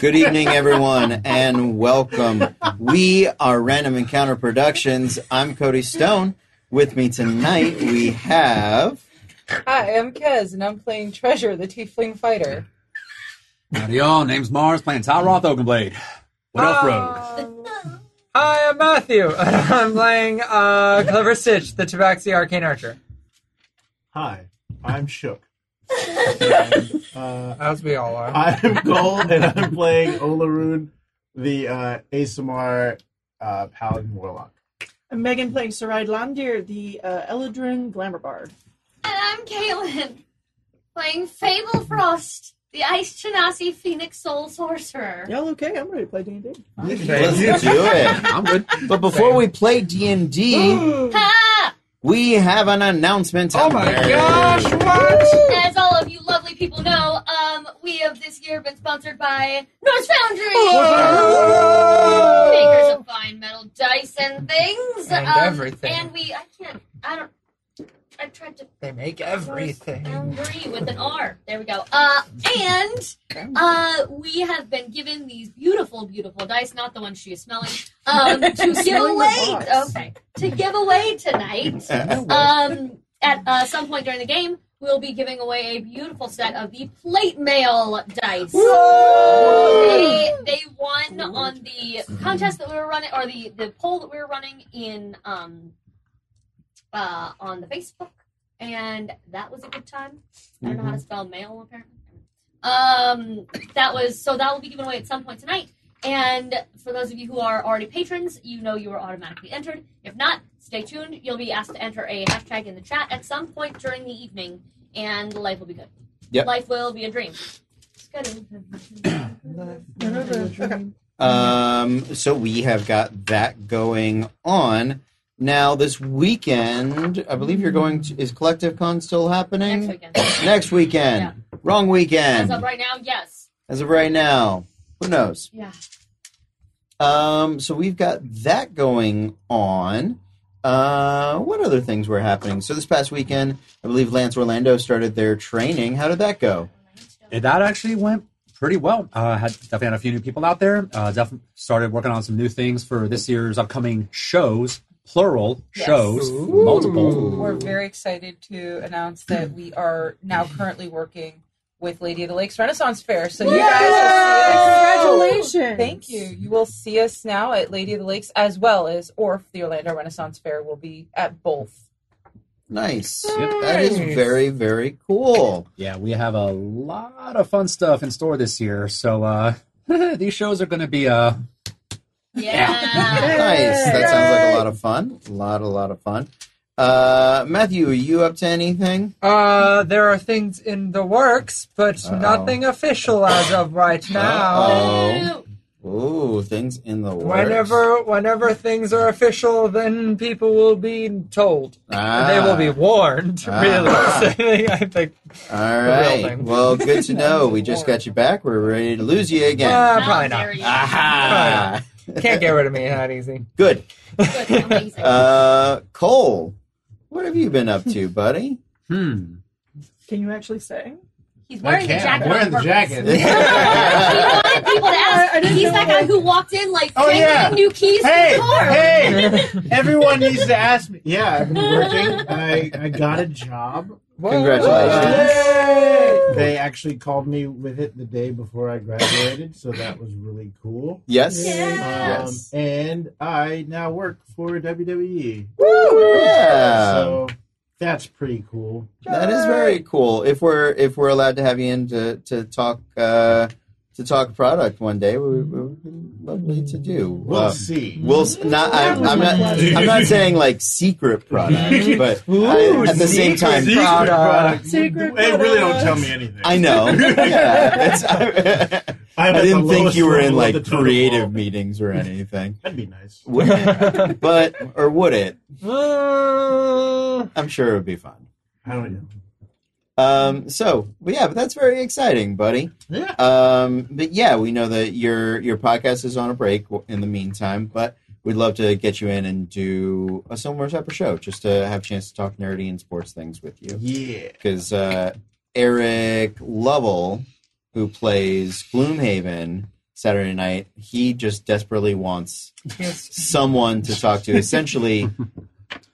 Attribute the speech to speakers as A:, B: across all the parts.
A: Good evening, everyone, and welcome. We are Random Encounter Productions. I'm Cody Stone. With me tonight, we have.
B: Hi, I'm Ah, Kez, and I'm playing Treasure, the Tiefling Fighter.
C: Howdy y'all, name's Mars, playing Tyroth Oakenblade. What up, Rogue?
B: Um,
D: Hi, I'm Matthew. I'm playing uh, Clever Stitch, the Tabaxi Arcane Archer.
E: Hi, I'm Shook. And, uh,
D: As we all are.
E: I'm Cole, and I'm playing Olaroon, the uh, ASMR uh, Paladin Warlock.
F: I'm Megan playing Sarai Landir, the uh, Eladrin Glamour Bard.
G: And I'm Kaylin, playing Fable Frost, the Ice Genasi Phoenix Soul Sorcerer.
F: Y'all okay? I'm ready to play D&D.
A: Let's do it.
C: I'm good.
A: But before we play D and D,
G: Ha!
A: we have an announcement.
D: Oh my gosh, what?
G: As all of you lovely people know, um, we have this year been sponsored by Norse Foundry, makers of fine metal dice and things,
D: And
G: um,
D: everything.
G: And we, I can't, I don't, I tried to
D: They make
G: Norse
D: everything.
G: Foundry with an R. There we go. Uh, and uh, we have been given these beautiful, beautiful dice, not the ones she is smelling, um, to give
F: Smelling the
G: away.
F: box.
G: Okay, to give away tonight. Um, at uh, some point during the game, we'll be giving away a beautiful set of the plate mail dice. They, they won on the contest that we were running, or the, the poll that we were running in um, uh, on the Facebook, and that was a good time. I don't know how to spell mail apparently. Um, that was so that will be given away at some point tonight. And for those of you who are already patrons, you know you are automatically entered. If not, stay tuned. You'll be asked to enter a hashtag in the chat at some point during the evening, and life will be good.
A: Yep.
G: Life will be a dream. It's good.
F: Okay.
A: Um, so we have got that going on. Now this weekend, I believe you're going to is Collective Con still happening?
G: Next weekend.
A: Next weekend. Wrong
G: As
A: weekend.
G: of right now, yes.
A: As of right now. Who knows?
G: Yeah.
A: Um, so we've got that going on. Uh, what other things were happening? So this past weekend, I believe Lance Orlando started their training. How did that go?
C: Yeah, That actually went pretty well. Uh, had definitely had a few new people out there. Uh, definitely started working on some new things for this year's upcoming shows, plural
B: Yes.
C: shows, multiple.
B: We're very excited to announce that we are now currently working with Lady of the Lakes Renaissance Fair. So you guys will see us.
F: Congratulations!
B: Thank you. You will see us now at Lady of the Lakes as well as Orf, the Orlando Renaissance Fair will be at both.
A: Nice. That is very, very cool.
C: Yeah, we have a lot of fun stuff in store this year. So uh, these shows are going to be uh,
G: Yeah.
A: Nice. That sounds like a lot of fun. A lot, a lot of fun. Uh, Matthew, are you up to anything?
D: Uh, there are things in the works, but
A: Uh-oh.
D: nothing official as of right now.
A: Uh-oh. Ooh, things in the works.
D: Whenever, whenever things are official, then people will be told.
A: ah,
D: And they will be warned.
A: Ah.
D: Really, I think.
A: All
D: real
A: right.
D: thing.
A: Well, good to know. We just got you back. We're ready to lose you again.
D: Uh,
G: How
D: probably
G: dare
D: not.
G: you.
A: Aha!
D: Can't get rid of me that easy.
A: Good.
G: Good, amazing.
A: Uh, Cole, what have you been up to, buddy?
C: hmm.
F: Can you actually say?
G: He's wearing the
C: Okay, I'm
G: jacket. on
E: Wearing the
G: purpose.
E: jacket.
G: he wanted people to ask.
F: I- I didn't
G: He's
F: know
G: that
F: that.
G: guy who walked in like
E: Oh,
G: dangling
E: yeah.
G: new keys to
E: Hey,
G: the car.
E: hey! Everyone needs to ask me. Yeah, I've been working. I, I got a job.
A: Congratulations.
E: They actually called me with it the day before I graduated, so that was really cool.
A: Yes.
G: Yeah.
E: Um,
A: Yes.
E: and I now work for E. WWE.
A: Yeah.
E: So that's pretty cool.
A: That is very cool. If we're if we're allowed to have you in to to talk uh, to talk product one day, we, we would be lovely to do.
E: We'll
A: Uh,
E: see.
A: We'll s- not. I'm, I'm not. I'm not saying like secret product, but
D: Ooh,
A: I, at the same
D: secret
A: time,
D: product.
F: Secret
E: They really don't
F: products.
E: tell me anything.
A: I know. Yeah, it's, I,
E: I'm at the
A: didn't think
E: lowest
A: you were in
E: level of the
A: like
E: totem
A: creative
E: pole.
A: meetings or anything.
E: That'd be nice.
A: Wouldn't it? but or would it?
D: Uh,
A: I'm sure it would be fun.
E: I don't know.
A: Um, so but yeah, but that's very exciting, buddy.
E: Yeah.
A: Um, but yeah, we know that your your podcast is on a break in the meantime, but we'd love to get you in and do a similar type of show just to have a chance to talk nerdy and sports things with you.
E: Yeah.
A: Because uh, Eric Lovell, who plays Gloomhaven, Saturday night. He just desperately wants
D: Yes.
A: someone to talk to. Essentially,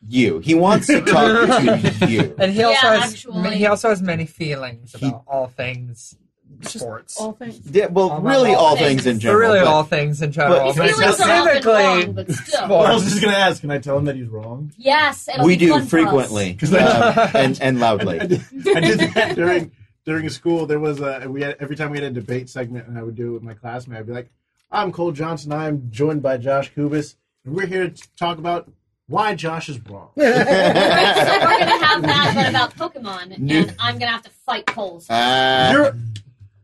A: you. He wants to talk to you.
D: And he also
G: Yeah,
D: has
G: actually.
D: he also has many feelings
A: He-
D: about all things sports.
F: All things.
A: Yeah, well,
D: All
A: really,
D: about
A: all
G: all
A: things in
G: things.
D: But
A: general.
D: really
A: but-
D: all things in general.
A: but-
D: but
A: His feelings
G: are often wrong,
D: specifically
G: but still.
D: sports.
E: I was just gonna ask. Can I tell him that he's wrong?
G: Yes, it'll
A: we
G: be
A: do
G: fun for us.
A: frequently
E: 'Cause
A: um,
E: I-
A: and, and loudly.
E: I, I did, I did that during during school. There was a we had every time we had a debate segment, and I would do it with my classmate. I'd be like, "I'm Cole Johnson. I'm joined by Josh Kubis, and we're here to talk about why Josh is wrong."
G: Right, so we're gonna have that, but about Pokemon,
A: New-
G: and I'm gonna have to fight Coles.
A: Ah.
F: You're,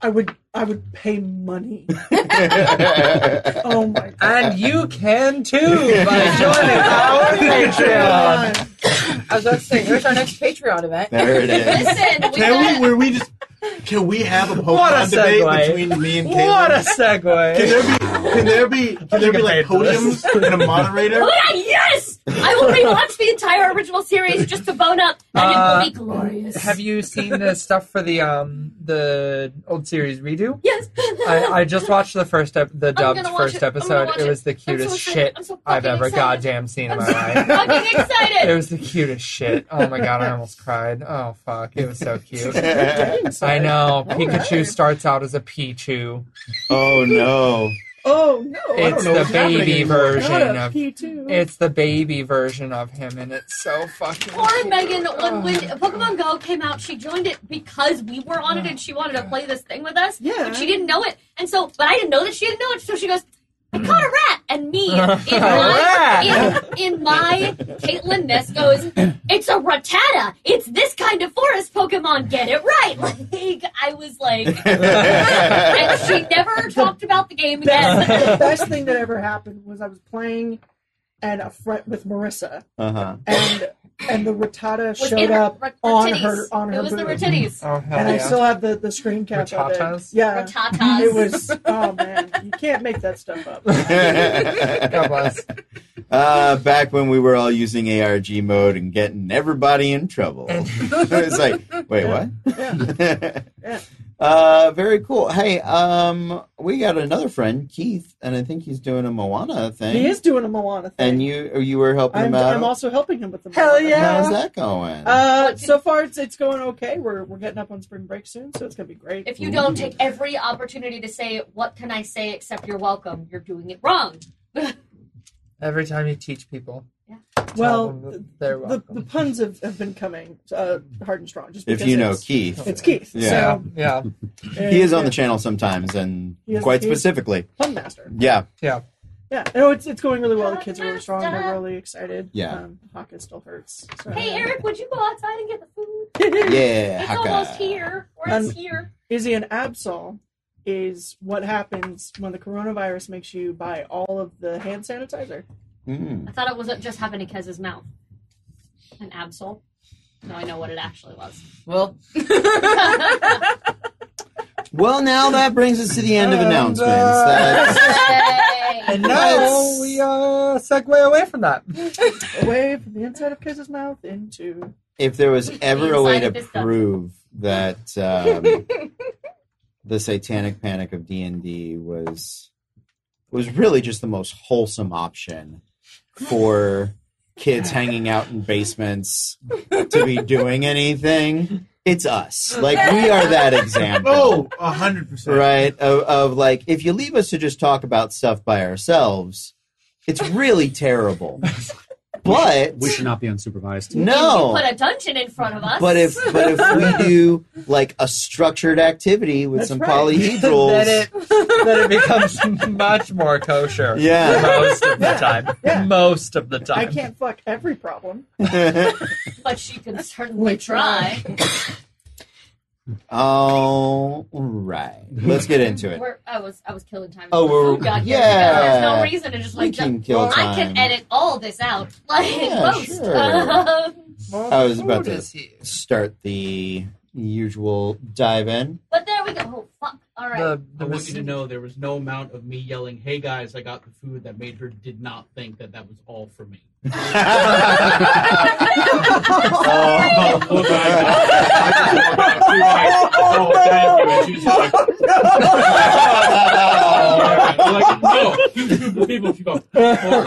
F: I would I would pay money.
A: Ah.
F: Oh my god.
D: and you can too by joining our Patreon.
B: I was about to say, where's our next Patreon event?
A: there it is.
G: Listen, we
E: Can
G: got
E: we? Were we just? Can we have a
D: What a
E: Pokemon debate
D: segue.
E: between me and
D: What a
E: Taylor? Can
D: segue!
E: there be? Can there be? Can there be like podiums and a moderator?
G: Oh yeah, yes! I will rewatch the entire original series just to bone up, and
D: Uh,
G: it will be glorious.
D: Have you seen the stuff for the um the old series redo?
G: Yes.
D: I, I just watched the first ep- the dubbed
G: gonna watch
D: first
G: it. I'm gonna
D: episode.
G: watch
D: It
G: it.
D: was the
G: I'm so
D: cutest
G: excited.
D: shit
G: I'm so
D: I've
G: fucking
D: ever
G: excited.
D: goddamn seen in
G: I'm
D: my
G: so
D: life.
G: fucking
D: It
G: excited.
D: was the cutest shit. Oh my god, I almost cried. Oh fuck, it was so cute. I
F: Sorry.
D: know. Pikachu
F: right.
D: starts out as a Pichu.
A: oh no!
F: Oh no. I
D: It's
F: don't
E: know
D: the
E: what's happening
D: baby
E: anymore.
D: version
F: know.
D: of
F: P two.
D: it's the baby version of him, and it's so fucking.
G: Poor
D: cute.
G: Megan, when, when
D: Oh.
G: Pokemon Go came out, she joined it because we were on it and she wanted to play this thing with us.
F: Yeah.
G: But she didn't know it. And so, but I didn't know that she didn't know it. So she goes, I caught a rat. And me, in
D: A
G: my,
D: rat.
G: in, in my Caitlin ness goes, it's a Rattata. It's this kind of forest Pokemon. Get it right. Like, I was like, and she never talked about the game
F: best,
G: again.
F: the best thing that ever happened was I was playing and a friend with Marissa
A: Uh huh.
F: and and the Rattata
G: Was
F: showed
G: in her-
F: up
G: her
F: on
G: titties.
F: her on
G: It
F: her
G: was the
F: boob.
G: Rattitties.
D: Oh hell
F: and I
D: yeah.
F: still have the, the screen cap of it.
D: Rattatas?
F: Yeah.
G: Rattatas.
F: It was oh man, you can't make that stuff up.
D: God bless.
A: Uh, back when we were all using ARG mode and getting everybody in trouble. it's like, wait, what?
F: Yeah.
A: uh, very cool. Hey, um, we got another friend, Keith, and I think he's doing a Moana thing.
F: He is doing a Moana thing.
A: And you, you were helping
F: I'm,
A: him out.
F: I'm also helping him with the
D: Hell
F: Moana.
D: yeah.
A: How's that going?
F: Uh, so far it's it's going okay. We're we're getting up on spring break soon, so it's gonna be great.
G: If you don't take every opportunity to say, What can I say except you're welcome? You're doing it wrong.
D: Every time you teach people, tell
F: well,
D: them
F: the,
D: that they're
F: the,
D: welcome.
F: puns have, have been coming uh, hard and strong. Just
A: if
F: because
A: you know
F: it's,
A: Keith,
F: it's Keith.
A: Yeah.
F: So,
D: yeah,
A: he is on the channel sometimes, and
F: He is
A: quite
F: Keith.
A: specifically.
F: pun master.
A: Yeah.
D: yeah.
F: Yeah, no, it's it's going really well. The kids are really strong. They're really excited.
A: Yeah.
F: um, Hawkins still hurts. So.
G: Hey, Eric, would you go outside and get the food?
A: Yeah.
G: It's
A: Haka.
G: almost here. Or it's
F: Um,
G: here.
F: Izzy and Absol is what happens when the coronavirus makes you buy all of the hand sanitizer.
A: Mm.
G: I thought it wasn't just happened to Kez's mouth. An Absol. No, I know what it actually was.
B: Well,
A: Well, now that brings us to the end of
D: And, uh,
A: announcements. That's-
G: Yay.
D: And now
A: Let's-
D: we uh, segue away from that.
F: Away from the inside of Kiz's mouth into
A: if there was ever a way
G: Inside
A: to
G: of this stuff.
A: prove that um, the satanic panic of d&d was was really just the most wholesome option for kids hanging out in basements to be doing anything it's us like we are that example
E: Oh, a hundred percent.
A: right of, of like if you leave us to just talk about stuff by ourselves it's really terrible but
H: We should not be unsupervised.
A: no
G: You put a dungeon in front of us.
A: but if but if we do like a structured activity with
F: That's
A: some
F: right.
A: polyhedrals,
D: then it then it becomes much more kosher.
A: yeah,
D: Most of the
F: Yeah.
D: time.
F: Yeah.
D: Most of the time.
F: I can't fuck every problem.
G: But she can certainly try.
A: all right, let's get into it.
G: We're, I was I was killing time.
A: Oh, we're-
G: Food got here
A: yeah.
G: together. There's no reason to just
A: We
G: like
A: can kill
G: well, I
A: time.
G: can edit all this out. Like
A: Yeah,
G: most.
A: sure.
G: Um,
A: I was about
D: Food
A: to
D: is here.
A: start the usual dive in.
G: but there we go. Oh fuck. All right.
D: The,
C: I
D: the
C: want you to
D: mis-
C: know there was no amount of me yelling, "Hey guys, I got the food," that made her did not think that that was all for me.
E: Oh,
F: no.
I: like, no, huge group of people. She goes, four, four.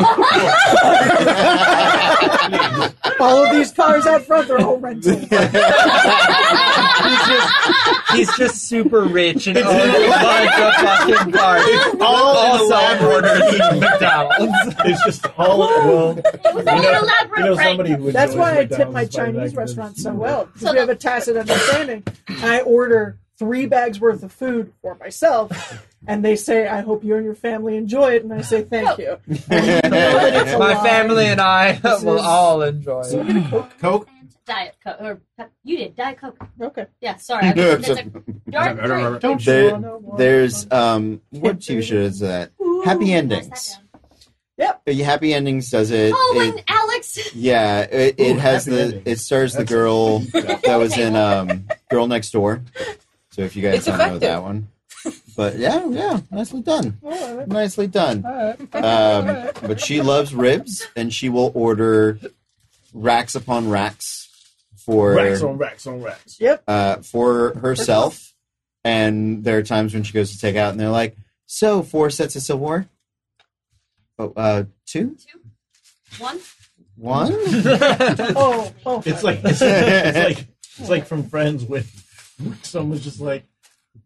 D: All of these cars out front, they're all rental. he's, just, he's just super rich and owns a bunch of fucking cars.
E: all
D: Also
E: elaborate.
D: orders from
C: uh,
D: McDonald's.
E: It's just all well,
G: It was
E: You
G: all
E: know-
G: an elaborate
E: you know
G: prank.
E: somebody who
F: That's
E: enjoys
F: why I tip
E: McDonald's
F: my
E: is probably back
F: Chinese
E: in
F: restaurant
E: this-
F: so well because we have a tacit understanding. I order three bags worth of food for myself, and they say, "I hope you and your family enjoy it," and I say, "Thank you."
A: It's
D: My
F: lie.
D: family and I
F: This
D: will
F: is-
D: all enjoy.
F: So
D: it.
F: I'm gonna cook.
E: Coke.
G: Diet Coke, or Pep- you did Diet Coke.
F: Okay.
G: Yeah, sorry. I it's a dark drink.
E: Don't
A: There-
E: you
F: oh
E: know what?
A: There's um, what TV show is that? Happy endings. Yeah, Happy Endings does it.
G: Oh,
A: it-
G: and Alex.
A: yeah, it, it
E: Ooh,
A: has
E: Happy
A: the
E: Endings.
A: it stars the
E: That's a-
A: girl that was
G: Okay,
A: in
G: well-
A: um, Girl Next Door. So if you guys
B: It's
A: don't
B: effective.
A: know that one, but yeah, yeah, nicely done,
F: Well, I-
A: nicely done.
D: Alright.
A: Um, but she loves ribs, and she will order racks upon racks for
E: Racks on racks on racks.
F: Yep.
A: uh, for herself. And there are times when she goes to take out, and they're like, "So four sets of silverware? Oh, uh, two,
G: Two, one.
A: one."
F: Oh, oh.
E: It's like it's, like it's like from Friends when someone's just like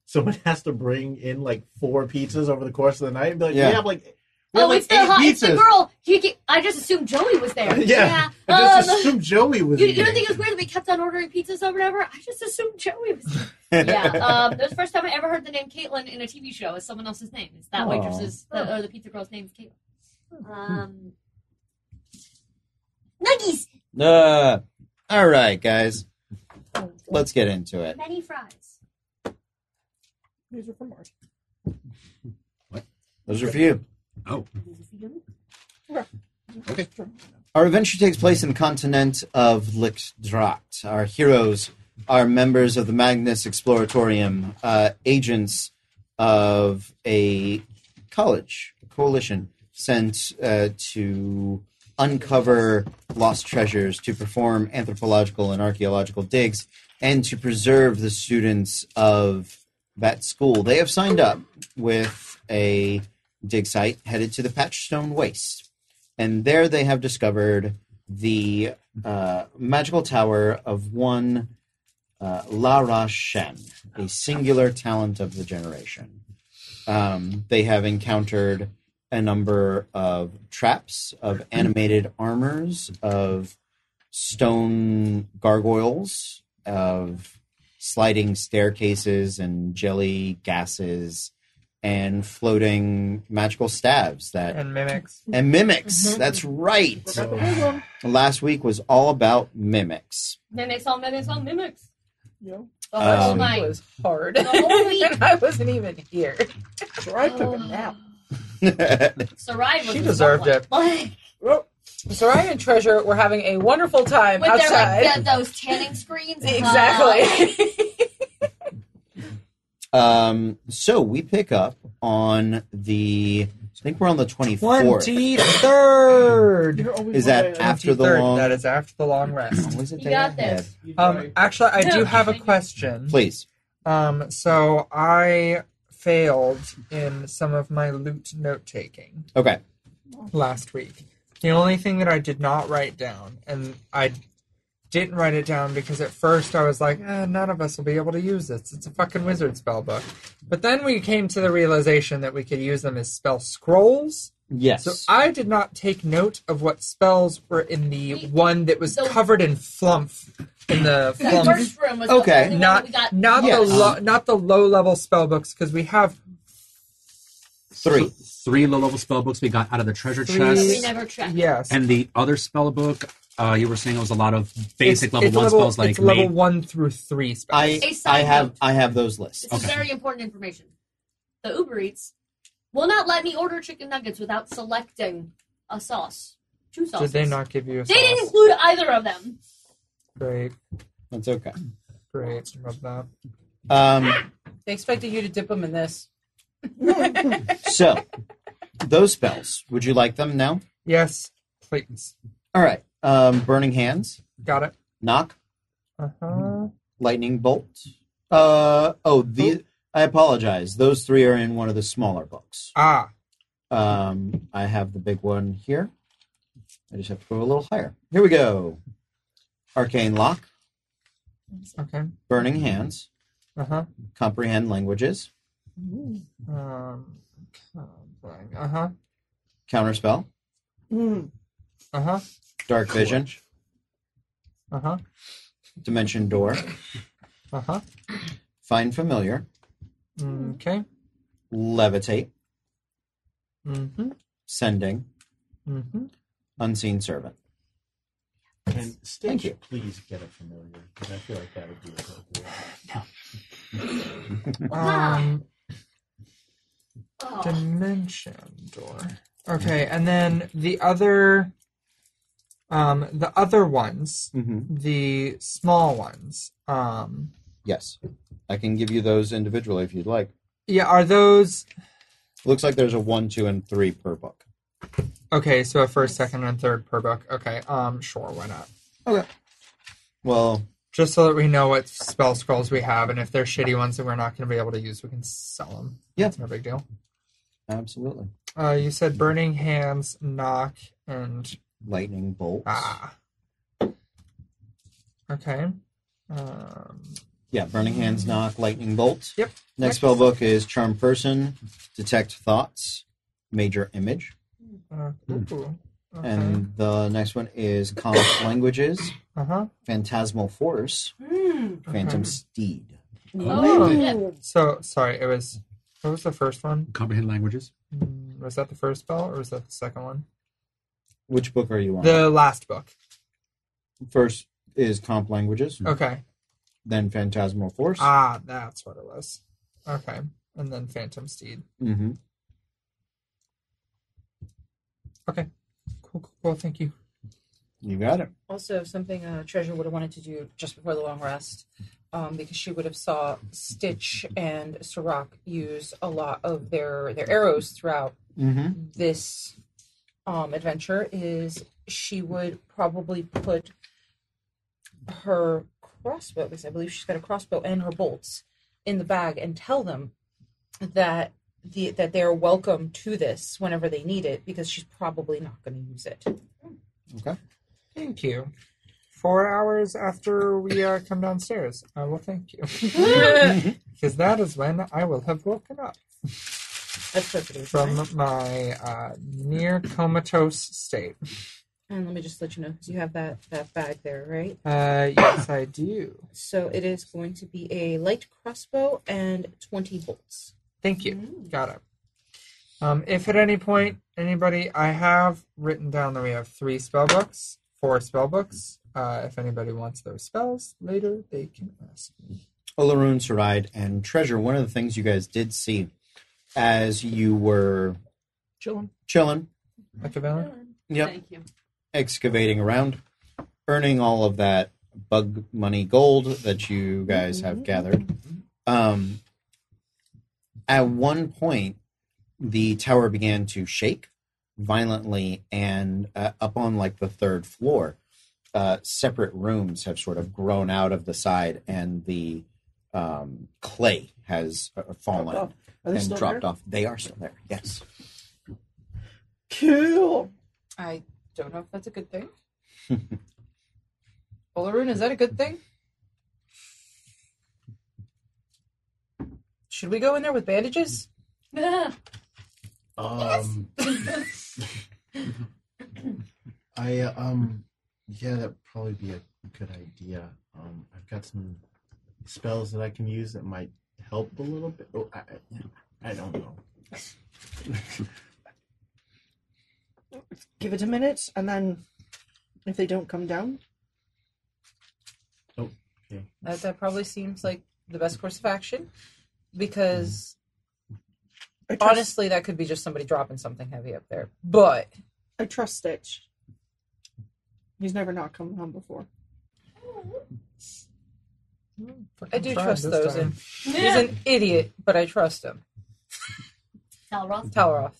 E: someone has to bring in like four pizzas over the course of the night and be like,
A: Yeah.
E: yeah, we have like we have
G: Oh,
E: like
G: it's the,
E: eight
G: hi- it's the
E: pizzas.
G: girl. He, ge- I just assumed Joey was there.
E: Yeah. And
G: Um,
E: just assume Joey was.
G: you, you
E: eating
G: don't think
E: it.
G: it was weird that we kept on ordering pizzas over and over? I just assumed Joey was there. yeah, um, that was the first time I ever heard the name Caitlin in a TV show as someone else's name. It's that
A: Aw.
G: waitress's, the, or the pizza girl's name is Caitlin. Um, nuggies!
A: Uh, all right, guys, let's get into it.
G: Many fries.
F: These are from Mars.
A: Those are for you.
C: Oh, Okay.
A: Our adventure takes place in the continent of Lichtdracht. Our heroes are members of the Magnus Exploratorium, uh, agents of a college, a coalition sent uh, to uncover lost treasures, to perform anthropological and archaeological digs, and to preserve the students of that school. They have signed up with a dig site headed to the Patchstone Waste and there they have discovered the uh, magical tower of one uh, Lara Shen, a singular talent of the generation. Um, they have encountered a number of traps, of animated armors, of stone gargoyles, of sliding staircases and jelly gases, and floating magical stabs that
D: and mimics.
A: and mimics. That's right.
E: So-
A: Last week was all about mimics.
G: Mimics, all mimics, all mimics. Oh
F: Yo.
G: The whole
A: Um,
G: night.
B: Oh, was hard.
G: The whole week.
B: and I wasn't even here.
F: Sure, I took a
G: Oh.
F: nap.
G: Sarai was
D: She
G: the
D: deserved
G: one.
D: it.
G: Like,
B: Soraya and Treasure were having a wonderful time
G: with their,
B: outside.
G: like, the, those tanning screens. uh,
B: Exactly.
A: um, so we pick up on the. I think we're on the twenty fourth.
D: Twenty third.
F: You're always
A: Is that
F: right.
A: after the long?
D: That is after the long rest.
A: Was it
G: You
A: day
G: got
A: ahead?
G: this.
D: Um, actually, I do
G: No.
D: have a question.
A: Please.
D: Um, so I failed in some of my loot note taking
A: Okay.
D: last week. The only thing that I did not write down, and I didn't write it down because at first I was like, eh, none of us will be able to use this. It's a fucking wizard spell book. But then we came to the realization that we could use them as spell scrolls.
A: Yes.
D: So I did not take note of what spells were in the one that was
G: The-
D: covered in flump in the
G: The
D: flump
G: first room was
A: Okay,
G: the only one we
D: not
G: got.
D: not
A: Yes.
D: the lo- not the low level spell books because we have
A: Three.
C: Three low level spell books we got out of the treasure
D: Three.
G: we
C: chest.
G: never checked.
D: yes
C: And the other spell book, uh, you were saying it was a lot of
D: It's-
C: basic level
D: it's
C: one spells like
D: it's level
C: mage-
D: one through three spells.
A: I
G: A side
A: I have
G: note.
A: I have those lists.
G: This is very important information. The Uber Eats will not let me order chicken nuggets without selecting a sauce. Two
D: Did
G: sauces.
D: they not give you? A
G: They
D: sauce?
G: didn't include either of them.
D: Great,
A: That's okay.
D: great. Love that.
A: Um,
B: they expected you to dip them in this.
A: so those spells. Would you like them now?
D: Yes, please.
A: All right. Um, burning hands.
D: Got it.
A: Knock.
D: Uh huh.
A: lightning bolt. Uh oh, the I apologize. Those three are in one of the smaller books.
D: Ah,
A: Um, I have the big one here. I just have to go a little higher. Here we go. Arcane lock,
D: Okay.
A: burning hands,
D: Uh huh.
A: comprehend languages,
D: Um. Uh huh.
A: counterspell,
F: Mm.
D: Uh huh.
A: dark vision,
D: Uh huh.
A: dimension door,
D: Uh huh.
A: find familiar,
D: Mm-hmm. Okay.
A: levitate,
D: Mm hmm.
A: sending,
D: Mm hmm.
A: unseen servant.
E: And
A: Thank
E: Stitch,
A: you.
E: please get it familiar because I feel like that would be appropriate.
D: Um,
G: Oh.
D: dimension door. Okay, and then the other, um, the other ones,
A: Mm-hmm.
D: the small ones. Um,
A: Yes, I can give you those individually if you'd like.
D: yeah, are those
A: Looks like there's a one, two, and three per book.
D: okay? So a first, second, and third per book. Okay. Um, sure, why not?
A: Well,
D: Just so that we know what spell scrolls we have, and if they're shitty ones that we're not going to be able to use, we can sell them.
A: Yeah.
D: it's no big deal.
A: absolutely.
D: Uh, you said burning hands, knock, and
A: Lightning bolts.
D: ah. Okay. Um,
A: Yeah, Burning Hands, Knock, Lightning Bolt.
D: Yep.
A: Next spell book is Charm Person, Detect Thoughts, Major Image.
D: Uh, ooh, okay.
A: And the next one is Complex Languages,
D: uh huh.
A: Phantasmal Force,
D: Hmm.
F: Mm.
A: Phantom Steed.
G: Oh, yeah.
D: So sorry, it was what was the first one?
C: Comprehend languages.
D: Mm, Was that the first spell or was that the second one?
A: Which book are you on?
D: The last book.
A: First is Comp Languages,
D: Okay.
A: then Phantasmal Force.
D: Ah, that's what it was. Okay, and then Phantom Steed.
A: hmm
D: Okay. Cool, cool, cool. Thank you.
A: You got it.
B: Also, something uh, Treasure would have wanted to do just before the long rest, um, because she would have saw Stitch and Serac use a lot of their their arrows throughout
A: Mm-hmm.
B: this um, adventure. Is she would probably put her crossbow, because I believe she's got a crossbow and her bolts in the bag, and tell them that the that they are welcome to this whenever they need it, because she's probably not going to use it.
D: Thank you. Four hours after we uh, come downstairs, I will thank you because that is when I will have woken up
B: That's perfectly fine.
D: from my uh, near comatose state.
B: And let me just let you know, 'cause you have that, that bag there, right?
D: Uh, yes, I do.
B: So it is going to be a light crossbow and 20 bolts.
D: Thank you.
G: Mm-hmm.
D: Got it. Um, if at any point anybody, I have written down that we have three spell books, four spell books. Uh, if anybody wants those spells later, they can ask me.
A: Olaroon, Saride, and Treasure. One of the things you guys did see as you were
J: Chilling.
A: chilling,
D: At the valley?
A: yep,
K: Thank you.
A: excavating around, earning all of that bug money gold that you guys
E: Mm-hmm.
A: have gathered. Um, at one point, the tower began to shake violently, and uh, up on like the third floor, uh, separate rooms have sort of grown out of the side, and the um, clay has uh, fallen
E: Dropped off. Are
A: and
E: they Oh, still
A: dropped
E: there?
A: off. They are still there. Yes.
F: Cool.
B: I don't know if that's a good thing. Olaroon, is that a good thing? Should we go in there with bandages?
E: Um, I uh, um, yeah, that'd probably be a good idea. Um, I've got some spells that I can use that might help a little bit. Oh, I, I I don't know.
F: Give it a minute, and then if they don't come down,
B: That, that probably seems like the best course of action because
F: I trust,
B: honestly, that could be just somebody dropping something heavy up there. But
F: I trust Stitch. He's never not come home before.
B: I do
D: Try
B: trust
D: this
B: those.
D: time.
B: And he's an idiot, but I trust him.
G: Talroth.
B: Teleroth.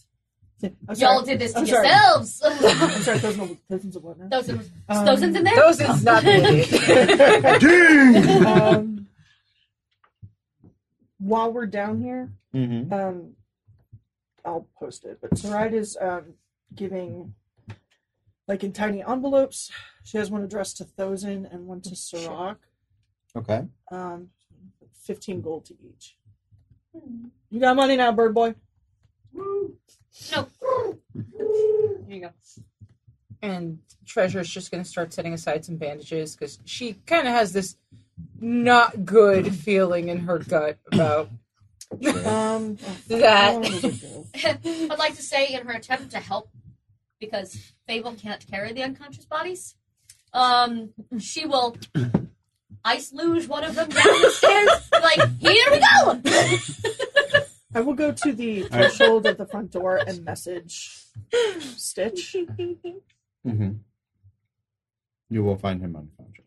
F: I'm
G: Y'all
F: sorry.
G: did this to
F: I'm sorry.
G: yourselves.
F: I'm sorry. Those are thousands of what now?
G: Those are-
F: Um,
G: those in there.
B: Those is not the idiot.
E: Ding!
F: um, while we're down here,
A: Mm-hmm.
F: um, I'll post it. But Saride is um, giving, like in tiny envelopes. She has one addressed to Thosin and one to Sirach.
L: Okay.
F: Um, fifteen gold to each. Hmm. You got money now, bird boy.
G: No. There you go.
B: and Treasure's just going to start setting aside some bandages because she kind of has this not good feeling in her gut about
F: Um,
B: That-
F: how long does it go?
G: I'd like to say, in her attempt to help, because Fable can't carry the unconscious bodies, um, she will ice luge one of them down the stairs. Like, here we go!
F: I will go to the threshold of the front door and message Stitch.
L: Mm-hmm. You will find him unconscious.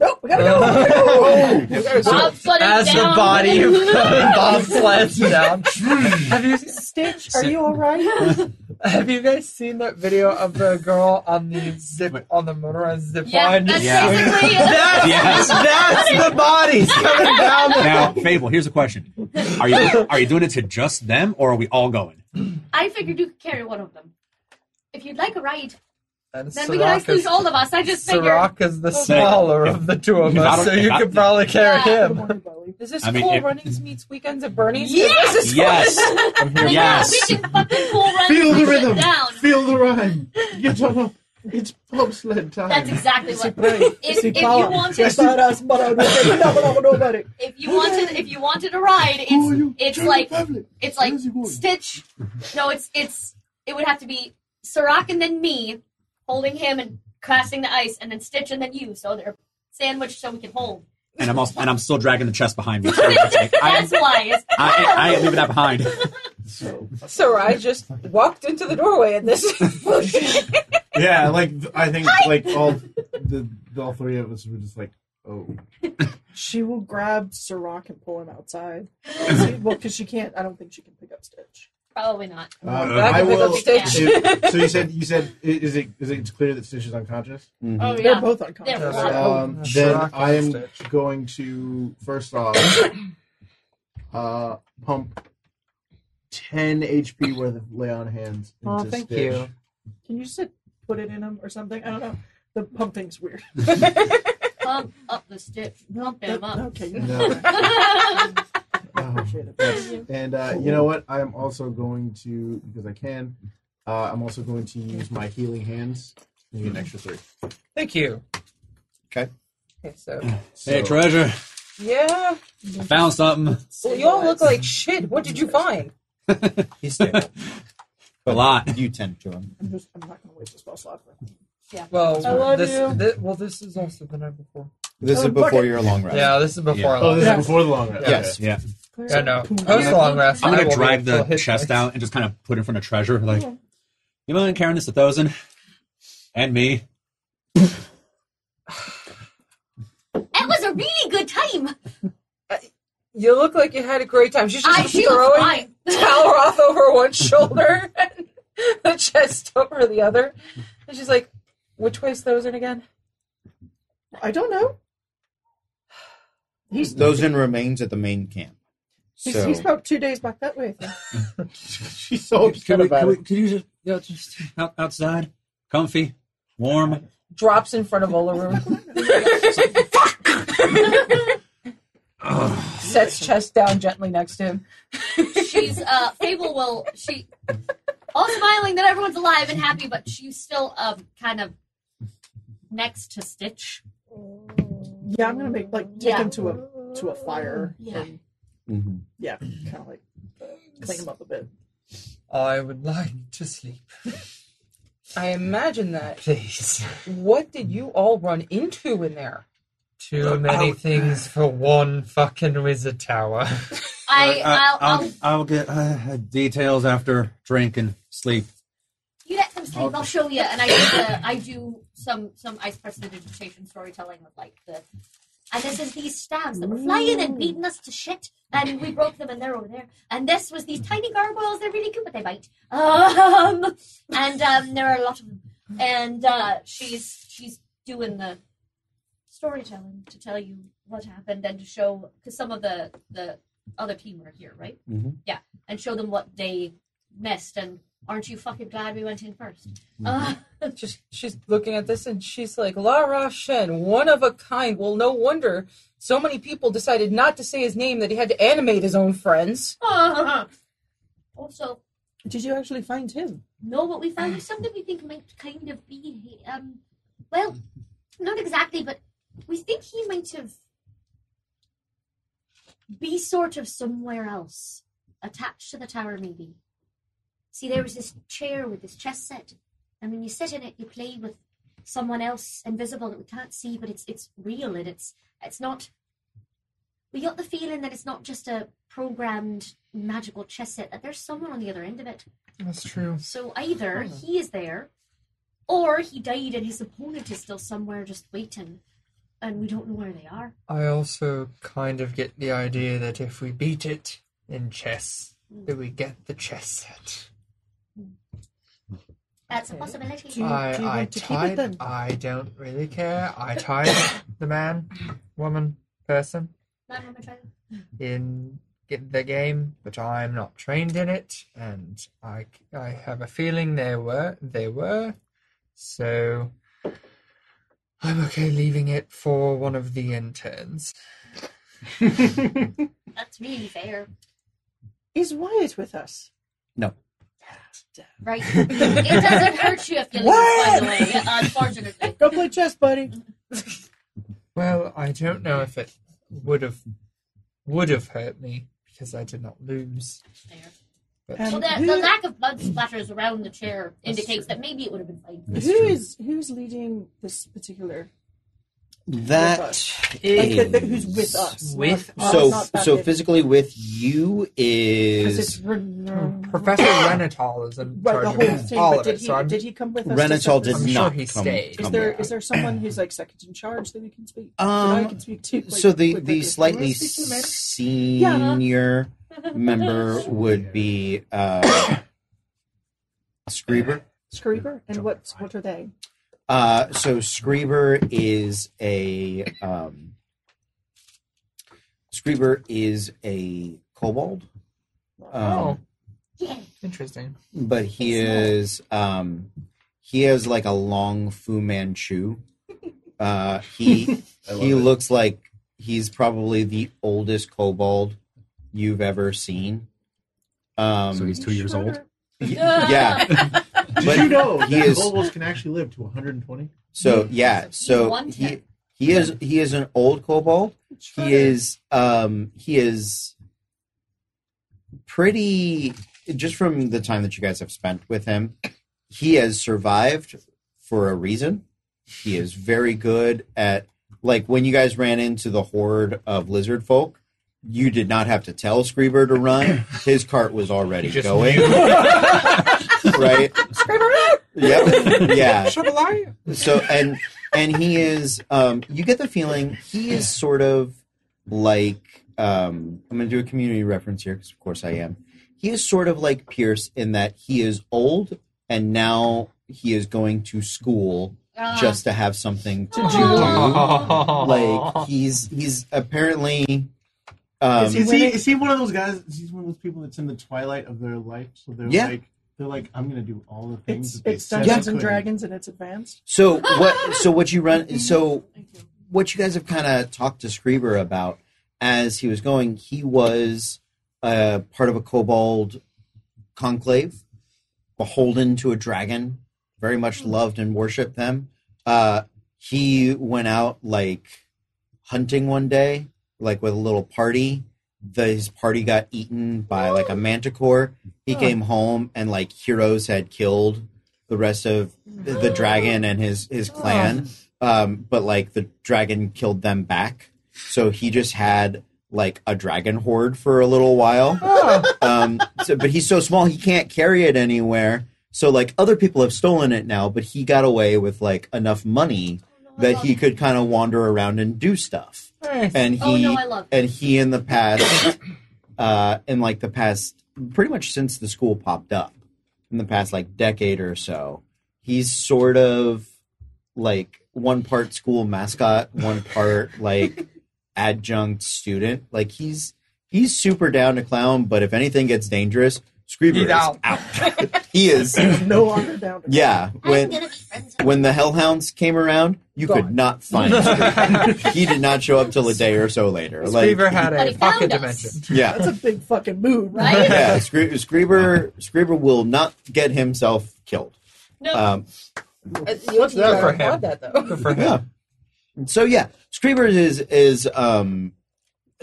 F: Nope, we gotta go.
D: Uh,
F: We
G: Oh.
F: gotta go.
D: oh.
G: Bob flooded
D: As the
G: down.
D: body of Bob sleds down. have you
F: Stitch, are you alright?
D: have you guys seen that video of the girl on the zip on the motorized zip
G: yeah,
D: line?
G: that's
C: Yeah.
G: basically
D: That's,
C: Yes.
D: that's the bodies coming down the
C: Now, Fable, here's a question: Are you are you doing it to just them, or are we all going?
G: I figured you could carry one of them. If you'd like a ride,
D: And
G: then we can ice luge all of us. I just figured.
D: Sirach is the smaller of the two of
C: If I
D: us,
C: don't-
D: so
C: if
D: you
C: I-
D: could probably carry
G: Yeah.
E: Um,
D: him.
B: is this
C: I mean,
B: cool
C: if-
B: runnings meets weekends at Bernie's?
G: Yes!
B: This is
C: I'm
G: Like, Yeah, we can fucking pull run
E: Feel the
G: this shit
E: rhythm.
G: down.
E: Feel the rhyme. Get on up. It's pub sled time.
G: That's exactly what.
F: Right.
G: If, if you wanted,
F: But us, but I don't know, but I don't know about it.
G: if you wanted, if you wanted a ride,
E: Who are you?
G: it's it's
E: German
G: like
E: Republic.
G: It's like
E: Where's he going?
G: Stitch. No, it's it's it would have to be Sirach and then me holding him and casting the ice, and then Stitch and then you. So they're sandwiched so we can hold.
C: and I'm also, and I'm still dragging the chest behind me. So it's like, I, am-
G: That's why. It's,
C: I, I, I ain't leaving that behind.
E: So
B: So I just walked into the doorway and this.
E: yeah, like th- I think like all the the- all three of us were just like, oh,
F: She will grab Sirach and pull him outside. See, well, because she can't, I don't think she can pick up Stitch.
G: probably not.
E: um,
B: I
E: I
B: can pick up
E: will.
B: Stitch.
E: if- so you said you said i- is it is it it's clear that Stitch is unconscious?
L: Mhm.
G: Oh
F: They're
G: yeah.
F: both
G: They're
F: unconscious.
G: both-
E: Um,
D: Yeah,
E: then
D: Sherlock
E: I am
D: and Stitch.
E: going to first off uh, pump ten HP worth of lay on hands. Into
D: Aw, thank
E: Stitch.
D: you.
F: Can you just like, put it in him or something? I don't know. The pumping's weird.
G: Pump up the Stitch. Pump him up.
F: Okay, you know,
E: No. Um,
G: I
F: I appreciate it.
E: And uh, you know what? I'm also going to because I can. Uh, I'm also going to use my healing hands. You get an extra three.
D: Thank you.
L: Okay.
B: Okay, so
E: So, uh,
C: Hey, treasure,
B: yeah,
C: found something.
B: well, you all look like shit. What did you find?
L: He's there.
C: A lot.
L: You tend to him.
F: I'm just, I'm not going to waste this spell slot. for him.
D: Well,
F: I love
D: this,
F: you.
D: thi- well, this is also the night before.
L: This is
F: Oh,
L: before
F: bucket.
L: your long rest.
D: Yeah, this is before.
C: Yeah.
D: I
E: Oh, this
F: Yeah.
E: is before the long rest.
L: Yes.
C: Yeah,
D: I know.
F: Poop.
D: Post long rest.
C: I'm
D: I
C: gonna
D: will
C: drag
D: be a
C: the
D: full hit
C: chest
D: dice.
C: out and just kind of put it in front of treasure. Like, you mind carrying this a thousand? And me.
G: It was a really good time.
B: You look like you had a great time. She's just
G: I she was
B: throwing
G: fine.
B: Talroth over one shoulder and the chest over the other. And she's like, which way's those in again?
F: I don't know. He's
L: Those in remains at the main camp.
F: he's,
L: So
F: he's about two days back that way. I think.
E: She's so
C: Oh,
E: upset
C: Can we,
E: about
C: can
E: it.
C: we, can you just, yeah, just out, outside, comfy, warm?
B: Drops in front of Olaroon,
C: Ugh.
B: sets chest down gently next to him.
G: She's uh Fable will she all smiling that everyone's alive and happy, but she's still um kind of next to Stitch.
F: Yeah, I'm gonna make like take
G: Yeah.
F: him to a to a fire.
G: Yeah.
F: and,
L: Mhm.
F: yeah, kind of like clean him up a bit.
D: I would like to sleep,
B: I imagine that.
D: please.
B: What did you all run into in there?
D: Too many things for one fucking wizard tower.
G: I I'll, I'll,
C: uh, I'll, I'll get uh, details after drink and sleep.
G: you get some sleep. I'll show you. And I do, the, I do some some ice prestidigitation storytelling with like the. And this is these stabs that were flying and beating us to shit, and we broke them, and they're over there. And this was these tiny gargoyles. They're really cute, but they bite. Um, and um, there are a lot of them. And uh, she's she's doing the storytelling to tell you what happened and to show because some of the the other team were here, right?
A: Mhm.
G: Yeah, and show them what they missed. And aren't you fucking glad we went in 1st Uh,
B: Just she's looking at this and she's like, Lara Shen, one of a kind. Well, no wonder so many people decided not to say his name that he had to animate his own friends.
G: also,
F: Did you actually find him?
G: No, what we found is something we think might kind of be. Um, well, not exactly, but we think he might have be sort of somewhere else, attached to the tower, maybe. See, there was this chair with this chess set, and when you sit in it, you play with someone else invisible that we can't see, but it's it's real and it's it's not. We got the feeling that it's not just a programmed magical chess set; that there's someone on the other end of it.
D: That's true.
G: So either he is there, or he died and his opponent is still somewhere just waiting, and we don't know where they are.
D: I also kind of get the idea that if we beat it in chess, that we get the chess set.
G: That's a
F: Okay.
G: possibility.
F: Do you-
D: I,
F: do you
D: I
F: want to keep it
D: tied.
F: then?
D: I don't really care. I tied the man, woman, person
G: Nine women trial.
D: in get the game, but I'm not trained in it, and I I have a feeling they were they were, so I'm okay leaving it for one of the interns.
G: That's really fair,
F: Is Wyatt with us?
A: No.
G: right? it doesn't hurt you if you lose, by the way. Unfortunately,
F: Go play chess, buddy.
D: Well, I don't know if it would have would have hurt me because I did not lose.
G: fair.
D: But
F: Um,
G: Well, the, the lack of blood splatters around the chair
D: That's
G: indicates
D: true.
G: that maybe it would have been fine.
A: That's
F: Who
A: true.
F: is who's leading this particular?
A: That
F: Like the, the,
A: is
F: who's with us?
D: With
F: not,
A: so
F: oh, not that
A: so
F: big.
A: physically with you
F: 'Cause
A: is
F: it's Ren-
D: Professor Renatal is in
F: right, the
D: charge
F: whole
D: of
F: thing.
D: all
F: but
D: of
F: did
D: it,
F: he
D: so I'm
F: did he come with us? to
A: Renatal
F: set
A: did
F: this
D: I'm
F: up?
D: sure
A: not
D: he
A: come,
D: stayed.
A: come
F: Is there
A: down.
F: is there someone who's like second in charge that we can speak? that I
A: um,
F: can speak to. like,
A: so the
F: quick,
A: the
F: like,
A: slightly
F: can I speak to the man?
A: senior member would be uh, Screeber.
F: Screever, and what what are they?
A: Uh, so Screeber is a um, Screeber is a kobold,
D: Oh,
A: um,
G: Yeah,
D: interesting.
A: but he is um, he has like a long Fu Manchu. Uh, he he looks like he's probably the oldest kobold you've ever seen. Um,
C: So he's two years old.
A: yeah.
E: Did
A: But
E: you know
A: he
E: that
A: is-
E: kobolds can actually live to 120?
A: So yeah,
G: He's
A: so
G: one
A: he
G: tech.
A: he is he is an old kobold.
F: Shredder.
A: He is um he is pretty just from the time that you guys have spent with him, he has survived for a reason. He is very good at like when you guys ran into the horde of lizard folk, you did not have to tell Screever to run. His cart was already
D: Just
A: going. right? Yep. Yeah
D: Shabalaya.
A: so and and he is um you get the feeling he is sort of like um i'm gonna do a community reference here because of course i am he is sort of like pierce in that he is old and now he is going to school
G: Ah.
A: just to have something to do
G: Aw.
A: like he's he's apparently um
E: is, he, is he one of those guys? Is he one of those people that's in the twilight of their life? So they're
A: Yeah.
E: like, they're like, I'm gonna do all the things.
F: It's
E: that they
F: it's
E: said I
F: Dungeons and
E: couldn't."
F: Dragons and it's advanced.
A: So what? So what you run? So what you guys have kind of talked to Screever about as he was going. He was uh, part of a kobold conclave, beholden to a dragon, very much loved and worshipped them. Uh, he went out like hunting one day, like with a little party. The, his party got eaten by like a manticore. He came home and like heroes had killed the rest of the, the dragon and his his clan um but like the dragon killed them back so he just had like a dragon horde for a little while
G: Ah.
A: um so, but he's so small he can't carry it anywhere so like other people have stolen it now but he got away with like enough money that he could kind of wander around and do stuff and he
G: Oh no, I love. it.
A: and he in the past uh in like the past pretty much since the school popped up in the past like decade or so he's sort of like one part school mascot one part like adjunct student like he's He's super down to clown, but if anything gets dangerous, Screever
D: He's
A: is
D: out.
A: out. he is.
F: No longer down to
A: Yeah.
G: I'm
A: When
G: gonna be friends with
A: when the Hellhounds came around, you could
F: Gone.
A: not find Screever. he did not show up till a day or so later. Like,
D: Beaver had
G: But
D: a
G: he found
D: pocket
G: us.
D: dimension.
A: yeah.
F: That's a big fucking move,
G: Right?
A: yeah, Scree- Screever, Screever will not get himself killed.
G: No.
A: Um,
B: What's
E: that
D: for him?
B: That though.
D: Good for him.
A: yeah. So yeah, Screever is is um,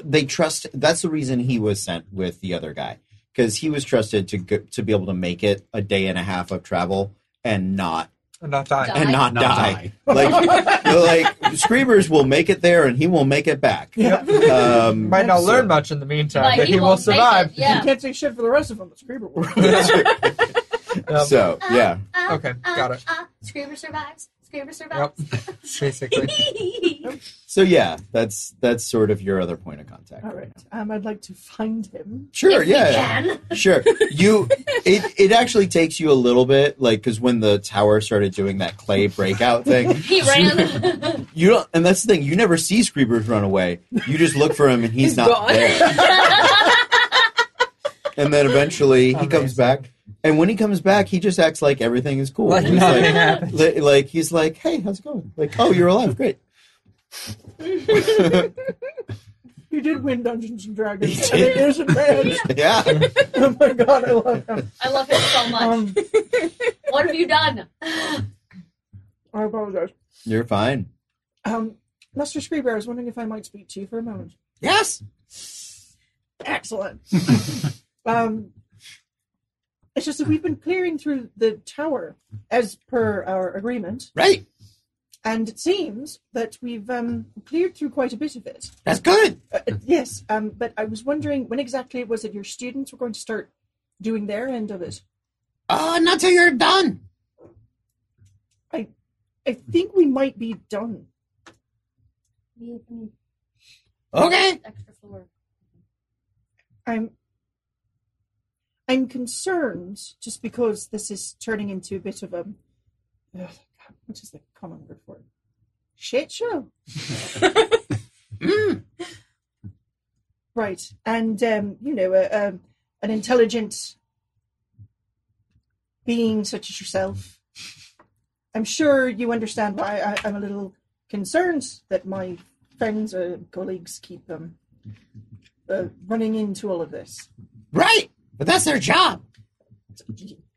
A: they trust. That's the reason he was sent with the other guy because he was trusted to go, to be able to make it a day and a half of travel and not
D: And not dying.
G: Die.
A: and not,
C: Not
A: die. Like like Screevers will make it there and he will make it back.
F: Yeah.
A: Um,
D: Might not
A: so-
D: learn much in the meantime,
G: But
D: but
G: he
D: he will
G: won't make
D: survive.
G: it, yeah.
F: You can't say shit for the rest of them. It's Creeper World.
D: Yep.
A: So yeah,
G: Uh,
D: Um, Okay, got it.
G: Uh, Screamer survives. Screamer
D: Yep.
G: survives.
D: Basically.
A: so yeah, that's that's sort of your other point of contact.
F: All right. Um, I'd like to find him.
A: Sure,
G: If we
A: yeah.
G: can.
A: Sure. You it it actually takes you a little bit like cuz when the tower started doing that clay breakout thing,
G: He ran.
A: you don't and that's the thing, you never see Screebers run away. You just look for him and he's,
B: He's
A: not
B: gone.
A: there. And then eventually he comes
D: Amazing.
A: back. And when he comes back, he just acts like everything is cool.
D: Like
A: He's
D: nothing
A: like,
D: happened.
A: li- like he's like, "Hey, how's it going?" Like, "Oh, you're alive. Great."
F: He did win Dungeons and Dragons.
A: He did.
F: And it isn't bad.
A: yeah.
F: oh my god, I love him.
G: I love him so much.
F: Um,
G: what have you done?
F: I apologize.
A: You're fine.
F: Um, Mr. Screeber, I was wondering if I might speak to you for a moment.
A: Yes.
F: Excellent. um, it's just that we've been clearing through the tower as per our agreement,
A: Right.
F: and it seems that we've um, cleared through quite a bit of it.
A: That's good.
F: Uh, uh, yes, um, but I was wondering when exactly it was that your students were going to start doing their end of it.
A: Uh, not till you're done.
F: I think we might be done.
G: We need
A: Okay.
G: Extra floor.
F: I'm I'm concerned just because this is turning into a bit of a ugh, God, what is the common word for it? Shit show. Right, and um, you know, uh, um, an intelligent being such as yourself, I'm sure you understand why I, I'm a little concerned that my friends or colleagues keep um, uh, running into all of this.
A: Right. But that's their job.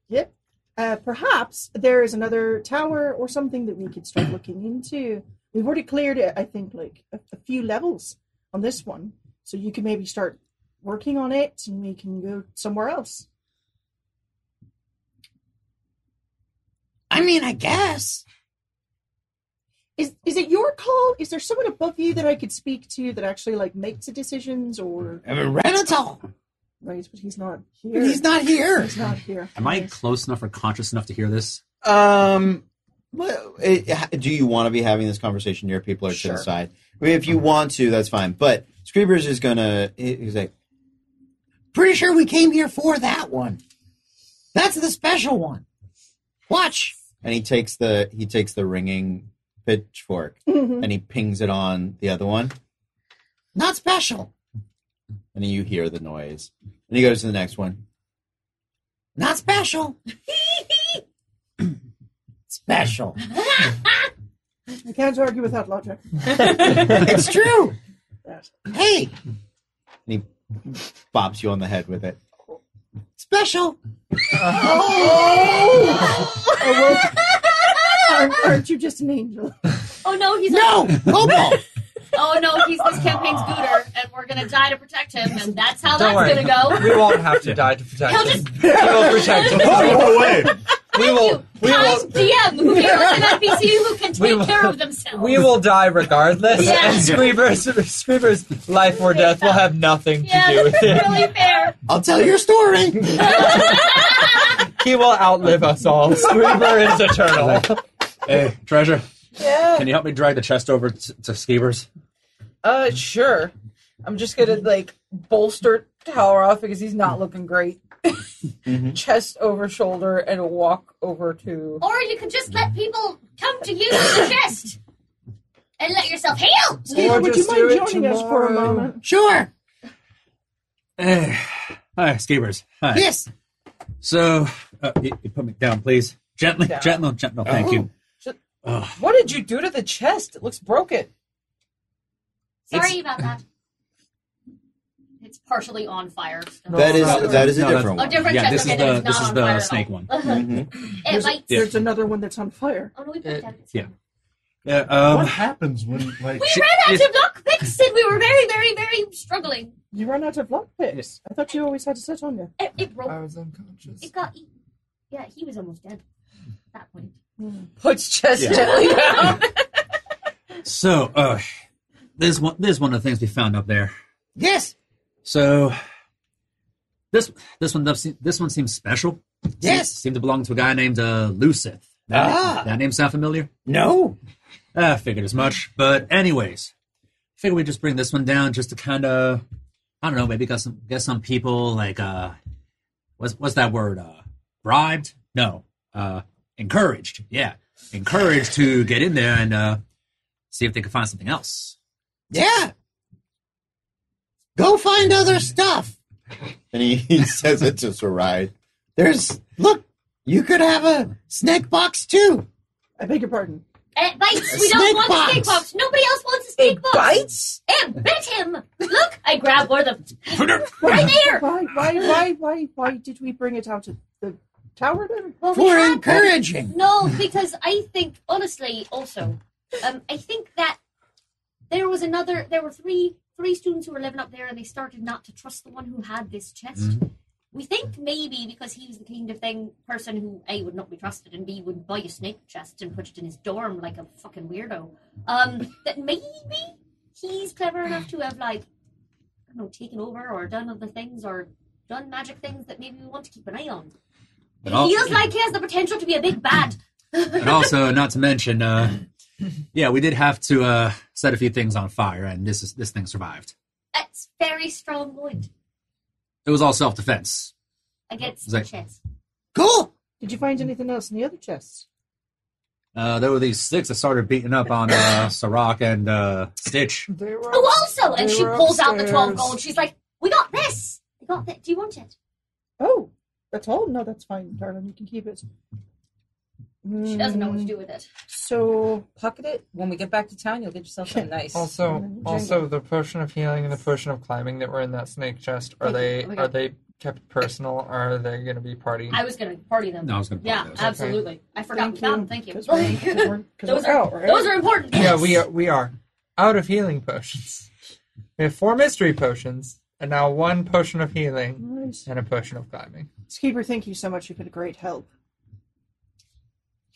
F: Yep. Uh, perhaps there is another tower or something that we could start looking into. We've already cleared it, I think, like a, a few levels on this one, so you can maybe start working on it, and we can go somewhere else.
A: I mean, I guess.
F: Is is it your call? Is there someone above you that I could speak to that actually like makes the decisions, or
A: I mean, Renatal.
F: right? But he's not here.
A: He's not here.
F: He's not here.
C: Am I close enough or conscious enough to hear this?
A: Um, well, it, ha- do you want to be having this conversation near people or to
F: Sure.
A: the side? I mean, if you want to, that's fine. But Screevers is gonna. he- He's like, pretty sure we came here for that one. That's the special one. Watch. And he takes the he takes the ringing pitchfork and he pings it on the other one. Not special. And then you hear the noise. And he goes to the next one. Not special. special.
F: I can't argue with that logic.
A: it's true.
F: Yes.
A: Hey. And he bops you on the head with it. Special.
L: Oh.
A: Oh!
F: Aren't, aren't you just an angel?
G: Oh no, he's
A: No, Cobalt.
G: Oh no, he's this campaign's gooter, and we're gonna die to protect him, and that's how
D: Don't
G: that's
D: worry.
G: gonna go.
D: We won't have to die to protect
G: He'll
D: him.
G: just
D: We will protect him.
E: Go away.
D: We will, we
G: Guys,
D: will,
G: DM who gave us an NPC who can
D: We
G: take
D: will-
G: care of themselves.
D: we will die regardless,
G: Yeah.
D: and Screever's, Screever's life or death will have nothing to
G: yeah,
D: do with
G: that's
D: it.
G: really fair.
A: I'll tell your story.
D: He will outlive us all. Screever is eternal.
C: Hey, treasure,
B: Yeah.
C: can you help me drag the chest over t- to Skeevers?
B: Uh, sure. I'm just gonna like bolster Tower off because he's not looking great. Chest over shoulder and walk over to.
G: Or you can just let people come to you with the chest and let yourself heal.
F: Steve, would you
D: just do
F: mind
D: it
F: joining us for a
D: tomorrow.
F: moment?
A: Sure.
C: Eh, Hi, Skabers. Hi.
F: Yes.
C: So, uh, you, you put me down, please. Gently,
B: Down.
C: gentle, gentle. Thank you. Oh,
B: Ju-
C: Ugh.
B: What did you do to the chest? It looks broken.
G: Sorry about that. It's partially on fire. so-
L: That is
C: no,
L: that is a
C: no,
L: different
G: Oh,
L: one.
G: different
C: Yeah,
G: chest.
C: this is
G: okay,
C: the-
G: then it's
C: this
G: not
C: is
G: on
C: the
G: fire at
C: snake
G: all. Uh-huh.
C: one.
L: Mhm.
G: it
F: There's,
G: might.
F: there's another one that's on fire.
G: Oh no, we picked
D: Uh,
G: out.
C: yeah. Yeah, um,
E: what happens when like
G: We
C: She-
G: ran out
C: yeah.
G: of lock picks and we were very, very, very struggling.
F: You run out of lock picks. I thought you always had to sit on you.
G: It, it
L: Uh,
G: broke.
D: I was unconscious.
G: It got eaten. Yeah, he was almost dead at that point.
B: Puts chest
C: Yeah.
B: gently down.
C: so, uh, there's one, there's one of the things we found up there.
L: Yes.
C: So, this this one does seem, this one seems special.
L: Yes.
C: seemed to belong to a guy named uh, Lucith. That,
L: Ah.
C: that name sound familiar?
L: No.
C: I Ah, figured as much. But anyways, figure we just bring this one down just to kind of, I don't know, maybe get some get some people like uh, what's what's that word? Uh, bribed? No, uh, encouraged. Yeah, encouraged to get in there and uh, see if they can find something else.
L: Yeah. Go find other stuff. And he, he says it to Sarai. There's look, you could have a snake box too.
F: I beg your pardon.
G: It bites.
L: A
G: We don't
L: snake
G: want
L: box.
G: snake box. Nobody else wants a snake box.
B: bites?
G: It bit him. Look, I grab one of the right there.
F: Why, why, why, why, why did we bring it out of the tower then?
G: Well, we
L: For
G: had-
L: encouraging.
G: No, because I think honestly, also, um, I think that there was another. There were three three students who were living up there, and they started not to trust the one who had this chest. We think maybe because he was the kind of thing person who a would not be trusted, and b would buy a snake chest and put it in his dorm like a fucking weirdo. Um, that maybe he's clever enough to have like, I don't know, taken over or done other things or done magic things that maybe we want to keep an eye on.
C: But
G: It
C: al-
G: feels like he has the potential to be a big bad.
C: and also, not to mention, uh, yeah, we did have to uh, set a few things on fire, and this is this thing survived.
G: That's very strong wood
C: It was all self defense.
G: against
C: Zac-
G: the chest.
L: Cool.
F: Did you find anything else in the other chests?
C: Uh, there were these six that started beating up on uh, Sirach and uh, Stitch.
D: They were
G: Oh, also, and
D: They
G: she
D: were
G: pulls out the twelve
D: upstairs.
G: gold. She's like, "We got this. We got that. Do you want it?"
F: Oh, that's all? No, that's fine, darling. You can keep it.
G: She doesn't know what to
F: Mm,
G: do with it.
F: So,
B: Pocket it. When we get back to town, you'll get yourself something nice.
F: And
D: Also,
F: then
D: also the potion of healing and the potion of climbing that were in that snake chest. Are
G: Thank
D: they
G: you. Oh my
D: are
G: God.
D: they kept personal? Are they going to be party?
G: I was gonna party them.
C: No, I was going to
G: Yeah, absolutely. I forgot.
F: thank
G: Thank
F: you.
G: Thank you.
F: 'Cause we're- 'cause we're- 'cause
G: those
F: we're
G: are
F: out, right?
G: those are important.
D: Yeah, we are, we are out of healing potions. We have four mystery potions and now one potion of healing
F: Nice.
D: and a potion of climbing.
F: Skeever, thank you so much. You've been a great help.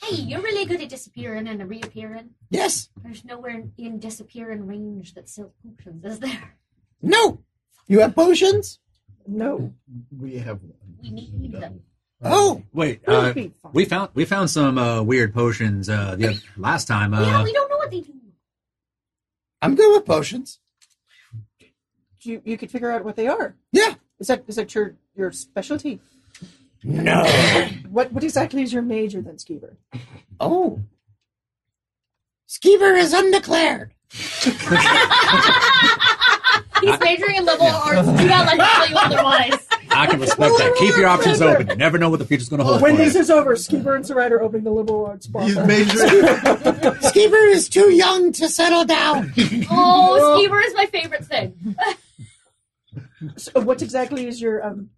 G: Hey, you're really good at disappearing and reappearing.
L: Yes.
G: There's nowhere in disappearing range that sells potions, is there?
L: No. You have potions?
F: No.
E: we have one.
G: We need them.
L: Oh.
C: Wait,
F: We'll
C: uh,
F: be fine.
C: we found we found some uh, weird potions uh, the oth- last time.
G: yeah,
C: Uh,
G: we don't know what they do.
L: I'm good with potions.
F: You, you could figure out what they are.
L: Yeah.
F: Is that is that your, your specialty?
L: No.
F: What what exactly is your major then, Skeever?
L: Oh. Skeever is undeclared.
G: He's majoring in liberal arts. Do not let him tell you otherwise.
C: I can respect that. Keep your options open. You never know what the future's going to hold.
F: When
C: for
F: this
C: you.
F: is over, Skeever and Sarada are opening the liberal arts bar.
E: He's majoring.
L: Skeever is too young to settle down.
G: Oh, Skeever is my favorite thing.
F: So what exactly is your um,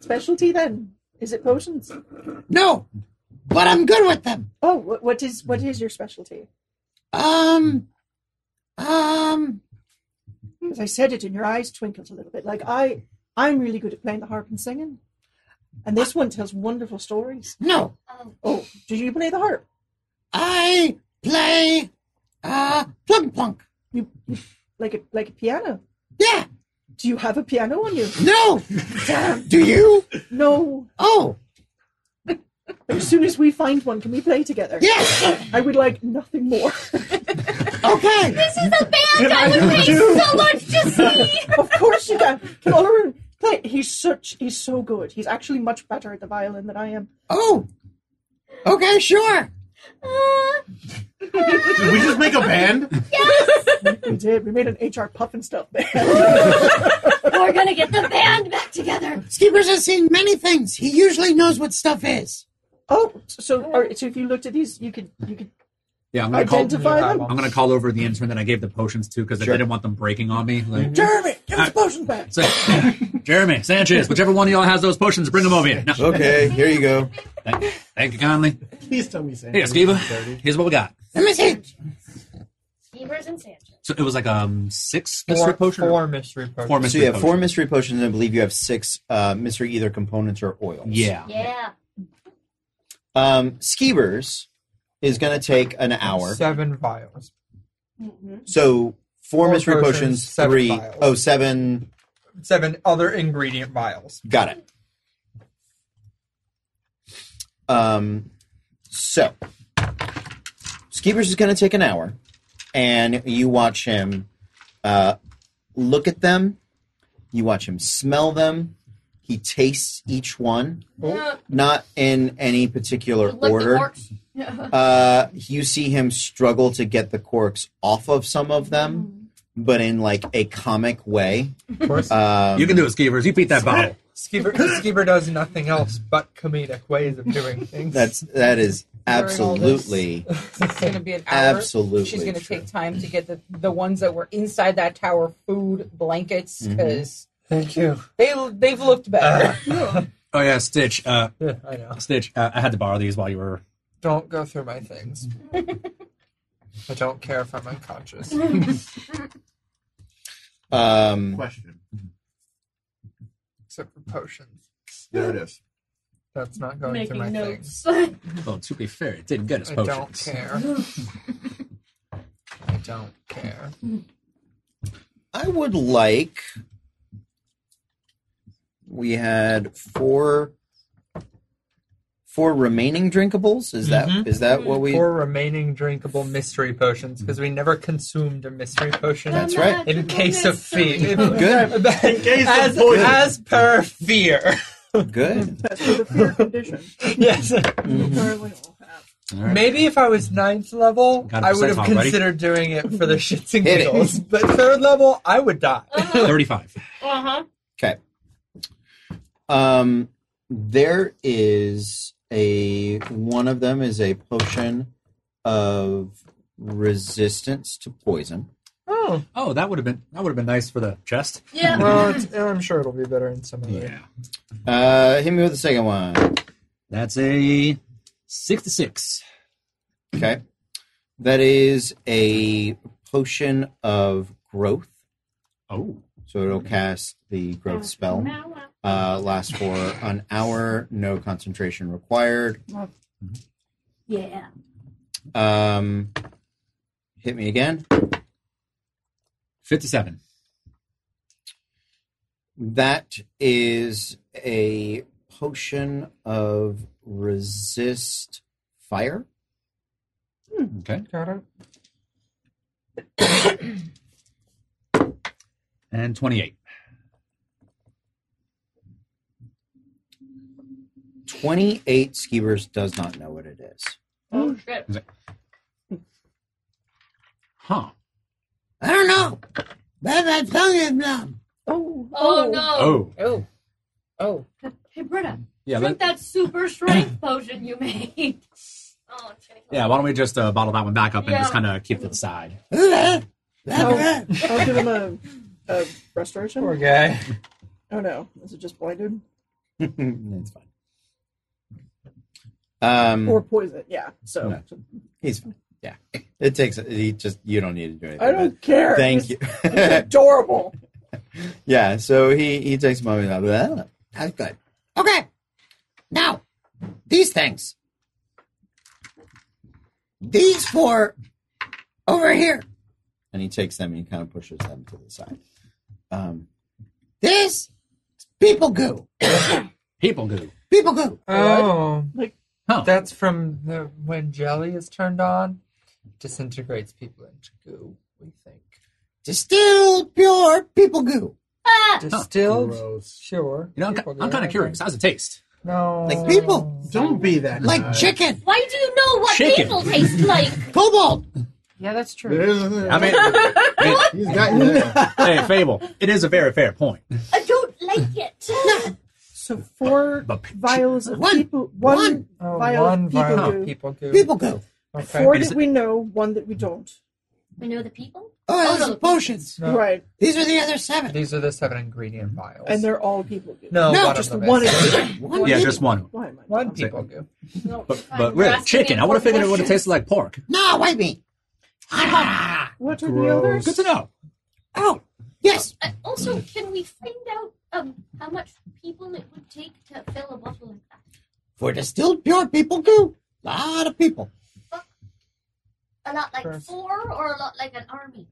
F: specialty then? Is it potions?
L: No. But I'm good with them.
F: Oh, what, what is what is your specialty?
L: Um. Um.
F: As I said it, and your eyes twinkled a little bit. Like I, I'm really good at playing the harp and singing, and this one tells wonderful stories.
L: No.
G: Oh,
F: Oh, do you play the harp?
L: I play uh plunk plunk.
F: You, you like a like a piano?
L: Yeah.
F: Do you have a piano on you?
L: No. Do you?
F: No.
L: Oh.
F: As soon as we find one, can we play together?
L: Yes.
F: I would like nothing more.
L: Okay.
G: this is the band I would pay so much to see.
F: of course you can. Come over and play. He's such. He's so good. He's actually much better at the violin than I am.
L: Oh. Okay. Sure.
G: Uh,
E: Did we just make a band?
G: yes!
F: we did. We made an HR puffin stuff
G: We're gonna get the band back together.
M: Skipper's has seen many things. He usually knows what stuff is.
F: oh, so all right, so if you looked at these, you could you could
C: Yeah, I'm gonna call.
F: identify
D: Yeah,
F: them.
D: well-
C: I'm gonna call over the intern that I gave the potions to because
A: Sure.
C: I didn't want them breaking on me. Like,
F: Jeremy, give us
C: I-
F: the potion back.
C: so, Jeremy Sanchez, whichever one of y'all has those potions, bring them over here. No,
A: Okay, here you go.
C: thank, thank you kindly.
E: Please tell me, Sam.
C: Here, Skiba. Here's what we got.
M: Let me see.
G: Beavers and Sanchez.
C: So it was like um six mystery
D: Four,
C: potion.
D: four mystery potions.
C: Four
A: So
C: mystery
A: you have four
C: potions.
A: mystery potions, and I believe you have six uh, mystery either components or oils.
C: Yeah.
G: Yeah.
A: Um, Skeevers is going to take an hour.
D: Seven vials.
A: So four,
D: Four
A: mystery
D: potions,
A: potions,
D: seven
A: three oh
D: vials.
A: seven.
D: Seven other ingredient vials.
A: Got it. Um, so Skeevers is going to take an hour, and you watch him uh, look at them. You watch him smell them. He tastes each one,
G: Yeah.
A: not in any particular
G: Look, the
A: order.
G: orcs. Yeah.
A: Uh, you see him struggle to get the corks off of some of them,
G: Mm-hmm.
A: but in like a comic way.
D: Of course.
A: Um,
C: you can do it, Skeevers. You beat that bottle.
D: Uh, Skeever, Skeever does nothing else but comedic ways of doing things.
A: That's that is
B: During all this.
A: absolutely,
B: It's gonna be an hour.
A: absolutely.
B: She's gonna
A: true.
B: take time to get the the ones that were inside that tower food, blankets, because
D: Thank you.
B: they they've looked better.
C: Oh yeah, Stitch. Uh,
D: Yeah, I know.
C: Stitch. Uh, I had to borrow these while you were.
D: Don't go through my things. I don't care if I'm unconscious.
A: Um,
E: Question.
D: Except for potions.
E: There it is.
D: That's not going through my
G: Making
D: things.
G: notes.
C: Well, to be fair, it didn't get its
D: I
C: potions.
D: don't care. I don't care.
A: I would like. We had four. Four remaining drinkables. Is that is
D: Mhm.
A: that what we?
D: Four remaining drinkable mystery potions because we never consumed a mystery potion.
A: That's right.
D: In case of fear.
A: Good.
D: In
E: case of
D: as,
E: poison.
D: as per fear.
A: Good.
F: That's for the fear condition.
D: yes.
F: We currently all have.
C: All right.
D: Maybe if I was ninth level,
C: Got a
D: I would
C: percentile,
D: have
C: buddy.
D: considered doing it for the shits and
A: Hit it.
D: giggles. But third level, I would die.
G: Uh-huh.
C: Thirty-five.
G: uh-huh.
A: Okay. Um, there is a one of them is a potion of resistance to poison.
D: Oh,
C: Oh, that would have been that would have been nice for the chest.
G: Yeah.
D: well, it's, I'm sure it'll be better in some other.
A: Uh, hit me with the second one.
C: That's a sixty-six.
A: Okay, that is a potion of growth.
C: Oh,
A: So it'll cast the growth spell. Uh, lasts for an hour. No concentration required.
G: Yeah.
A: Um, hit me again.
C: 57.
A: That is a potion of resist fire.
C: Okay.
D: Got it.
C: And 28.
A: 28 Skeevers does not know what it is.
G: Oh shit.
C: Huh.
M: I don't know. Bad, bad tongue is numb.
F: Oh,
G: Oh no.
C: Oh.
B: oh, oh,
G: Hey Britta,
C: Yeah.
G: drink
C: Let,
G: that super strength potion you made. Oh, it's gonna kill
C: yeah. Why don't we just uh, bottle that one back up and
G: Yeah.
C: just kind of keep it to the side?
M: Ooh, that- that-
F: I'll, I'll give him a, a restoration.
D: Poor guy.
F: Oh no, is it just blinded Mm-hmm.
A: it's fine. Um,
F: or poison? Yeah. So
A: No. He's fine. Yeah. It takes he just you don't need to do anything.
F: I don't care.
A: but Thank
F: It's-
A: you.
F: It's adorable.
A: yeah, so he he takes a moment and goes, "Ah."
M: That's good. Okay. Now, these things. These four over here.
A: and he takes them and he kind of pushes them to the side. Um
M: This is people goo.
C: People do.
M: People goo.
D: Oh,
C: Huh.
D: that's from the, when jelly is turned on, disintegrates people into goo. We think
M: Distilled pure people goo.
G: Ah!
D: distilled.
E: Gross.
D: Sure.
C: you know, I'm, ki-
D: People
C: I'm
D: goo,
C: kind of
D: okay.
C: curious. How's it taste?
D: No.
A: Like people.
E: Don't be that.
A: Like
E: guy.
A: chicken.
G: Why do you know what
C: Chicken.
G: people taste like?
A: Cobalt.
B: Yeah, that's true.
E: There's-
C: I mean, it-
E: he's got you there.
C: hey, Fable, it is a very fair point.
G: I don't like it.
F: So four
C: But-
F: vials of
A: One.
F: people. One,
A: One.
D: Oh,
F: vial
D: one
F: people
D: vial
F: do.
D: of people goo.
A: People go.
D: Okay.
F: Four
C: Wait a
F: that
C: sec-
F: we know, one that we don't.
G: We know the people.
A: Oh,
G: Oh,
A: those
G: no.
A: are potions.
D: No,
F: Right,
A: These are the other seven.
D: These are the seven ingredient vials.
F: and they're all people goo.
D: no,
A: No,
D: one
F: just
D: of them
F: one.
D: Is.
F: Is
A: One
C: Yeah,
A: each.
C: just one.
F: Why am I?
D: One people goo.
G: No,
C: But,
G: fine,
C: but
G: you're
C: really,
G: asking
C: chicken.
G: me
C: I would have figured it
G: important
C: would have tasted like pork.
A: No, wait me.
F: What are the
E: Gross.
F: others?
C: Good to know.
A: Oh, yes.
G: questions. Uh, also, can we find out um, how much people it would take to fill a bottle like that?
A: For distilled pure people goo. Lot of people.
G: A lot like
D: Sure.
G: four, or a lot like an army,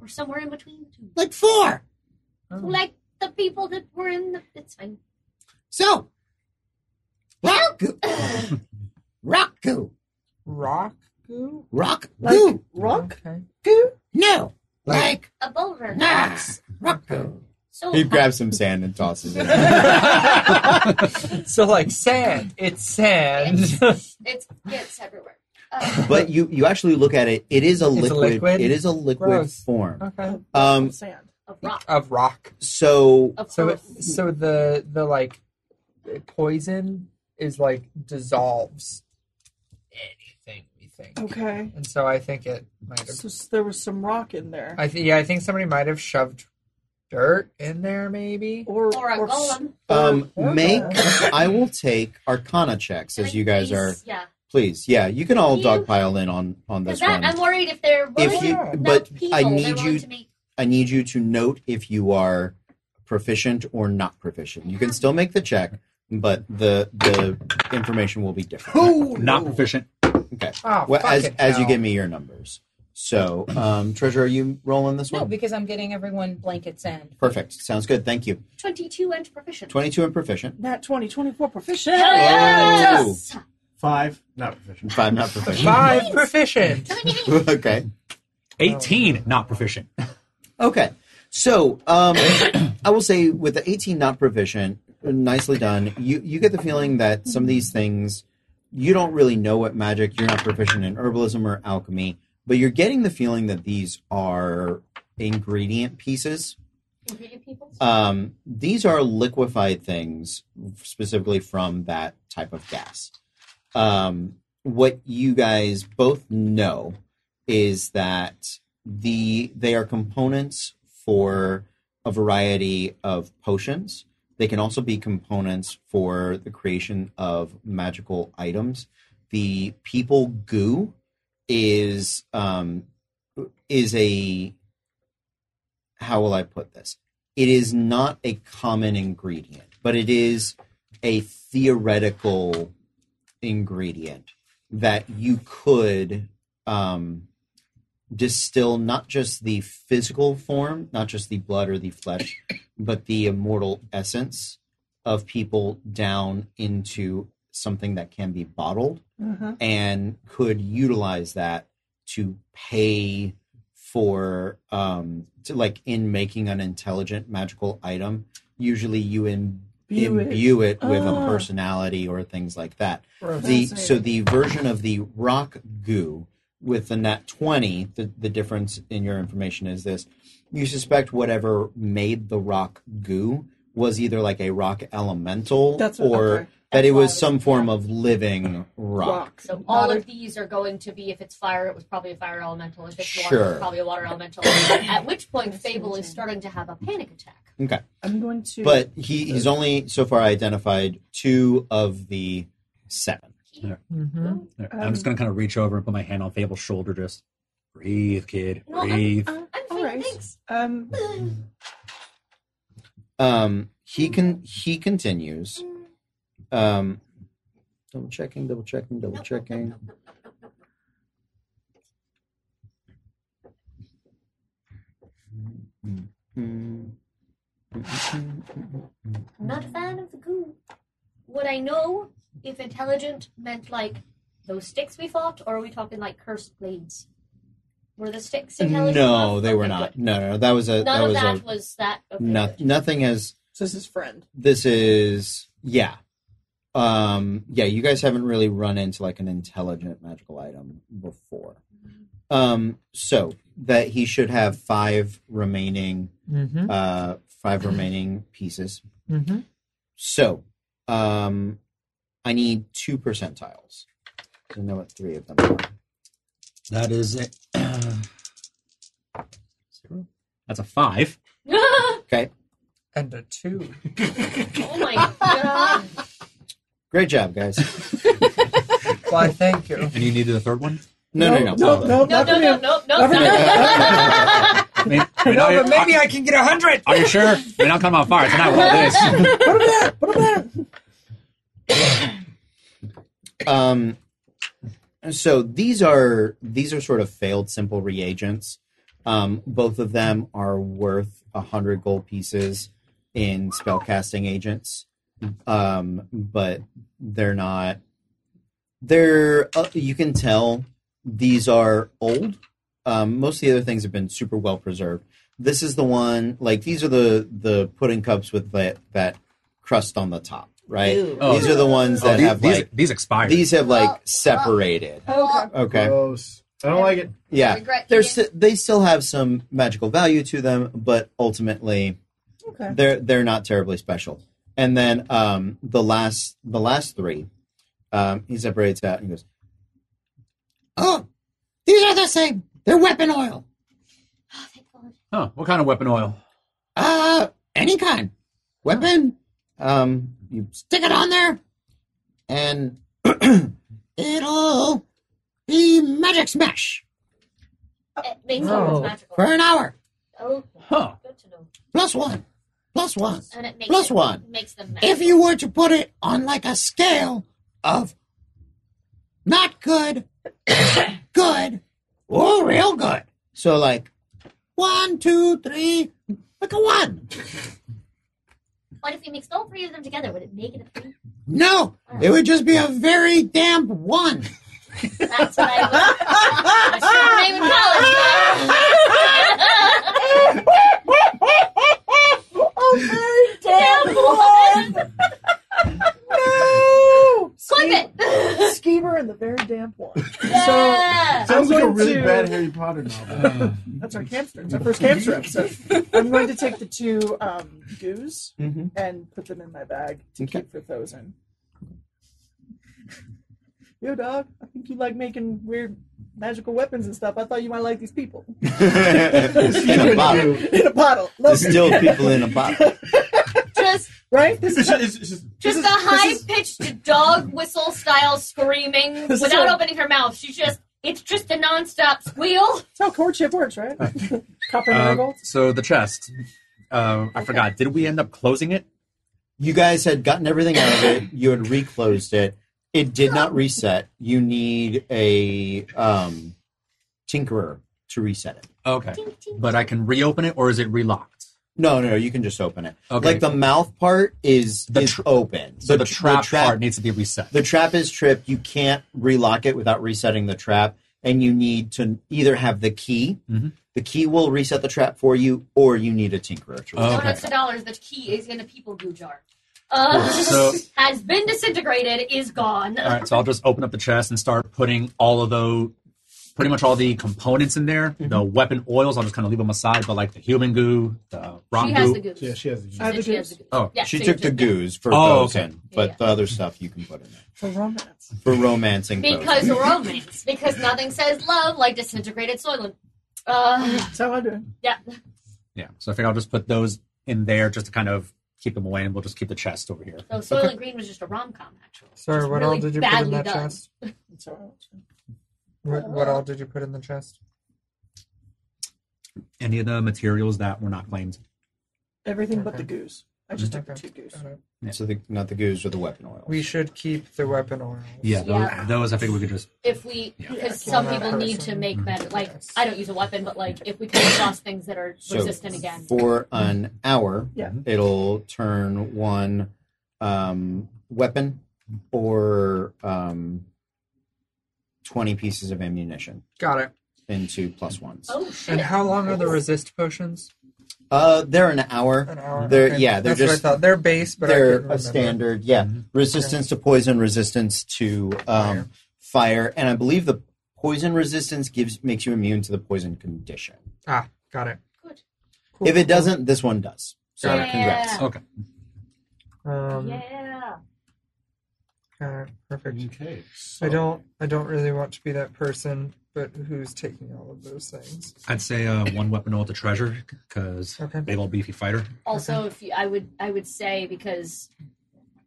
G: or somewhere in between the two.
A: Like four.
G: Like the people that were in the. It's fine.
A: So, rock goo. rock goo.
D: Rock goo?
A: Rock
F: Like
A: goo.
F: rock
D: Okay.
F: goo?
A: No. Like,
G: A boulder.
A: nah. Rock goo.
G: So
L: He grabs some sand and tosses it.
D: So, like sand. It's sand.
G: It's, it's, it's everywhere. Uh,
L: but you you actually look at it. It is a
D: It's a
L: liquid.
D: liquid?
L: It is a liquid
D: Gross.
L: form.
D: okay.
L: Um.
F: sand.
G: a rock.
D: Of rock.
L: So
G: Of
D: So, it,
G: course.
D: so the the like poison is like dissolves anything we think,
F: Okay.
D: and so I think it might have.
F: So s- there was some rock in there,
D: I th- yeah, I think somebody might have shoved dirt in there, maybe.
F: or
G: or a golem.
L: um,
D: or-
L: make. I will take Arcana checks as
G: Like
L: you guys
G: these-
L: are.
G: Yeah.
L: Please, yeah, you can all
G: You-
L: dogpile in on on
G: Because
L: this
G: that,
L: one.
G: I'm worried if they're
L: if
G: really
L: you,
D: Yeah.
L: but
G: people,
L: I
G: they're
L: need
G: willing
L: you.
G: to make
L: I need you to note if you are proficient or not proficient. You can still make the check, but the the information will be different.
E: Oh,
C: Not
E: no.
C: proficient.
L: Okay.
D: Oh,
L: Well, as
D: fucking
L: as you
D: hell.
L: give me your numbers. So, um, treasure, are you rolling this
B: No,
L: one?
B: because I'm getting everyone blanket sand.
L: Perfect. Sounds good. Thank you.
G: 22 and proficient.
L: Twenty-two and proficient.
F: Nat 20, 24 proficient.
G: Hell yes!
E: Five. Not proficient.
L: Five not proficient.
D: five proficient.
L: okay.
C: Eighteen, not proficient.
L: Okay. So um, I will say with the 18 not proficient, nicely done. You you get the feeling that some of these things you don't really know what magic. You're not proficient in herbalism or alchemy, but you're getting the feeling that these are ingredient pieces.
G: Ingredient people.
L: Um, these are liquefied things, specifically from that type of gas. Um, what you guys both know is that the they are components for a variety of potions. They can also be components for the creation of magical items. The people goo is um, is a how will I put this? It is not a common ingredient, but it is a theoretical ingredient that you could um, distill not just the physical form, not just the blood or the flesh, but the immortal essence of people down into something that can be bottled
F: Uh-huh.
L: and could utilize that to pay for um to like in making an intelligent magical item usually you im-
F: View it.
L: imbue it, with a
F: Ah.
L: personality or things like that
D: Gross.
L: the
F: Fascinating.
L: so the version of the rock goo with the nat 20 the, the difference in your information is this you suspect whatever made the rock goo was either like a rock elemental
F: That's what-
L: or
F: okay.
L: that it
G: That's what I
L: was
G: was
L: some form
G: thinking.
L: of living rock,
F: Rock.
G: So all
F: Not
G: of these are going to be, if it's fire, it was probably a fire elemental. If it's water,
L: Sure.
G: it's probably a water elemental. At which point, Fable is
F: Fascinating.
G: starting to have a panic attack.
L: okay
F: I'm going to.
L: but he, he's only so far identified two of the seven
D: Mhm.
C: I'm just gonna kind of reach over and put my hand on Fable's shoulder. Just breathe, kid.
G: No, I'm-
C: breathe.
F: Uh,
G: I'm
F: all
G: fine,
F: right.
G: thanks.
F: Um,
L: um he can he continues um double checking double checking double checking Mm,
G: I'm not a fan of the goo. Would I know if intelligent meant like those sticks we fought, or are we talking like cursed blades? Were the sticks intelligent?
L: no
G: enough?
L: they were
G: Okay,
L: not
G: good.
L: no no that was a
G: None of
L: that
G: that
L: was
G: was that.
L: a
G: Okay,
L: no,
G: good.
L: nothing has
F: so this is friend.
L: this is yeah um, yeah, you guys haven't really run into like an intelligent magical item before. Um, so that he should have five remaining,
D: Mm-hmm.
L: uh, five remaining pieces.
D: Mm-hmm.
L: So, um, I need two percentiles. I know what three of them are.
C: That is it. Zero. That's a five.
G: oh
D: And a two.
G: my god.
L: Great job, guys.
D: Why? Thank you.
C: And you needed a third one?
L: No, no, no.
F: no, no,
G: No,
F: not for
G: no, no,
F: me.
G: no, no,
F: Not for
G: no.
C: I mean, I mean,
D: No,
C: are,
D: but maybe I can get a hundred.
C: are you sure? I mean, I'll come on fire tonight with all this.
L: Um, so these are these are sort of failed simple reagents. Um, both of them are worth a hundred gold pieces in spellcasting agents, um, but they're not. They're uh, you can tell these are old. Um, most of the other things have been super well preserved. This is the one like these are the the pudding cups with that that crust on the top, right?
C: Oh.
L: These are the ones that
C: Oh, these,
L: have
C: these,
L: like
C: these expired.
L: these have
G: Well,
L: like separated.
F: Okay.
L: Okay.
E: Gross. I don't like it.
L: Yeah.
G: Regret
L: They're
G: eating-
L: sti- they still have some magical value to them, but ultimately
F: Okay.
L: they're they're not terribly special. And then um, the last the last three, um, he separates out and he goes,
A: Oh, these are the same. They're weapon oil.
G: Oh, thank God.
C: Huh, what kind of weapon oil?
L: Ah,
A: Uh, any kind. Weapon,
L: um, you,
A: stick it on there.
L: and
A: It'll be magic smash
G: It makes
D: No.
G: it magical.
A: for an hour.
G: Oh,
C: Huh.
G: good to know.
A: Plus one. Plus one.
G: And it makes
A: Plus
G: it,
A: one.
G: Makes them magical.
A: If you were to put it on like a scale of not good, good, or real good.
L: so like
A: One, two, three, like a one.
G: What if we mixed all three of them together? Would it make it a three?
A: No, it would just be a very damp one.
G: That's what I would. That's what I would call it.
F: Oh, very damn one. no.
G: Flip it.
F: Schemer and the very damn one.
G: Yeah.
E: Sounds like a
F: going
E: really
F: to-
E: bad Harry Potter novel.
F: That's our hamster. It's our first hamster episode. I'm going to take the two um, goos
L: Mhm.
F: and put them in my bag to
L: Okay.
F: keep for Thozen. Yo, dog. I think you like making weird magical weapons and stuff. I thought you might like these people
L: in a bottle,
F: in a bottle. Love it.
L: still people in a bottle.
G: Just,
F: right? This
E: It's
F: is
E: just, it's just,
G: just
F: is-
G: a
F: this
G: high
F: is-
G: pitched dog whistle style screaming
F: This is
G: without
F: a-
G: opening her mouth. She's just. It's just a non-stop squeal.
F: That's how courtship works, right? Copper
C: Uh,
F: marigold.
C: so the chest. Uh, I forgot. Did we end up closing it?
L: You guys had gotten everything out of it. You had reclosed it. It did not reset. You need a um, tinkerer to reset it.
C: Okay. But I can reopen it, or is it relocked?
L: No, no, no. You can just open it.
C: Okay.
L: Like the mouth part is
C: The
L: is
C: tr-
L: open.
C: so the,
L: tr-
C: trap,
L: trap
C: part needs to be reset.
L: the trap is tripped. You can't relock it without resetting the trap, and you need to either have the key.
C: Mhm.
L: The key will reset the trap for you, or you need a tinkerer. To reset
C: Okay.
G: Donuts to dollars. The key is in a people goo jar. Uh,
C: So-
G: has been disintegrated. Is gone.
C: all right. So I'll just open up the chest and start putting all of those, pretty much all the components in there. The weapon oils, I'll just kind of leave them aside. But like the human goo, the rock
G: she
C: goo.
G: has the goose.
E: yeah, she has.
G: She said she has the goose.
C: Oh.
G: Yeah,
L: she
G: so
L: took
G: you just-
L: the goose for
C: Oh,
L: those
C: okay.
L: in, but
G: Yeah.
L: the other stuff you can put in there
F: For romance.
L: for romancing. those.
G: Because romance. Because nothing says love like disintegrated soylent. Uh,
F: That's how I do it.
G: yeah.
C: Yeah. So I figure I'll just put those in there just to kind of keep them away, and we'll just keep the chest over here.
G: So Soylent Green was just a rom com, actually.
D: Sorry,
G: Just
D: what
G: really
D: all did you put in
G: badly
D: that
G: done.
D: chest?
F: That's how I want to.
D: What, what all did you put in the chest?
C: Any of the materials that were not claimed.
F: Everything but the
D: Okay.
F: goose. I just took the
D: Okay.
F: two goose.
L: So the, not the goose or the weapon oil.
D: We should keep the weapon oil.
C: Yeah. Those,
G: Yeah.
C: those I think we could just.
G: If we, because
F: Yeah,
G: some
D: kill that
G: people need to
D: person. Mm-hmm.
G: make magic. Like,
D: Yes.
G: I don't use a weapon, but like, if we can exhaust things that are
L: So-
G: resistant again.
L: for an hour,
F: Yeah.
L: it'll turn one um, weapon or um, 20 pieces of ammunition
D: Got it.
L: into plus ones.
G: Oh
D: And
G: shit!
D: how long are the resist potions?
L: Uh, they're an hour.
D: An hour.
L: They're yeah. They're
D: That's
L: just
D: what I thought. They're base, but I couldn't
L: they're
D: remember. Mm-hmm.
L: a standard. Yeah, resistance to poison, resistance to um, fire, and I believe the poison resistance gives makes you immune to the poison condition.
D: Ah, got it.
G: Good.
D: Cool.
L: If it doesn't, this one does. So
G: Yeah.
L: congrats.
C: Okay.
D: um,
G: yeah.
D: okay, perfect.
E: Okay.
D: I don't. I don't really want to be that person, but who's taking all of those things?
C: I'd say uh, one weapon all to treasure because
D: Okay.
C: they've all beefy fighter.
G: Also, if you, I would, I would say because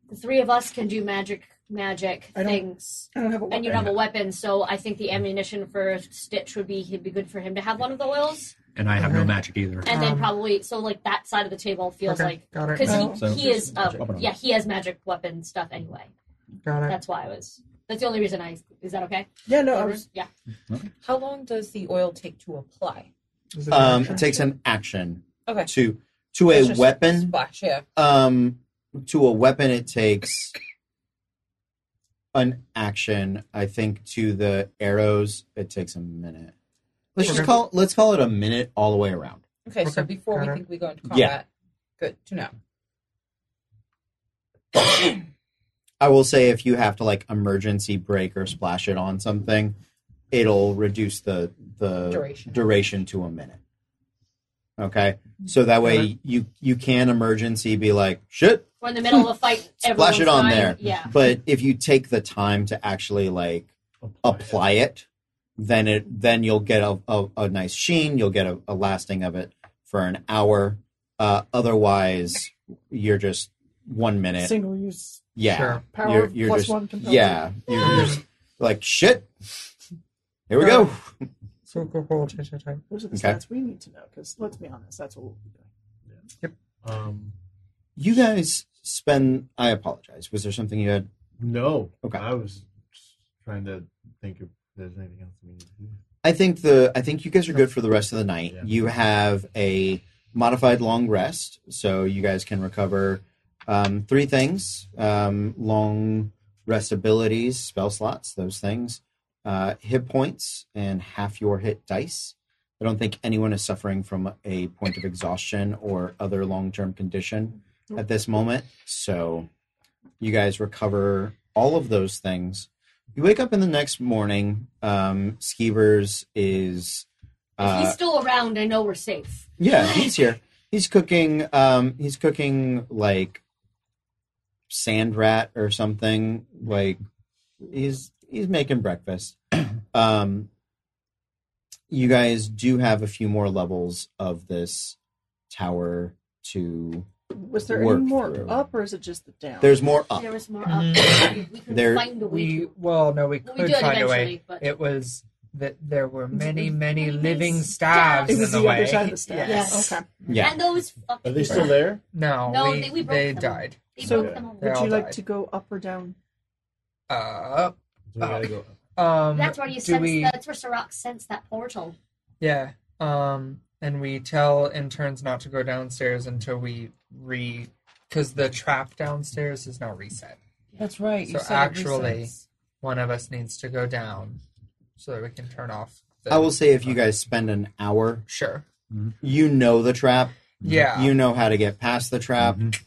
G: the three of us can do magic, magic
F: I don't-
G: things,
F: I don't have a
G: and you don't have a weapon. So I think the ammunition for Stitch would be he'd be good for him to have one of the oils,
C: And I have no
D: Okay.
C: magic either.
G: and then
D: Um,
G: probably so like that side of the table feels
D: okay,
G: like
D: got it.
G: because
F: Oh.
G: he,
C: So-
G: he is uh,
C: Weapon.
G: yeah he has magic weapon stuff anyway.
D: got it.
G: That's why I was. That's the only reason I. Is that okay?
F: Yeah, no, I was,
G: yeah.
B: How long does the oil take to apply?
D: Is it
L: Um,
D: an
L: it takes an action
B: Okay.
L: to to
B: It's
L: a
B: just
L: weapon.
B: Splash, yeah.
L: Um, to a weapon, it takes an action. I think to the arrows, it takes a minute. Let's just
D: Okay.
L: call let's call it a minute all the way around.
B: Okay, so
D: Okay,
B: before we
D: got it.
B: think we go into
L: Yeah.
B: combat, good to know.
L: I will say if you have to like emergency break or splash it on something, it'll reduce the the
B: Duration.
L: duration to a minute. Okay, so that way you you can emergency be like shit,
G: We're in the middle of a fight.
L: Splash
G: everyone's
L: it on
G: dying.
L: there.
G: Yeah.
L: but if you take the time to actually like
E: Oh,
L: apply it, then it then you'll get a, a, a nice sheen. You'll get a, a lasting of it for an hour. Uh, otherwise, you're just one minute.
F: single use
L: Yeah,
D: Sure.
F: power
L: You're- you're
F: plus
L: just-
F: one compelled.
L: yeah. You're, you're just like shit. Here we go.
D: So cool, cool, cha- cha- cha.
F: Those are the
L: Okay.
F: stats we need to know because let's be honest, that's what we'll be doing.
E: Um,
L: You guys spend. I apologize. Was there something you had?
E: no.
L: Okay.
E: I was just trying to think if there's anything else we need to do.
L: I think the. I think you guys are good for the rest of the night.
E: Yeah.
L: You have a modified long rest, so you guys can recover um, three things: um, long rest abilities, spell slots, those things, uh, hit points, and half your hit dice. I don't think anyone is suffering from a point of exhaustion or other long-term condition at this moment. So you guys recover all of those things. You wake up in the next morning. Um, Skeevers is.
G: if
L: Uh,
G: he's still around, I know we're safe.
L: yeah, he's here. He's cooking. Um, he's cooking like sand rat or something. Like he's he's making breakfast. Um, you guys do have a few more levels of this tower to.
F: Was there
L: Work
F: any more
L: through.
F: up or is it just the down?
L: There's more up.
G: There was more up.
D: Mhm.
G: we could
L: uh, There-
G: find a way.
D: We
G: to-
D: well, no, we
G: well,
D: could
G: we do it
D: find a way.
G: eventually, but
D: It was that there were many,
F: was
D: many
G: many
D: living
G: stabs.
D: stabs
F: it
D: in
F: was
D: the
F: the,
D: way.
F: other side of the stairs.
G: Yes.
F: Okay.
L: Yeah.
G: and those.
E: Are
G: fucking
E: they
G: people.
E: still there?
D: No,
G: No,
D: we,
G: they- we broke
D: they
G: them.
D: died.
G: They
F: So-
G: broke them all.
D: They
F: Would
D: all
F: you like
D: died.
F: to go up or down?
D: Uh,
E: So we gotta go.
D: um,
G: That's where you
D: do
G: sense.
D: we-
G: That's where Sirach sensed that portal.
D: yeah. Um, and we tell interns not to go downstairs until we re, because the trap downstairs is not reset.
B: That's right.
D: So actually- One of us needs to go down so that we can turn off. The,
L: I will say if you guys spend an hour,
D: Sure.
L: you know the trap.
D: Yeah.
L: Mm-hmm. You know how to get past the trap.
C: Mhm.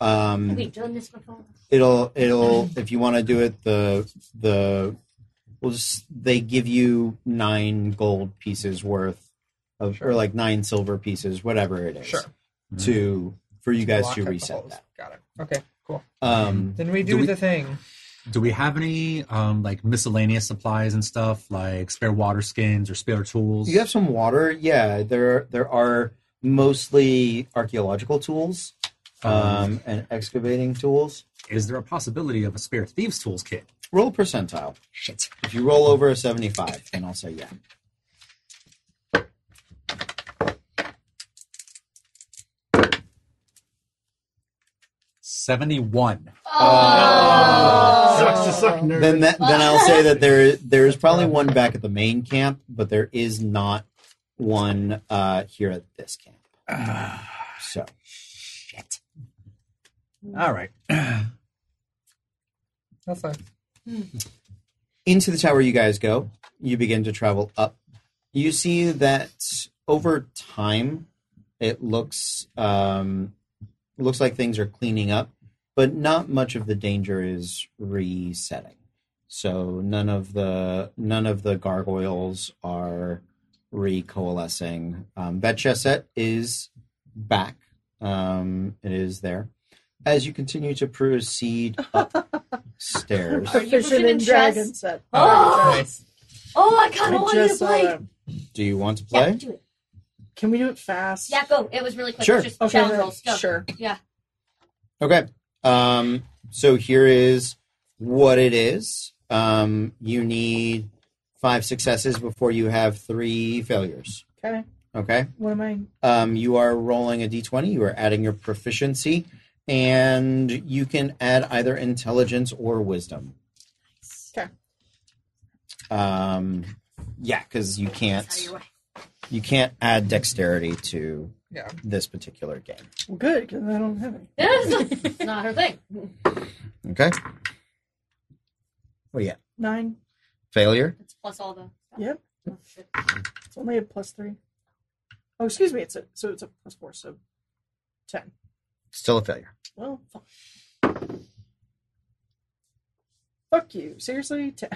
L: Um,
G: We've done this before.
L: it'll it'll if you want to do it the the we'll just they give you nine gold pieces worth of or
D: Sure.
L: like nine silver pieces whatever it is
D: Sure.
L: to for you
D: Mm-hmm.
L: guys
D: Lock
L: to
D: up the
L: reset
D: holes. Got it. Okay. Cool.
L: that um
D: Then we
C: Do
D: do,
C: we-
D: the thing.
C: Do we have any um, like miscellaneous supplies and stuff like spare water skins or spare tools?
D: Mm-hmm.
L: you have some water yeah there there are mostly archaeological tools
D: Oh.
L: um and excavating tools
C: Is there a possibility of a spare thieves tools kit?
L: roll percentile
C: Shit.
L: if you roll over a 75 then i'll say yeah
C: Seventy-one.
G: Oh.
E: Sucks to suck, nerd.
L: then that, then I'll say that there is there is probably one back at the main camp, but there is not one uh, here at this camp. So
C: Shit. All right.
D: That's fine.
L: into the tower you guys go. You begin to travel up. You see that over time, It looks um, looks like things are cleaning up, but not much of the danger is resetting. So none of the none of the gargoyles are recoalescing. Um, that chess set is back. Um, it is there. As you continue to proceed upstairs,
G: Are you
F: Fisherman
G: interested in chess?
F: dragon set.
G: Oh,
D: Nice.
G: oh I kind of wanted to
F: just,
G: play.
F: uh,
L: do you want to
G: yeah,
L: play?
G: do it.
F: can we do it fast?
G: Yeah, go. It was really quick.
L: Sure.
G: It's Just
F: Okay.
G: challenge rolls. Go.
F: Sure.
G: Yeah.
L: Okay. Um, so here is what it is. Um, you need five successes before you have three failures.
F: Okay.
L: Okay.
F: What am I?
L: Um, you are rolling a d20. You are adding your proficiency, and you can add either intelligence or wisdom.
F: Okay.
L: Um, yeah, because you
G: Out of
L: can't
G: your way.
L: you can't add dexterity to
D: Yeah.
L: this particular game.
F: Well, good because I don't have it.
G: it's not her thing.
L: Okay. Well, yeah.
F: Nine.
L: Failure.
G: It's plus all the.
F: Yep.
G: Oh, shit.
F: It's only a plus three. Oh, excuse me. It's a so it's a plus four. So ten.
L: Still a failure.
F: Well, fuck. Fuck you. Seriously, ten.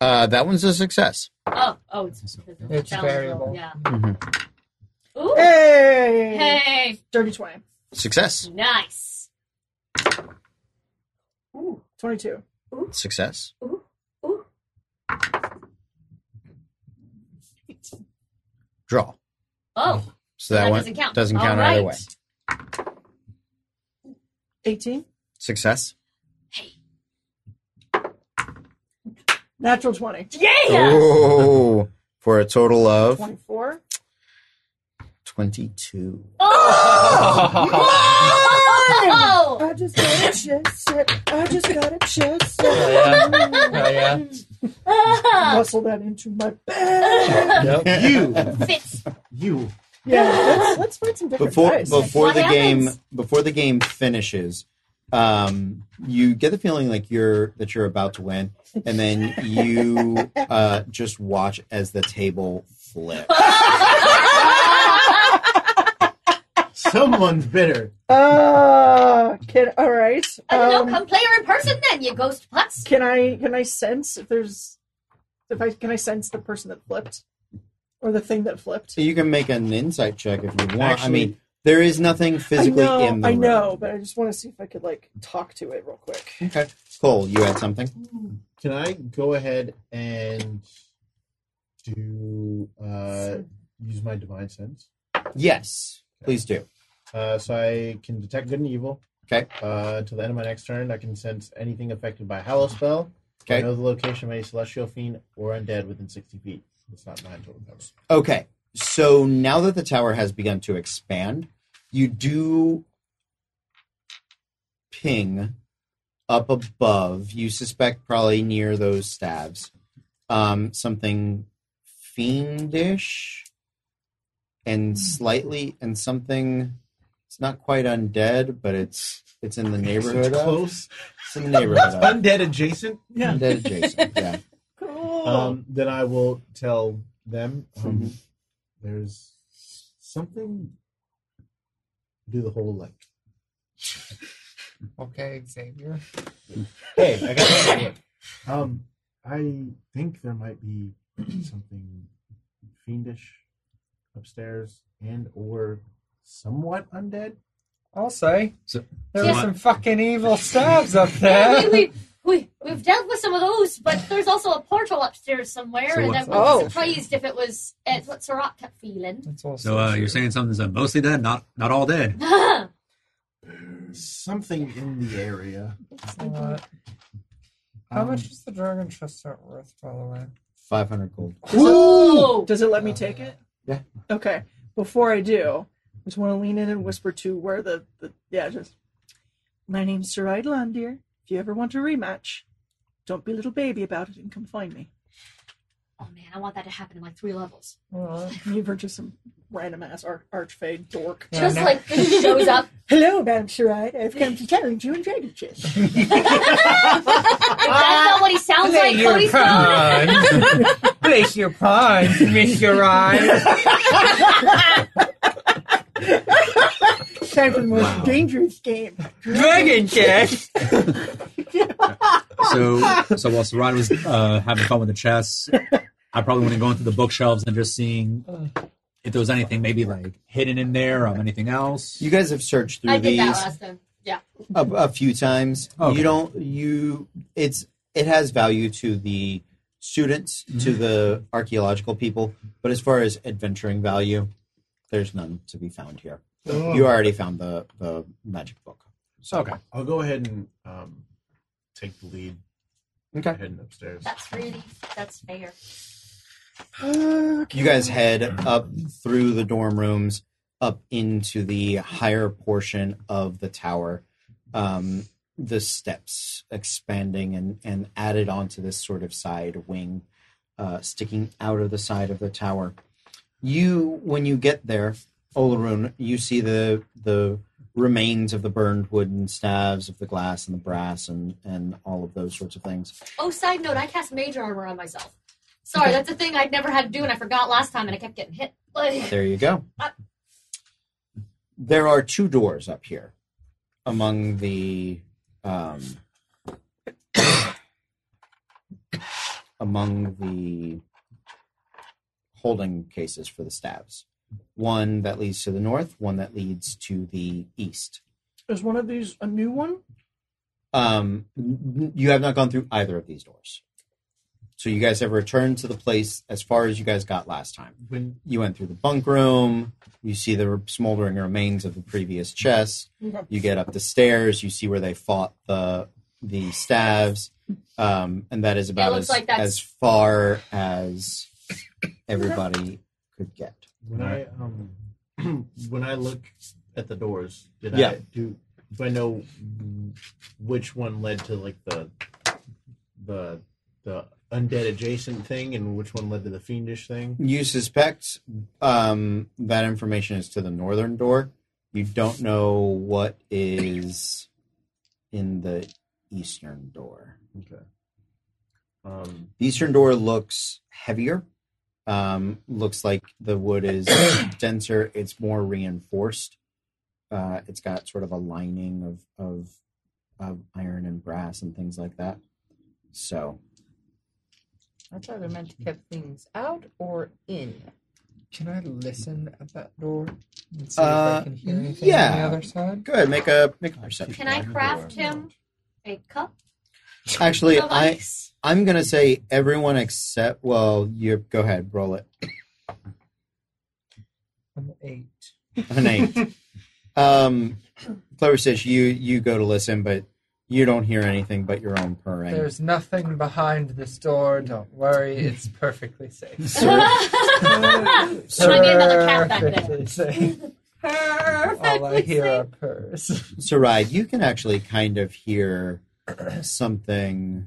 L: Uh, that one's a success.
G: Oh, oh, it's because of the
D: It's
G: challenge
D: variable.
G: roll. Yeah.
L: Mhm.
G: Ooh.
F: Hey.
G: Hey.
F: Dirty twenty.
L: Success.
G: Nice.
F: Ooh. Twenty-two.
L: Success.
G: Ooh.
L: Draw.
G: Oh,
L: So that,
G: That
L: one
G: doesn't count.
L: doesn't count
G: All
L: either
G: right.
L: way.
F: Eighteen.
L: Success.
F: Natural twenty.
G: yeah.
L: Oh, for a total of
F: Twenty-four.
L: 22.
G: Oh!
F: I just got a chest set. I just got a chest
D: Yeah.
F: set.
D: Oh, yeah.
G: Ah!
F: Muscle that into my bag.
E: You,
G: Fits.
E: you.
F: Yeah, let's, let's find some different
L: Before
F: dice.
L: before
G: What
L: the game
G: happens?
L: before the game finishes, um, you get the feeling like you're that you're about to win, and then you uh, just watch as the table flips.
E: Someone's bitter.
F: Uh, can all right.
G: I don't know.
F: Um,
G: Come play her in person then, you ghost putz.
F: can I can I sense if there's if I can I sense the person that flipped or the thing that flipped?
L: So you can make an insight check if you want. I
E: Actually-
L: mean, there is nothing physically
F: I know,
L: in the
F: I
L: room.
F: know, but I just want to see if I could like talk to it real quick.
L: Okay. Cole, you had something?
E: Can I go ahead and do uh, use my divine sense?
L: Yes. Please do.
E: Uh, so I can detect good and evil.
L: Okay.
E: Uh, till the end of my next turn, I can sense anything affected by Hallow spell.
L: Okay.
E: I know the location of any celestial fiend or undead within 60 feet. It's not nine total cover.
L: Okay. So now that the tower has begun to expand, you do ping up above. You suspect probably near those stabs um, something fiendish and slightly and something. It's not quite undead, but it's it's in the neighborhood.
E: It's
L: of,
E: close.
L: it's in the neighborhood. Of,
E: Undead adjacent. Hmm. Yeah.
L: undead adjacent. Yeah.
F: Cool.
E: Um, then I will tell them um,
L: Mhm.
E: there's something. Do the whole like,
D: Okay, Xavier.
E: hey, I got an idea. Um, I think there might be something fiendish upstairs and or somewhat undead.
D: I'll say.
C: So-
D: there
G: Yeah.
D: were some fucking evil stabs up
G: Yeah, we,
D: there.
G: we, we, we've dealt with some of those, but there's also a portal upstairs somewhere,
C: So
G: and I
C: what's
G: would be
D: up?
G: surprised if it was it's what Sorat kept feeling.
D: That's all
C: So uh, you're saying something's uh, mostly dead, not not all dead.
E: Something in the area.
D: What? How
E: Um,
D: much is the dragon chest set worth, by the way?
L: Five hundred gold.
G: Ooh!
F: Does it let me take it?
L: Yeah.
F: Okay. Before I do, I just want to lean in and whisper to where the, the yeah, just my name's Sir Eidolon, dear. If you ever want a rematch, don't be a little baby about it and come find me.
G: Oh man, I want that to happen in like three levels.
D: Alright.
F: You were just some random ass ar- archfade dork.
D: Yeah,
G: Just
D: no.
G: like shows up.
F: Hello, Madam Siride. I've come to challenge you in Dragon Chess.
G: If that's not what he sounds like, Cody's gone.
D: pond. Place your pond, Miss Shirai.
F: it's time for the most
C: Wow.
F: dangerous game.
D: Dragon Chess!
C: So, so while Saran was uh, having fun with the chess, I probably went and going through the bookshelves and just seeing if there was anything maybe like hidden in there or anything else.
L: You guys have searched through
G: I did
L: these
G: that last time. Yeah.
L: a, a few times.
C: Okay.
L: You don't. You. It's. It has value to the students, to the archaeological people, but as far as adventuring value, there's none to be found here.
E: Oh.
L: You already found the the magic book. So
C: okay.
E: I'll go ahead and um, take the lead.
L: Okay.
E: Heading upstairs.
G: That's really that's fair.
L: You guys head up through the dorm rooms, up into the higher portion of the tower. Um, the steps expanding and, and added onto this sort of side wing, uh, sticking out of the side of the tower. You, when you get there, Olarun, you see the the remains of the burned wooden staves, of the glass and the brass, and and all of those sorts of things.
G: Oh, side note, I cast mage armor on myself. Sorry, that's a thing I'd never had to do and I forgot last time and I kept getting hit. But
L: There you go. There are two doors up here among the um, among the holding cases for the staves. One that leads to the north, one that leads to the east.
F: Is one of these a new one?
L: Um, n- you have not gone through either of these doors. So you guys have returned to the place as far as you guys got last time
N: When
L: you went through the bunk room. You see the smoldering remains of the previous chest.
F: Okay.
L: You get up the stairs. You see where they fought the the staves, um, and that is about
G: looks
L: as,
G: like that's-
L: as far as everybody could get.
E: When I um, when I look at the doors, did
L: Yeah.
E: I do? Do I know which one led to like the the the undead adjacent thing, and which one led to the fiendish thing?
L: You suspect um, that information is to the northern door. You don't know what is in the eastern door.
E: Okay. Um,
L: The eastern door looks heavier. Um, looks like the wood is denser. It's more reinforced. Uh, it's got sort of a lining of, of of iron and brass and things like that. So
B: That's either meant to keep things out or in.
D: Can I listen at that door and see if
L: Uh,
D: I can hear anything on
L: yeah.
D: the other side?
L: go ahead, make a make a perception.
G: can I craft him a cup
L: Actually,
G: of
L: I
G: ice?
L: I'm gonna say everyone except well, you go ahead, roll it.
D: I'm eight.
L: An eight. um, Clover says you you go to listen, but you don't hear anything but your own purring.
D: There's nothing behind this door. Don't worry, it's perfectly safe.
G: So I gave another cat back then.
D: Perfectly safe. All I hear are purrs.
L: Sarai, you can actually kind of hear something.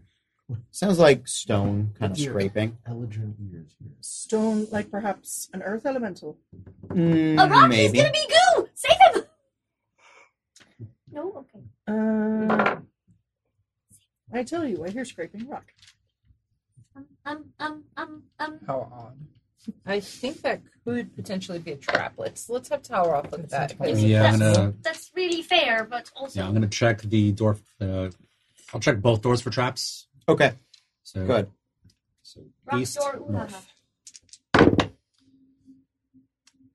L: Sounds like stone kind of
E: Here.
L: scraping.
E: Eladrin ears here.
F: Stone, like perhaps an earth elemental.
L: Mm,
G: A rock is
L: maybe.
G: gonna be goo! Save him! No,
F: Uh,
G: okay.
F: I tell you, I hear scraping rock.
G: Um, um, um, um.
D: How odd.
B: I think that could potentially be a trap. Let's let's have Tower off look at that. 'cause
C: Yeah, I'm
B: that's-
C: gonna
G: That's really fair, but also
C: yeah, I'm gonna check the door. Uh, I'll check both doors for traps.
L: Okay,
C: So
L: good.
C: So
G: rock
C: east,
G: door. ooh,
C: north.
G: haha.
C: All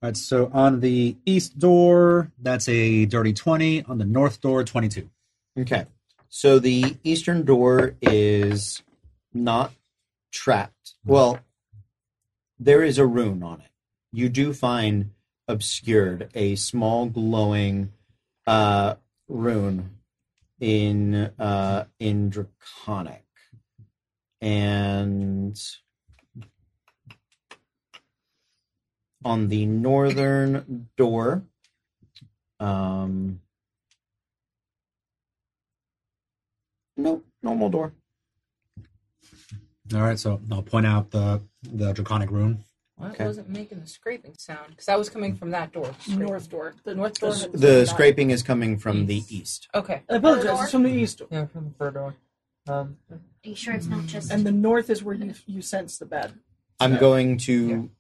C: right. So on the east door, that's a dirty twenty. On the north door, twenty-two.
L: Okay. So the eastern door is not trapped. Well, there is a rune on it. You do find obscured a small glowing uh, rune in uh, in draconic, and on the northern door. Um, Nope, normal door.
C: All right. So I'll point out the the draconic rune.
B: Why
L: Okay.
B: wasn't making the scraping sound? Because I was coming from that door. Scraping.
F: North door. The north door.
L: The,
F: has not-
L: scraping is coming from the east.
B: Okay.
F: I apologize. It's from the east door.
D: Yeah, from the fur door. Um,
G: Are you sure it's not just?
F: And the north is where you you sense the bad.
L: I'm
F: Yeah.
L: going to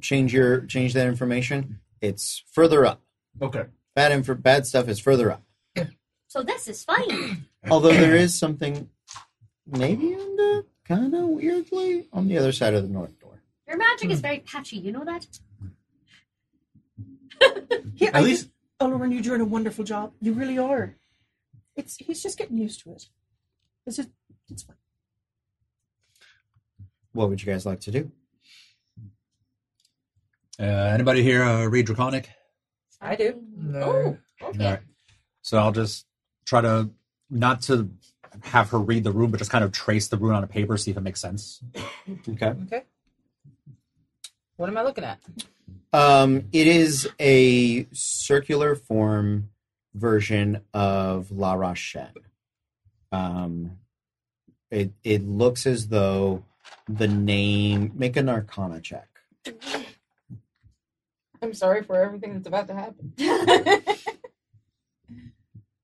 L: change your change that information. It's further up.
E: Okay.
L: Bad info, bad stuff is further up.
G: So this is funny.
L: Although there is something, maybe on the kind of weirdly on the other side of the north door.
G: Your magic
B: Hmm.
G: is very patchy. You know that?
F: He, I
E: At least,
F: think, "Oh, Oliver, you're doing a wonderful job. You really are. It's he's just getting used to it. It's just, it's fine.
L: What would you guys like to do?
C: Uh, anybody here uh, read Draconic?
B: I do.
D: No.
G: Oh, okay.
C: So I'll just try to not to have her read the rune, but just kind of trace the rune on a paper, see if it makes sense.
L: Okay.
B: Okay. What am I looking at?
L: Um, it is a circular form version of La Rochelle. Um, it it looks as though the name. Make an Arcana check.
B: I'm sorry for everything that's about to happen.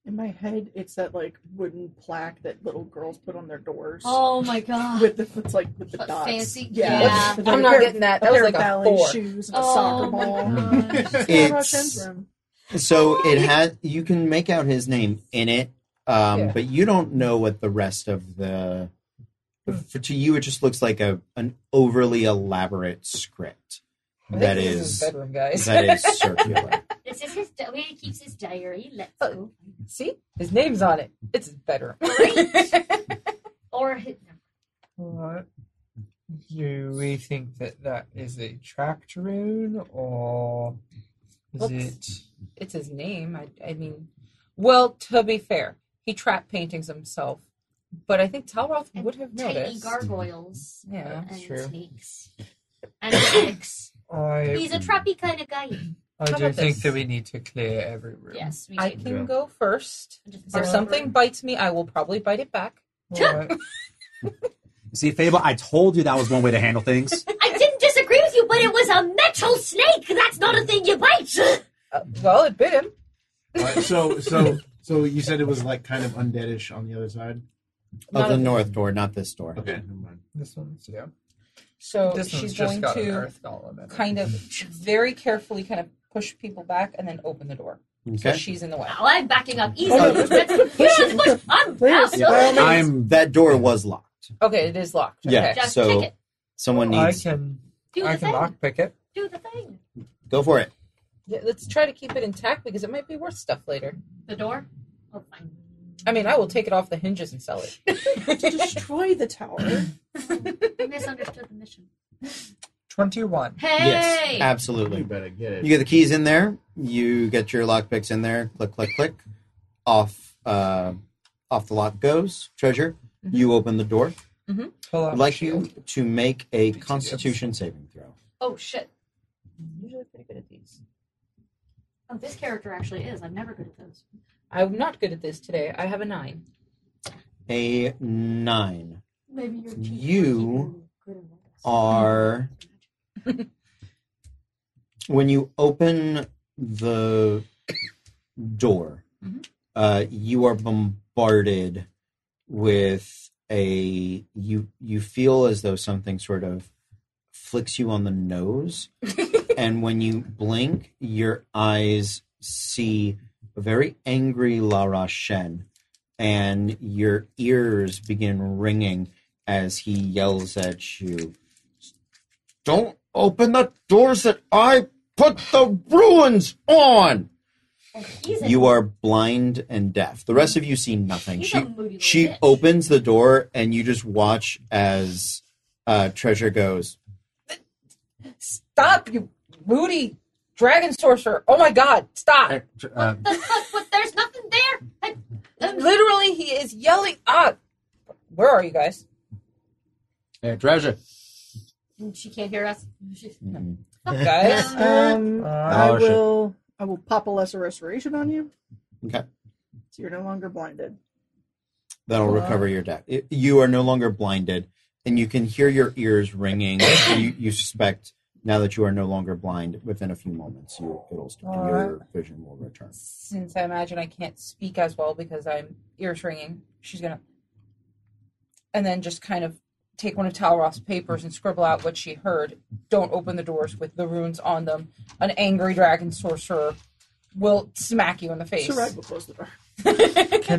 F: In my head, it's that like wooden plaque that little girls put on their doors
G: Oh my god.
F: with the it's like with the
G: A
F: dots.
G: fancy-
F: yeah.
G: yeah.
F: With a
B: I'm
F: pair
B: not
F: of-
B: getting that. That was
F: pair
B: like
F: of
B: a
F: ballet
B: four.
F: shoes and a soccer
G: Oh
F: ball.
G: my gosh.
F: It's
L: It's-
F: Rochen's room.
L: So it had. You can make out his name in it, um,
B: Yeah.
L: but you don't know what the rest of the. For, to you, it just looks like a an overly elaborate script.
B: I think
L: That
B: this his
L: is
B: bedroom, guys.
L: that is circular.
G: This is his. Di- where he keeps his diary. Let's
B: Oh.
G: go.
B: See, his name's on it. It's his bedroom.
G: Or his,
D: What? Do we think that that is a tracked rune or is
B: Whoops.
D: it?
B: it's his name. I, I mean, well, to be fair, he trap paintings himself, but I think Talroth
G: And
B: would have
G: tiny
B: noticed.
G: gargoyles
B: yeah.
G: and
D: That's true.
G: snakes and snakes.
D: I,
G: He's a trappy kind of guy.
D: I
B: How
D: do
B: about
D: think
B: this?
D: that we need to clear every room.
G: Yes, we
B: I
G: do.
B: can
E: Yeah.
B: go first.
G: Just
B: If
G: borrow
B: something
G: her.
B: bites me, I will probably bite it back.
D: Alright.
C: See, Fable, I told you that was one way to handle things.
G: I didn't disagree with you, but it was a metal snake. That's not a thing you bite.
B: Uh, well, it bit him.
E: Alright, so so so you said it was like kind of undeadish on the other side.
L: of
B: Not
L: the
B: a-
L: north door, not this door.
E: Okay, never mind.
D: This one's yeah.
B: So
G: Oh,
D: this one's
B: she's going
D: just got an
B: to
D: earth golem in it.
B: kind of very carefully kind of push people back and then open the door. So
L: Okay.
B: she's in the way.
G: Now I'm backing up easily.
F: Oh, no.
G: That's- yes, but I'm
F: Please, by all
G: absolutely.
F: means.
C: I'm
L: That door was locked.
B: Okay, it is locked.
L: Yeah.
B: Okay.
G: Just
L: So-
G: check it.
L: Someone
D: I
L: needs
D: can
G: Do the
D: I can
G: thing.
D: lockpick it.
G: Do the thing.
L: go for it.
B: Yeah, Let's try to keep it intact because it might be worth stuff later.
G: The door. Oh, fine.
B: I mean, I will take it off the hinges and sell it.
F: to destroy the tower.
G: I misunderstood the mission.
D: Twenty one.
G: Hey.
L: Yes, absolutely.
E: better get
L: You get the keys in there. You get your lockpicks in there. Click, click, click. Off, uh, off the lock goes. Treasure.
G: Mm-hmm.
L: You open the door.
D: Pull
B: Oh,
D: out
L: I'd like
D: shield.
L: you to make a Constitution saving throw.
G: oh shit.
B: I'm usually pretty good at these.
G: Oh, this character actually is. I'm never good at those.
B: I'm not good at this today. I have a nine.
L: A nine.
G: Maybe you're
L: teeth You Are when you open the door,
B: Mhm.
L: uh, you are bombarded with a you you feel as though something sort of flicks you on the nose, and when you blink, your eyes see a very angry Lara Shen, and your ears begin ringing as he yells at you. Don't open the doors that I put the ruins on. You are blind and deaf. The rest of you see nothing.
G: He's
L: She
G: a moody little
L: she
G: bitch.
L: opens the door and you just watch as uh, Treasure goes.
B: Stop, you moody dragon sorcerer. Oh my god, stop.
C: uh,
G: The fuck? But there's nothing there. I, um,
B: Literally, he is yelling up. Where are you guys?
C: hey, treasure.
G: she can't hear us. She's-
L: Mm.
B: Guys?
F: Um,
D: Uh,
F: I
C: Oh, shit.
F: will. I will pop a lesser restoration on you.
L: Okay.
F: So you're no longer blinded.
L: That'll
D: Wow.
L: recover your deaf. It- you are no longer blinded, and you can hear your ears ringing. you, you suspect now that you are no longer blind. Within a few moments, you, it'll
D: All
L: your vision will return.
B: Since I imagine I can't speak as well because I'm ears ringing, she's gonna. And then just kind of take one of Talroth's papers and scribble out what she heard. Don't open the doors with the runes on them. An angry dragon sorcerer will smack you in the face.
F: Sarag will close the door.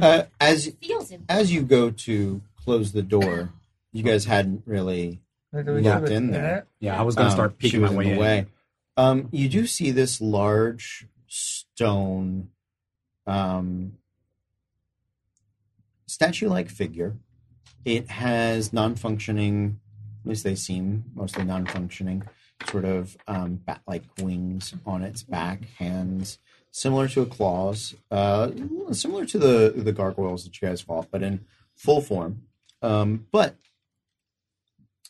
L: Uh, as
G: Feels him.
L: as you go to close the door, you guys hadn't really
D: Maybe we
L: looked
D: should-
L: in there.
C: Yeah, I was going to
L: Um,
C: start
L: she
C: peeking
L: was
C: my
L: in
C: way
L: the
C: in.
L: way. Um, you do see this large stone um, statue-like figure. It has non-functioning, at least they seem mostly non-functioning, sort of um, bat-like wings on its back, hands similar to a claws, uh, similar to the the gargoyles that you guys fought, but in full form. Um, but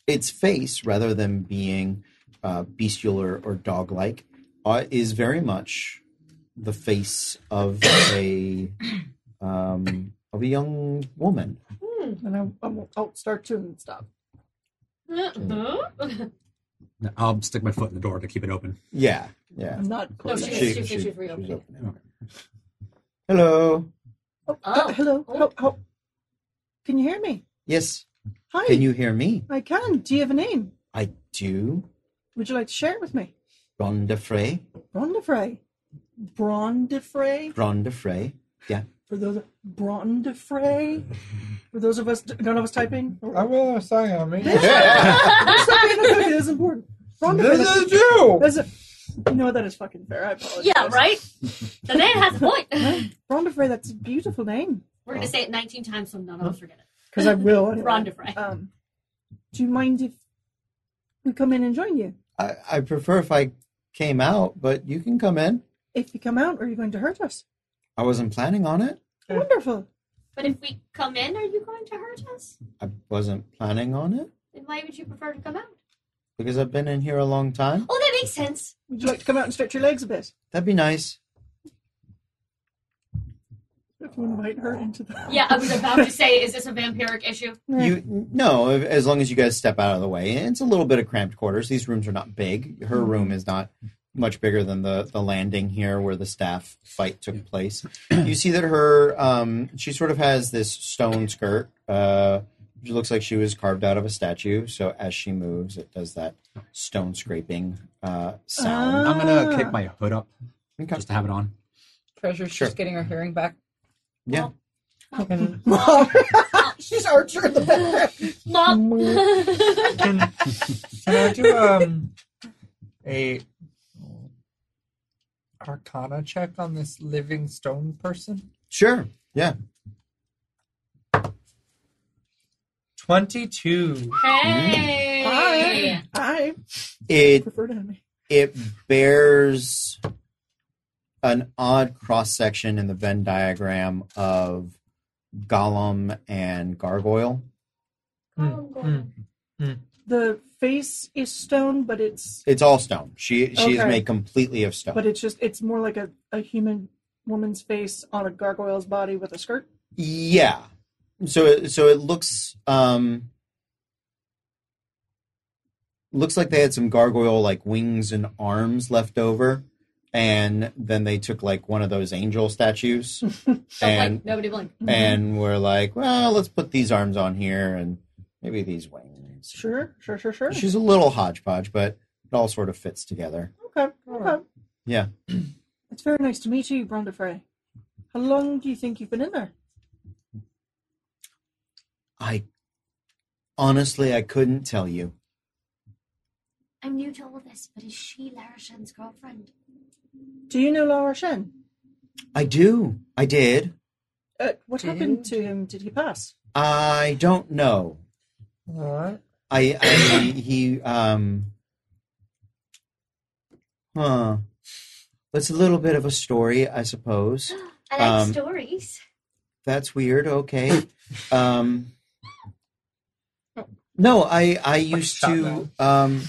L: its face, rather than being uh, bestial or, or dog like, uh, is very much the face of a um, of a young woman.
F: And I, I won't, I'll start to and stop.
G: Mhm.
C: I'll stick my foot in the door to keep it open.
L: Yeah, yeah.
F: I'm not.
G: No, she-
L: She-
G: she's-
L: she-
G: she's
L: she's
G: reopening.
L: opening. Hello.
F: Oh,
G: Oh.
F: uh, hello.
G: Oh.
F: How, how, can you hear me?
L: Yes.
F: Hi.
L: Can you hear me?
F: I can. Do you have a name?
L: I do.
F: Would you like to share it with me?
L: Ronda Frey.
F: Bron de Frey. Bron de Frey.
L: Ronda Frey.
F: For those Bron de Frey. For those of us, none of us typing.
D: I will sign on me. This
F: Stop being a cookie. This is important. Bron de Frey. That's,
D: is you.
F: that's a, you know what? That is fucking fair. I apologize.
G: Yeah, right? The man has a point.
F: Bron de Frey. That's a beautiful name.
G: We're going to say it 19 times so none of us forget it.
F: Because I will. Anyway.
G: Ron DeFrey.
F: Um, do you mind if we come in and join you?
L: I, I prefer if I came out, but you can come in.
F: If you come out, are you going to hurt us?
L: I wasn't planning on it.
F: Wonderful.
G: But if we come in, are you going to hurt us?
L: I wasn't planning on it
G: Then why would you prefer to come out?
L: because I've been in here a long time.
G: Oh, that makes sense.
F: Would you like to come out and stretch your legs a bit?
L: That'd be nice.
F: If you invite her into the
G: Yeah, I was about to say, is this a vampiric issue?
L: You no, as long as you guys step out of the way. It's a little bit of cramped quarters. These rooms are not big. Her room is not much bigger than the the landing here where the staff fight took place. you see that her um she sort of has this stone skirt. Uh she looks like she was carved out of a statue, so as she moves, it does that stone scraping uh sound.
F: Ah.
C: I'm going to kick my hood up
L: Okay.
C: just to have it on.
B: Treasure's
L: Sure.
B: just getting her hearing back.
L: Yeah.
D: Can,
F: Mom. She's Archer in the background.
G: Mom.
D: can, can I do um a arcana check on this living stone person?
L: Sure. Yeah.
D: Twenty two.
G: hey.
F: I
L: It
F: prefer to have me.
L: it bears an odd cross section in the Venn diagram of Gollum and Gargoyle.
F: The face is stone, but it's
L: It's all stone. She she is
F: Okay.
L: made completely of stone.
F: but it's just it's more like a, a human woman's face on a gargoyle's body with a skirt.
L: yeah. So it- so it looks um looks like they had some gargoyle like wings and arms left over and then they took like one of those angel statues
G: Don't
L: and
G: blink. Nobody blink.
F: Mm-hmm.
L: and we're like, well, let's put these arms on here and maybe these wings.
F: Sure, sure, sure, sure.
L: She's a little hodgepodge, but it all sort of fits together.
F: Okay, okay.
L: Yeah.
F: It's very nice to meet you, Bronda Frey. How long do you think you've been in there?
L: I honestly, I couldn't tell you.
G: I'm new to all this, but is she Lara Shen's girlfriend?
F: Do you know Laura Shen?
L: I do. I did.
F: Uh, what happened to him? Did he pass?
L: I don't know.
D: Alright.
L: I, I he um huh. It's a little bit of a story, I suppose.
G: I like
L: Um,
G: stories.
L: that's weird. Okay. Um, no, I I used
D: shot
L: to. Um,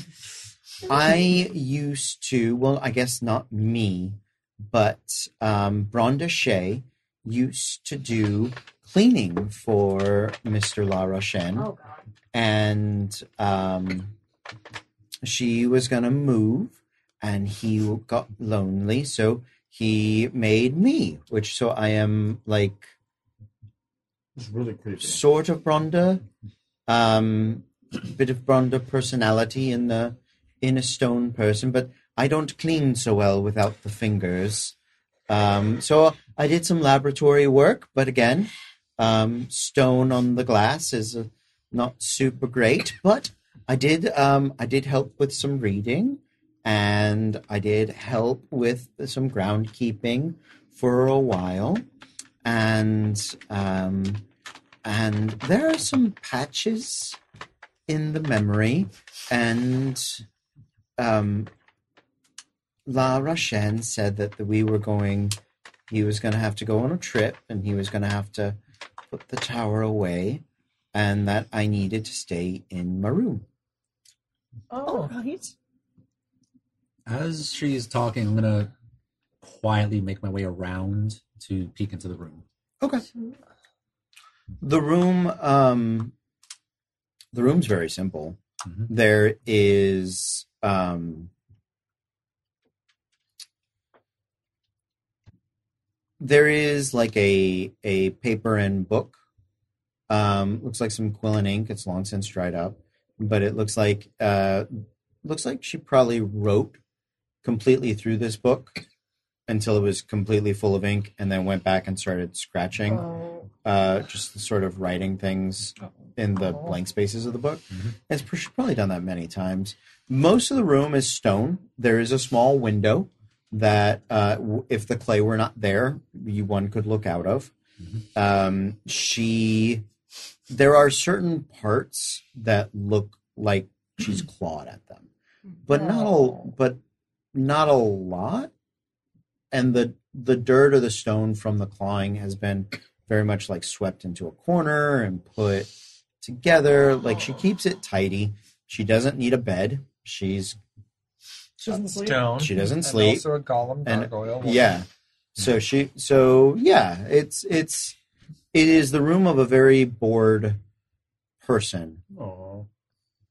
L: I used to. Well, I guess not me, but um, Bronda Shea used to do cleaning for Mister La Rochelle
G: Oh, God.
L: and um, she was going to move, and he got lonely, so he made me, which so I am like
E: It's really creepy.
L: sort of Bronda, um, bit of Bronda personality in the in a stone person, but I don't clean so well without the fingers. Um, so I did some laboratory work, but again, um, stone on the glass is uh, not super great. But I did um, I did help with some reading, and I did help with some groundkeeping for a while, and um, and there are some patches in the memory, and um, La Rochelle said that we were going. He was going to have to go on a trip, and he was going to have to put the tower away, and that I needed to stay in my room.
F: All
B: Oh,
F: right.
C: As she's talking, I'm gonna quietly make my way around to peek into the room.
L: Okay. The room, um, the room's very simple.
C: Mhm.
L: There is, um, there is like a a paper and book. Um, looks like some quill and ink. It's long since dried up, but it looks like uh, looks like she probably wrote completely through this book until it was completely full of ink, and then went back and started scratching
B: oh,
L: uh, just the sort of writing things in the blank spaces of the book.
C: Mhm.
L: It's pr- she's probably done that many times. Most of the room is stone. There is a small window that, uh, w- if the clay were not there, you one could look out of. Um, she, there are certain parts that look like she's clawed at them, but not all,
B: Oh.
L: but not a lot. And the the dirt or the stone from the clawing has been very much like swept into a corner and put together. Like she keeps it tidy. She doesn't need a bed. She's
F: She doesn't sleep.
D: Stone.
L: she doesn't
D: And
L: sleep.
D: also a golem
L: And-
D: gargoyle. woman.
L: Yeah. So she so yeah, it's it's it is the room of a very bored person.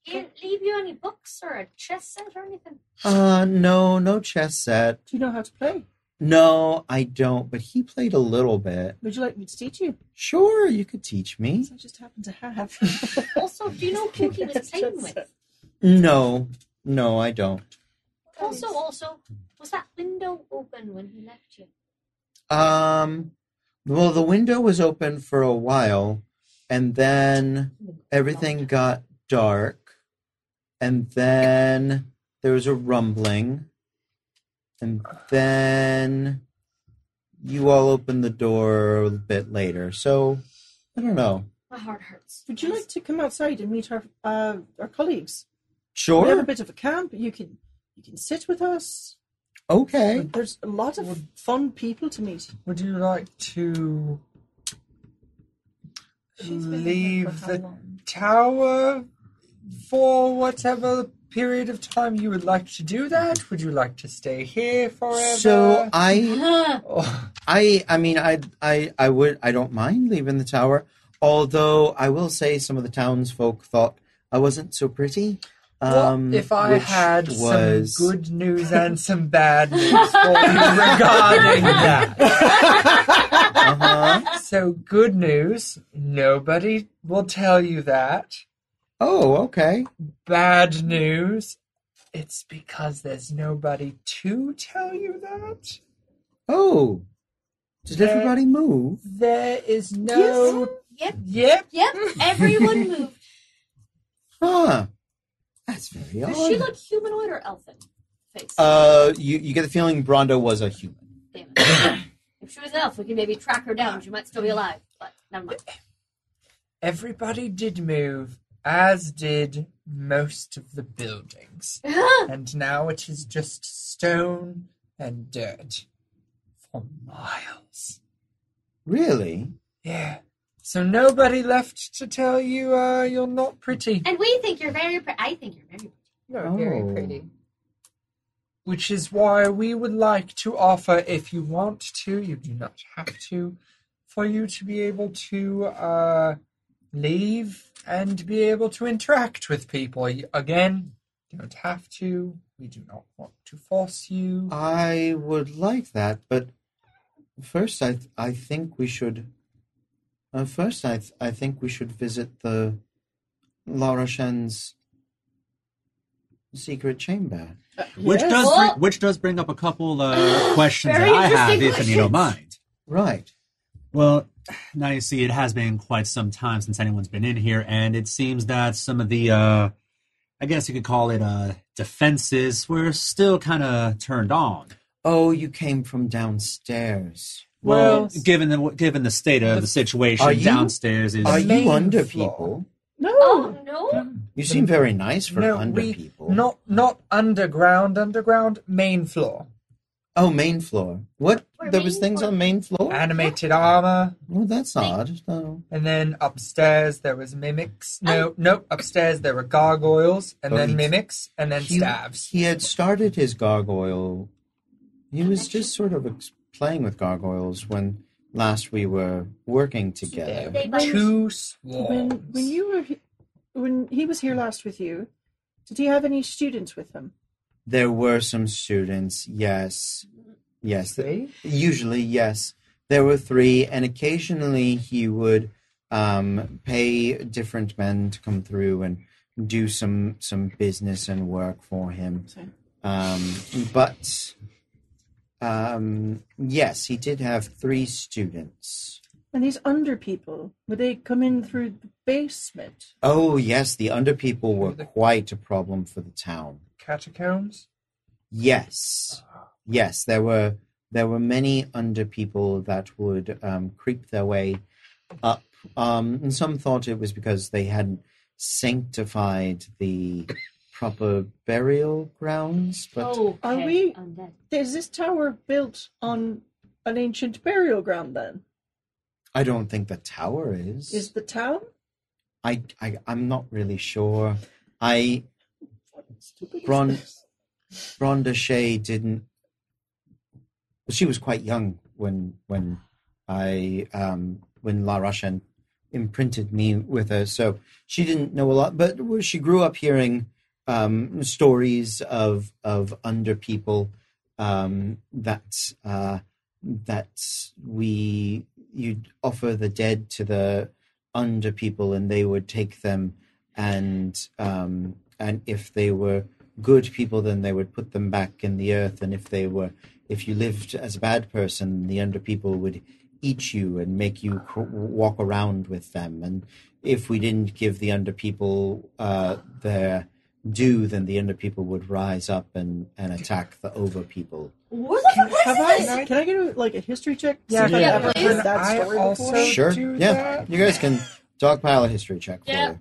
G: Did it leave you any books or a chess set or anything?
L: Uh no, no chess set.
F: Do you know how to play?
L: No, I don't, but he played a little bit.
F: Would you like me to teach you?
L: Sure, you could teach me.
F: Since I just happen to have.
G: Also, do you know who he was playing with?
L: No. No, I don't.
G: Also, also, was that window open when he left you?
L: Um, well, the window was open for a while, and then everything got dark, and then there was a rumbling, and then you all opened the door a bit later. So I don't know.
G: My heart hurts.
F: Would you like to come outside and meet our uh, our colleagues? We have a
L: Sure.
F: bit of a camp. You can you can sit with us.
L: Okay.
F: There's a lot of fun people to meet.
D: Would you like to
B: she's been
D: leave
B: here for how
D: the
B: long?
D: tower for whatever period of time you would like to do that? Would you like to stay here forever?
L: So I
G: Huh.
D: Oh,
L: I I mean I I I would I don't mind leaving the tower, although I will say some of the townsfolk thought I wasn't so pretty. Um,
D: well, if I
L: which
D: had
L: was-
D: some good news and some bad news for you regarding that.
L: uh-huh.
D: So, good news, nobody will tell you that.
L: oh okay,
D: Bad news, it's because there's nobody to tell you that.
L: oh, did
D: There-
L: everybody move?
D: There is no.
G: Yep,
D: Yep.
G: yep. Everyone moved.
L: Huh? That's very odd.
G: Does she look humanoid or elfin? Face.
L: uh, you you get the feeling Brondo was a human.
G: Damn it. if she was an elf, we could maybe track her down. She might still be alive, but never mind.
D: Everybody did move, as did most of the buildings.
G: Uh-huh.
D: And now it is just stone and dirt for miles.
L: Really?
D: Yeah. So nobody left to tell you uh, you're not pretty,
G: and we think you're very pretty. I think you're very pretty.
B: You're
L: Oh.
B: very pretty.
D: which is why we would like to offer, if you want to, you do not have to, for you to be able to uh, leave and be able to interact with people. Y- Again, you don't have to. We do not want to force you.
L: I would like that, but first I th- I think we should. Uh, first, I th- I think we should visit the Laura Shen's secret chamber.
C: Which
F: Yes.
C: does
G: Well-
C: bring, which does bring up a couple uh, questions that
G: Very
C: I have,
G: interesting
C: if you don't
G: questions.
C: mind.
L: Right.
C: Well, now you see, it has been quite some time since anyone's been in here, and it seems that some of the, uh, I guess you could call it, uh, defenses were still kind of turned on.
L: Oh, you came from downstairs.
C: Well,
F: Yes.
C: given the given the state of the situation
L: Are you-
C: downstairs is
L: Are you
D: main
L: under
D: floor.
L: people?
F: No.
G: Oh no!
L: You seem very nice for
D: No,
L: under
D: we-
L: people.
D: Not not underground, underground, main floor.
L: Oh, main floor. What?
G: Or
L: there
G: main
L: was things
G: floor.
L: on main floor.
D: Animated armor,
L: well, that's
G: Main-
L: odd. Oh. No.
D: and then upstairs there was mimics. No, no, upstairs there were gargoyles, and
L: Oh,
D: then
L: he-
D: mimics, and then
L: he-
D: stabs.
L: He had started his gargoyle. He was just sort of ex- playing with gargoyles when last we were working together.
G: They like
D: Two
F: When
D: swarms.
F: when you were he- when he was here last with you, did he have any students with him?
L: There were some students, yes. Yes. th-
D: See?
L: Usually, yes. There were three, and occasionally he would um, pay different men to come through and do some some business and work for him.
F: Sorry.
L: Um, but um, yes, he did have three students.
F: And these under people, would they come in through the basement?
L: Oh yes, the underpeople were quite a problem for the town.
D: catacombs.
L: Yes, yes, there were there were many underpeople that would um, creep their way up, um, and some thought it was because they hadn't sanctified the proper burial grounds. But
G: Oh,
F: Are we-
G: Undead.
F: Is this tower built on an ancient burial ground then?
L: I don't think the tower is.
F: Is the town?
L: I, I I'm not really sure. I
F: What stupid is
L: Bron-
F: this?
L: Rhonda Shea didn't. well, She was quite young when when I um, when La Russian imprinted me with her, so she didn't know a lot. But she grew up hearing um, stories of of under people um, that uh, that we you'd offer the dead to the under people, and they would take them, and um, and if they were good people, then they would put them back in the earth. And if they were, if you lived as a bad person, the under people would eat you and make you cr- walk around with them. And if we didn't give the under people uh, their due, then the under people would rise up and, and attack the over people.
G: What the fuck
F: Have
G: is this?
F: I? Can I get a, like a history check?
D: Yeah,
F: See if I've
L: yeah,
F: ever
G: please.
F: heard that
D: I
F: story
D: also-
F: before.
L: Sure,
D: do
L: yeah,
D: that?
L: you guys can dogpile a history check for
G: Yeah.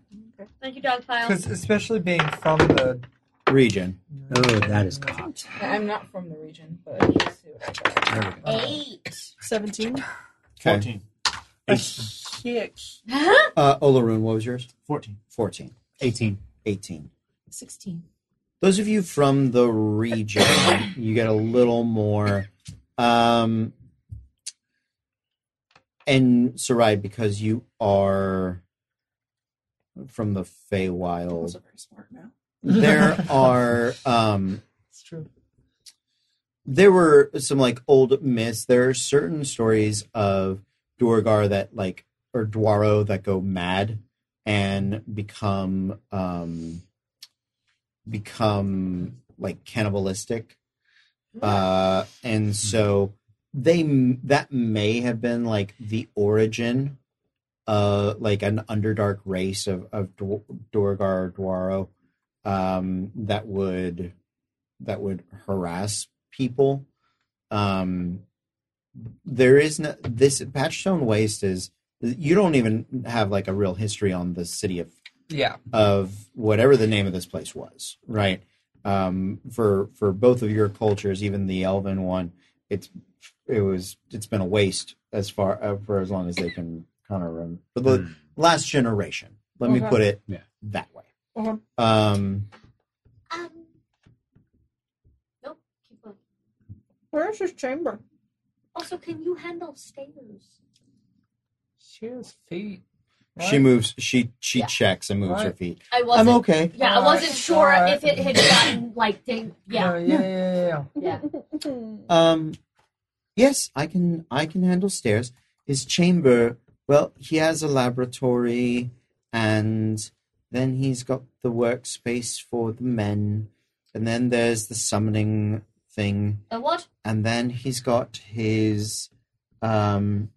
G: Thank you, Dogpile.
D: Because especially being from the
L: region.
C: Oh, that is cocked.
B: I'm not from the region, but let's see what I got.
C: There we go.
G: Eight.
F: Seventeen.
L: Okay,
E: 14.
F: Six.
G: Huh?
L: uh, Olaroon, what was yours?
E: 14.
L: Fourteen.
C: 18.
L: 18.
B: 16.
L: Those of you from the region, you get a little more. Um, and Sarai, because you are from the Feywild,
F: Also very smart now.
L: there are um,
D: It's true.
L: there were some like old myths. There are certain stories of Duergar that like or Dwaro that go mad and become um become like cannibalistic. Uh and so they m- that may have been like the origin uh like an underdark race of of Dw- Duergar or Dwaro um that would that would harass people. Um, there is no this Patchstone Waste is you don't even have like a real history on the city of
D: Yeah.
L: of whatever the name of this place was, right? Um, for for both of your cultures, even the Elven one, it's it was it's been a waste as far uh, for as long as they can kind of rem For the
C: Hmm.
L: last generation, let me
F: Okay.
L: put it
C: Yeah.
L: that way.
F: Okay.
L: Um,
G: Um. Nope. Keep going.
F: Where is his chamber?
G: Also, can you handle stairs?
D: She has feet.
L: she moves. She she
G: Yeah.
L: checks and moves her
D: Right.
L: feet.
G: I
L: I'm
G: wasn't.
L: okay.
G: Yeah, I wasn't
D: Alright,
G: sure
D: alright.
G: if it had gotten like ding.
D: No,
G: Yeah,
D: yeah, yeah, yeah.
G: yeah.
L: Um, yes, I can. I can handle stairs. His chamber. Well, he has a laboratory, and then he's got the workspace for the men, and then there's the summoning thing,
G: The what?
L: and then he's got his, um,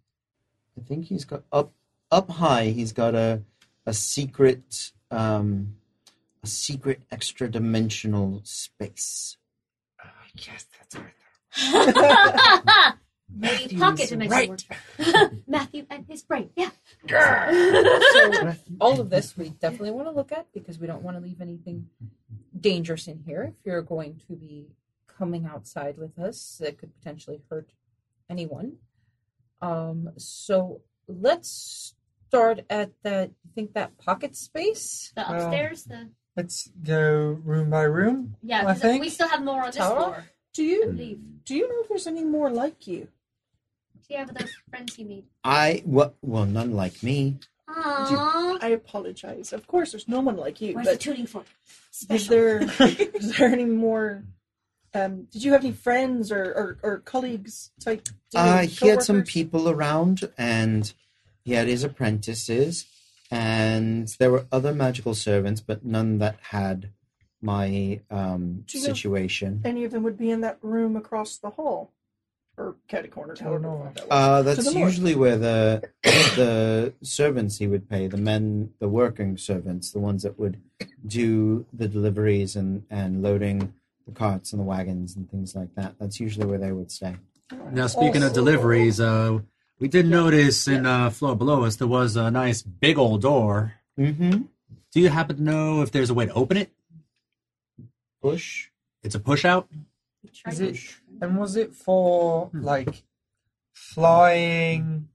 L: I think he's got up up high. He's got a a secret um, a secret extra dimensional space.
D: yes, that's right.
G: The pocket dimension. word. Matthew and his brain. Yeah.
B: So all of this we definitely want to look at because we don't want to leave anything dangerous in here. If you're going to be coming outside with us, it could potentially hurt anyone. Um, so let's start at that. You think that pocket space?
G: The upstairs. The
D: Let's go room by room.
G: yeah.
D: Well, I
G: 'cause
D: think-
G: we still have more on this
B: Tower?
G: floor.
F: Do
G: I
F: you
G: believe.
F: do you know if there's any more like you?
G: Yeah, but those friends he made.
L: I well, well none like me.
G: Aww.
F: I apologize. Of course, there's no one like you.
G: Where's the
F: but
G: tuning fork?
F: is
G: Special.
F: there is there any more? Um, did you have any friends or or, or colleagues type? do you know,
L: Uh, he had some
F: coworkers?
L: people around, and he had his apprentices, and there were other magical servants, but none that had my um,
F: Do you know-
L: situation.
F: Any of them would be in that room across the hall, or catty corner.
D: Don't
F: however
D: know.
F: far that was.
L: Uh,
F: the
L: that's
F: Lord.
L: usually where the the servants he would pay the men, the working servants, the ones that would do the deliveries and and loading the carts and the wagons and things like that. That's usually where they would stay.
C: Now, speaking
F: Also-
C: of deliveries, uh, we did notice in uh, floor below us there was a nice big old door.
L: Mm-hmm.
C: Do you happen to know if there's a way to open it?
L: Push.
C: It's a push out.
G: Try
D: Is
G: to-
D: it and was it for like flying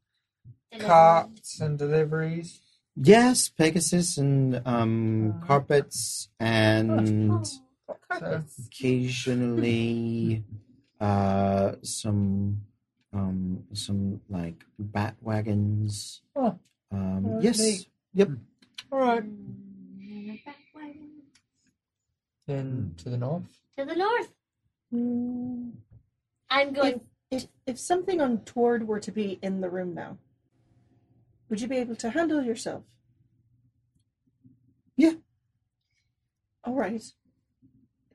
D: carts and deliveries?
L: Yes, Pegasus and um,
D: Uh,
L: carpets and
G: Oh.
D: carpets.
L: occasionally uh, some um, some like bat wagons.
D: Oh.
L: Um,
D: Oh,
L: yes.
D: neat.
L: Yep.
D: All right.
G: Back way
D: Then to the north.
G: To the north.
F: Hmm.
G: I'm
F: if,
G: going.
F: if if something untoward were to be in the room now, would you be able to handle yourself?
L: Yeah.
F: All right.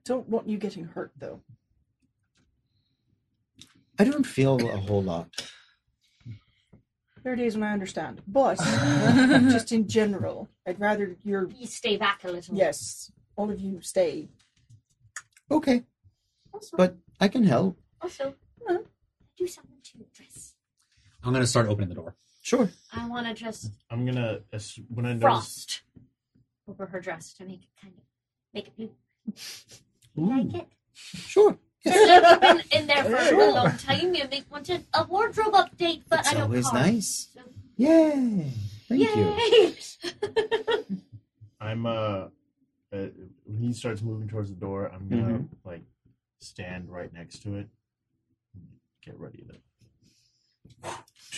F: Don't want you getting hurt though.
L: I don't feel a whole lot.
F: There are days when I understand, but just in general, I'd rather you're
G: You stay back a little.
F: yes, all of you stay.
L: Okay,
G: Also,
L: but I can help.
G: also
F: Huh?
G: do something to your dress.
C: I'm gonna start opening the door.
L: Sure.
G: I want to dress
E: I'm gonna as- when I notice
G: frost over her dress to make it kind of make it blue. You like it?
L: Sure.
G: It's been in there for
F: Sure.
G: a long time. You make wanted a wardrobe update, but
L: It's
G: I don't.
L: always
G: care.
L: nice.
G: So-
L: Yay. Thank you.
G: Yay!
E: I'm uh, uh when he starts moving towards the door, I'm gonna
D: Mm-hmm.
E: like stand right next to it. Get ready to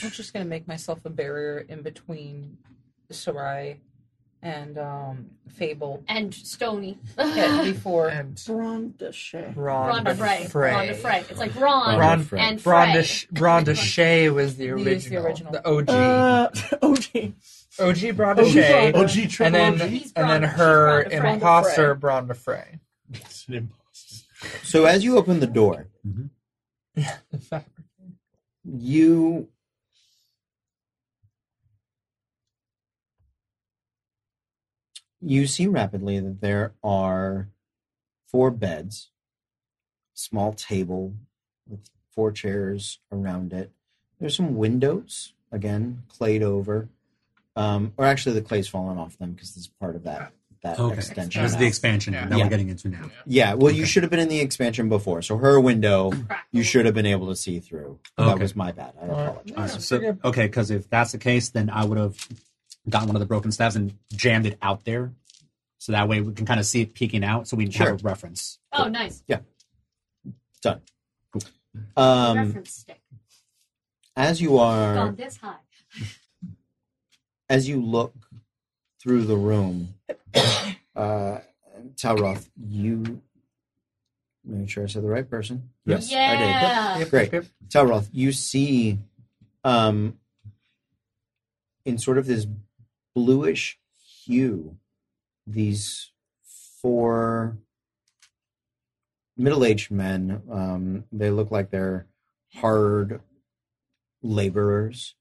B: I'm just gonna make myself a barrier in between Sarai and um, Fable
G: And Stony.
B: Yeah, before.
D: And
F: Bronda Shay.
D: Ron
G: Rhonda Frey.
D: Frey.
G: Rhonda Frey. It's like Ron,
D: Ron-
L: Fred.
G: and Frey.
D: Rhonda, Sh- Rhonda Shea was the
B: He
D: original.
B: is the original.
D: The OG.
F: Uh, OG.
D: OG
G: Oh,
D: Bronda
F: OG
D: Shea.
F: Bronda.
E: OG Oh, triple
D: And then,
E: OG.
G: He's
D: and then
G: Bronda-
D: her
G: she's Bronda Frey.
D: imposter, Bronda Frey.
E: It's an imposter.
L: So as you open the door, you you see rapidly that there are four beds, small table with four chairs around it. There's some windows again clayed over, um, or actually the clay's fallen off them because this is part of that that
C: Okay.
L: extension.
C: That's
L: out.
C: the expansion
D: Yeah.
C: that
L: Yeah.
C: we're getting into now.
L: yeah, well, you
C: Okay.
L: should have been in the expansion before. So her window,
G: Crackle.
L: you should have been able to see through. That
C: Okay.
L: was my bad. I
D: Alright.
L: apologize.
C: All right,
D: Yeah,
C: so
D: figure-
C: okay, because if that's the case, then I would have gotten one of the broken staves and jammed it out there, so that way we can kind of see it peeking out, so we can
L: Sure.
C: have a reference.
G: Oh, nice.
L: Done. Um,
G: Reference stick.
L: as you are,
G: Gone this high.
L: as you look through the room, uh, Talroth, you make sure I said the right person. Yes, I did.
G: yeah.
D: Yep,
L: Great.
D: yep,
L: Talroth, you see um, in sort of this bluish hue these four middle-aged men. Um, they look like they're hard laborers.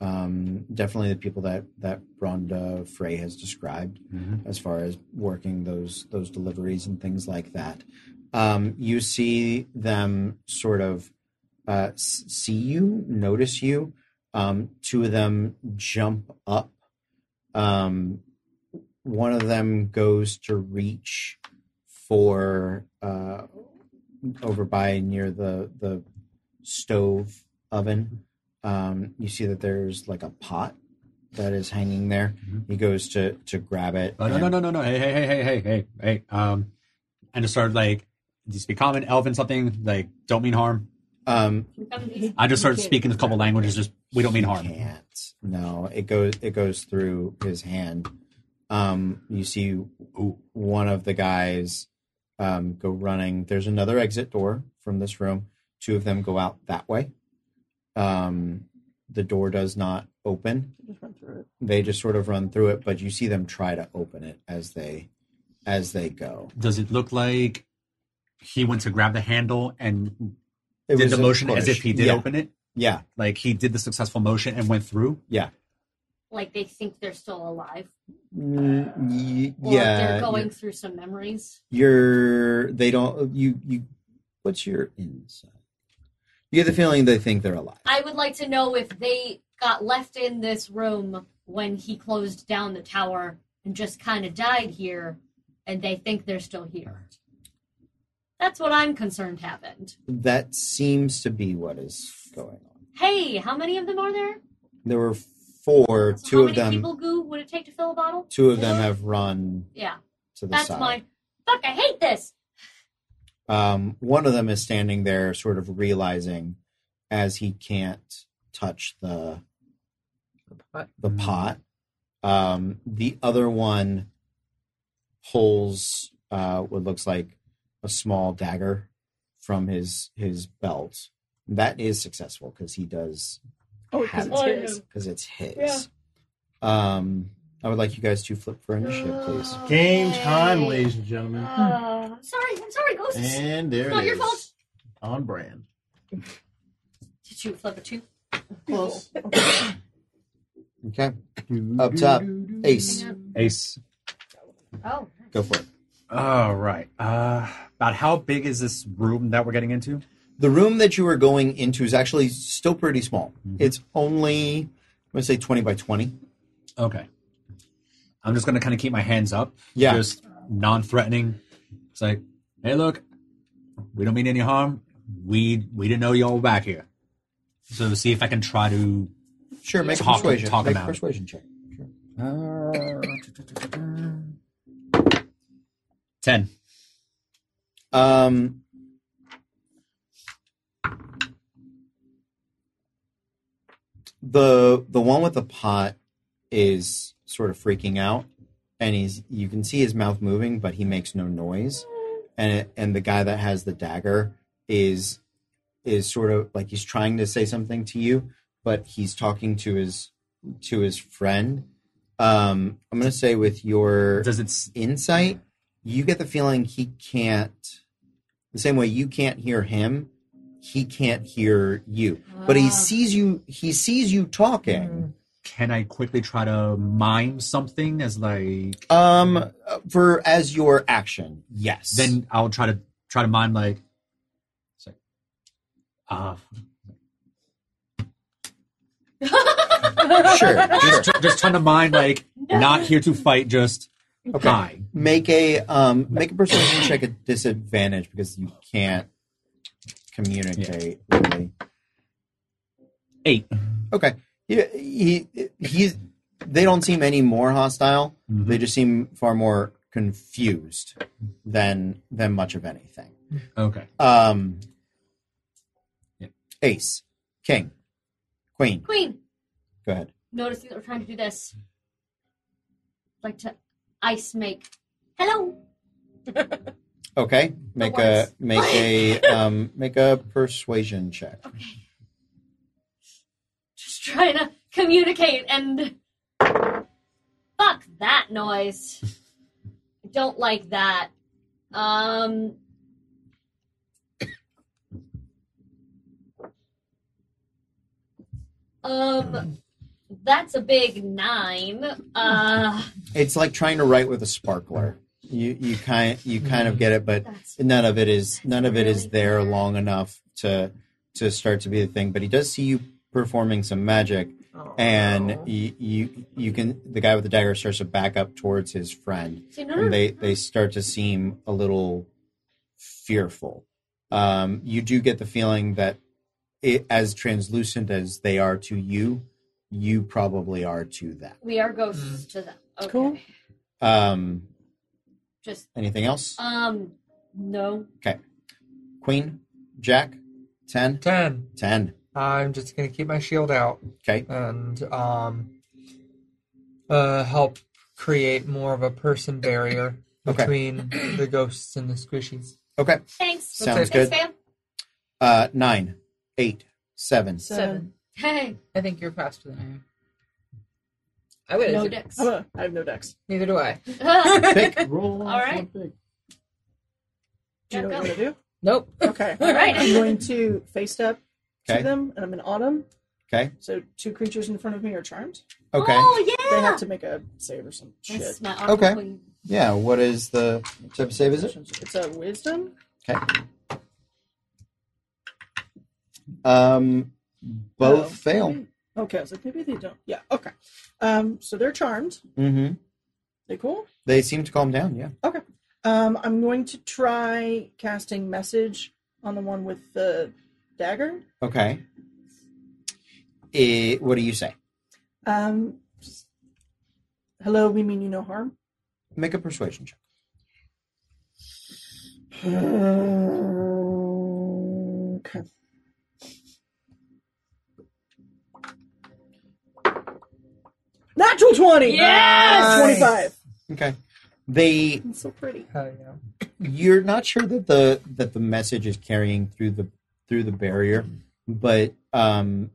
L: Um, definitely the people that that Rhonda Frey has described as far as working those those deliveries and things like that. Um, you see them sort of uh, s- see you, notice you. Um, two of them jump up. Um, one of them goes to reach for uh, over by near the the stove oven. Um, you see that there's like a pot that is hanging there.
C: Mhm.
L: He goes to to grab it.
C: Oh, no,
L: and-
C: no, no, no, no. Hey, hey, hey, hey, hey, hey, hey. Um, and just started like, just be common, elven, something like, don't mean harm.
L: Um,
C: I just started
F: Okay.
C: speaking a couple languages, just, we don't mean
L: he
C: harm.
L: Can't. No, it goes it goes through his hand. Um, you see one of the guys um, go running. There's another exit door from this room. Two of them go out that way. Um, the door does not open.
F: Just run through it.
L: They just sort of run through it, but you see them try to open it as they as they go.
C: Does it look like he went to grab the handle and
L: It
C: did
L: was
C: the
L: a
C: motion as
L: push.
C: if he did
L: Yeah.
C: open it?
L: Yeah,
C: Like he did the successful motion and went through?
G: Like they think they're still alive,
L: Mm, y-
G: or
L: yeah.
G: they're going
L: you're-
G: through some memories.
L: you're they don't you you what's your inside you get the feeling they think they're alive
G: I would like to know if they got left in this room when he closed down the tower and just kind of died here, and they think they're still here. That's what I'm concerned happened.
L: that seems to be what is going on
G: Hey, how many of them are there?
L: there were four
G: So
L: two
G: how
L: of
G: many
L: them
G: people goo would it take to fill a bottle?
L: two of them have run
G: Yeah,
L: to the
G: that's
L: side
G: my. Fuck, I hate this.
L: um one of them is standing there sort of realizing as he can't touch the
D: But
L: the pot. Um, the other one pulls uh, what looks like a small dagger from his his belt. That is successful because he does
F: Oh,
L: have
F: because
L: it
F: it's his.
L: because it's his.
G: Yeah.
L: Um, I would like you guys to flip for initiative, please.
E: Game time,
G: Yay.
E: ladies and gentlemen.
G: Uh, I'm sorry, I'm sorry, Ghost.
E: And there
G: Not
E: it
G: your
E: is.
G: fault.
E: On brand.
G: Did you flip a two?
E: Close.
L: Okay, Up top, Ace,
C: Ace.
G: Oh,
L: go for it.
C: All Oh, right. Uh, about how big is this room that we're getting into?
L: The room that you are going into is actually still pretty small.
C: Mm-hmm.
L: It's only I'm gonna say twenty by twenty.
C: Okay. I'm just going to kind of keep my hands up.
L: Yeah.
C: Just non threatening. It's like, hey, look, we don't mean any harm. We we didn't know y'all were back here. So see if I can try to.
L: Sure, make a
C: Talk-
L: persuasion.
C: talk
L: make a
C: about it.
L: persuasion check.
C: Ten.
L: Um, the the one with the pot is sort of freaking out, and he's you can see his mouth moving, but he makes no noise. And it, and the guy that has the dagger is is sort of like he's trying to say something to you, but he's talking to his to his friend. Um, I'm gonna say with your
C: Does it? s-
L: insight, you get the feeling he can't. The same way you can't hear him, he can't hear you. But
G: Ah.
L: he sees you. He sees you talking.
C: Can I quickly try to mime something as like?
L: Um, for as your action, yes.
C: Then I'll try to try to mime like. It's like, uh,
L: sure, sure.
C: just, just trying to mime like not here to fight, just
L: Okay.
C: hi.
L: Make a um, make a persuasion check at disadvantage because you can't communicate really.
C: Eight.
L: Okay. He, he he's they don't seem any more hostile.
C: Mhm.
L: They just seem far more confused than than much of anything.
C: Okay.
L: Um
C: Yep.
L: Ace, King, Queen.
G: Queen,
L: Go ahead.
G: noticing that we're trying to do this, like to ice make. Hello.
L: Okay. Make a
G: worst.
L: make a um make a persuasion check.
G: Okay. Just trying to communicate and fuck that noise. I don't like that. Um Um, that's a big nine. Uh,
L: It's like trying to write with a sparkler. You you kind you kind of get it, but
G: that's
L: none of it is none of it is
G: Really?
L: there long enough to to start to be the thing. But he does see you performing some magic,
D: Oh,
L: and
D: no.
L: you you, you can the guy with the dagger starts to back up towards his friend.
G: see, no, no,
D: Hmm.
L: and
G: no,
L: they they start to seem a little fearful. Um, you do get the feeling that, it, as translucent as they are to you, you probably are to them.
G: we are ghosts to them. Okay.
F: Cool.
L: Um,
G: Just
L: anything else?
G: um, no.
L: Queen, Jack, ten,
D: Ten.
L: ten.
D: I'm just gonna keep my shield out
L: Okay,
D: and um, uh, help create more of a person barrier
L: Okay.
D: between the ghosts and the squishies.
L: okay,
G: Thanks.
L: sounds
D: it.
G: Thanks,
L: good.
G: fam.
L: Uh, nine, eight, seven.
B: Seven.
G: Hey,
B: I think you're faster than I am. I would.
G: no
B: No,
G: dicks.
F: I'm a, I have no decks.
B: Neither do I.
G: Ah,
E: Roll
G: All right.
F: Do you know what I'm gonna do?
B: Nope.
F: Okay.
G: All right.
F: I'm going to face step
L: Okay.
F: to them, and I'm in autumn.
L: Okay,
F: So two creatures in front of me are charmed.
L: okay,
G: Oh yeah.
F: They have to make a save or some shit.
G: That's my uncle.
L: Okay.
G: Queen.
L: yeah. What is the type of save? Is it?
F: It's a wisdom.
L: Um, both
F: Oh,
L: fail.
F: maybe- Okay, I was like, maybe they don't. Yeah. Okay. Um. So they're charmed.
L: hmm
F: They cool.
L: They seem to calm down. Yeah.
F: Um. I'm going to try casting message on the one with the dagger.
L: Okay. Eh, what do you say?
F: Um. Hello, we mean you no harm.
L: Make a persuasion check.
F: Okay. Natural twenty.
G: Yes!
F: Twenty-five.
L: Okay. They,
F: It's so pretty.
D: Hell yeah.
L: you're not sure that the that the message is carrying through the through the barrier, but um,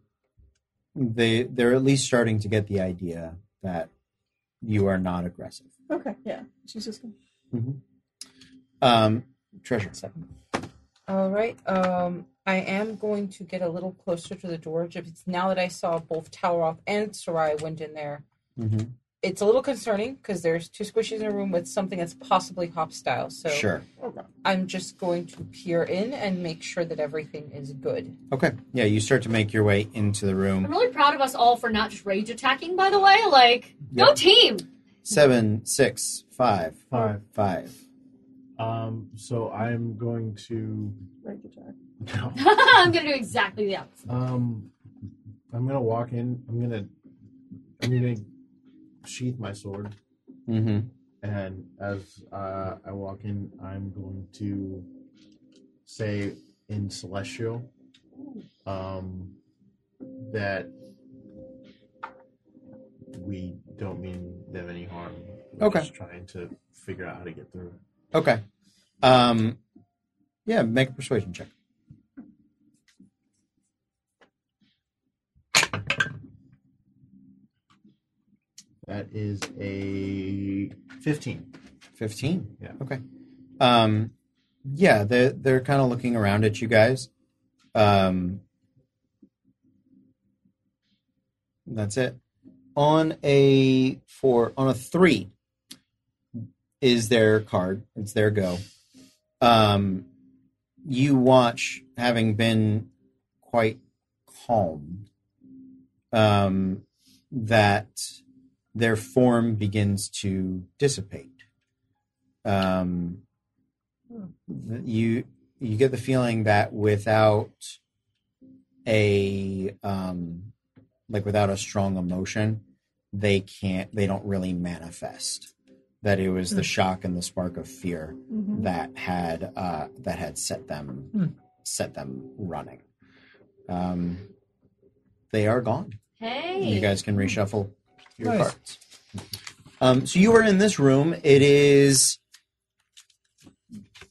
L: they they're at least starting to get the idea that you are not aggressive.
F: Okay. Yeah. She's just.
L: Um, treasure.
B: All right. Um, I am going to get a little closer to the door. ju- It's now that I saw both Toweroff and Sarai went in there.
L: hmm
B: It's a little concerning because there's two squishies in a room with something that's possibly hop style. So
L: Sure.
F: Okay.
B: I'm just going to peer in and make sure that everything is good.
L: Okay. Yeah. You start to make your way into the
G: I'm
L: room.
G: really proud of us all for not just rage attacking. By the way, like go
L: Yep.
G: team.
L: Seven, six, five,
E: Five.
L: five.
E: Um, so I'm going to.
F: Right. Good job.
E: No.
G: I'm gonna do exactly the opposite.
E: Um, I'm gonna walk in. I'm gonna. I'm gonna sheath my sword,
L: Mm-hmm.
E: and as uh, I walk in, I'm going to say in celestial, um, that we don't mean them any harm. We're
L: Okay.
E: Just trying to figure out how to get through.
L: Okay. Um, yeah, make a persuasion check.
E: That is a fifteen.
L: 15.
E: Yeah.
L: Okay. Um, yeah, they're, they're kind of looking around at you guys. Um, that's it. On a four, on a three is their card. It's their go. Um, you watch, having been quite calm, um, that their form begins to dissipate. Um, th- you you get the feeling that without a um, like without a strong emotion, they can't they don't really manifest. That it was the shock and the spark of fear
F: Mm-hmm.
L: that had uh, that had set them
D: Hmm.
L: set them running. Um, they are gone.
G: Hey.
L: You guys can reshuffle your
D: Nice.
L: cards. Um, so you were in this room. It is.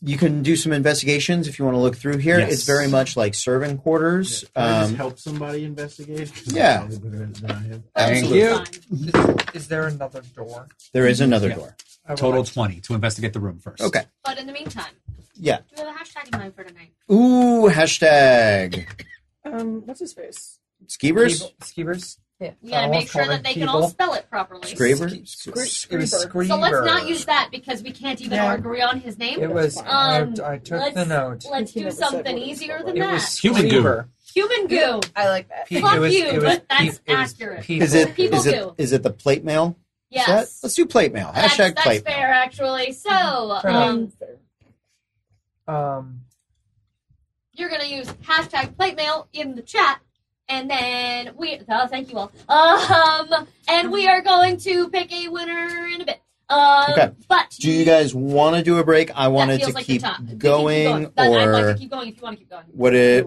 L: You can do some investigations if you want to look through here.
C: Yes.
L: It's very much like servant quarters.
E: Can I just
L: Um,
E: help somebody investigate? 'Cause I'm
L: Yeah.
E: probably better at it than I am.
L: absolutely.
D: you.
G: Fine.
D: Is there another door?
L: There is another
C: Yeah.
L: door.
D: I would
C: Total
D: like-
C: 20 to investigate the room first.
L: Okay.
G: But in the meantime,
L: Yeah.
G: do we have a hashtag in mind for tonight?
L: Ooh, hashtag.
F: Um. What's his face?
L: Skeevers?
D: Keeble- Skeevers.
B: Yeah.
G: We
D: I
G: gotta make
D: almost
G: sure
D: called
G: that
D: it
G: they can all
D: Keeble.
G: spell it properly.
L: Scraver?
D: Ske-
L: Sc-
D: It was Screever.
G: So let's not use that because we can't even
D: Yeah.
G: agree on his name.
D: It was. I-
G: Um,
D: I, took
G: let's-
D: the note.
G: Let's
F: He
G: do
F: never said
G: something
F: what it was
G: easier
F: spelled
G: than
D: It
G: that.
D: was
C: Human goo.
D: Skeever.
G: Human goo.
B: I like that.
D: Pe-
G: Fuck
D: it was,
G: you,
D: it was
G: but that's
D: peop- it was
G: accurate.
D: people.
L: Is it,
G: People
L: is, it,
G: do.
L: is it the plate mail? set?
G: Yes.
L: Let's do plate mail.
G: That's,
L: Hashtag
G: that's
L: plate mail.
G: fair, actually. So, um,
D: Um,
G: you're gonna use hashtag plate mail in the chat, and then we. Oh, thank you all. Um, and we are going to pick a winner in a bit. Um,
L: Okay.
G: But
L: Do you guys want to do a break? I wanted to,
G: like the
L: keep
G: top- to keep
L: going,
G: But I'd
L: or
G: like to keep going if you want to keep going.
L: what it?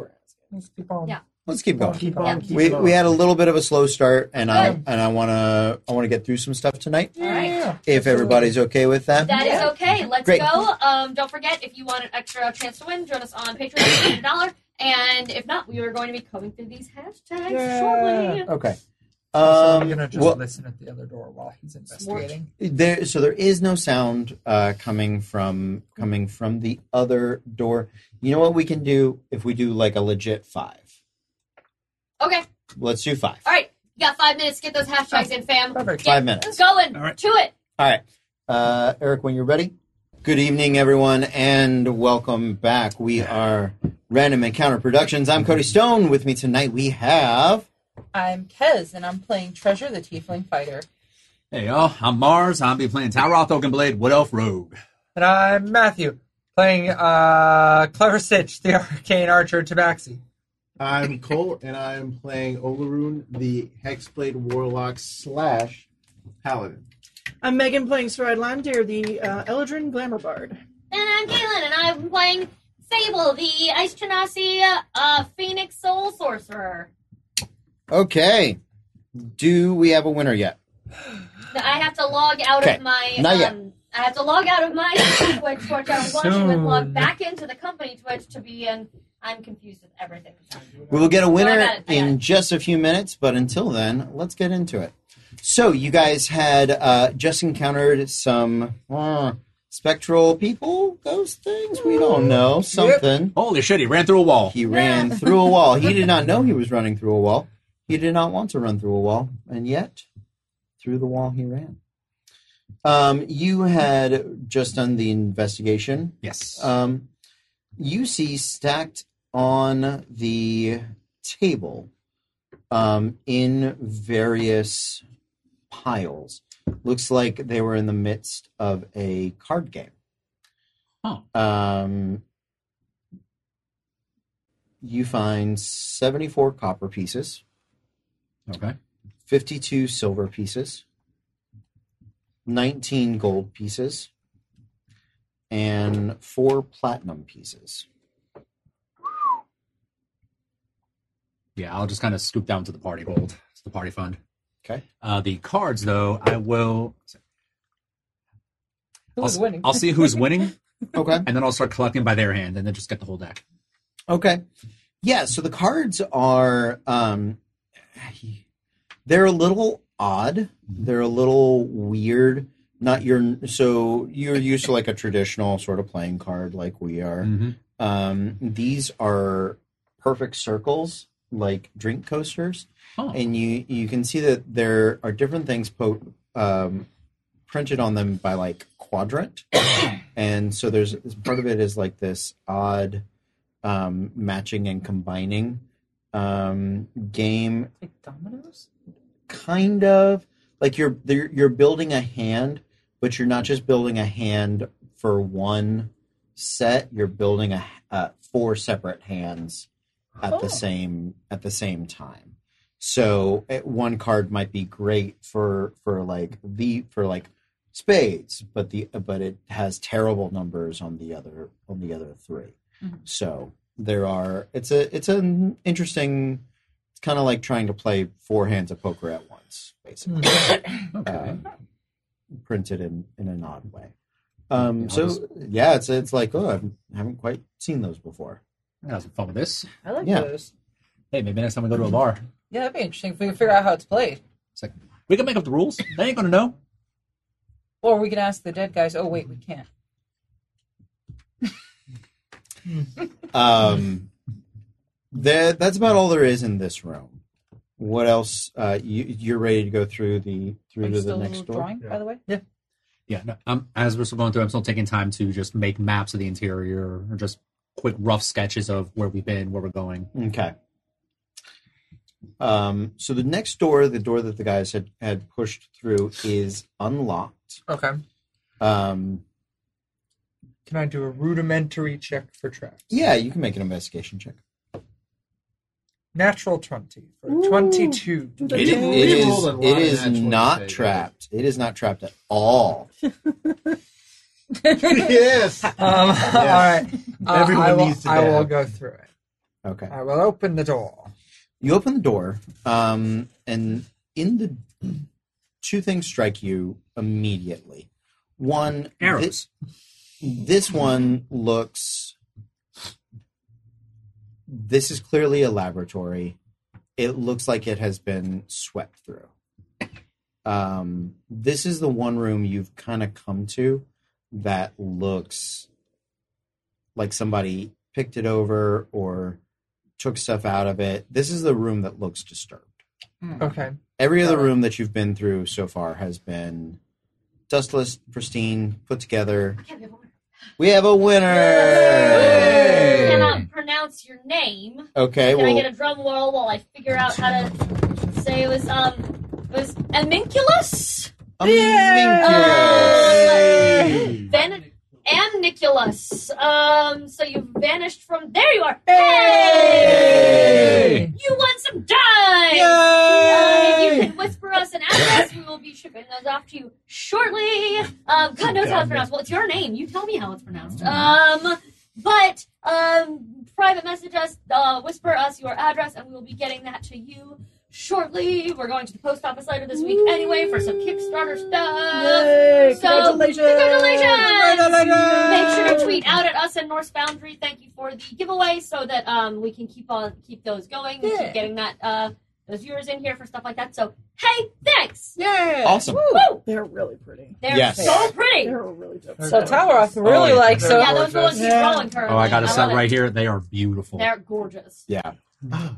D: let's keep on.
G: Yeah.
L: Let's keep going.
D: Keep
G: on,
D: on.
L: We, we had a little bit of a slow start, and I
D: Good.
L: and I wanna I wanna get through some stuff tonight.
G: All right.
L: If everybody's okay with that,
G: That is
F: Yeah.
G: okay. Let's
L: Great.
G: go. Um, don't forget, if you want an extra chance to win, join us on Patreon for $100. And if not, we are going to be coming through these hashtags
D: Yeah.
G: shortly.
L: okay.
D: so I'm
L: Um,
D: gonna just
L: well,
D: listen at the other door while he's investigating.
L: there so there is no sound uh, coming from coming from the other door. You know what we can do if we do like a legit five.
G: Okay.
L: Let's do five.
G: All right. You got five minutes. Get those hashtags in, fam.
D: Perfect.
L: Five minutes.
G: It's going
C: All right.
G: to it.
L: All right. Uh, Eric, when you're ready. Good evening, everyone, and welcome back. We are Random Encounter Productions. I'm Cody Stone. With me tonight, we have.
B: I'm Kez, and I'm playing Treasure the Tiefling Fighter.
C: Hey y'all, I'm Mars. I'll be playing Talroth Oakenblade Wood Elf Rogue.
D: And I'm Matthew, playing uh, Clever Stitch, the arcane archer Tabaxi.
E: I'm Cole, and I'm playing Olaroon, the Hexblade Warlock slash Paladin.
F: I'm Megan playing Soraya Landir, the uh, Eldrin Glamour Bard.
G: And I'm Kaylin, and I'm playing Fable, the Ice Genasi, uh, Phoenix Soul Sorcerer.
L: Okay. Do we have a winner yet?
G: Now, I have to log out
L: Okay.
G: of my.
L: Not yet.
G: Um, I have to log out of my Twitch, which I was watching, and log
D: Soon.
G: back into the company Twitch to be in. I'm confused with everything. that's happening.
L: We will get a winner
G: got it, I got
L: in just a few minutes, but until then, let's get into it. So, you guys had uh, just encountered some uh, spectral people, those things? We don't know. Something.
C: Holy shit, he ran through a wall.
L: He ran through a wall. He did not know he was running through a wall. He did not want to run through a wall, and yet through the wall he ran. Um, you had just done the investigation.
C: Yes.
L: Um, you see stacked on the table um, in various piles. Looks like they were in the midst of a card game.
C: Huh.
L: Um, you find 74 copper pieces,
C: okay.
L: 52 silver pieces, 19 gold pieces, and four platinum pieces.
C: Yeah, I'll just kind of scoop down to the party gold, to the party fund.
L: Okay.
C: Uh, the cards, though, I will.
B: Who
C: I'll,
B: was
C: s-
B: winning?
C: I'll see who's winning,
L: Okay.
C: and then I'll start collecting by their hand, and then just get the whole deck.
L: Okay. Yeah, so the cards are um they're a little odd. They're a little weird. Not your so you're used to like a traditional sort of playing card like we are.
C: Mm-hmm.
L: Um these are perfect circles like drink coasters
C: Oh.
L: and you you can see that there are different things po- um, printed on them by like quadrant, and so there's part of it is like this odd um, matching and combining um, game,
B: Like dominoes?
L: kind of like you're you're you're building a hand, but you're not just building a hand for one set. You're building a uh, four separate hands at
B: Oh.
L: the same at the same time. So eh, one card might be great for for like the for like spades, but the but it has terrible numbers on the other on the other 3
B: Mhm.
L: So there are it's a it's an interesting. It's kind of like trying to play four hands of poker at once, basically. Um, printed in in an odd way. Um,
C: Yeah, I'll
L: so
C: just-
L: yeah, it's it's like oh I haven't quite seen those before.
C: I have some fun with this.
B: I like
L: Yeah.
B: those.
C: Hey, maybe next time we go to a bar,
B: Yeah, that'd be interesting if we can figure out how it's played.
C: it's like we can make up the rules. They ain't gonna know.
B: Or we can ask the dead guys, oh, wait, we can't.
L: Um, there, that's about all there is in this room. What else? Uh, you, you're ready to go through the
B: Are
L: through
B: you
L: to the
B: still
L: next door.
B: drawing, by the way? Yeah.
C: Yeah, no, um, as we're still going through, I'm still taking time to just make maps of the interior or just quick rough sketches of where we've been, where we're going.
L: Okay. Um, so the next door, the door that the guys had had pushed through, is unlocked.
D: Okay.
L: Um,
D: Can I do a rudimentary check for traps?
L: yeah, you can make an investigation check.
D: Natural 20 for
F: Ooh.
D: 22.
F: Do the
L: It is,
F: thing.
L: it
E: We rolled
L: is,
E: a lot
L: it
E: of
L: is
E: natural
L: not
E: mistakes.
L: trapped. It is not trapped at all.
E: yes.
D: Um, All right. Uh,
E: Everyone
D: I will,
E: needs to
D: I will
E: dab.
D: go through it.
L: Okay.
D: I will open the door.
L: you open the door um, and in the two things strike you immediately one thi-
C: Arrows.
L: this, one looks this is clearly a laboratory it looks like it has been swept through um, this is the one room you've kind of come to that looks like somebody picked it over or took stuff out of it. This is the room that looks disturbed.
B: Hmm.
D: Okay.
L: Every other room that you've been through so far has been dustless, pristine, put together.
G: I can't be bothered.
L: We have a winner.
G: I cannot pronounce your name.
L: Okay,
G: Can I get
L: well,
G: a drum roll while I figure out how to say it was um it was Aminculus?
L: Aminculus.
G: Van Amniculus. Um so you vanished from there you are.
L: Hey!
G: You won some dice! Uh, if you can whisper us an address, we will be shipping those off to you shortly. Um, God knows how it's pronounced. Well, it's your name. You tell me how it's pronounced. Um, but um, private message us, uh, whisper us your address, and we will be getting that to you shortly. We're going to the post office later this week anyway for some Kickstarter stuff.
F: Yay,
G: Uh, So,
F: congratulations!
G: Congratulations! Make sure to tweet out at us and Norse Boundary. Thank you for the giveaway, so that um, we can keep on keep those going. We
B: Yeah.
G: keep getting that uh, those viewers in here for stuff like that. So hey, thanks.
B: Yeah.
L: Awesome.
G: Woo!
F: They're really pretty.
G: They're
L: Yes.
G: so pretty.
F: They're really dope.
D: Okay.
B: So Talaroth really
C: Oh, yeah.
B: likes them.
G: yeah, those are the ones he's
F: Yeah.
G: drawing currently.
C: Oh, I got a
G: love
C: set
G: it.
C: right here. They are beautiful.
G: They're gorgeous.
L: Yeah.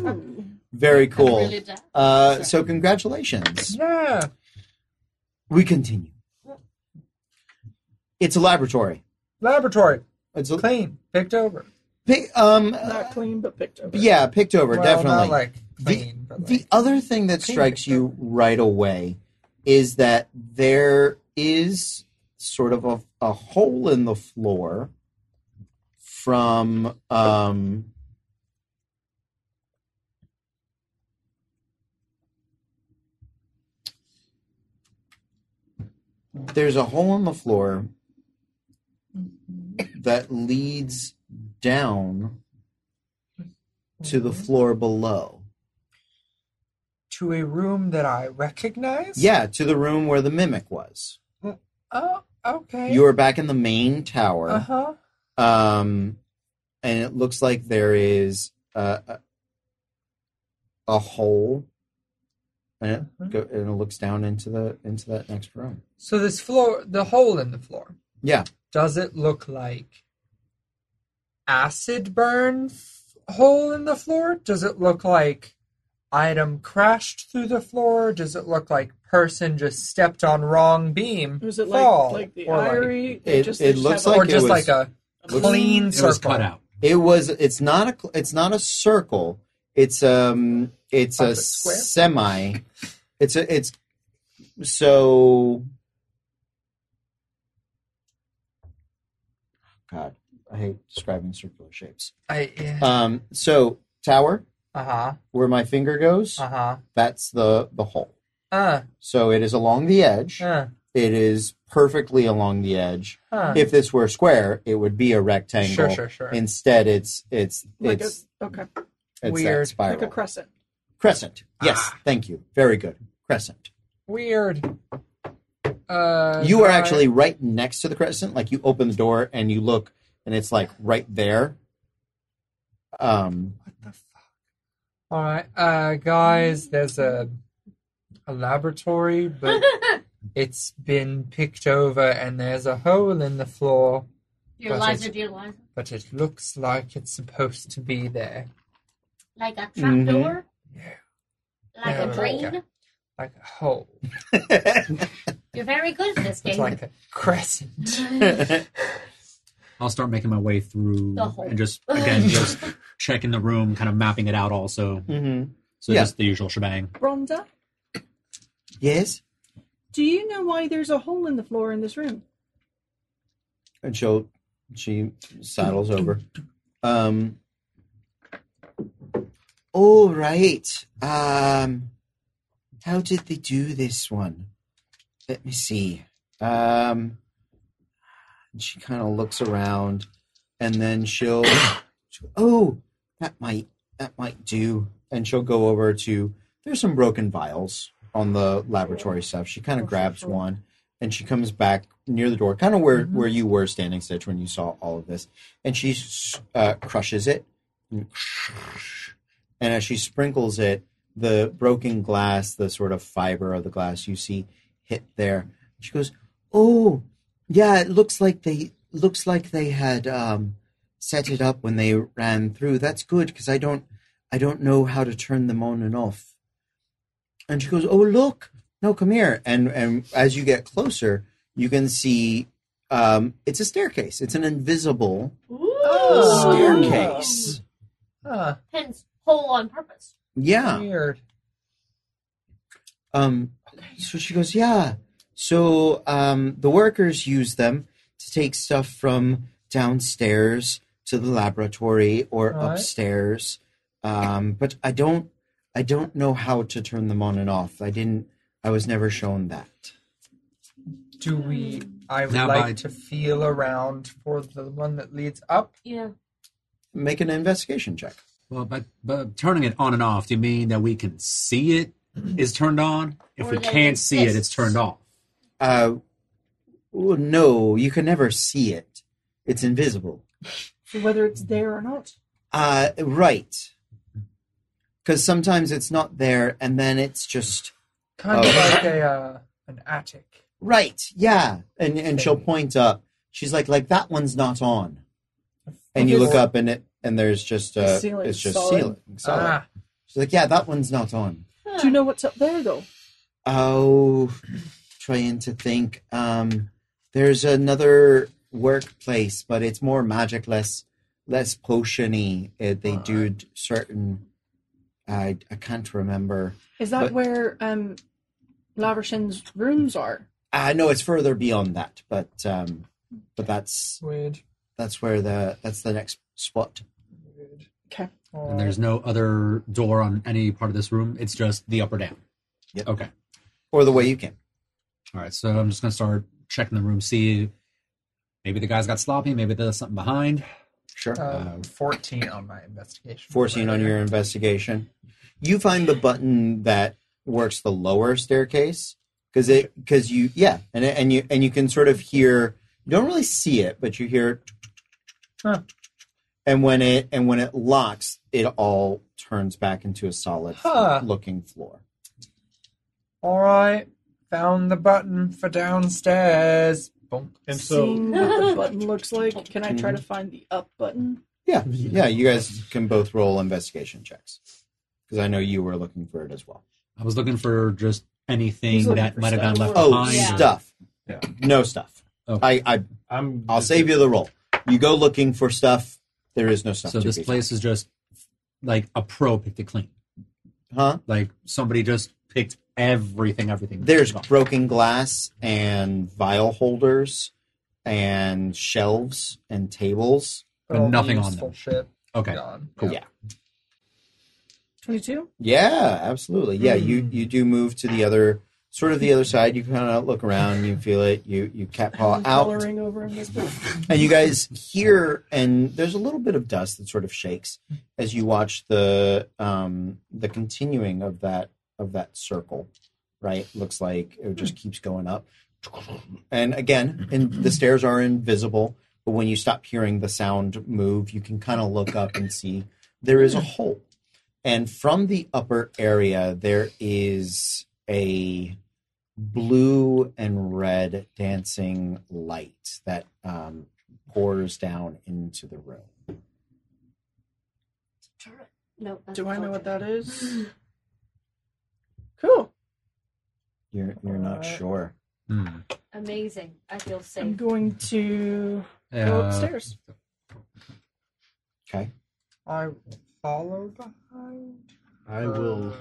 F: Ooh.
L: Very
G: I
L: cool.
G: really do.
L: Uh, so, congratulations.
D: Yeah.
L: We continue. It's a laboratory.
D: Laboratory.
L: It's a,
D: Clean. Picked over.
L: pick, um,
F: Not clean, but picked over.
L: yeah, picked over,
D: well,
L: definitely.
D: Not like clean, but
L: The
D: like.
L: other thing that
D: Clean
L: strikes
D: picture.
L: you right away is that there is sort of a, a hole in the floor from um, there's a hole in the floor
D: Mm-hmm.
L: that leads down to the floor below.
D: to a room that I recognize?
L: Yeah, to the room where the mimic was.
D: Oh, okay.
L: You are back in the main tower.
D: Uh huh.
L: Um, and it looks like there is a, a, a hole, and it, go, and it looks down into the into that next room.
D: So this floor, the hole in the floor,
L: Yeah,
D: does it look like acid burn f- hole in the floor? Does it look like item crashed through the floor? Does it look like person just stepped on wrong beam?
F: Was it like
D: fall?
F: like the
D: or like-
F: irie?
L: It-
F: just,
L: it
F: they just
L: looks
F: have
D: or
L: like it
D: just
L: was-
D: like a
L: looks-
D: clean
C: it
D: circle.
C: was cut out.
L: it was. It's not a cl- it's not a circle. It's um it's
D: Like
L: a
D: a square?
L: semi. It's a it's so. God, I hate describing circular shapes.
D: I,
L: Um, so tower
D: uh huh.
L: where my finger goes.
D: Uh huh.
L: that's the the hole.
D: Uh.
L: So it is along the edge.
D: Uh.
L: It is perfectly along the edge.
D: Huh.
L: If this were square, it would be a rectangle.
D: Sure. Sure. Sure.
L: Instead, it's it's
F: like
L: it's
F: a okay,
L: it's that
D: weird.
L: spiral Ah.
F: like a crescent.
L: crescent. Yes, thank you. Very good. Crescent.
D: Weird. Uh,
L: You are
D: do I-
L: actually right next to the crescent. Like you open the door and you look, and it's like right there. Um.
D: What the fuck? All right, uh, guys, there's a a laboratory, but it's been picked over, and there's a hole in the floor,
G: Dear
D: That's
G: Liza,
D: it.
G: dear Liza.
D: but it looks like it's supposed to be there.
G: Like a
F: Mm-hmm.
L: Mhm.
G: trapdoor? Like
D: Yeah,
G: a
D: like
G: drain?
D: a- Like a hole.
G: You're very good at this
D: It's
G: game.
D: like a crescent.
C: I'll start making my way through
G: The whole-
C: and just again just checking the room, kind of mapping it out also.
L: mm-hmm.
C: So
L: Yeah.
C: just the usual shebang.
F: Rhonda,
L: Yes.
F: do you know why there's a hole in the floor in this room?
L: And she'll she saddles over. Um All right. Um how did they do this one? Let me see. Um and she kind of looks around and then she'll, she'll- oh that might that might do and she'll go over to there's some broken vials on the laboratory stuff she kind of grabs one and she comes back near the door kind of where where you were standing stitch when you saw all of this and she s- uh, crushes it and as she sprinkles it the broken glass the sort of fiber of the glass you see hit there she goes oh yeah, it looks like they looks like they had um, set it up when they ran through. That's good because I don't I don't know how to turn them on and off. And she goes, "Oh, look! No, come here!" And and as you get closer, you can see um, it's a staircase. It's an invisible
D: Oh.
L: staircase.
D: Huh,
G: Hence, hole on purpose.
L: Yeah.
D: weird.
L: Um, so she goes, yeah. So um, the workers use them to take stuff from downstairs to the laboratory or
D: Right.
L: upstairs. Um, but I don't, I don't know how to turn them on and off. I didn't. I was never shown that.
D: Do we? I would
C: Now
D: like
C: by-
D: to feel around for the one that leads up.
G: Yeah.
L: Make an investigation check.
C: Well, but but turning it on and off, do you mean that we can see it is turned on? If
G: Or
C: we
G: that it
C: can't see it, it's
G: exists.
C: turned off.
L: Uh, well, no, you can never see it. It's invisible.
F: So whether it's there or not?
L: Uh, right. Because sometimes it's not there, and then it's just
D: Kind of
L: Oh.
D: like a uh, an attic.
L: Right. Yeah. And and she'll
D: Okay.
L: point up. She's like, like that one's not on. And you look up and it and there's just uh
F: The ceiling's
L: it's just
F: solid.
L: ceiling. solid.
D: Ah,
L: She's like, yeah, that one's not on.
F: Do you know what's up there though?
L: Oh, trying to think. Um, there's another workplace, but it's more magic, less less potiony. Uh, they do d- certain. I I can't remember.
F: Is that
L: But-
F: where um, Lavershin's rooms are?
L: I know it's further beyond that, but um, but that's
D: weird.
L: that's where the that's the next spot.
D: Weird.
F: Okay.
C: And there's no other door on any part of this room. It's just the up or down.
L: Yep.
C: Okay.
L: or the way you came.
C: All right. So I'm just gonna start checking the room, see maybe the guys got sloppy, maybe there's something behind.
L: Sure.
D: Um, fourteen on my investigation.
L: 14 Uh, on your investigation. You find the button that works the lower staircase because it because you yeah and it- and you and you can sort of hear you don't really see it but you hear
D: Huh.
L: and when it and when it locks it all turns back into a solid
D: Huh.
L: looking floor.
D: All right, found the button for downstairs. Bonk.
E: And so,
F: Seeing what the button looks like, can I
L: Mm-hmm.
F: try to find the up button?
L: Yeah, yeah. You guys can both roll investigation checks because I know you were looking for it as well.
C: I was looking for just anything
F: He's looking
C: that
F: for
C: might have
F: stuff.
C: gotten left
L: Oh,
C: behind.
G: Yeah.
L: stuff.
E: Yeah.
L: No stuff.
C: Okay.
L: I, I
E: I'm.
L: I'll save you the roll. You go looking for stuff. There is no stuff.
C: So
L: to
C: this
L: be
C: place is just like a pro picked it clean.
L: found. huh?
C: Like somebody just picked everything, everything. Oh,
L: There's
C: gone.
L: broken glass and vial holders and shelves and tables.
D: But
C: But
D: all the
C: nothing on
D: useful
C: them.
D: Shit
C: okay.
D: gone.
C: Cool.
L: Yeah.
F: 22?
L: Yeah, absolutely. Yeah, you
C: Hmm.
L: you do move to the other sort of the other side. You kind of look around. You feel it. You you cat paw Uh, out.
F: Coloring over in this book.
L: and you guys hear and there's a little bit of dust that sort of shakes as you watch the um the continuing of that of that circle right looks like it just keeps going up and again and the stairs are invisible but when you stop hearing the sound move you can kind of look up and see there is a hole and from the upper area there is a blue and red dancing light that um, pours down into the room.
G: No.
F: Do I know what that is? Cool.
L: You're you're not
F: Alright.
L: sure.
C: Hmm.
G: Amazing. I feel
F: I'm
G: safe.
F: going to go
C: Uh,
F: upstairs.
L: Okay.
D: I follow behind.
E: I will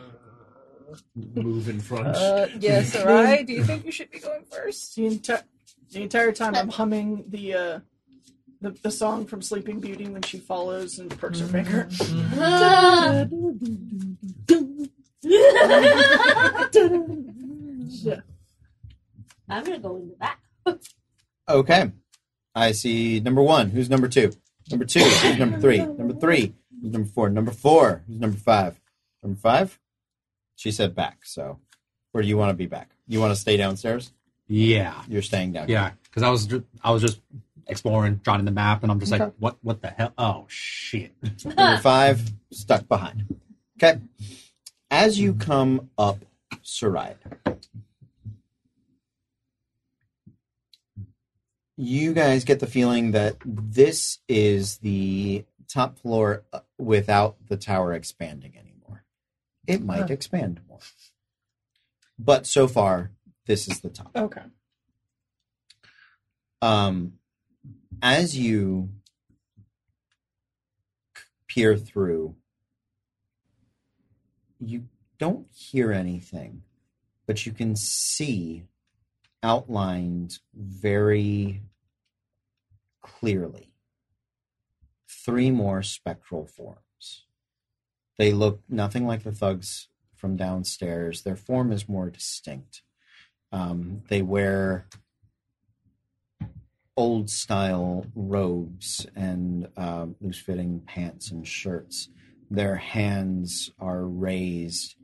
E: move in front.
B: Uh, yes, all right. Do you think you should be going first?
F: The, enti- the entire time I'm humming the, uh, the the song from Sleeping Beauty when she follows and perks her finger.
G: Ah!
F: Yeah.
G: I'm gonna go in the back.
L: Okay. I see number one. Who's number two? Number two. Who's number three? Number three. Who's number four? Number four. Who's number five? Number five? She said back. So where do you want to be back? You want to stay downstairs?
C: yeah,
L: You're staying down.
C: yeah. Because I was ju- I was just exploring, drawing the map, and I'm just
L: Okay.
C: like, what what the hell? Oh shit!
L: Number five, stuck behind. Okay. As you come up, Saride, you guys get the feeling that this is the top floor uh, without the tower expanding anymore. It might expand more. But so far, this is the top
F: Okay.
L: um, as you peer through, you don't hear anything, but you can see outlined very clearly three more spectral forms. They look nothing like the thugs from downstairs. Their form is more distinct. Um, they wear old style robes and uh, loose fitting pants and shirts. Their hands are raised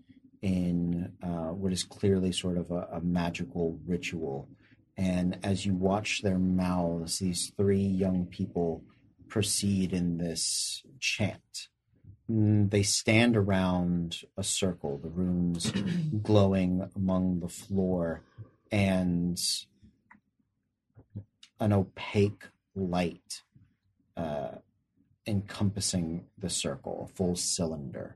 L: in uh, what is clearly sort of a, a magical ritual. And as you watch their mouths, these three young people proceed in this chant. Mm, They stand around a circle, the runes glowing among the floor, and an opaque light uh, encompassing the circle, a full cylinder.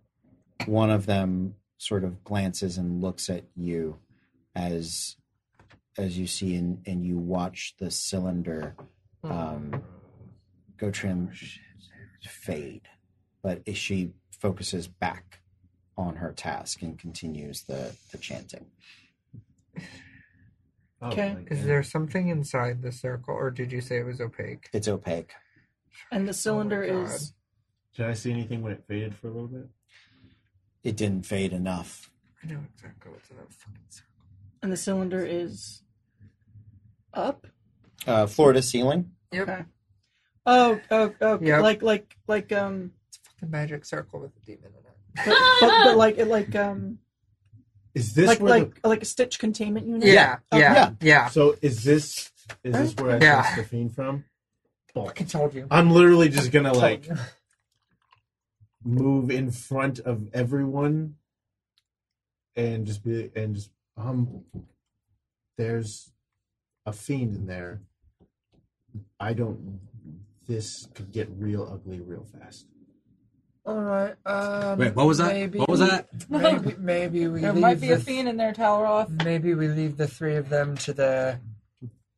L: One of them sort of glances and looks at you as as you see and, and you watch the cylinder um, go trim fade. But as she focuses back on her task and continues the, the chanting.
E: Oh,
F: Okay.
D: Is there something inside the circle, or did you say it was opaque?
L: It's opaque.
F: And the cylinder
D: Oh my God.
F: is
E: Did I see anything when it faded for a little bit?
L: It didn't fade enough.
D: I know exactly what's in that fucking circle.
F: and the cylinder is up.
L: Uh, floor to ceiling.
F: Okay. Oh, oh, oh!
D: Yep.
F: Like, like, like, um,
D: It's a fucking magic circle with a demon in it.
F: but, but, but like, like, um,
E: Is this
F: like,
E: where
F: like, like a stitch containment unit.
D: Yeah, yeah,
L: Yeah.
E: the,
D: yeah.
E: So is this is this where I
D: Yeah.
E: yeah. the fiend from? Fuck.
D: Fucking told you.
E: I'm literally just gonna
D: Told
E: like
D: you.
E: move in front of everyone and just be and just um there's a fiend in there. I don't this could get real ugly real fast.
D: All right. Um,
C: Wait, what was that?
D: maybe-
C: What was that?
D: Maybe, maybe we
B: There
D: leave
B: might be a
D: the-
B: fiend in there, Talroth.
D: Maybe we leave the three of them to their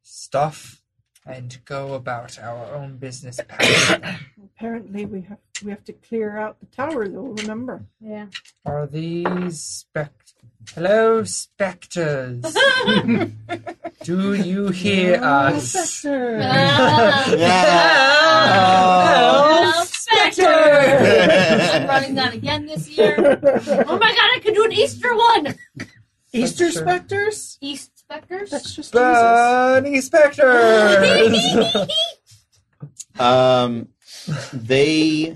D: stuff and go about our own business. past them.
F: Apparently, we have we have to clear out the tower, though. Remember?
G: Yeah.
D: Are these spect? Hello, specters. Do you hear us?
G: Ah. Well, Spectre! I'm running that again this year. Oh my god, I could do an Easter one!
F: Easter
D: Spectre.
F: specters.
G: East Spectres?
F: That's just Jesus.
D: Bunny specters.
L: Um, they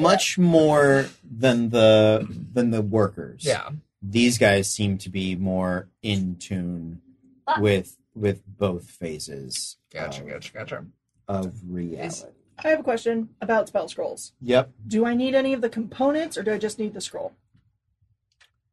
L: much more than the than the workers.
D: yeah.
L: these guys seem to be more in tune
G: Ah.
L: with with both phases
D: Gotcha.
L: of,
D: Gotcha. Gotcha.
L: of reality.
F: I have a question about spell scrolls.
L: Yep,
F: Do I need any of the components, or do I just need the scroll?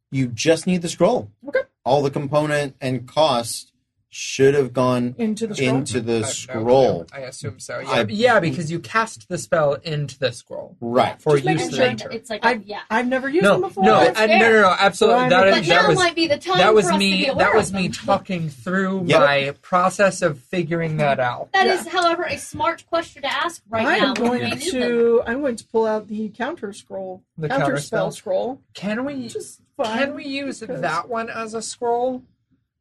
L: you just need the scroll.
F: Okay.
L: All the component and cost should have gone
F: into the scroll.
L: into the
D: I have no
L: scroll.
D: clue. I assume so. Yeah,
L: I-
D: yeah, because you cast the spell into the scroll
L: Right.
D: for
F: Just making
D: use
G: And
F: sure
G: then
D: later.
G: It's like,
F: I-
G: yeah.
F: I've never used
D: No,
F: them
D: no,
F: before.
G: That's
D: I, no, no, no, absolutely.
F: Well,
D: That
F: I
G: But
D: is
G: now
D: that was
G: might be the time
D: that was
G: for us to
D: me.
G: be aware
D: That was
G: of
D: me
G: them.
D: talking through
L: Yep.
D: my process of figuring that out.
G: That
F: Yeah.
G: is, however, a smart question to ask right
F: I am
G: now. when we
F: going
G: need them.
F: to. I'm going to pull out the counter scroll,
D: The
F: counter,
D: counter spell.
F: spell scroll.
D: Can we
F: Which is fine.
D: can we use
F: because-
D: that one as a scroll?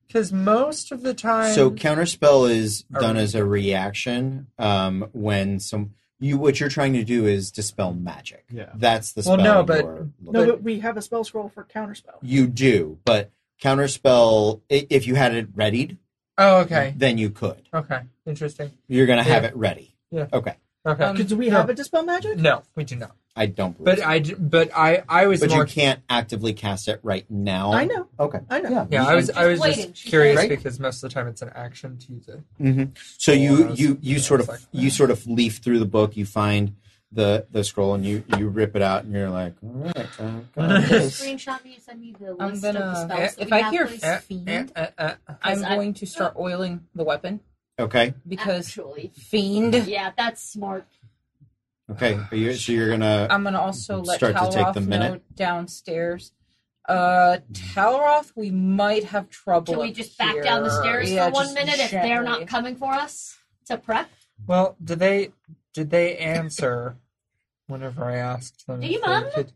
D: Because most of the time,
L: So counterspell is
D: A
L: done
D: re-
L: as a reaction um, when some you what you're trying to do is dispel magic.
E: Yeah.
L: That's the
D: Well,
L: spell.
D: no, but-
L: you're looking-
F: No, but we have a spell scroll for counter spell.
L: you do. But counterspell, i- if you had it readied,
D: oh okay,
L: then you could.
D: okay, interesting.
L: You're gonna have
D: Yeah.
L: it ready.
D: Yeah.
L: Okay.
D: Okay,
B: Um,
F: Uh, Do we
D: no.
F: have a dispel magic?
D: no, we do not.
L: I don't believe.
D: But
L: so.
D: I d- but I I was
L: but
D: more
L: you can't actively cast it right now.
F: I know.
L: Okay.
F: I know.
L: Oh. Yeah.
D: yeah I was I was
G: Waiting.
D: just curious
L: Right?
D: because most of the time it's an action to use it.
L: hmm So
D: Scroll, I
L: you
D: was-
L: you you
D: I
L: sort of
D: was like,
L: you sort of leaf through the book. You find the the scroll and you you rip it out and you're like, all right, uh, got this.
G: Screenshot me and send me the list
B: I'm
G: of
B: gonna-
G: the
D: Eh,
G: spells. that
B: if
G: we
B: I
G: have,
B: hear
G: please.
D: Eh, eh,
B: fiend,
D: eh, eh.
B: I'm
G: Because I-
B: going to start oiling the weapon
L: Okay.
B: because
G: Actually,
B: fiend.
G: yeah, that's smart.
L: Okay. Are you, so you're gonna
B: I'm gonna also let
L: Start to take
B: Talroth
L: the
B: know
L: minute.
B: downstairs. Uh, Talroth, we might have trouble.
G: Can we
B: up
G: just back down the
B: here.
G: stairs
B: Yeah,
G: for one
B: just
G: minute if they're
B: gently.
G: not coming for us to prep?
D: Well, did they did they answer whenever I asked them
G: Do
D: if
G: you
D: they
G: mind?
D: could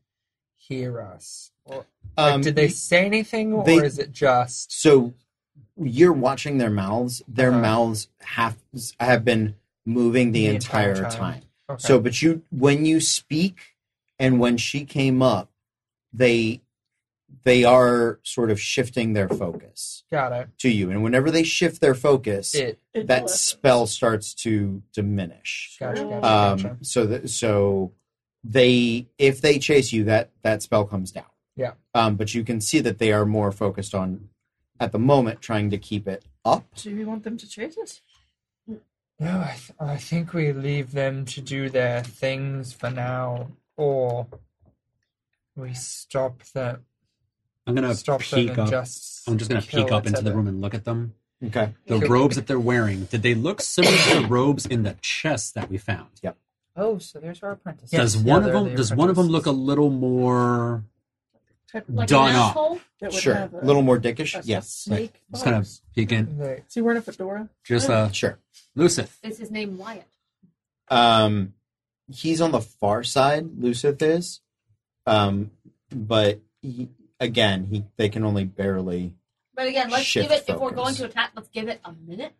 D: hear us? Or, like,
L: um,
D: did they say anything,
L: they-
D: or is it just
L: So you're watching their mouths. Their
D: Uh-huh.
L: mouths have have been moving the,
D: The
L: entire,
D: entire
L: time.
D: time. okay.
L: So, but you when you speak and when she came up, they they are sort of shifting their focus
D: got it?
L: to you, and whenever they shift their focus,
D: It
F: It
L: that
F: does.
L: spell starts to diminish.
D: gotcha, gotcha,
L: Um,
D: gotcha.
L: so that so they if they chase you, that that spell comes down.
D: Yeah.
L: Um, but you can see that they are more focused on at the moment trying to keep it up.
F: Do we want them to chase us?
D: No, I, th- I think we leave them to do their things for now, or we stop them.
C: I'm gonna
D: Stop them
C: peek
D: and
C: up.
D: just.
C: I'm just gonna
D: kill
C: peek up into the
D: Tevin.
C: room and look at them.
L: Okay.
C: The
D: Sure.
C: robes that they're wearing, did they look similar to the robes in the chest that we found?
B: Oh, so there's our apprentice.
D: Yeah.
C: does
D: Yes,
C: one
D: yeah,
C: of
D: they're
C: them
D: the
C: does one of them
D: apprentices.
C: look a little more
F: Type of-
G: Like
C: Done
G: an
C: up.
G: asshole?
F: that would
L: Sure.
F: have
L: a little more dickish.
F: a- a
L: Yes.
F: snake.
C: just kind of
F: box.
C: peeking
D: They-
F: Is he wearing a fedora?
C: just uh
L: Sure.
C: lucid
G: Is his name Wyatt?
L: Um, he's on the far side. Lucith is, um, but he, again, he they can only barely.
G: But again, let's
L: Shift
G: give it, if we're
L: focus.
G: going to attack, let's give it a minute.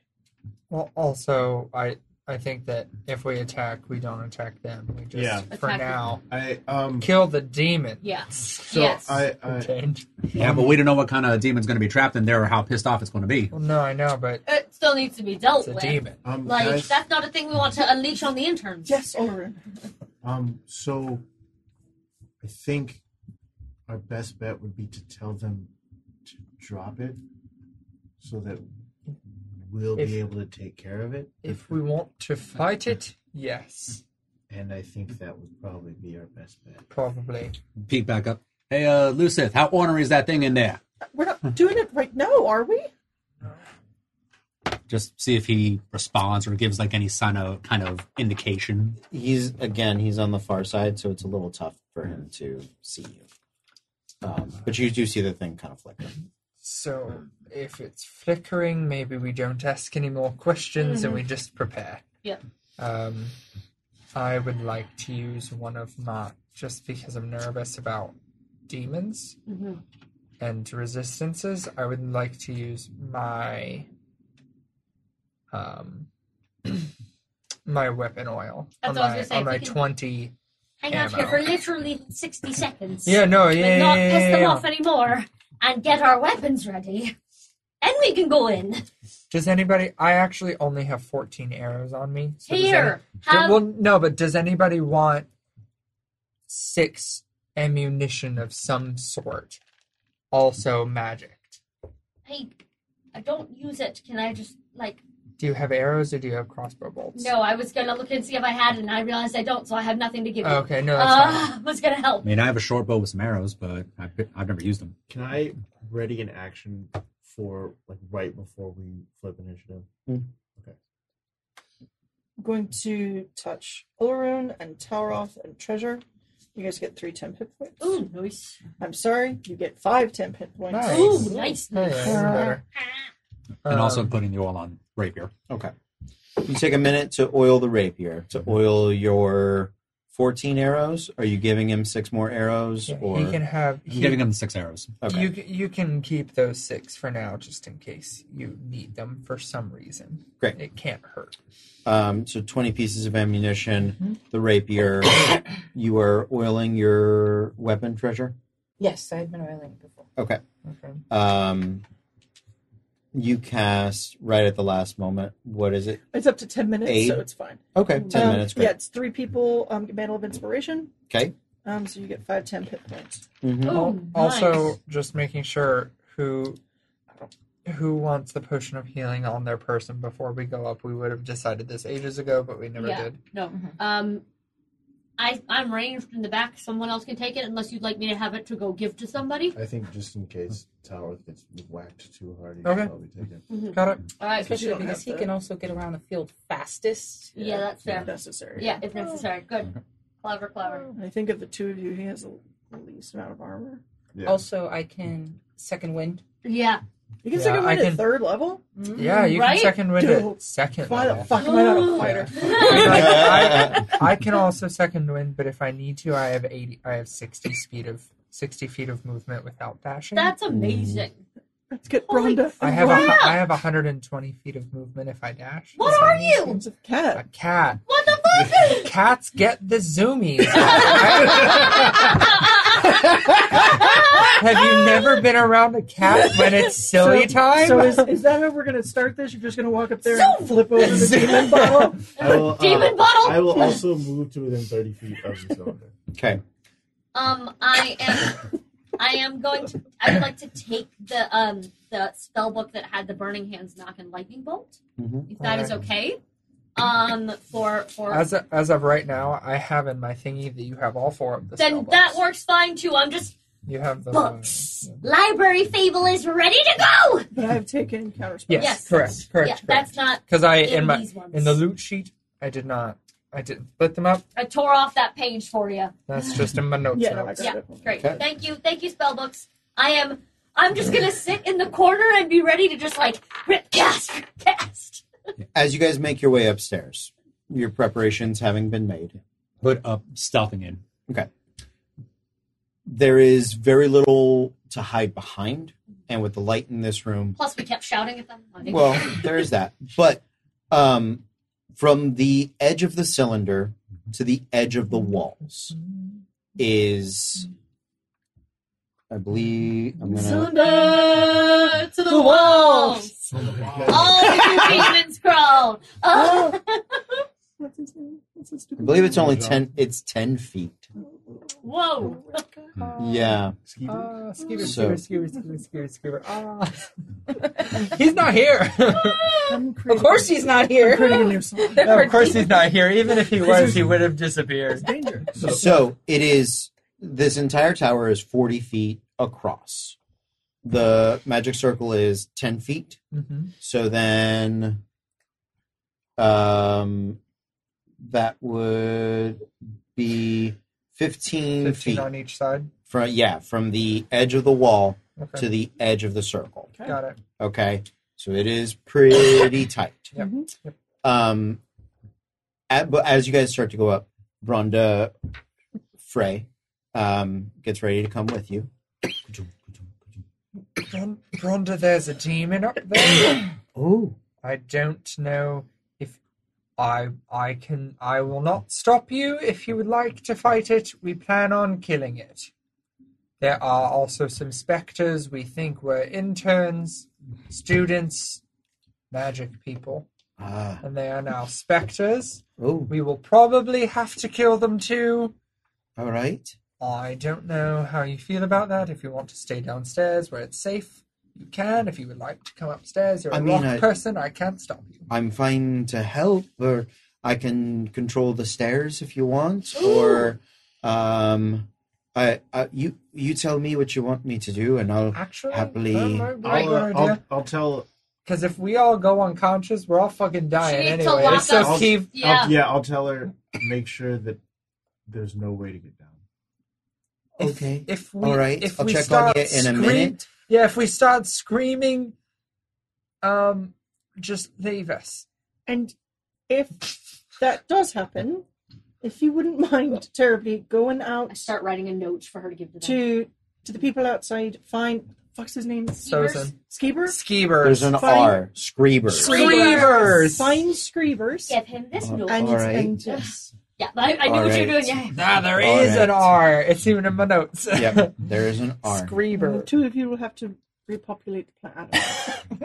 D: Well, also, I I think that if we attack, we don't attack them. We just
E: Yeah.
D: for
G: Attack-
D: now
E: I um.
D: kill the demon.
G: Yeah.
E: So
G: yes.
E: I,
D: For
E: I
D: change.
C: yeah but we don't know what kind of demon's going to be trapped in there or how pissed off it's going to be
D: Well, no, I know, but
G: It still needs to be dealt
D: it's a
G: with.
D: demon.
E: um
G: Like,
E: guys,
G: that's not a thing we want to unleash on the interns.
F: Yes, Orin.
E: um. So I think our best bet would be to tell them to drop it, so that we'll
D: If-
E: be able to take care of it.
D: If we want to fight it, yes,
E: And I think that would probably be our best bet.
D: probably.
C: peek back up hey uh lucid how ornery is that thing in there
F: We're not doing it right now, are we?
C: just see if he responds or gives like any sign of kind of indication
L: He's again. He's on the far side, so it's a little tough for him to see you. Um, but you do see the thing kind of flicker.
D: So if it's flickering, maybe we don't ask any more questions and we
G: Mm-hmm.
D: just prepare.
G: Yep.
D: Um, I would like to use one of my just because I'm nervous about demons.
G: hmm
D: and resistances, I would like to use my um my weapon oil
G: That's
D: on
G: what I
D: my,
G: was gonna say,
D: on
G: if
D: my
G: we can-
D: twenty.
G: Hang out here for literally 60 seconds.
D: Yeah, no,
G: But
D: yeah,
G: not
D: yeah,
G: piss
D: yeah,
G: them
D: yeah.
G: off anymore and get our weapons ready. Then we can go in.
D: Does anybody? I actually only have fourteen arrows on me. so does
G: Here.
D: any-
G: Have
D: well, no, but does anybody want six ammunition of some sort? Also magic.
G: I, I don't use it. Can I just like?
D: Do you have arrows or do you have crossbow bolts?
G: No, I was gonna look and see if I had, it, and I realized I don't, so I have nothing to give you.
D: Okay, no, that's fine.
G: uh, was gonna
C: i
G: help.
C: mean i have a short bow with some arrows but i've, I've never used them
E: Can I ready an action before, like right before we flip initiative?
F: I'm going to touch Ulrun and Tauroth and Treasure. You guys get three temp hit points.
G: Ooh, nice.
F: I'm sorry, you get five temp hit points.
D: Nice.
G: Ooh, nice.
D: Hey, that's better.
C: and also
D: Um,
C: putting you all on rapier.
L: Okay. You take a minute to oil the rapier, to
D: Mm-hmm.
L: oil your 14 arrows. Are you giving him six more arrows?
D: yeah,
L: or
D: he can have.
C: I'm
D: he-
C: giving him the six arrows.
L: Okay.
D: You c- you can keep those six for now, just in case you need them for some reason.
L: Great.
D: It can't hurt.
L: Um, so 20 pieces of ammunition,
D: Mm-hmm.
L: the rapier. you are oiling your weapon treasure.
B: Yes, I had been oiling it before.
L: Okay.
D: Okay.
L: Um, you cast right at the last moment. What is it?
F: It's up to 10 minutes,
L: Eight.
F: so it's fine.
L: Okay, 10
F: Um,
L: minutes. Great.
F: Yeah, it's three people, um, Mantle of Inspiration.
L: Okay.
F: Um, so you get five temp hit points.
L: Mhm.
G: Ooh,
D: Al-
G: nice.
D: Also, just making sure who who wants the potion of healing on their person before we go up. We would have decided this ages ago, but we never
G: Yeah.
D: did.
G: No. Um, I I'm ranged in the back. Someone else can take it unless you'd like me to have it to go give to somebody.
E: I think just in case Tower gets whacked too hard, he
D: Okay.
E: should probably take it.
D: Got it.
G: All right.
B: Especially
F: don't
B: because
F: have
B: he
F: the-
B: can also get around the field fastest.
G: Yeah, that's fair.
F: If necessary.
G: Yeah, if necessary. Good. Clever, clever.
F: I think of the two of you, he has the least amount of armor.
E: Yeah.
B: Also, I can second wind.
G: Yeah.
F: You can
D: Yeah,
F: second
D: I
F: wind at
D: can-
F: third level?
G: Hmm?
D: Yeah, you
G: Mm, Right?
D: can second wind it.
F: Dude.
D: Second
F: Why the
D: level.
F: fuck am I not a
G: Ooh.
F: fighter?
D: I, I can also second wind, but if I need to, I have eighty. I have sixty speed of sixty feet of movement without dashing.
G: That's amazing.
D: Mm.
F: Let's get
G: Holy
F: Rhonda.
D: I have a,
F: Rhonda
D: hu- I have hundred and twenty feet of movement if I dash.
G: What are you?
F: It's a cat.
D: A cat.
G: What the fuck?
D: Cats get the zoomies.
G: Uh,
D: Have you never been around a cat when it's silly
F: so,
D: time?
F: So is, is that how we're going to start this? You're just going to walk up there and flip over the demon bottle?
E: I will, uh,
G: Demon bottle?
E: I will also move to within 30 feet of the cylinder.
L: Okay.
G: Um, I am, I am going to. I would like to take the um the spell book that had the burning hands, knock, and lightning bolt.
L: Mhm.
G: If that is okay. Um, for for
D: as of, as of right now, I have in my thingy that you have all four of the
G: then
D: spellbooks.
G: that works fine too. I'm just
D: You have the
L: Uh,
G: books. Library fable is ready to go.
F: But I have taken counter
D: Yes,
F: spells.
G: Yes.
D: correct, correct,
G: yeah,
D: correct.
G: that's not
D: Because I
G: in,
D: in my
G: these ones.
D: in the loot sheet, I did not, I didn't split them up.
G: I tore off that page for you.
D: That's just in my notes.
F: Yeah, no, I
D: notes.
F: got it.
G: Great.
L: Okay.
G: Thank you. Thank you, spellbooks. I am. I'm just gonna sit in the corner and be ready to just like rip cast, rip cast.
L: As you guys make your way upstairs, your preparations having been made,
C: Hood up, stealthing in.
L: there is very little to hide behind. And with the light in this room,
G: Plus, we kept shouting at them.
L: well, there is that. But um, from the edge of the cylinder to the edge of the walls is, I believe, I'm gonna.
G: Cylinder to the walls. Oh All the new demons crawl. Oh.
F: What's his name? What's his
L: I
F: stupid
L: believe it's
F: name?
L: only ten. It's ten feet.
G: Whoa.
L: Yeah.
D: Ah, skeeter,
L: So-
D: skeeter, skeeter, skeeter, skeeter, skeeter. Ah. he's not here.
F: I'm creating-
B: Of course, he's not
F: I'm creating a
B: here.
F: new song.
B: There
D: no,
B: were
D: of course he's not here. Even if he was, he would have disappeared.
F: Danger.
L: So it is. This entire tower is forty feet across. The magic circle is ten feet.
D: Mhm.
L: So then, um, that would be fifteen,
D: Fifteen
L: feet
D: on each side.
L: from yeah from the edge of the wall
D: Okay,
L: to the edge of the circle.
D: got it.
L: Okay, so it is pretty tight.
D: Yep. Yep.
L: Um, at, but as you guys start to go up, Bronda Frey um, gets ready to come with you.
D: Bron- Bronda, there's a demon up there.
L: Oh,
D: I don't know if I I can I will not stop you if you would like to fight it. We plan on killing it. There are also some specters we think were interns, students, magic people,
L: ah,
D: and they are now specters.
L: oh,
D: We will probably have to kill them too.
L: all right.
D: I don't know how you feel about that. If you want to stay downstairs where it's safe, you can. If you would like to come upstairs, you're a
L: I mean,
D: rock
L: I-
D: person. I can't stop you.
L: I'm fine to help, or I can control the stairs if you want, or um, I, I you you tell me what you want me to do, and I'll
D: Actually,
L: Happily-
D: that might be a
E: I'll,
D: good
E: uh, I'll,
D: idea.
E: I'll tell.
D: Because if we all go unconscious, we're all fucking dying
G: need to
D: anyway.
G: lock
D: So
E: us-
D: keep
G: Yeah.
E: I'll, yeah, I'll tell her. Make sure that there's no way to get down.
D: if,
L: Okay.
D: If we,
L: All right,
D: if
L: I'll
D: we
L: check on
D: start
L: you in a
D: scream-
L: minute.
D: Yeah, if we start screaming, um, just leave us.
F: And if that does happen, if you wouldn't mind terribly going
G: I
F: out
G: start writing a note for her to give to them.
F: to to the people outside, find fuck's his name,
D: So
G: Skeevers?
F: Skeever.
D: Skeevers.
L: There's an
F: Fine.
L: R, Screeber.
D: Screevers.
F: Find Screevers.
G: Give him this
L: Uh,
G: note.
F: And,
L: All right.
F: and yes,
G: yeah, but I, I knew
L: all
G: what you were
L: right.
G: doing. Yeah.
D: Nah, Ah, there
L: All
D: is an
L: right.
D: R. It's even in my notes.
L: yep, there is an R.
F: the
D: Screever.
F: two of you will have to repopulate the planet.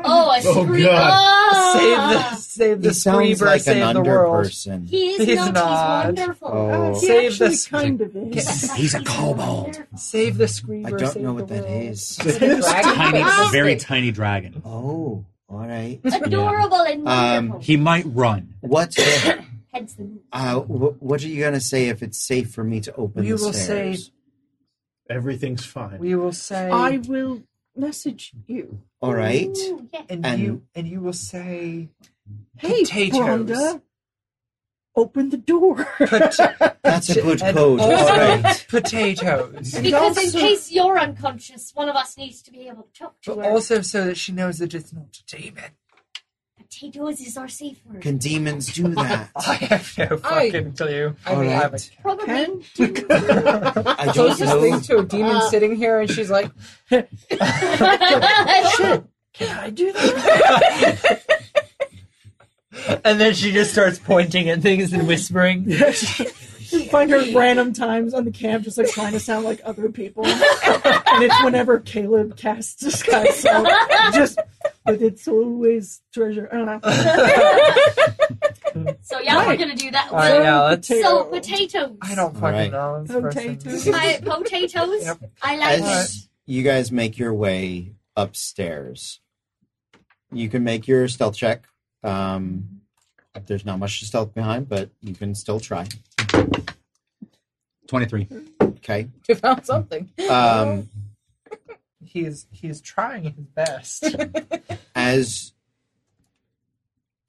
G: Oh, a
E: Oh,
G: scree-
E: God.
D: Save
G: Oh!
D: the save the
L: He sounds
D: Screever.
L: like
D: save
L: an
D: the world.
L: underperson.
G: He's,
D: He's
G: not.
D: not.
G: He's wonderful.
L: Oh,
F: he
D: Save
F: actually
D: this-
F: kind of is.
G: He's
C: He's a kobold.
G: wonderful.
D: Save the Screever.
L: I don't
D: save
L: know
D: the
L: what that
D: world.
L: is.
C: Tiny,
B: Tiny,
C: very tiny dragon.
L: Oh, all right.
G: Adorable and
L: Um,
G: wonderful.
C: He might run.
L: What
G: Hence the name.
L: uh, wh- what are you gonna say if it's safe for me to open?
D: We
L: the
D: will say-
L: stairs?
E: Everything's fine.
D: We will say
F: I will message you.
L: All right.
G: Ooh, yeah.
D: and,
L: and-
D: you and you will say
F: Hey,
D: Potatoes.
F: Rhonda, open the door.
D: Pot-
L: That's a good
D: and
L: code.
D: also
L: All right.
D: potatoes.
G: Because in
F: also-
G: case you're unconscious, one of us needs to be able to talk to
D: But
G: her.
D: also so that she knows that it's not a demon.
G: Potatoes is our safe word.
L: Can demons do that?
D: I have no
B: I-
D: fucking clue.
B: I mean, I-
D: I haven't-
G: Probably.
F: Can
L: I
B: So
L: don't
B: just think
L: know.
B: to a demon
G: Uh,
B: sitting here, and she's like,
G: Shit.
F: Can I do that?
D: and then she just starts pointing at things and whispering.
F: You find her at random times on the camp, just like trying to sound like other people. and it's whenever Caleb casts this guy. So just, but it's always treasure. I don't know.
G: So yeah, we're
F: Right.
G: gonna do that.
D: I
G: So-
D: know. It's,
G: so potatoes.
D: I don't fucking
L: Right.
D: know. This person.
F: Potatoes.
G: I, potatoes.
D: Yep.
G: I like it.
L: As you guys make your way upstairs, you can make your stealth check. Um, there's not much to stealth behind, but you can still try.
C: Twenty-three.
L: Okay.
B: "You found something."
L: Um,
D: He's he's trying his best.
L: as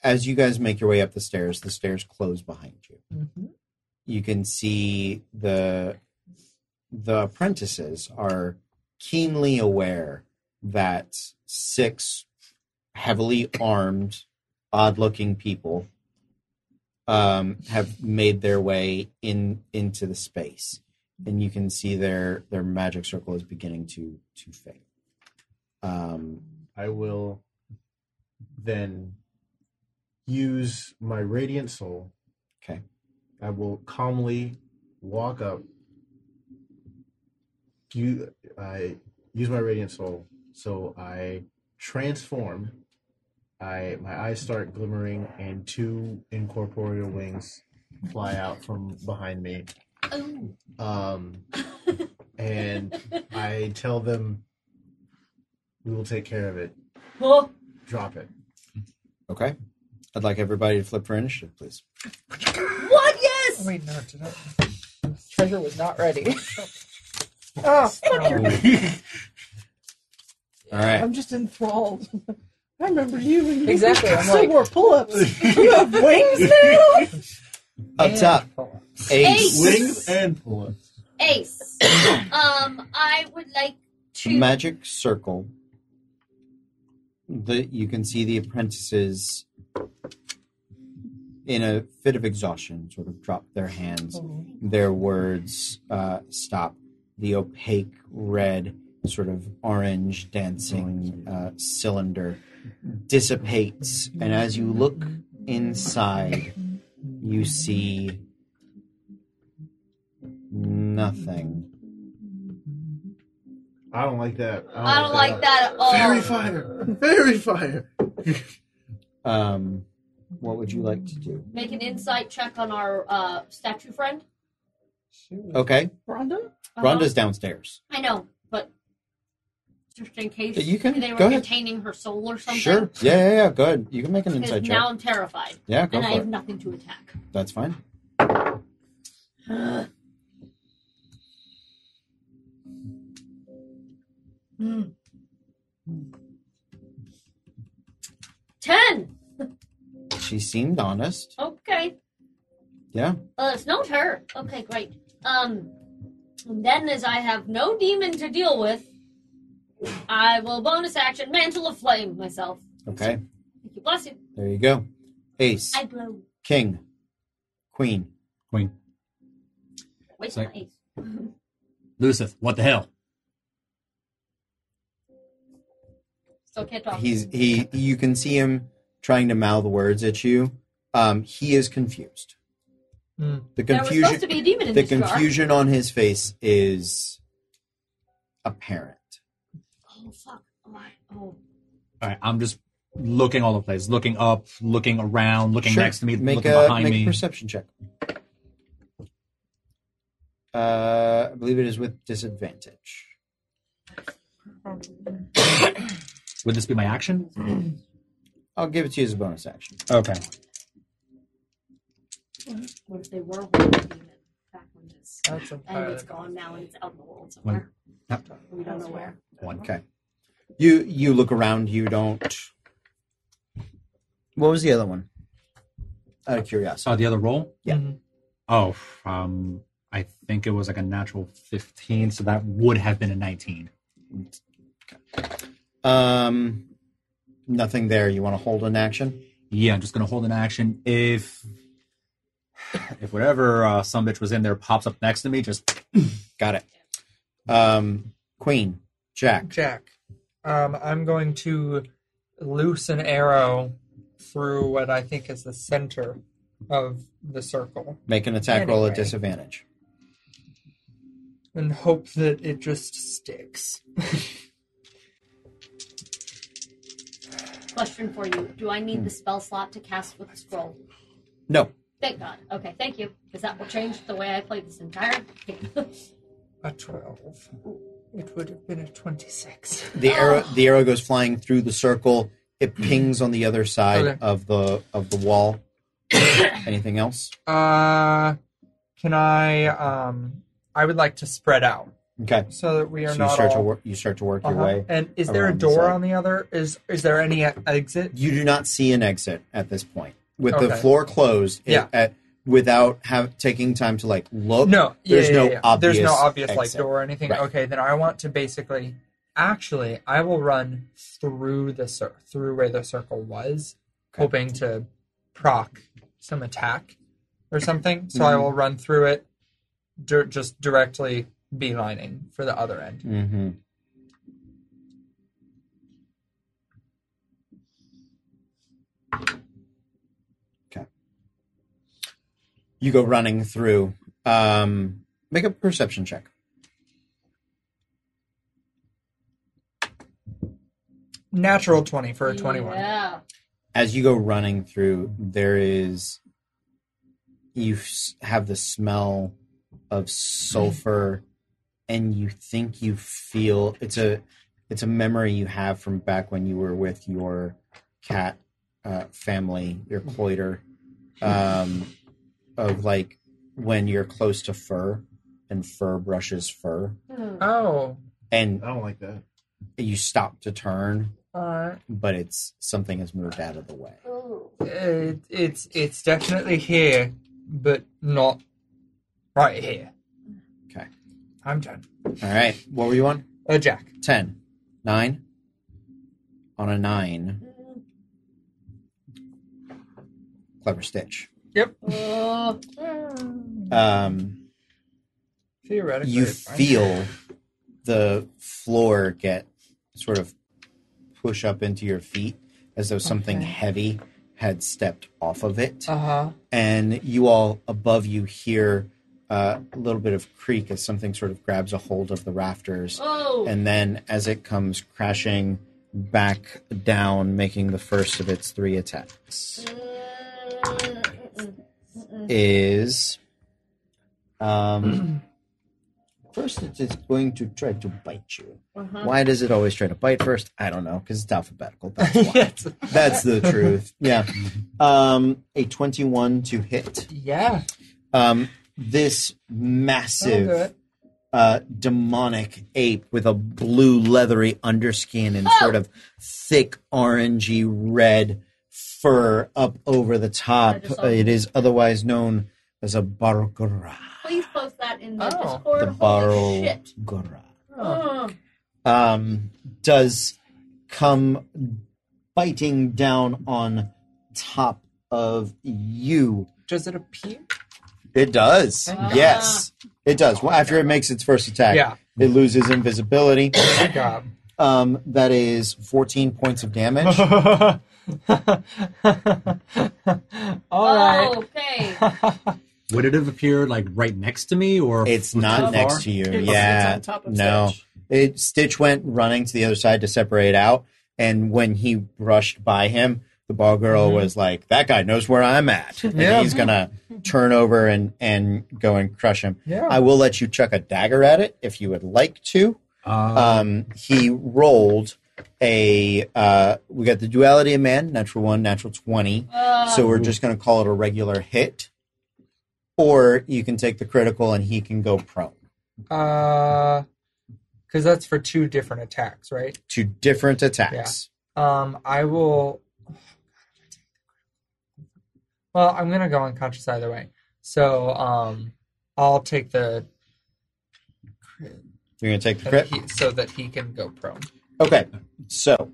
L: as you guys make your way up the stairs, the stairs close behind you.
D: Mhm.
L: You can see the the apprentices are keenly aware that six heavily armed, odd looking people um, have made their way in into the space. And you can see their their magic circle is beginning to to fade. Um,
E: I will then use my radiant soul.
L: Okay.
E: I will calmly walk up. You, I use my radiant soul, so I transform. I my eyes start glimmering, and two incorporeal wings fly out from behind me.
G: Ooh.
E: Um, and I tell them, "We will take care of it.
G: Oh,
E: Drop it."
L: Okay. I'd like everybody to flip for initiative, please.
G: what? Yes.
D: Wait, no, did I?
B: Treasure was not ready.
F: Oh, fuck
L: All
F: you.
L: right.
F: I'm just enthralled. I remember you when you
B: Exactly, I'm
F: still
B: like-
F: wore pull-ups. you have wings now.
L: Up top, Ace.
E: Wings and pull it.
G: Ace. um, I would like to.
L: The magic circle. The, you can see the apprentices in a fit of exhaustion sort of drop their hands. Their words uh, stop. The opaque red, sort of orange dancing uh, cylinder dissipates. And as you look inside, you see nothing.
E: I don't like that.
G: I don't like that uh, at all.
E: Fairy fire! Fairy fire!
L: Um, what would you like to do?
G: Make an insight check on our uh, statue friend.
L: Okay,
F: Rhonda?
G: Uh-huh.
L: Rhonda's downstairs.
G: I know, but just in case
L: You can-
G: they were
L: go ahead.
G: containing her soul or something.
L: Sure. Yeah, yeah, yeah. Go ahead. You can make an
G: Because
L: inside check.
G: now I'm terrified,
L: Yeah, go
G: and I
L: for
G: have
L: it.
G: nothing to attack.
L: That's fine.
G: Ten.
L: She seemed honest.
G: Okay.
L: Yeah.
G: Uh, it's not her. Okay, great. Um, and then as I have no demon to deal with, I will bonus action mantle of flame myself.
L: Okay.
G: Thank you, bless you.
L: There you go. Ace,
G: I blow.
L: king, queen.
C: Queen.
G: Wait,
C: Sec-
G: my ace.
C: Lucif, what the hell?
G: Still can't talk.
L: He's he. You can see him trying to mouth words at you. Um, he is confused.
D: Hmm.
L: The
G: There was supposed
L: confusion.
G: to be a demon in
L: The
G: this jar.
L: confusion on his face is apparent.
G: Oh fuck! Oh, I- oh.
C: All right, I'm just looking all over the place, looking up, looking around, looking
L: Sure.
C: next to me,
L: Make
C: looking
L: a
C: behind
L: make
C: me.
L: a perception check. Uh, I believe it is with disadvantage.
C: Would this be my action?
L: I'll give it to you as a bonus action.
C: Okay.
G: What if they were holding a demon back when this?
D: That's a
G: And
D: bad-
G: it's gone now, and it's out in the world somewhere. We don't know where.
C: One.
L: Okay. You you look around. You don't. What was the other one? Out of curiosity.
C: Saw the other roll.
L: Yeah.
D: Mhm.
C: Oh, um, I think it was like a natural 15, so that would have been a 19.
L: Um, nothing there. You want to hold an action?
C: Yeah, I'm just gonna hold an action. If if whatever uh, some bitch was in there pops up next to me, just
L: Got it. Um, Queen Jack.
D: Jack, um, I'm going to loose an arrow through what I think is the center of the circle
L: Make an attack roll at
D: Anyway.
L: disadvantage.
D: and hope that it just sticks.
G: Question for you: Do I
L: Hmm.
G: need the spell slot to cast with the scroll?
L: No.
G: Thank God. Okay, thank you, because that will change the way I play this entire. game.
D: A 12. It would have been a 26.
L: The arrow the arrow goes flying through the circle. It pings on the other side
D: Mm-hmm. Okay.
L: of the of the wall. Anything else?
D: Uh, can I? Um, I would like to spread out
L: Okay.
D: so that we are
L: So you
D: not
L: start to
D: all.
L: work. You start to work
D: Uh-huh.
L: your way.
D: And is there a
L: around the
D: door
L: side.
D: on the other? Is is there any e- exit?
L: You do not see an exit at this point. With the
D: Okay.
L: floor closed, it-
D: Yeah.
L: at, without have, taking time to like look.
D: No, yeah,
L: Oh, There's
D: yeah,
L: no
D: yeah, yeah. There's no
L: obvious
D: obvious
L: exit.
D: like door or anything.
L: Right.
D: Okay, then I want to basically, actually, I will run through the cir- through where the circle was,
L: Okay.
D: hoping to proc some attack or something. So
L: Mm-hmm.
D: I will run through it, dir- just directly beelining for the other end.
L: Mm-hmm. Okay. You go running through. Um, make a perception check.
D: Natural twenty for a twenty-one.
G: Yeah.
L: As you go running through, there is you s- have the smell of sulfur, and you think you feel it's a it's a memory you have from back when you were with your cat uh, family, your cloider, um, of like when you're close to fur and fur brushes fur,
G: Hmm.
D: Oh,
L: and
E: I don't like that.
L: you stop to turn,
D: uh,
L: but it's something has moved out of the way.
G: Ooh.
D: it, it's it's definitely here, but not right here.
L: Okay.
D: I'm done.
L: All right, what were you on?
D: Uh, Jack.
L: 10 9 on a 9
G: Mm.
L: clever stitch
G: Oh.
L: um,
D: Theoretically,
L: you
D: it's fine.
L: feel the floor get sort of push up into your feet as though something
D: Okay.
L: heavy had stepped off of it
D: Uh huh.
L: and you all above you hear uh, a little bit of creak as something sort of grabs a hold of the rafters
G: Oh.
L: and then as it comes crashing back down making the first of its three attacks
G: Mm.
L: is um first it's, it's going to try to bite you
G: Uh-huh.
L: why does it always try to bite first i don't know because it's alphabetical that's why
D: yes.
L: that's the truth yeah um a 21 to hit
D: Yeah.
L: um this
D: That'll do
L: massive
D: it.
L: uh, demonic ape with a blue leathery underskin and sort of thick orangey red fur up over the top.
G: I just saw
L: It is otherwise known as a barogora.
G: Please post that in the
D: Oh.
G: Discord.
L: The
G: Holy shit. Hmm.
L: barogora
G: Ugh.
L: um, does come biting down on top of you.
D: Does it appear?
L: It does.
G: Ah.
L: Yes, it does. Well, after it makes its first attack,
D: Yeah.
L: it loses invisibility.
D: Good job.
L: Um, that is 14 points of damage.
D: All right.
G: Okay.
C: Would it have appeared like right next to me, or
L: It's
C: was it
L: not
C: too
L: next
C: far?
L: to you.
O: It's-
L: yeah.
O: it's on top of
L: no.
O: Stitch.
L: It, Stitch went running to the other side to separate out. And when he rushed by him, the ball girl was like, that guy knows where I'm at. And
D: Mm-hmm. Yeah.
L: he's going to turn over and, and go and crush him.
D: Yeah.
L: I will let you chuck a dagger at it if you would like to.
D: Ah.
C: Uh,
L: Um, he rolled a. Uh, we got the duality of man, natural one, natural 20.
G: Uh,
L: So we're just going to call it a regular hit. Or you can take the critical and he can go prone.
D: Uh, because that's for two different attacks, right?
L: Two different attacks.
D: Um, I will. Well, I'm gonna go unconscious either way. So, um, I'll take the
L: You're going to take the crit?
D: he- so that he can go prone.
L: Okay. So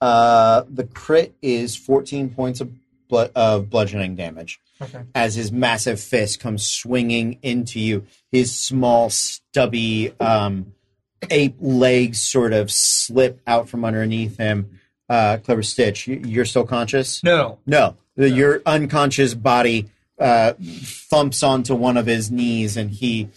L: uh, the crit is 14 points of, blu- of bludgeoning damage.
D: Okay.
L: as his massive fist comes swinging into you. His small, stubby um, ape legs sort of slip out from underneath him. Uh, Clever Stitch, you- you're still conscious?
D: No.
L: No, the- your unconscious body uh, thumps onto one of his knees, and he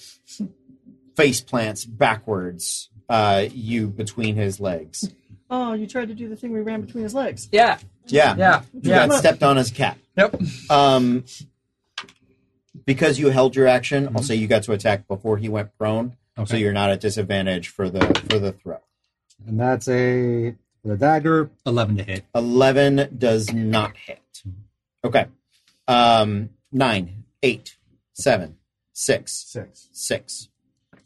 L: face plants backwards. Uh, you between his legs.
F: Oh, you tried to do the thing we ran between his legs.
D: Yeah.
L: Yeah,
D: Yeah.
L: you
D: Yeah.
L: got stepped on as a cat.
D: Yep.
L: Um, because you held your action,
D: Mm-hmm.
L: I'll say you got to attack before he went prone, so
C: okay.
L: you're not at disadvantage for the for the throw.
O: And that's a the dagger.
C: Eleven to hit.
L: Eleven does not hit.
D: Mm-hmm.
L: Okay, um, nine, eight, seven, six,
E: Six.
L: six.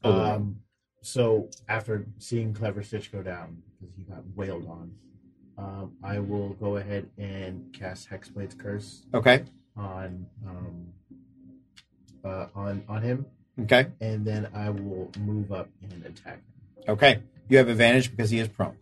E: Um, so after seeing Clever Stitch go down because he got wailed on, um, I will go ahead and cast Hexblade's Curse
L: Okay,
E: on um, uh, on on him,
L: okay,
E: and then I will move up and attack.
L: okay. You have advantage because he is prone.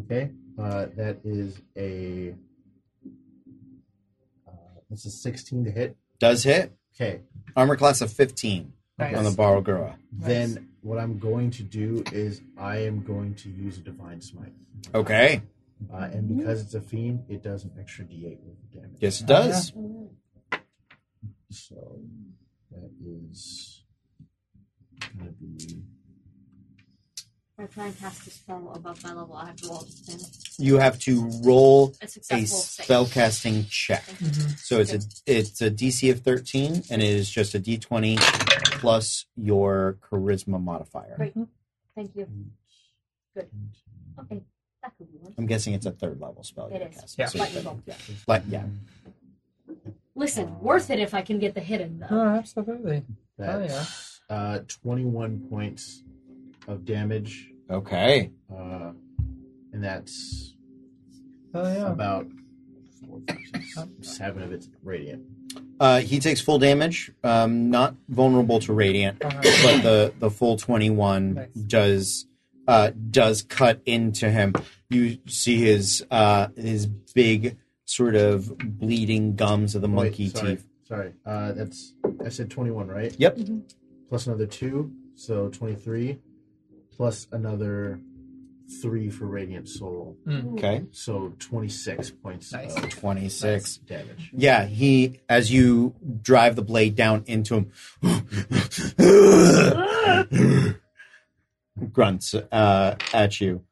E: Okay, uh, that is a uh, this is sixteen to hit.
L: Does hit
E: Okay,
L: armor class of fifteen on the
D: Nice.
L: Borrow Gura.
E: then what I'm going to do is I am going to use a divine smite,
L: Okay,
E: uh, and because it's a fiend, it does an extra D8 worth of damage.
L: yes, it does.
E: So that is gonna be
G: I try and cast a spell above my level. I have to roll a
L: You have to roll a
G: successful
L: spell casting check. So it's a it's a DC of thirteen, and it is just a D twenty plus your charisma modifier.
G: Great. Thank you.
D: Oh,
G: Good. Okay. That could be one.
L: I'm guessing it's a third level spell.
G: It
L: you're
G: is.
L: casting, so
G: Lightning
L: it's a-
G: bolt.
L: yeah. Like, yeah.
G: Listen, worth it if I can get the hidden
D: Oh,
G: though.
D: absolutely. Oh, yeah.
E: that's uh, twenty-one points of damage,
L: Okay.
E: uh, and that's
D: Oh, yeah.
E: about four, five, six, seven of its radiant.
L: Uh, he takes full damage. Um, not vulnerable to radiant,
D: Uh-huh.
L: but the the full twenty one
D: Nice.
L: does uh, does cut into him. You see his uh, his big sort of bleeding gums of the
E: Wait,
L: monkey
E: sorry,
L: teeth.
E: Sorry, uh, that's I said twenty-one, right?
L: Yep.
G: Mm-hmm.
E: Plus another two, so twenty-three. Plus another three for radiant soul,
L: Okay.
E: so twenty-six points
D: Nice.
E: of
L: Twenty six.
E: damage.
L: Yeah, he as you drive the blade down into him, grunts uh, at you.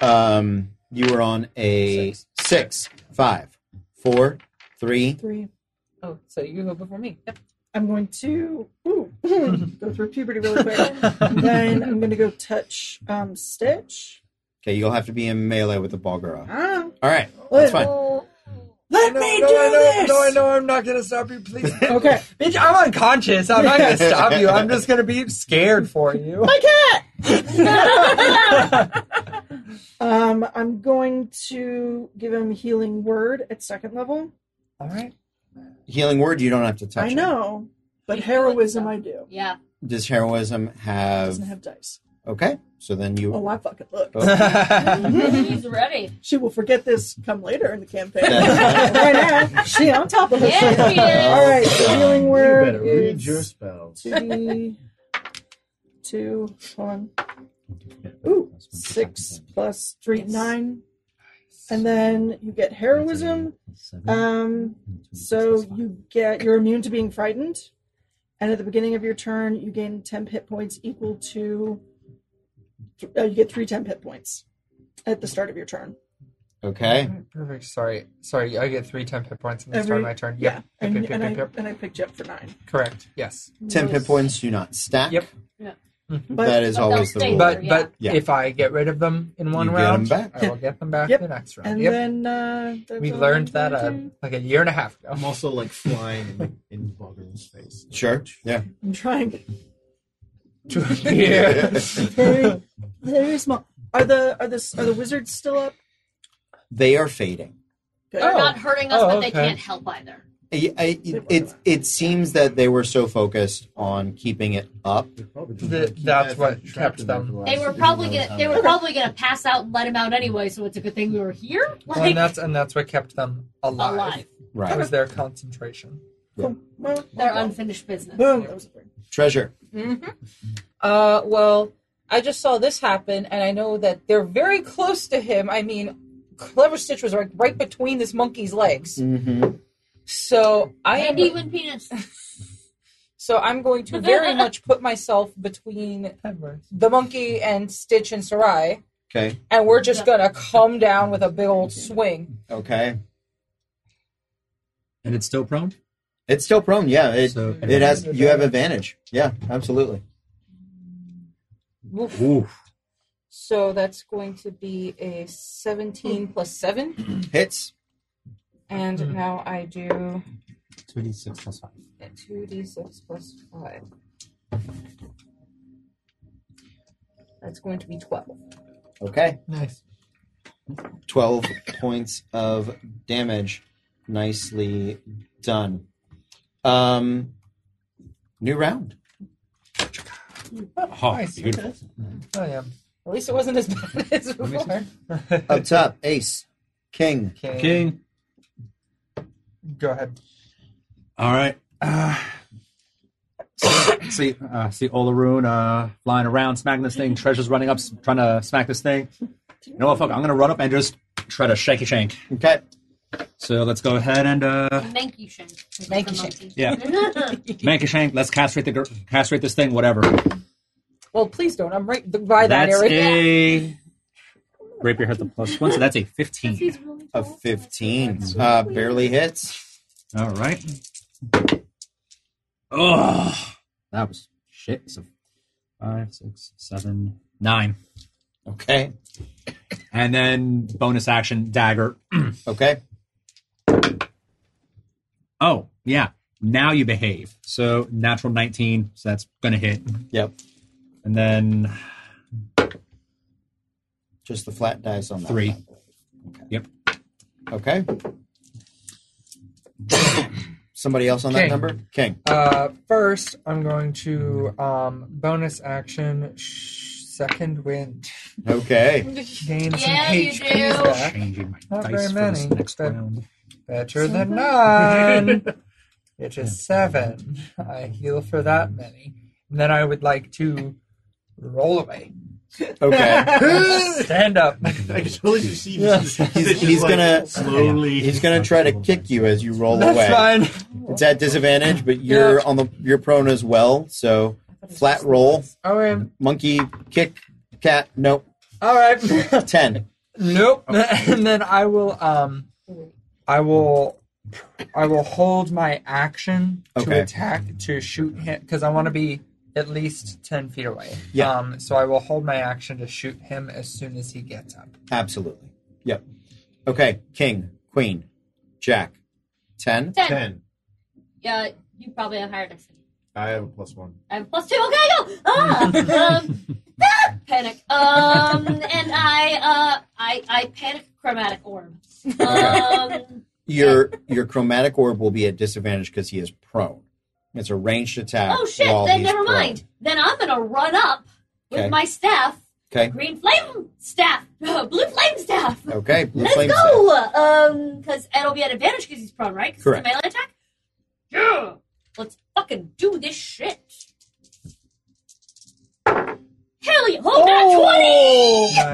L: Um, you were on a six, five, four, three.
F: Three.
B: Oh, so you go before me. Yep.
F: I'm going to. Ooh. go through puberty really quick. then I'm gonna go touch um, Stitch.
L: Okay, you'll have to be in melee with the Balgara.
F: Ah,
L: All right, that's fine.
D: I
F: let
D: know,
F: me
D: no,
F: do
D: I know,
F: this.
D: No, I know I'm not gonna stop you, please.
F: Okay,
D: Bitch, I'm unconscious. I'm not gonna stop you. I'm just gonna be scared for you.
F: my cat. Um, I'm going to give him healing word at second level.
D: All right.
L: Healing word, you don't have to touch.
F: I
L: it.
F: know, but
G: You heal
F: heroism I
G: yourself.
F: do.
G: Yeah.
L: Does heroism have?
F: Doesn't have dice.
L: Okay, so then you.
F: Oh, I fucking look.
L: Oh.
G: He's ready.
F: She will forget this come later in the campaign.
L: That's-
F: right now, she on top of herself. All right,
G: Yes, he is.
F: so healing
E: you
F: word
E: better read
F: is
E: your spells.
F: 2d, 2, hold on. Ooh, 6 plus 3, 9. And then you get heroism.
O: uh,
F: Um, so you get, you're immune to being frightened. And at the beginning of your turn, you gain 10 hit points equal to, uh, you get 3 temp hit points at the start of your turn.
L: Okay.
D: Perfect. Sorry. Sorry, I get three temp hit points in the start
F: Every-
D: of my turn. Yep. Yep,
F: Yeah. And,
D: yep, yep,
F: and,
D: yep, yep.
F: I, and I picked you up for 9.
D: Correct. Yes.
L: Ten hit points do not stack.
D: Yep.
F: But
L: That is
G: But
L: always the
G: they'll
L: rule.
D: But but
L: Yeah.
D: if I get rid of them in one
L: You get 'em
D: round,
L: back.
D: I will get them back
F: Yep.
D: the next round.
F: And
D: yep.
F: then uh, that's
D: we
F: all
D: learned
F: I'm
D: that
F: gonna
D: uh,
F: do.
D: like a year and a half ago.
E: I'm also like flying in, the, in Vulcan's face.
L: sure. Yeah.
F: I'm trying
D: yeah.
F: very, very small. Are the are the are the wizards still up?
L: They are fading.
F: Good.
G: They're
D: Oh.
G: not hurting us,
D: Oh,
G: but they
D: okay.
G: can't help either.
L: I, I, it, it it seems that they were so focused on keeping it up.
E: They're probably
D: The-
E: just gonna keep
D: that's
E: that
D: what
E: thing trapped
D: kept
E: in there
D: them.
E: for the last
G: They were
E: fifteen
G: probably
E: hours.
G: gonna they were probably gonna pass out and let him out anyway, so it's a good thing we were here.
D: Well,
G: Like
D: and that's and that's what kept them alive.
G: alive.
D: That
L: Right.
D: was their concentration.
F: Well,
G: They're unfinished business.
F: boom. That was a bird.
L: Treasure.
B: Mm-hmm. Uh, well, I just saw this happen, and I know that they're very close to him. I mean, Clever Stitch was right, right between this monkey's legs.
L: Mm-hmm.
B: So I
G: And
B: am,
G: even penis.
B: so I'm going to very much put myself between the monkey and Stitch and Sarai,
L: Okay.
B: and we're just gonna come down with a big old swing.
L: Okay.
C: And it's still prone?
L: It's still prone. Yeah. It
C: So-
L: it has. You have advantage. Yeah. Absolutely.
B: Oof.
C: Oof.
B: So that's going to be a 17 plus seven,
L: Hits.
F: Mm-hmm.
B: and now I do
C: 2d6 plus 5.
B: two d six plus five. That's going to be twelve.
L: Okay.
D: Nice.
L: 12 points of damage. Nicely done. Um, new round.
C: Oh, beautiful.
D: I am.
B: At least it wasn't as bad as before.
L: Up top, ace, king.
D: Okay.
C: King.
D: Go ahead.
C: All right. Uh, see, see, uh, see Olaroon uh, flying around, smacking this thing. Treasure's running up, s- trying to smack this thing. You know what? Fuck, I'm going to run up and just try to shaky shank.
L: Okay.
C: So let's go ahead and uh,
G: Manky shank.
B: Manky shank.
C: Yeah. make a shank. Let's castrate the gir- castrate this thing. Whatever.
B: Well, please don't. I'm right th- by that
C: that's
B: area.
C: a rapier has the plus one, so that's a fifteen.
G: He's really
L: A
G: tall.
L: 15. Uh, barely hits.
C: All right. Oh, that was shit. So five, six, seven, nine,
L: Okay.
C: and then bonus action dagger.
L: Okay.
C: Oh yeah, now you behave. So natural nineteen, so that's gonna hit,
L: Yep.
C: and then
L: Just the flat dice on that.
C: Three.
L: one.
C: yep,
L: Okay. Somebody else on that
D: King.
L: number? King.
D: Uh, first, I'm going to um, bonus action sh- second wind.
L: Okay.
D: Gain some
G: Yeah, you
D: HPs
G: do.
D: back.
C: changing my
D: Not
C: dice
D: very
C: for
D: many,
C: this next
D: but-
C: round.
D: Better than none. It is seven. I heal for that many. And then I would like to roll away.
L: Okay.
D: Stand up.
E: I can totally just see
D: Yes.
E: this.
L: He's- he's gonna-
E: slowly.
L: He's gonna try to kick you as you roll away.
D: That's fine.
L: It's at disadvantage, but you're
D: Yeah.
L: on the you're prone as well. So flat roll,
G: Oh,
D: All right.
L: monkey kick, cat. Nope,
D: All right.
L: ten.
D: nope. and then I will um I will I will hold my action to
L: Okay.
D: attack to shoot him because I want to be at least ten feet away.
L: Yeah.
D: Um, so I will hold my action to shoot him as soon as he gets up.
L: Absolutely. Yep. Okay. King, Queen, Jack. Ten.
G: Ten.
E: Ten.
G: Yeah, you probably have higher dexterity.
E: I have a plus one.
G: I have plus two. Okay, go. Ah, um, ah, panic. Um, and I, uh, I, I panic chromatic orb. Um,
L: Your your chromatic orb will be at disadvantage because he is prone. It's a ranged attack.
G: oh shit!
L: while
G: Then
L: he's
G: never
L: prone.
G: mind. Then I'm gonna run up with
L: Okay.
G: my staff,
L: Okay.
G: green flame staff, blue flame staff.
L: Okay. Blue
G: Let's
L: flame
G: go. Um, because it'll be at advantage because he's prone, right? 'Cause
L: Correct.
G: It's a melee attack. Yeah. Let's fucking do this shit. Hell yeah! Oh, nat twenty.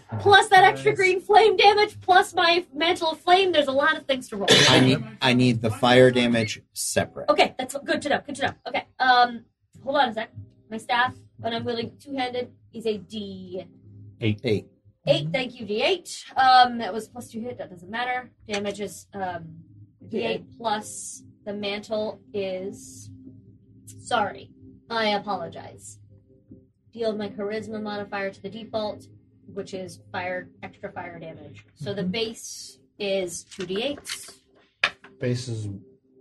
D: Nice.
G: plus that extra
D: Nice.
G: green flame damage, plus my mantle of flame. There's a lot of things to roll.
L: I need I need the fire damage separate.
G: Okay, that's good to know. Good to know. Okay, um, hold on a sec. My staff, when I'm wielding two-handed, is a D
L: Eight.
G: eight. Thank you, D eight. Um, that was plus two hit. That doesn't matter. Damage is um D eight plus the mantle is. Sorry, I apologize. Deal my charisma modifier to the default, which is fire extra fire damage. So the base is two D eight.
E: Base is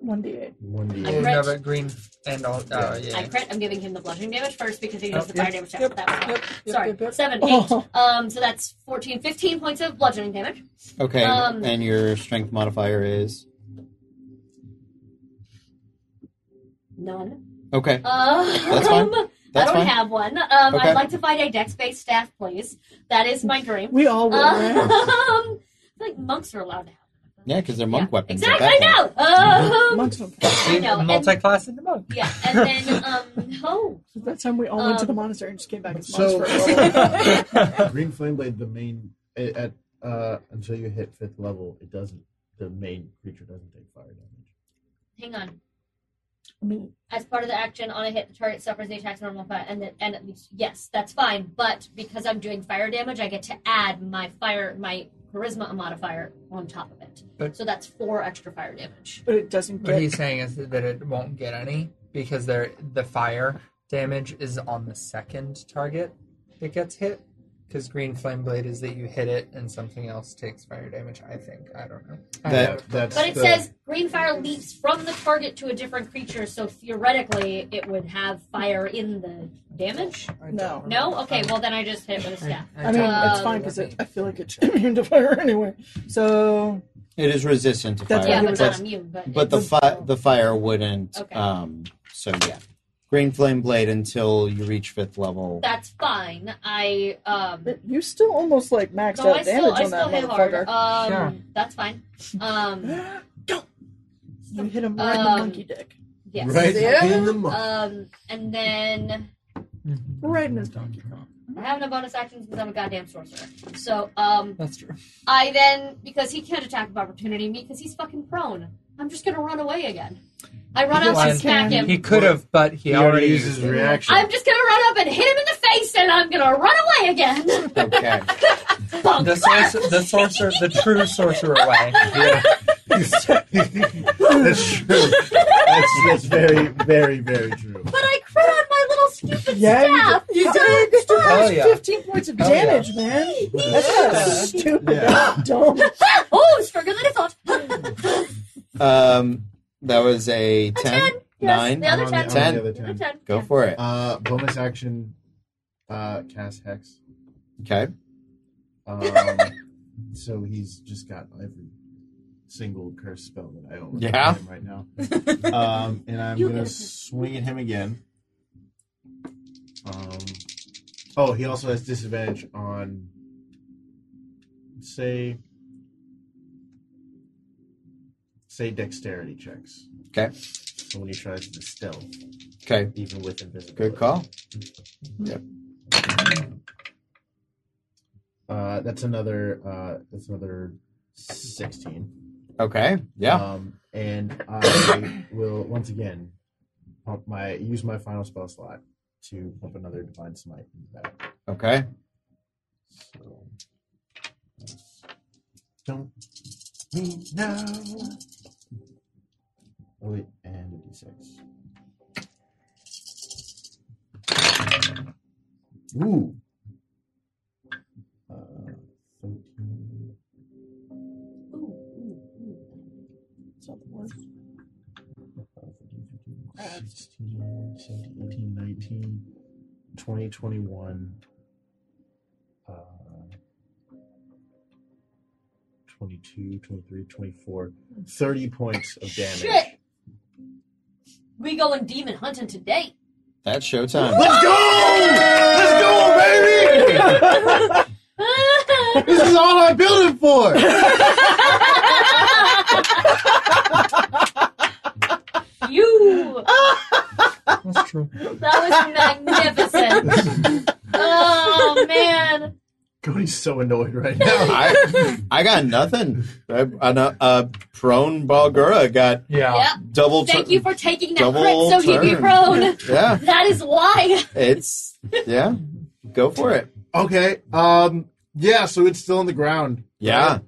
F: One day.
E: one d
G: I
D: We'll
G: crit.
D: have it green and all. Oh yeah.
G: I crit. I'm giving him the bludgeoning damage first because he does
D: Oh,
G: the fire
D: yep,
G: damage check.
D: yep,
G: that was
D: yep, yep,
G: Sorry,
D: yep, yep.
G: seven, eight.
F: Oh.
G: Um, so that's 14, 15 points of bludgeoning damage.
L: Okay.
G: Um,
L: and your strength modifier is
G: None.
L: okay.
G: Um,
L: That's fine. That's
G: I don't
L: fine.
G: have one. Um,
L: Okay.
G: I'd like to find a dex-based staff, please. That is my dream.
F: We all
G: Um,
F: will. right?
G: I feel like monks are allowed to have.
L: yeah, because they're monk
G: Yeah,
L: weapons. at
G: Exactly.
L: that
G: I
L: point.
G: know. Um,
F: Monks don't-
D: See,
G: know, and-
D: multi-class in the monk.
G: Yeah, and then um, oh,
F: So that's how we all went to the
G: Um,
F: monastery and just came back as
E: So-
F: monks
E: Green flame blade. The main at at, uh, until you hit fifth level, it doesn't. The main creature doesn't take fire damage.
G: hang on.
F: I mean,
G: as part of the action on a hit, the target suffers the attack's normal fire, and then and at least yes, that's fine. But because I'm doing fire damage, I get to add my fire my charisma modifier on top of it.
D: But-
G: so that's four extra fire damage.
F: but it doesn't
D: What
F: get.
D: he's saying is that it won't get any because there the fire damage is on the second target that gets hit. Because green flame blade is that you hit it and something else takes fire damage. I think I don't know. I
L: That-
D: don't know.
E: that's
G: But it
E: the-
G: says green fire leaps from the target to a different creature, so theoretically it would have fire in the damage.
D: I don't
F: No.
G: No,
D: remember.
G: okay, well then I just hit it with a staff.
F: I mean,
D: don't
F: it's
G: Um,
F: fine
D: know.
F: because I feel like it's immune to fire anyway. So
L: It is resistant to
F: That's
L: fire.
G: Yeah, but
L: but
G: not immune. But
L: but the
G: it's-
L: fi- the fire wouldn't.
G: Okay.
L: Um. So yeah, green flame blade until you reach fifth level.
G: that's fine. I um.
F: but you still almost like maxed
G: No,
F: out
G: I still,
F: damage
G: I
F: on
G: still
F: that
G: hit hard.
F: motherfucker.
G: Um,
D: Sure.
G: That's fine. Um,
F: You hit him right in the
G: Um,
F: monkey dick.
G: yes.
E: Right
B: Yeah.
E: in the month.
G: Um, and then
D: Mm-hmm.
F: Right in his donkey Kong.
G: I have no bonus actions because I'm a goddamn sorcerer. So um,
D: That's true.
G: I then because he can't attack of opportunity me because he's fucking prone. I'm just gonna run away again. I run up and
D: Well,
G: smack him.
D: He could have, but he,
E: He
D: already
E: already
D: used
E: uses
D: it.
E: reaction.
G: I'm just gonna run up and hit him in the face, and I'm gonna run away again.
L: Okay.
G: Bonk.
D: The sorcerer, the sorcerer, the true sorcerer way.
E: that's true. That's, that's very, very, very true.
G: But I crit on my little stupid
F: Yeah, you
G: staff.
F: You did.
D: Hell yeah.
F: 15 points of
D: Hell yeah.
F: damage, man. That's not stupid.
E: Yeah.
F: That's dumb.
G: oh, it's stronger than I thought.
L: Um. That was a ten.
G: ten, yes,
L: Nine.
G: The other
E: I'm on
G: ten.
E: the-
L: Ten.
E: I'm on the other
G: The other
E: ten.
G: ten.
L: Go
G: yeah.
L: for it.
E: Uh, bonus action, uh, cast hex.
L: Okay.
E: Um, so he's just got every single curse spell that I own
L: Yeah.
E: him right now. Um, and I'm
G: You get a
E: gonna
G: curse.
E: swing at him again. Um, oh, he also has disadvantage on, say, say dexterity checks.
L: Okay.
E: So when he tries to stealth,
L: Okay.
E: even with invisibility.
L: Good call.
E: Uh, that's another. Uh, that's another sixteen.
L: Okay. Yeah.
E: Um, and I will once again pump my use my final spell slot to pump another divine smite into that.
L: Okay.
E: So don't we know
L: Oh, wait, and a d6. Ooh. Uh, 13.
F: It's not the worst.
E: Uh, 16, 17, 18, 19, 20, 21, uh, 22, 23, 24, 30 points of damage.
G: Shit. We going demon hunting today.
L: That's showtime.
E: Let's go! Let's go, baby! this is all I'm building for!
G: you.
D: That's true.
G: That was magnificent. oh man.
E: Cody's so annoyed right now.
L: I, I got nothing. I, I know, uh, prone Balgura got
D: Yeah.
G: Yep.
L: double.
G: Thank
L: tur-
G: you for taking that
L: double
G: crit so he'd be
L: turn.
G: prone.
L: Yeah,
G: That is why.
L: it's yeah. Go for it.
E: Okay. Um. Yeah. So it's still on the ground.
L: Yeah,
E: right?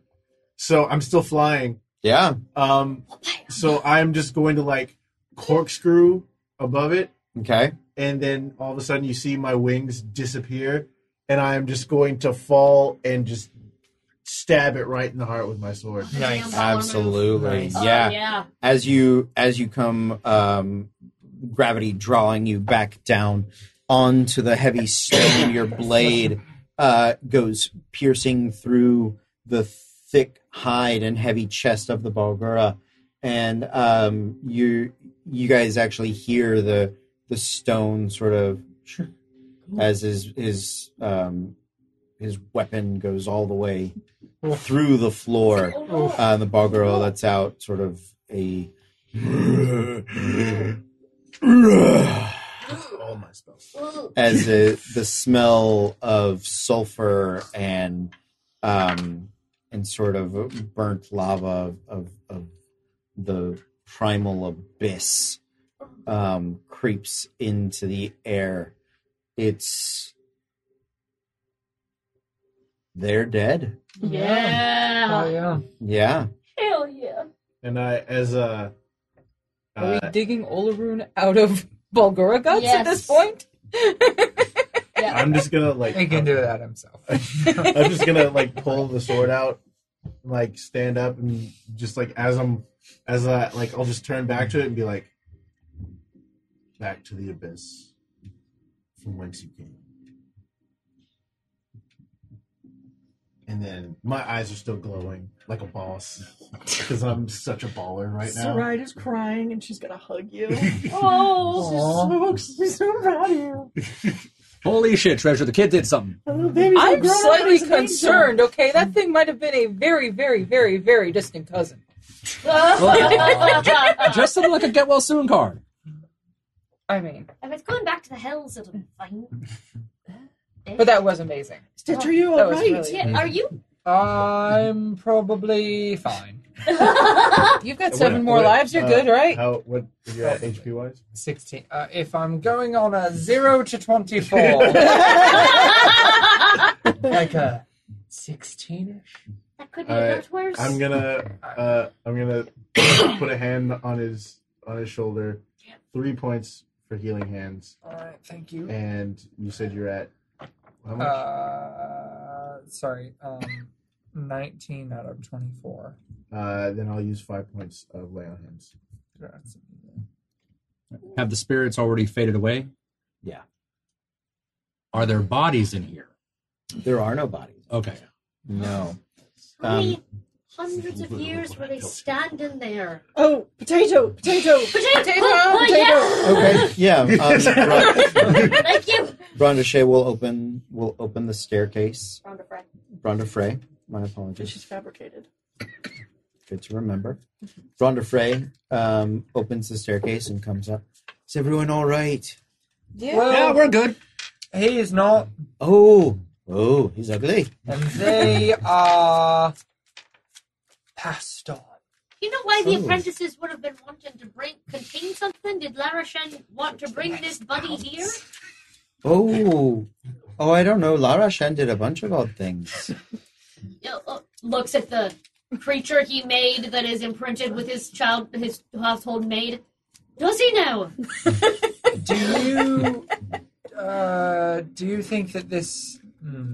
E: So I'm still flying.
L: yeah.
E: Um. So I'm just going to like corkscrew above it,
L: Okay.
E: and then all of a sudden you see my wings disappear, and I'm just going to fall and just stab it right in the heart with my sword.
D: Nice.
L: Absolutely.
D: Nice.
G: Oh,
L: Yeah.
G: yeah.
L: as you as you come um, gravity drawing you back down onto the heavy stone your blade uh, goes piercing through the thick hide and heavy chest of the Balgura and um, you you guys actually hear the the stone sort of as his his um, his weapon goes all the way through the floor
G: Oh, no.
L: uh, and the ball girl lets out sort of a
E: All my spells.
G: Ooh.
L: as the the smell of sulfur and um and sort of burnt lava of of the primal abyss um creeps into the air. It's they're dead.
D: Oh
G: Yeah.
D: yeah.
L: Yeah.
G: Hell yeah.
E: And I, as a,
B: Are
E: uh,
B: we digging Olaroon out of Bulgura guts at this
G: Yes.
B: point?
G: Yeah.
E: I'm just gonna like.
D: He can do that himself.
E: I'm just gonna like pull the sword out, like stand up and just like as I'm as I like I'll just turn back to it and be like back to the abyss from whence you came. And then my eyes are still glowing like a boss because I'm such a baller right now.
F: Saride is crying and she's gonna hug you.
G: Oh.
D: Aw.
F: so, she's so proud of you.
C: Holy shit, Treasure, the kid did something.
F: That little baby's all
B: I'm
F: grown up and
B: slightly
F: is an angel.
B: concerned, okay? That thing might have been a very, very, very, very distant cousin.
C: Just something like a get well soon card.
B: I mean,
G: if it's going back to the hells, it'll be fine.
B: but that was amazing.
F: Stitch, are you
B: That
F: all
B: was
F: right?
B: really-
G: Yeah, are you?
D: I'm probably fine.
B: You've got
E: What-
B: seven more
E: what,
B: lives. You're
E: uh,
B: good, right?
E: How what is your HP wise?
D: 16. Uh, if I'm going on a 0 to 24, like a 16
G: That could be
E: All right,
G: much worse.
E: I'm gonna uh, I'm gonna put a hand on his on his shoulder. Three points for healing hands.
D: Alright, thank you.
E: And you said you're at how much?
D: Uh, sorry, um, 19 out of 24.
E: Uh, then I'll use five points of lay on hands.
D: That's-
C: Have the spirits already faded away? Yeah. Are there bodies in here?
L: There are no bodies.
C: Okay.
L: No.
G: How many
L: um,
G: hundreds of years were they standing there?
F: Oh, potato, potato.
G: Potato!
F: Potato,
G: Oh,
F: potato.
L: Okay. Yeah. Um, Bron-
G: yeah. Thank you.
L: Bronda Shea will open will open the staircase.
G: Round of bread.
L: Bronda Frey. My
F: Which
L: apologies.
F: is fabricated.
L: Good to remember. Bronda Frey um, opens the staircase and comes up. Is everyone all right?
B: Yeah.
D: Well,
C: we're good.
D: he is not,
L: Oh, oh, he's ugly.
D: and they are passed on.
G: You know why the
L: Ooh.
G: apprentices would have been wanting to bring contain something? Did Larishan want to bring this buddy here?
L: Oh, oh, I don't know. Lara Shen did a bunch of odd things.
G: Yeah, uh, Looks at the creature he made that is imprinted with his child, his household maid? Does he know?
D: Do you uh, do you think that this hmm,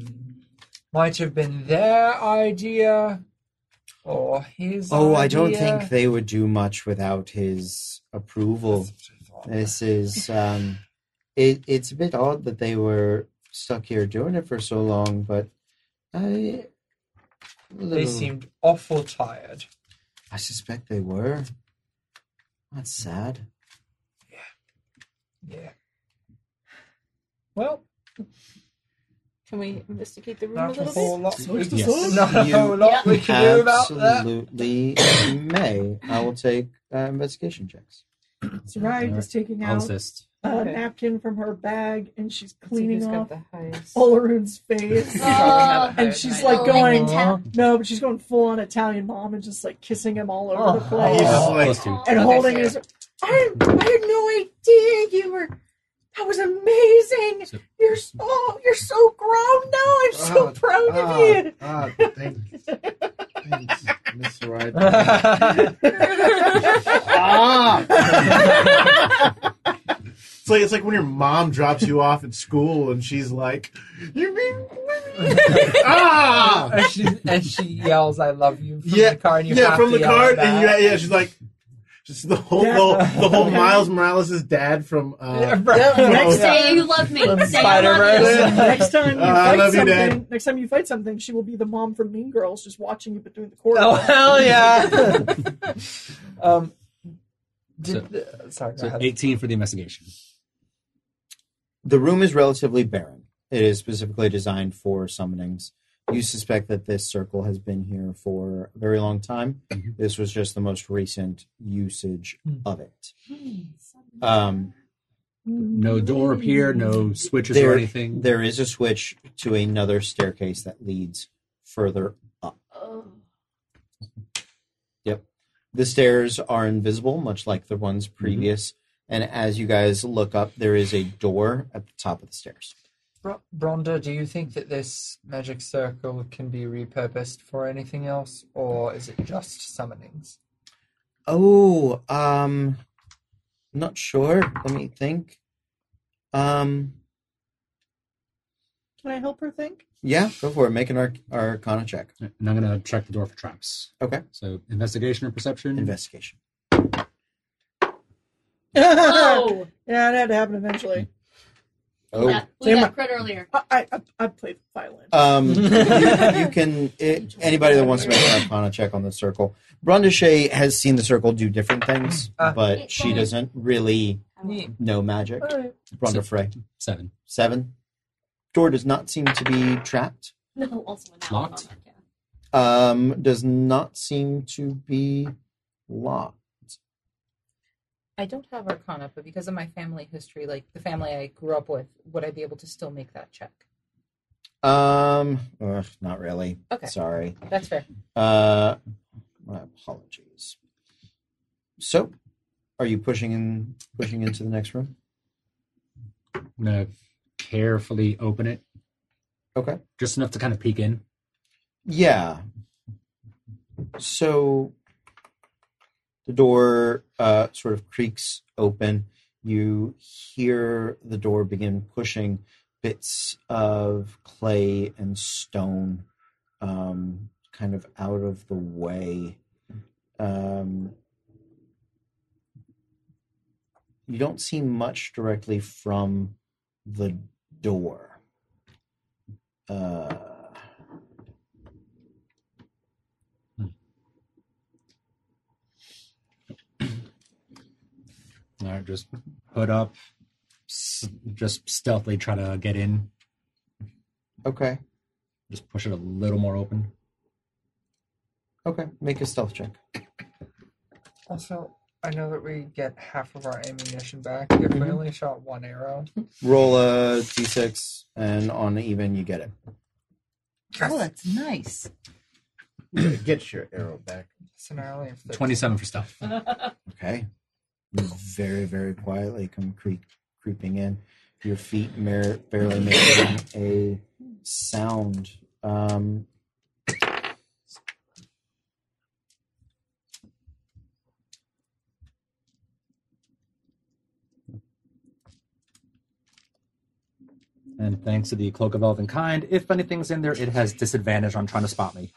D: might have been their idea or his?
L: Oh, I don't
D: idea?
L: think they would do much without his approval. This is um, it, it's a bit odd that they were stuck here doing it for so long, but I
D: they
L: little-
D: seemed awful tired.
L: I suspect they were. That's sad.
D: Yeah. Well,
B: Can we investigate the room
D: not
B: a
D: a
B: little
D: whole
B: bit?
D: lot. We can,
L: Yes.
D: Not a
L: You
D: whole lot we can do about that.
L: Absolutely may. I will take uh, investigation checks.
F: Soraya is taking out
C: Closest.
F: a
B: Okay.
F: napkin from her bag and she's
B: Let's see
F: cleaning
B: who's
F: off
B: got the highest.
F: Olaroon's face.
G: Oh.
F: and she's
G: The
F: like
G: lick
F: going,
G: and tap.
F: no, but she's going full on Italian mom and just like kissing him all over the
L: Oh.
F: place
E: He's like-
C: Close to.
F: and
B: Okay,
F: holding
B: so-
F: his. I had, I had no idea you were. That was amazing.
C: So-
F: you're so oh, you're so grown now. I'm so
E: Ah,
F: proud of you.
E: Ah, ah, thank, thanks, Miss Ride.
D: Right.
E: ah! it's like it's like when your mom drops you off at school and she's like, "You mean ah?"
D: and, she, and she yells, "I love you!" From
E: Yeah,
D: the car, and you
E: yeah,
D: have
E: from
D: to
E: the
D: yell
E: card,
D: back.
E: and you, yeah, she's like, just the whole the whole, the whole Miles Morales' dad from.
D: Yeah,
E: Uh,
D: right.
F: "Oh,
E: Yeah.
G: Next
E: Yeah.
G: day you love me. Say I love you.
D: Spider-Verse.
F: next time you
E: Ah, I
F: fight
E: love you,
F: something,
E: Dad.
F: next time you fight something, she will be the mom from Mean Girls, just watching you but doing the court.
D: Oh hell yeah! um, did, sorry, go
C: So
D: ahead.
C: 18 for the investigation.
L: The room is relatively barren. It is specifically designed for summonings. You suspect that this circle has been here for a very long time. This was just the most recent usage of it. Um,
C: No door up here, no switches
L: There-
C: or anything.
L: there is a switch to another staircase that leads further up.
G: Oh.
L: The stairs are invisible, much like the ones previous. And as you guys look up, there is a door at the top of the stairs.
D: Bro- Bronda, do you think that this magic circle can be repurposed for anything else, or is it just summonings?
L: Oh, um, not sure. Let me think. Um,
F: Can I help her think?
L: yeah, go for it. Make an arc- arcana check.
C: And I'm going to check the door for traps.
L: Okay.
C: So investigation or perception?
L: Investigation.
G: Oh,
F: Yeah, that had to happen eventually.
L: Oh,
G: that, we
F: Damn
G: got crit earlier.
F: I I, I, I played violin.
G: Oh.
L: um, you, you can it, anybody that wants to make an arcana check on the circle. Brundishay has seen the circle do different things,
D: Uh.
L: but she doesn't really
D: Hmm.
L: know magic.
D: Alright.
L: Brunda Frey.
C: Seven.
L: Seven. Door does not seem to be trapped.
G: No, also an owl.
C: Locked?
L: Um, does not seem to be locked.
B: I don't have Arcana, but because of my family history, like the family I grew up with, would I be able to still make that check?
L: Um, ugh, not really.
B: Okay.
L: Sorry.
B: That's fair.
L: Uh, my apologies. So, are you pushing in pushing into the next room?
C: I'm going to carefully open it,
L: Okay.
C: just enough to kind of peek in.
L: Yeah. So the door uh, sort of creaks open. You hear the door begin pushing bits of clay and stone um, kind of out of the way. Um, you don't see much directly from the door. Uh,
C: All right, just put up, s- just stealthily try to get in,
L: okay.
C: just push it a little more open.
L: Okay, make a stealth check.
D: Also, I know that we get half of our ammunition back if we
L: Mhm.
D: only shot one arrow.
L: Roll a d6, and on even, you get it.
P: Oh, that's nice.
E: Get your arrow back.
D: It's an arrow of 13.
C: 27 for stealth.
L: Okay. You Very, very quietly come creep, creeping in. Your feet mer- barely making a sound. Um,
C: And thanks to the Cloak of Elven Kind, if anything's in there, it has disadvantage on trying to spot me.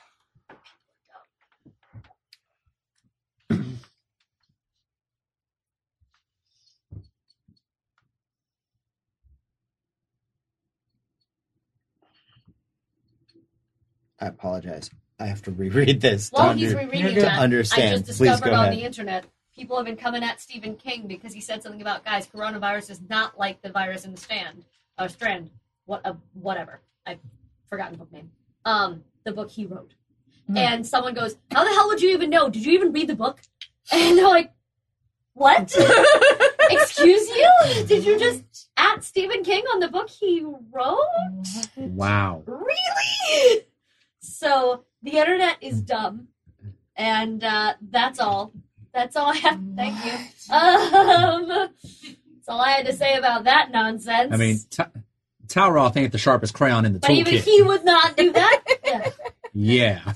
L: I apologize. I have to reread this to,
G: While he's
L: under-
G: rereading
L: to
G: that,
L: understand.
G: I just
L: Please
G: discovered
L: go
G: on
L: ahead.
G: the internet people have been coming at Stephen King because he said something about guys, coronavirus is not like the virus in the stand or strand. What a whatever. I've forgotten the book name. Um, the book he wrote.
P: Hmm.
G: And someone goes, How the hell would you even know? Did you even read the book? And they're like, What? Excuse you? Did you just at Stephen King on the book he wrote?
C: Wow.
G: Really? So the internet is dumb, and uh, that's all. That's all I have. Thank you. Um, that's all I had to say about that nonsense.
C: I mean, Ta Talroth ain't the sharpest crayon in the
G: but even
C: toolkit.
G: he would not do that. Yeah.
C: yeah.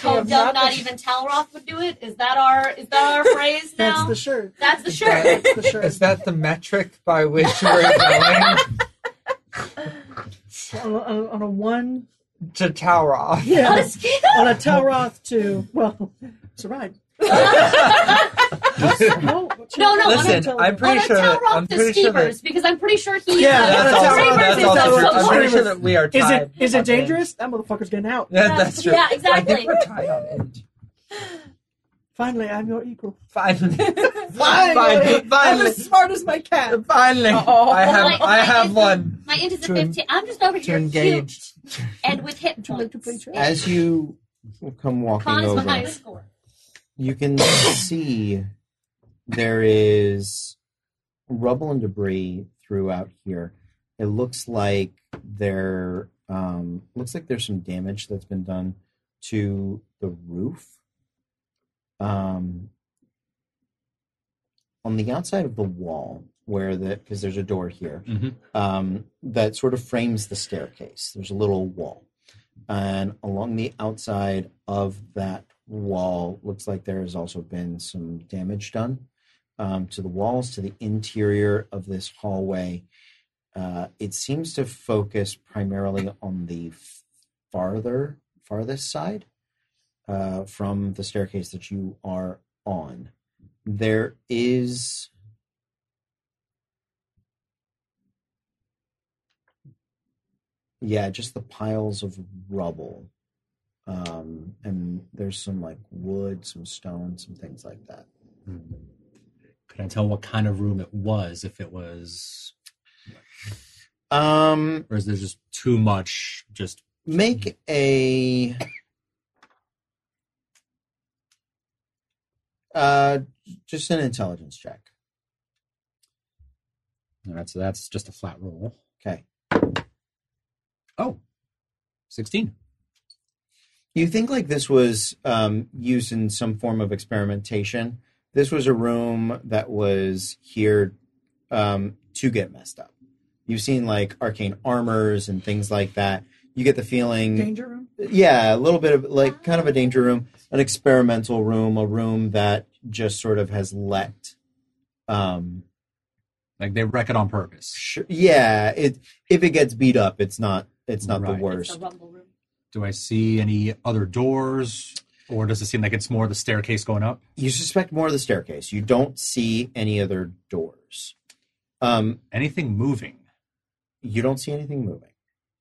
G: How dumb! Not even Talroth would do it. Is that our is that our phrase now?
F: That's the shirt.
G: That's the shirt.
D: That's the shirt. Is that the metric by which we're going
F: On, on, on a one.
D: to Tauroth?
F: Yeah.
G: On a scale?
F: On a Talroth to, well, it's a ride. no,
G: No, no.
D: Listen,
G: on a,
D: I'm pretty
G: on a
D: sure that-
G: Talroth
D: I'm
G: to
D: pretty sure that-
G: Skeevers, because I'm pretty sure he.
F: Yeah,
D: that's
F: That's
D: all.
F: all-
D: That's
F: that's
D: all.
F: all-
D: I'm pretty
F: that's
D: sure
F: all-
D: that we are
F: Is
D: tied.
F: it is it
D: up in-
F: dangerous? That motherfucker's getting out.
D: That, that's true.
G: Yeah,
D: I think
G: exactly.
D: we're tied on it.
F: Finally, I'm your equal.
D: Finally, finally,
F: Finally,
D: Oh.
F: I'm
D: finally,
F: as smart as my cat.
D: finally. I
G: Like,
D: have, I have
G: is-
D: one
G: My int is a
D: To en-
G: 15. I'm just over
D: to
G: here cute
D: engage.
G: and with hit
F: Like to play
G: points.
F: chess.
L: As you come walking
G: Con is my
L: over,
G: highest score.
L: you can see there is rubble and debris throughout here. It looks like there um, looks like there's some damage that's been done to the roof. Um, on the outside of the wall, where the because there's a door here
C: Mhm.
L: um, that sort of frames the staircase. There's a little wall, and along the outside of that wall looks like there has also been some damage done um, to the walls, to the interior of this hallway. Uh, it seems to focus primarily on the f- farther farthest side uh, from the staircase that you are on. There is yeah, just the piles of rubble. Um, and there's some like wood, some stone, some things like that.
C: Could I tell what kind of room it was? If it was,
L: Um,
C: or is there just too much? Just
L: make a uh just an intelligence check.
C: all right. So that's just a flat roll.
L: Okay.
C: Oh, 16.
L: You think like this was um, used in some form of experimentation? This was a room that was here um, to get messed up. You've seen like arcane armors and things like that. You get the
G: Mm.
L: feeling
F: Danger room.
L: yeah, a little bit of like kind of a danger room, an experimental room, a room that just sort of has let. Um,
C: Like they wreck it on purpose.
L: sh- yeah, it if it gets beat up, it's not it's not
C: Right. It's
L: the
G: It's
L: worst.
G: the rumble room.
C: Do I see any other doors, or does it seem like it's more the staircase going up?
L: You suspect more of the staircase. You don't see any other doors. Um,
C: Anything moving?
L: you don't see anything moving.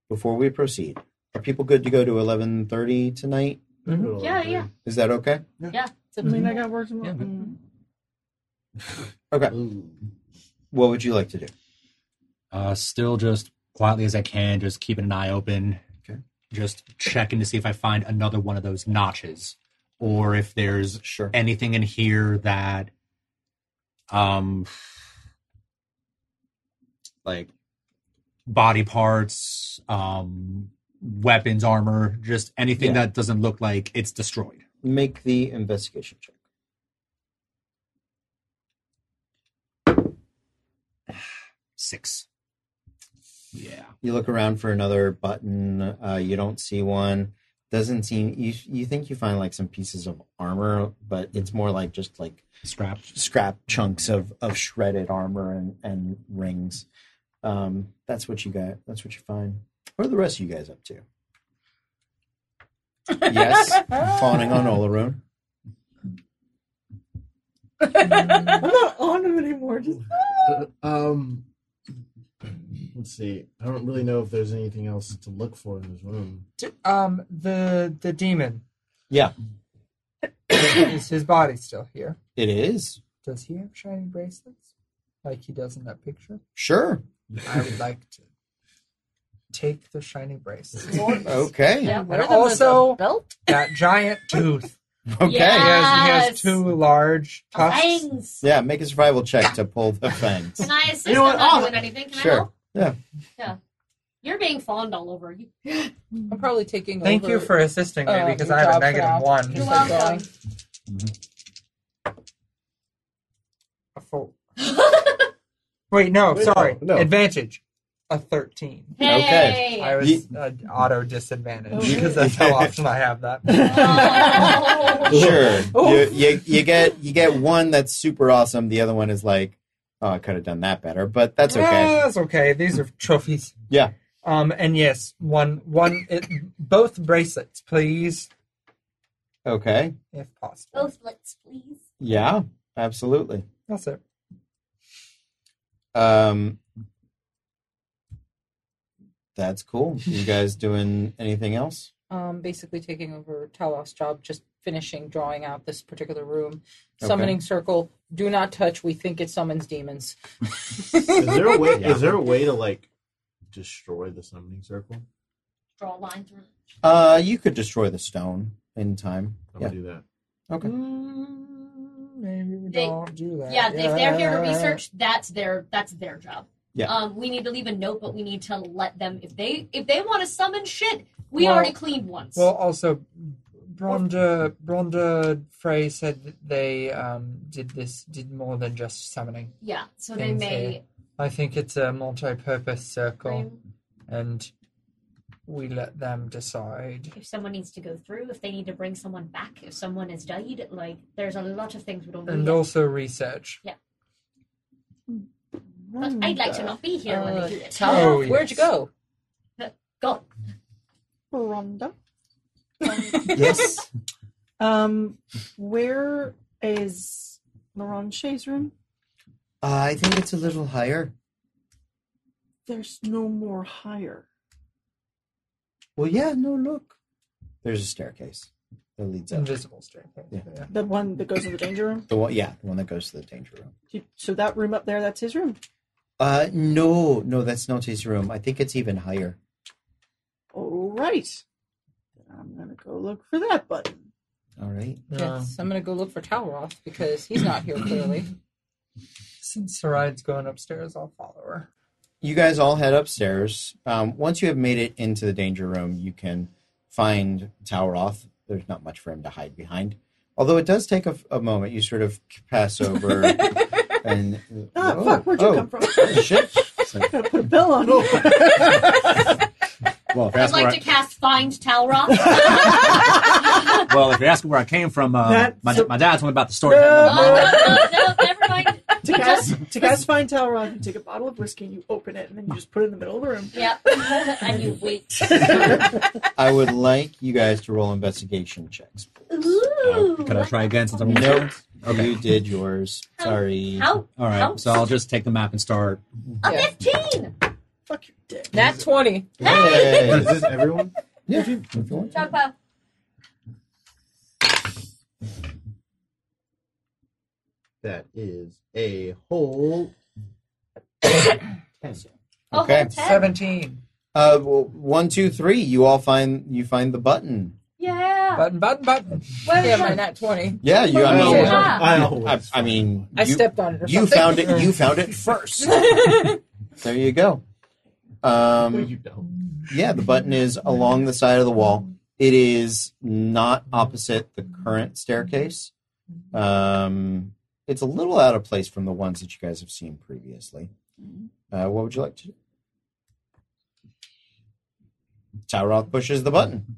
L: Before we proceed, are people good to go to eleven thirty tonight?
E: Mm-hmm.
G: Yeah, yeah.
L: Is that okay?
F: I mean, I got work tomorrow.
C: Yeah, but-
F: Mm.
L: Okay. What would you like to do?
C: Uh, still just quietly as I can, just keeping an eye open.
L: Okay.
C: Just checking to see if I find another one of those notches, or if there's
L: Sure.
C: anything in here that um like body parts um weapons armor just anything
L: Yeah.
C: that doesn't look like it's destroyed
L: Make the investigation check.
C: six yeah
L: You look around for another button. Uh, you don't see one. Doesn't seem you. You think you find like some pieces of armor, but it's more like just like
C: scrap
L: scrap chunks of of shredded armor and and rings. um, that's what you got. That's what you find. What are the rest of you guys up to? Yes, fawning on Olaroon.
F: I'm not on him anymore. Just
E: um, let's see. I don't really know if there's anything else to look for in this room.
D: D- um, the the demon
L: Yeah,
D: is his body still here?
L: it is.
D: Does he have shiny bracelets like he does in that picture?
L: Sure.
D: I would like to take the shiny bracelets.
L: Okay.
G: Yeah, what
D: And
G: are the most
D: also-
G: belt
D: that giant tooth.
L: Okay.
D: He has, he
G: Yes.
D: has two large tufts.
G: fangs.
L: Yeah, make a survival check to pull the fangs.
G: Can I assist?
E: You know
G: I'm
E: what?
G: not
E: I'll-
G: doing anything. Can I
L: Sure.
G: help?
L: Yeah.
G: Yeah. You're being fawned all over. You-
B: I'm probably taking
D: Thank
B: over.
D: you for assisting me
B: uh,
D: because
B: your
D: I have a
B: job
D: negative
B: now.
D: one.
G: You're
B: Just
D: for
B: like
G: welcome.
D: a four. Wait, no,
E: Wait,
D: sorry.
E: no, no.
D: Advantage. A 13.
L: Okay.
G: Hey.
D: I was
L: Ye-
D: uh, auto disadvantage
L: Ye-
D: because that's how often I have that.
G: Oh.
L: Sure. You, you, you get you get one that's super awesome. The other one is like, oh, I could have done that better, but that's
D: Ah,
L: okay.
D: that's okay. These are trophies.
L: Yeah.
D: Um, and yes, one, one, it, both bracelets, please,
L: Okay.
D: if possible.
G: Both lips, please.
L: Yeah. Absolutely.
D: That's it.
L: Um. That's cool. You guys doing anything else?
B: um, basically taking over Talos' job, just finishing drawing out this particular room.
L: Okay.
B: Summoning circle. Do not touch. We think it summons demons.
E: Is there a way?
L: Yeah.
E: Is there a way to like destroy the summoning circle?
G: Draw a line through.
L: Uh, you could destroy the stone in time.
E: I'm
L: Yeah.
E: gonna do that.
L: Okay.
D: Mm, maybe we
G: They-
D: don't do that.
G: Yeah, if they're here to
D: Yeah.
G: research, that's their that's their job.
L: Yeah.
G: Um, we need to leave a note, but we need to let them if they if they want to summon shit, we
D: Well-
G: already cleaned once.
D: Well, also, Bronda Bronda Frey said that they um, did this did more than just summoning.
G: yeah, so they
D: Things
G: may.
D: I think it's a multi-purpose circle,
G: bring-
D: and we let them decide.
G: If someone needs to go through, if they need to bring someone back, if someone has died, like there's a lot of things we don't
D: And
G: know. yet.
D: also research.
G: But I'd like to not be here when they do it.
B: Talos,
D: Oh,
B: Uh, where'd you
D: yes.
B: go?
G: God,
F: Rhonda.
L: Yes.
F: Um, where is Laurent Shay's room?
L: Uh, I think it's a little higher.
F: There's no more higher.
L: Well, yeah. No, look. There's a staircase that leads up.
D: Invisible staircase.
L: Yeah.
D: yeah.
F: The one that goes in the danger room.
L: The one, yeah, the one that goes to the danger room.
F: Do- So that room up there, that's his room.
L: Uh, no, no, that's not his room. I think it's even higher.
F: All right. Then I'm gonna go look for that button.
L: All right.
D: Yeah.
B: Yes, I'm gonna go look for Talroth because he's not here clearly.
D: Since Sarai's going upstairs, I'll follow her.
L: You guys all head upstairs. Um, once you have made it into the danger room, you can find Tauroth. There's not much for him to hide behind. Although it does take a, a moment. You sort of pass over and.
F: Ah,
L: oh,
F: fuck, where'd you
L: oh,
F: come from?
L: Shit.
F: Gotta put a bell on.
L: Well, if you
G: I'd
L: ask where
G: like
L: I-
G: to cast Find Talroth.
C: Well, if you're asking where I came from, uh,
F: That's
C: my,
F: a-
C: my dad told me about the story.
G: oh, no, no, never mind.
F: to guys, to guys find Talron, you take a bottle of whiskey and you open it, and then you just put it in the middle of the room.
G: Yeah, and you wait.
L: I would like you guys to roll investigation checks.
G: Ooh,
C: Could I try again since I'm
L: Nope.
C: Okay.
L: You did yours.
G: How-
L: Sorry.
G: How?
C: All right,
G: How?
C: so I'll just take the map and start.
G: A
B: Yeah.
G: fifteen.
F: Fuck your dick.
B: Nat twenty.
L: Hey!
E: Is this everyone?
L: Yeah, if you, if you want to.
G: Talk about
E: That is a whole.
G: a whole
L: Okay.
G: 10.
D: Seventeen.
L: Uh, well, one, two, three. You all find you find the button.
G: Yeah.
D: Button, button, button.
G: Where
B: Yeah,
G: is
B: my
G: it?
B: nat twenty.
L: Yeah, you. I mean,
G: Yeah.
E: I
L: I,
E: always.
L: I mean,
B: I
L: you,
B: stepped on it. Or
L: you
B: something.
L: found it. You found it first. there you go. Um,
E: you don't.
L: yeah, the button is along the side of the wall. It is not opposite the current staircase. Um, it's a little out of place from the ones that you guys have seen previously. Uh, what would you like to do? Tyroth pushes the button.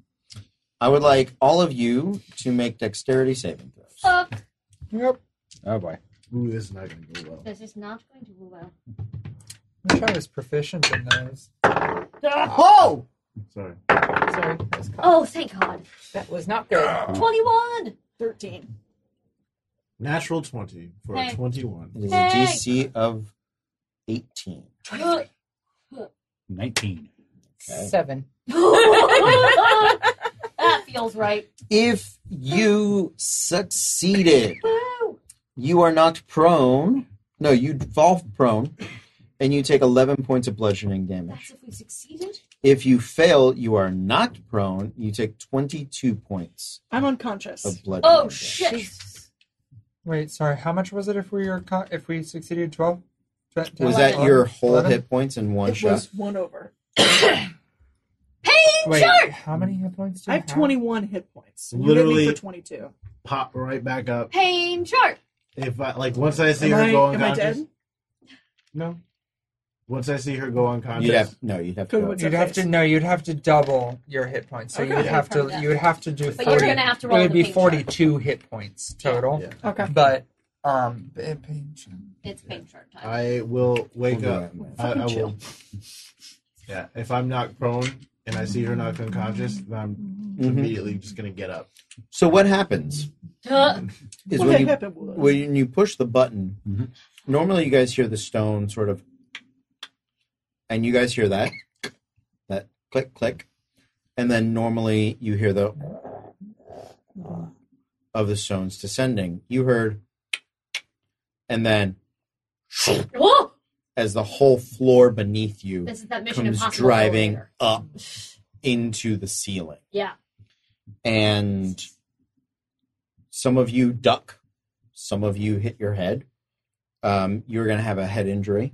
L: I would like all of you to make dexterity saving throws.
G: Fuck.
D: Yep.
O: Oh boy.
E: Ooh, this is not gonna go well.
G: This is not going to go well.
D: wish I was proficient in those.
F: Oh!
E: Sorry.
B: Sorry.
G: Oh, thank God.
B: That was not good.
G: 21!
F: 13.
E: Natural 20 for
G: Hey.
E: a 21.
L: It is a DC of 18.
G: Ugh.
C: 19.
B: Seven.
G: that feels right.
L: If you succeeded, you are not prone. No, you fall prone, and you take 11 points of bludgeoning damage.
G: That's if we succeeded.
L: If you fail, you are not prone. You take 22 points
F: I'm unconscious.
L: of bludgeoning.
G: Oh, shit.
D: Wait, sorry. How much was it if we were co- if we succeeded twelve?
L: Was that your whole hit points in one
F: it
L: shot?
F: was one over.
D: Wait, how many hit points? Do
F: I
D: you
F: have 21 hit points. You hit
E: Literally-
F: me for 22.
E: Pop right back up.
G: Pain chart.
E: If I, like once I see
F: Am
E: her
F: I-
E: go
F: am I
E: unconscious.
F: dead?
E: No. Once I see her go unconscious.
L: You'd have, no, you'd have to
F: Good
L: go
F: one.
L: with
D: You'd have to no. You'd have to double your hit points. So
F: Okay.
D: you would
E: Yeah.
D: have to
G: Yeah.
D: you would have to do. 40.
G: But you're gonna have to roll
D: It would be
G: the pain
D: forty-two hit points total.
E: Yeah.
F: Okay.
D: But um, it- pain chart.
G: It's pain chart time.
E: I will wake
L: We'll do
E: up.
L: it, man.
E: I, I
F: Fucking chill.
E: will. Yeah, if I'm not prone and I see her knocked unconscious, then I'm
L: Mhm.
E: immediately just gonna get up.
L: So what happens
G: Duh.
L: is
F: What
L: when you
F: happened was-
L: when you push the button,
C: Mhm.
L: normally you guys hear the stone sort of, and you guys hear that, that click click, and then normally you hear the of the stones descending. You heard, and then
G: Whoa!
L: as the whole floor beneath you
G: This is that Mission
L: comes
G: Impossible.
L: driving
G: elevator.
L: up into the ceiling.
G: Yeah.
L: and some of you duck, some of you hit your head. Um, you're going to have a head injury,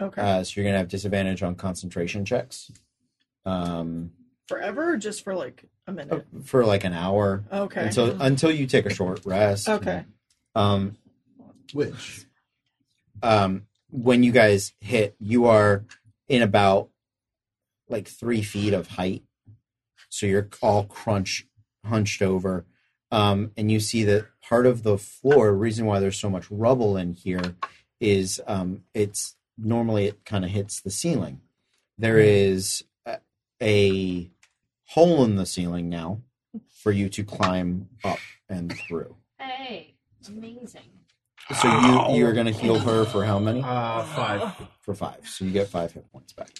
F: Okay.
L: uh, so you're going to have disadvantage on concentration checks um,
F: Forever or just for like a minute?
L: for like an hour
F: Okay.
L: until until you take a short rest.
F: okay.
L: Um,
E: Which
L: um, when you guys hit, you are in about like three feet of height, so you're all crunch hunched over, um, and you see that part of the floor. Reason why there's so much rubble in here is um, it's normally it kind of hits the ceiling. There is a, a hole in the ceiling now for you to climb up and through.
G: Hey, amazing.
L: So you you're gonna heal her for how many?
E: uh five.
L: for five. So you get five hit points back.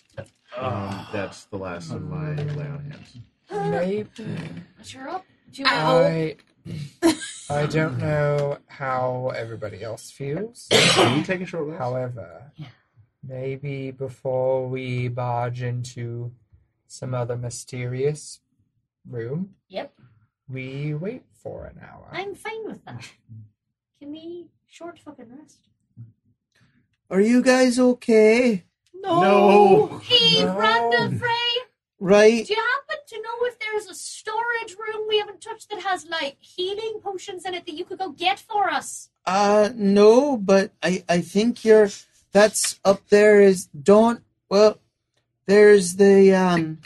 E: Um, that's the last of my lay on hands.
D: Maybe.
G: Cheer up. Two hours.
D: I I don't know how everybody else feels.
E: Can you take a short rest?
D: However, maybe before we barge into some other mysterious room,
G: Yep.
D: we wait for an hour.
G: I'm fine with that. Give me short fucking rest.
L: Are you guys okay?
F: No. Oh.
G: Hey,
D: No.
G: Rhonda Frey,
L: Right?
G: do you happen to know if there's a storage room we haven't touched that has like healing potions in it that you could go get for us?
L: Uh no, but I I think you're that's up there is don't well there's the um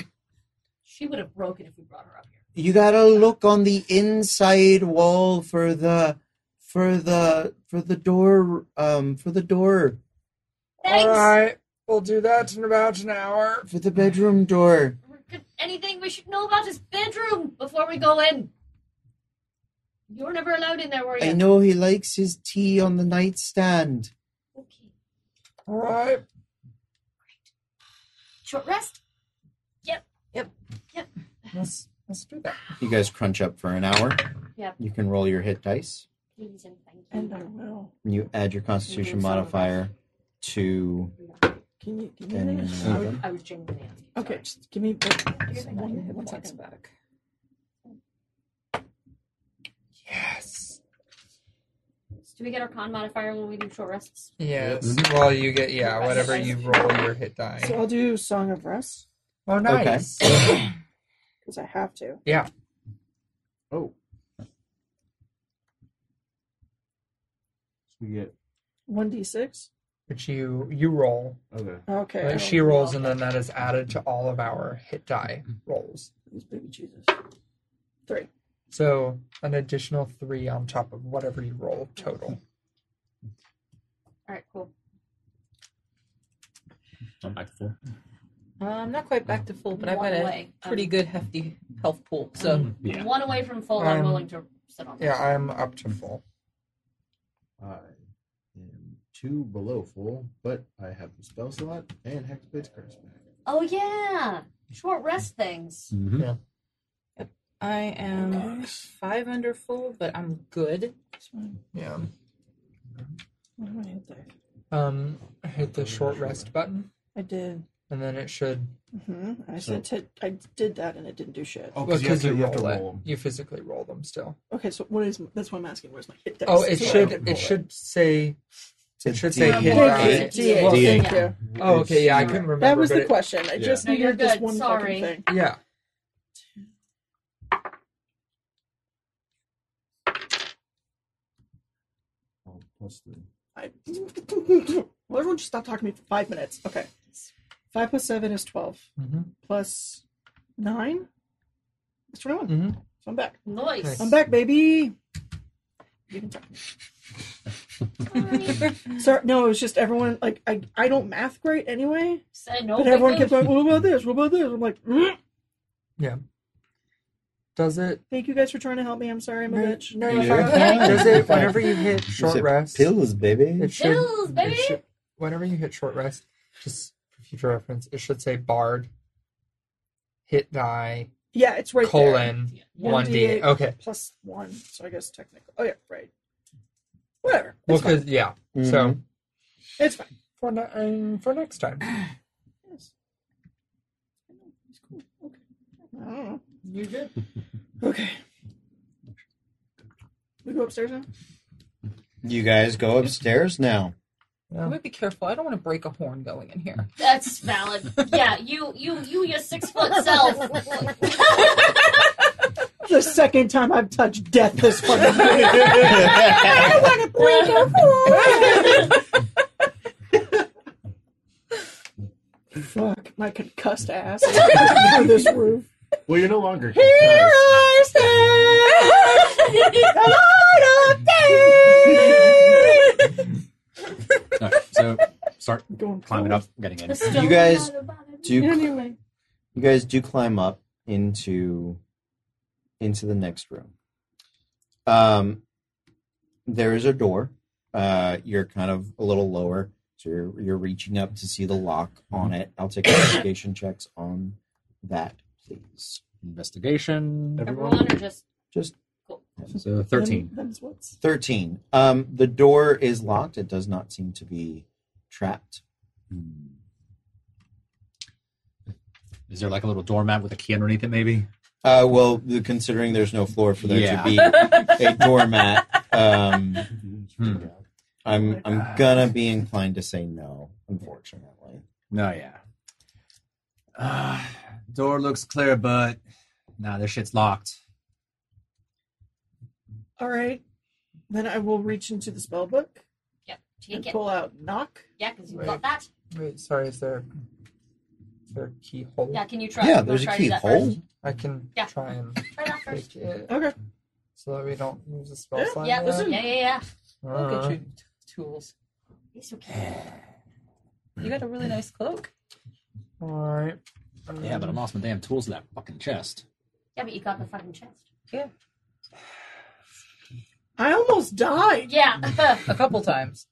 G: She would have broken if we brought her up here.
L: you got to look on the inside wall for the for the for the door um for the door
G: Thanks.
D: All right, we'll do that in about an hour.
L: for the bedroom door.
G: Could- Anything we should know about his bedroom before we go in? You were never allowed in there, were you?
L: I know he likes his tea on the nightstand.
G: Okay.
D: All right,
G: Short rest?
D: let's let's do that.
L: You guys crunch up for an hour.
G: Yep.
L: You can roll your hit dice.
G: Please and thank you.
F: And uh, I will.
L: and You add your constitution modifier to
F: Can you give me
L: any
F: that?
L: of them.
P: I was genuinely asking.
F: Okay, just give me just one, one second.
P: back.
D: Yes.
G: Do we get our con modifier when we do short rests?
D: Yes. Well, you get yeah, whatever you roll your hit die.
F: So I'll do Song of Rest
D: Oh,
L: Okay.
D: nice.
F: because I have to.
E: Oh. We get
F: 1d6.
D: Which you you roll.
E: okay.
F: Okay.
D: Uh,
F: I'll-
D: She rolls, and then that is added to all of our hit die rolls.
F: These baby Jesus. Three.
D: So an additional three on top of whatever you roll total.
G: All right, cool.
C: I'm back to full.
B: Uh, I'm not quite back to full, but I've
G: One
B: got a
G: away.
B: pretty
G: Um,
B: good hefty health pool.
L: Hmm.
B: So
C: Yeah.
G: One away from full, I'm
D: Um,
G: willing to sit on.
D: Yeah, I'm up to full.
E: I am two below full, but I have the spell slot and Hexblade's curse back.
G: Oh yeah, short rest things.
B: I am five under full, but I'm good.
D: Yeah.
F: What do I hit there?
D: Um, I hit the short rest button,
F: I did.
D: and then it should.
F: hmm I said t- I did that and it didn't do shit.
E: Oh, 'cause you have to- you have to
D: roll it.
E: roll 'em.
D: You physically roll them still.
F: Okay, so what is that's why I'm asking where's my hit dice?
D: Oh, it
F: So I
D: should.
F: can
D: It
F: roll
D: should say. It should say
L: Yeah,
D: hit
L: more
D: die.
F: Thank you.
G: Yeah.
D: Well,
F: Thank you.
D: Oh, okay. Yeah, I
G: It's-
D: couldn't remember.
F: That was
D: but
F: the
D: it-
F: question. I
E: Yeah.
F: just
G: No, you're
F: needed this
G: good.
F: one
G: Sorry.
F: fucking thing.
D: Yeah.
E: Oh, plus three.
F: I, well, everyone just stop talking to me for five minutes. Okay. Five plus seven is 12
D: Mhm.
F: Plus nine is twenty-one.
D: Mhm.
F: So I'm back.
G: Nice.
F: I'm back, baby. You can talk.
G: Sorry.
F: Sorry, no, it was just everyone. Like I, I don't math great anyway.
G: Said no.
F: but everyone kept going. What about this? What about this? I'm like, "Mm."
D: Does it?
F: thank you guys for trying to help me. I'm sorry, I'm a bitch.
D: No,
L: Yeah.
D: you're fine. Does it? Whenever you hit
L: It's
D: short
L: a
D: rest,
L: Pills, baby.
D: it should.
G: Pills,
D: it
G: baby.
D: should- whenever you hit short rest, just for future reference, it should say barred. Hit die
F: Yeah, it's right there.
D: colon one d
F: 1d8.
D: Okay.
F: Plus one. So I guess technically. Oh yeah, right. Whatever.
D: Well,
F: It's, fine.
D: 'cause- yeah.
L: Mm.
C: Mm-hmm.
D: So
F: it's fine.
D: for ne- um, for next time,
F: Yes. I know, It's cool. Okay. I don't know.
N: You're good.
F: Oh. Okay. We go upstairs now?
L: You guys go upstairs now.
B: I would be careful. I don't want to break a horn going in here.
G: That's valid. Yeah, you, you, you, your six foot self.
F: The second time I've touched death this fucking minute. I want to break a Fuck my concussed ass through this roof.
E: Well, you're no longer.
F: I stand, the light of
C: All right, so start
F: day. Going
C: climbing up, getting in.
L: You guys Do you,
F: Anyway,
L: you guys do climb up into into the next room. Um, there is a door. Uh, you're kind of a little lower, so you're you're reaching up to see the lock on it. I'll take investigation checks on that, please.
C: Investigation.
G: Everyone or just
L: Just
C: So thirteen.
F: Them, them's what's.
L: thirteen. Um, the door is locked. It does not seem to be trapped.
C: Hmm. Is there like a little doormat with a key underneath it? Maybe.
L: Uh, well, the- considering there's no floor for there
C: Yeah.
L: to be a doormat, um, I'm I'm gonna be inclined to say no. Unfortunately,
C: No, yeah. Uh, door looks clear, but nah, this shit's locked.
F: All right. Then I will reach into the spell book
G: yep, take
F: and
G: it.
F: pull out knock.
G: Yeah, because you
D: Right.
G: got that.
D: wait. Sorry, is there is there a keyhole?
G: Yeah, can you try?
L: Yeah,
G: you
L: there's a
G: wanna try to do that
L: keyhole.
G: first?
D: I can
G: Yeah.
D: try and
G: Try that first.
D: take it
F: Okay.
D: so that we don't use the spell
F: Yeah,
D: slot.
G: Yeah, yeah,
D: yet.
G: yeah, yeah.
B: I'll get
D: Uh,
B: you t- tools.
G: It's okay.
B: You got a really nice cloak.
D: All right. Um,
C: Yeah, but I lost my damn tools in that fucking chest.
G: Yeah, but you got the fucking chest.
F: I almost died.
G: Yeah.
B: A couple times.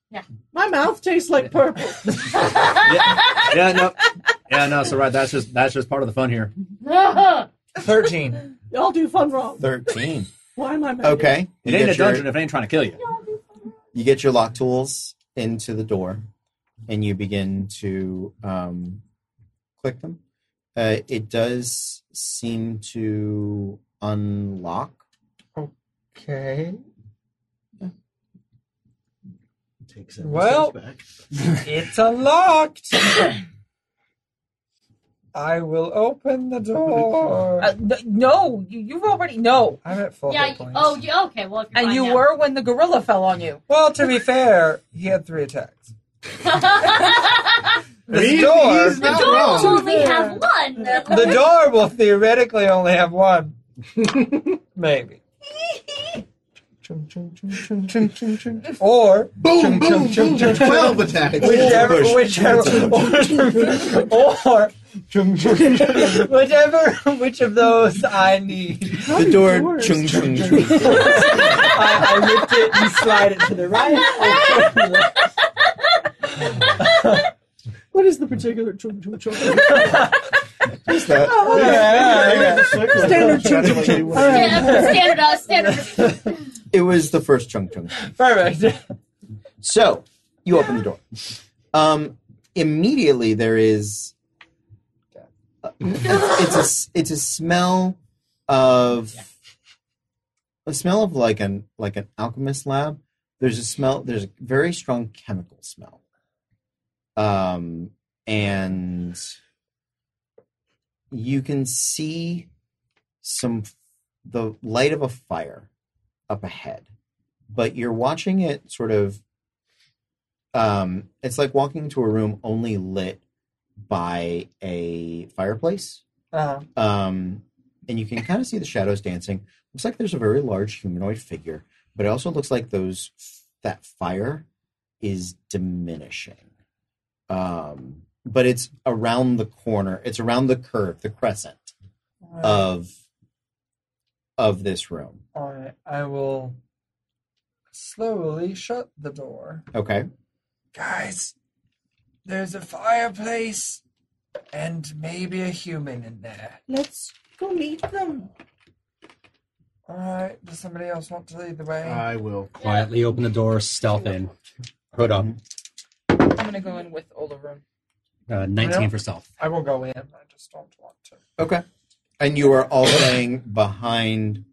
F: My mouth tastes like purple.
C: Yeah, no, yeah, no. So right, that's just that's just part of the fun here.
D: thirteen.
F: Y'all do fun wrong.
L: thirteen.
F: Why am I mad?
L: Okay,
C: It
L: You
C: ain't
L: get
C: a dungeon
L: Your,
C: if it ain't trying to kill you.
L: you get your lock tools into the door, and you begin to um, click them. Uh, it does seem to unlock.
D: Okay.
E: Takes seven
D: Well-
E: steps back.
D: It's unlocked. I will open the door.
B: Uh, th- no, you, you already know.
D: I'm at full
G: yeah.
D: hit
G: you-
D: points.
G: oh, you, okay. Well, if you're
B: And
G: fine
B: you
G: now.
B: were when the gorilla fell on you.
D: Well, to be fair, he had three attacks. The
E: He's-
D: door.
E: he's
G: the
E: not
G: door
E: wrong.
G: will only have one.
D: The door will theoretically only have one. Maybe. Chum, chum, chum, chum, chum, chum, chum. Or
E: Boom, boom, boom, 12 attacks.
D: Whichever,
E: Push.
D: whichever, or chum, chum, chum, whichever, which of those I need.
L: The door. Chung, chung, chung.
D: I, I lift it and slide it to the right. or to the left.
F: What is the particular chum chum chum?
L: What's that?
F: Oh, yeah, Standard chum chum chum. All right.
G: Yeah, standard, uh, standard.
L: It was the first chung chung.
D: Perfect.
L: So you open the door. Um, immediately there is uh, it's a s- it's a smell of a smell of like an like an alchemist lab. There's a smell. There's a very strong chemical smell. Um, and you can see some f- the light of a fire up ahead, but you're watching it sort of. Um, it's like walking into a room only lit by a fireplace.
D: Uh,
L: Um, and you can kind of see the shadows dancing. Looks like there's a very large humanoid figure, but it also looks like those that fire is diminishing. Um, but it's around the corner. It's around the curve, the crescent of of this room.
D: all right, I will slowly shut the door.
L: Okay.
D: Guys, there's a fireplace and maybe a human in there.
F: Let's go meet them.
D: All right, does somebody else want to lead the way?
E: I will.
C: Quietly open the door, stealth in. Hood up.
B: I'm gonna go in with Oliver.
C: Uh, 19 for stealth.
D: I will go in. I just don't want to.
L: Okay. And you are all going behind.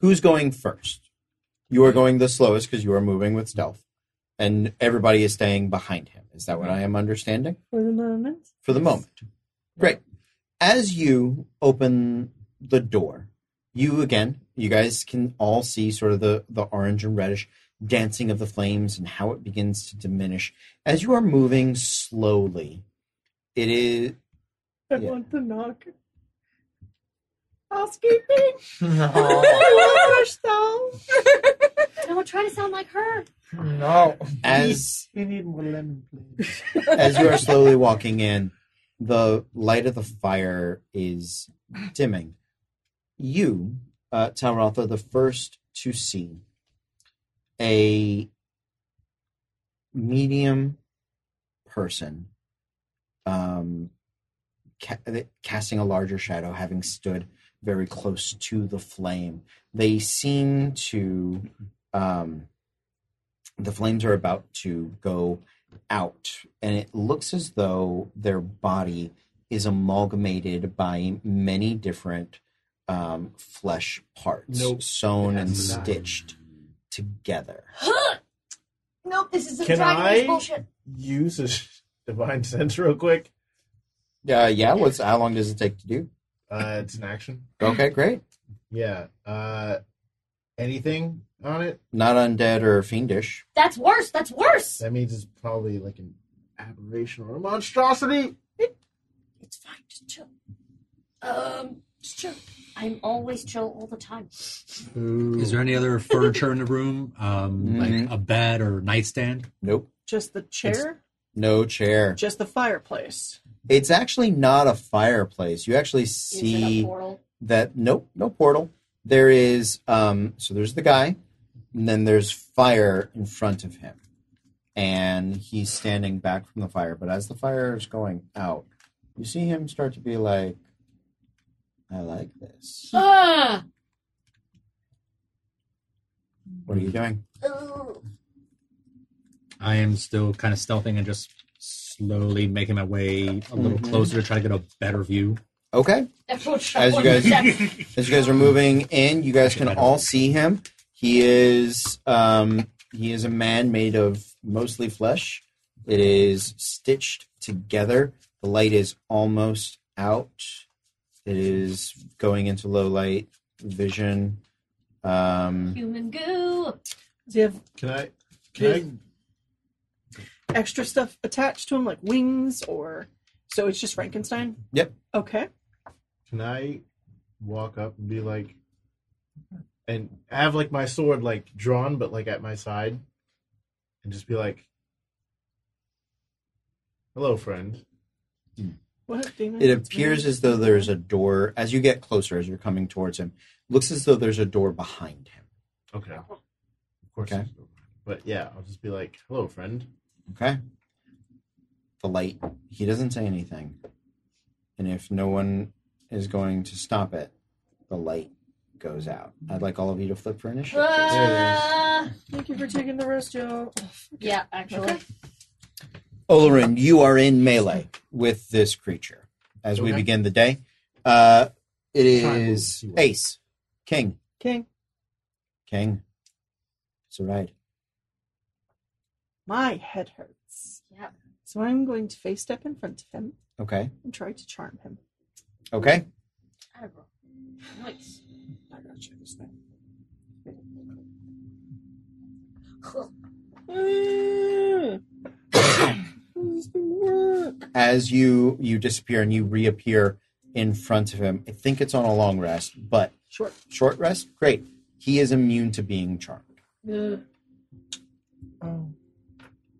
L: Who's going first? You are going the slowest because you are moving with stealth, and everybody is staying behind him. Is that what I am understanding?
F: For the moment.
L: for the moment. Great. As you open the door, you again, you guys can all see sort of the, the orange and reddish dancing of the flames and how it begins to diminish. As you are moving slowly, it is
F: I
L: Yeah.
F: want to knock. Housekeeping.
D: No.
F: Wash them.
G: Don't try to sound like her.
D: no.
L: as
E: We need more lemon, please.
L: as you are slowly walking in, the light of the fire is dimming. You, uh, Talroth, are the first to see a medium person um, ca- casting a larger shadow, having stood very close to the flame. They seem to. Um, the flames are about to go out, and it looks as though their body is amalgamated by many different um, flesh parts,
E: Nope.
L: sewn
E: It
L: and
E: has not.
L: stitched together.
G: Nope, this is a
E: Can
G: dragon Age
E: I-
G: bullshit.
E: Use a sh- divine sense real quick.
L: Uh, yeah, what's how long does it take to do?
E: Uh, it's an action.
L: Okay, great.
E: Yeah. Uh, anything on it?
L: Not undead or fiendish.
G: That's worse. That's worse.
E: That means it's probably like an aberration or a monstrosity.
G: It's fine. Just chill. Um, just chill. I'm always chill all the time.
C: Is there any other furniture in the room? Um,
L: Mhm.
C: Like a bed or nightstand?
L: Nope.
F: Just the chair.
L: No chair.
F: Just the fireplace.
L: It's actually not a fireplace. You actually
G: Is it a
L: see
G: portal?
L: that nope, no portal. There is um so there's the guy, and then there's fire in front of him. And he's standing back from the fire, but as the fire is going out, you see him start to be like I like this.
G: Ah!
L: What are you doing?
G: Ugh.
C: I am still kind of stealthing and just slowly making my way a little
L: Mhm.
C: closer to try to get a better view.
L: Okay.
G: Everyone shut
L: As you
G: one
L: guys-
G: second.
L: As you guys are moving in, you guys can all see him. He is um, he is a man made of mostly flesh. It is stitched together. The light is almost out. It is going into low light vision. Um,
G: Human goo.
F: Does he have
E: Can I? Can
F: extra stuff attached to him, like wings, or so it's just Frankenstein?
L: Yep.
F: Okay.
E: I? Can I walk up and be like, and I have like my sword like drawn but like at my side and just be like hello friend
F: What, Damon?
L: It appears as though there's a door as you get closer, as you're coming towards him. Looks as though there's a door behind him.
E: okay of course
L: Okay.
E: but yeah I'll just be like hello friend
L: Okay. The light. He doesn't say anything, and if no one is going to stop it, the light goes out. I'd like all of you to flip for initiative.
G: Uh,
F: Thank you for taking the rest, Joe.
G: yeah, actually.
L: Olarin, you are in melee with this creature as we
E: Okay.
L: begin the day. Uh, it
E: Try and move,
L: is
E: see what-
L: Ace, King,
F: King,
L: King. So right.
F: my head hurts.
G: Yep.
F: So I'm going to face step in front of him
L: Okay.
F: and try to charm him.
L: Okay.
G: Attaboy. Nice.
L: I gotta check this thing.
G: Mm.
L: as you you disappear and you reappear in front of him. I think it's on a long rest, but
F: Short.
L: short rest. Great. He is immune to being charmed.
D: Oh.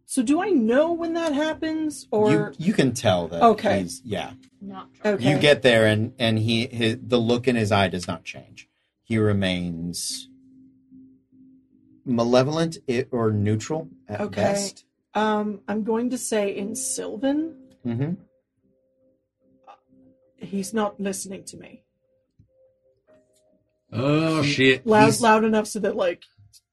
F: So do I know when that happens, or
L: you you can tell that.
F: Okay.
L: He's, yeah.
G: Not
F: okay?
L: You get there and and he his, the look in his eye does not change. He remains malevolent i- or neutral at
F: Okay.
L: best.
F: um, I'm going to say in Sylvan,
L: hmm
F: he's not listening to me.
C: Oh shit!
F: Loud,
L: He's-
F: loud enough so that like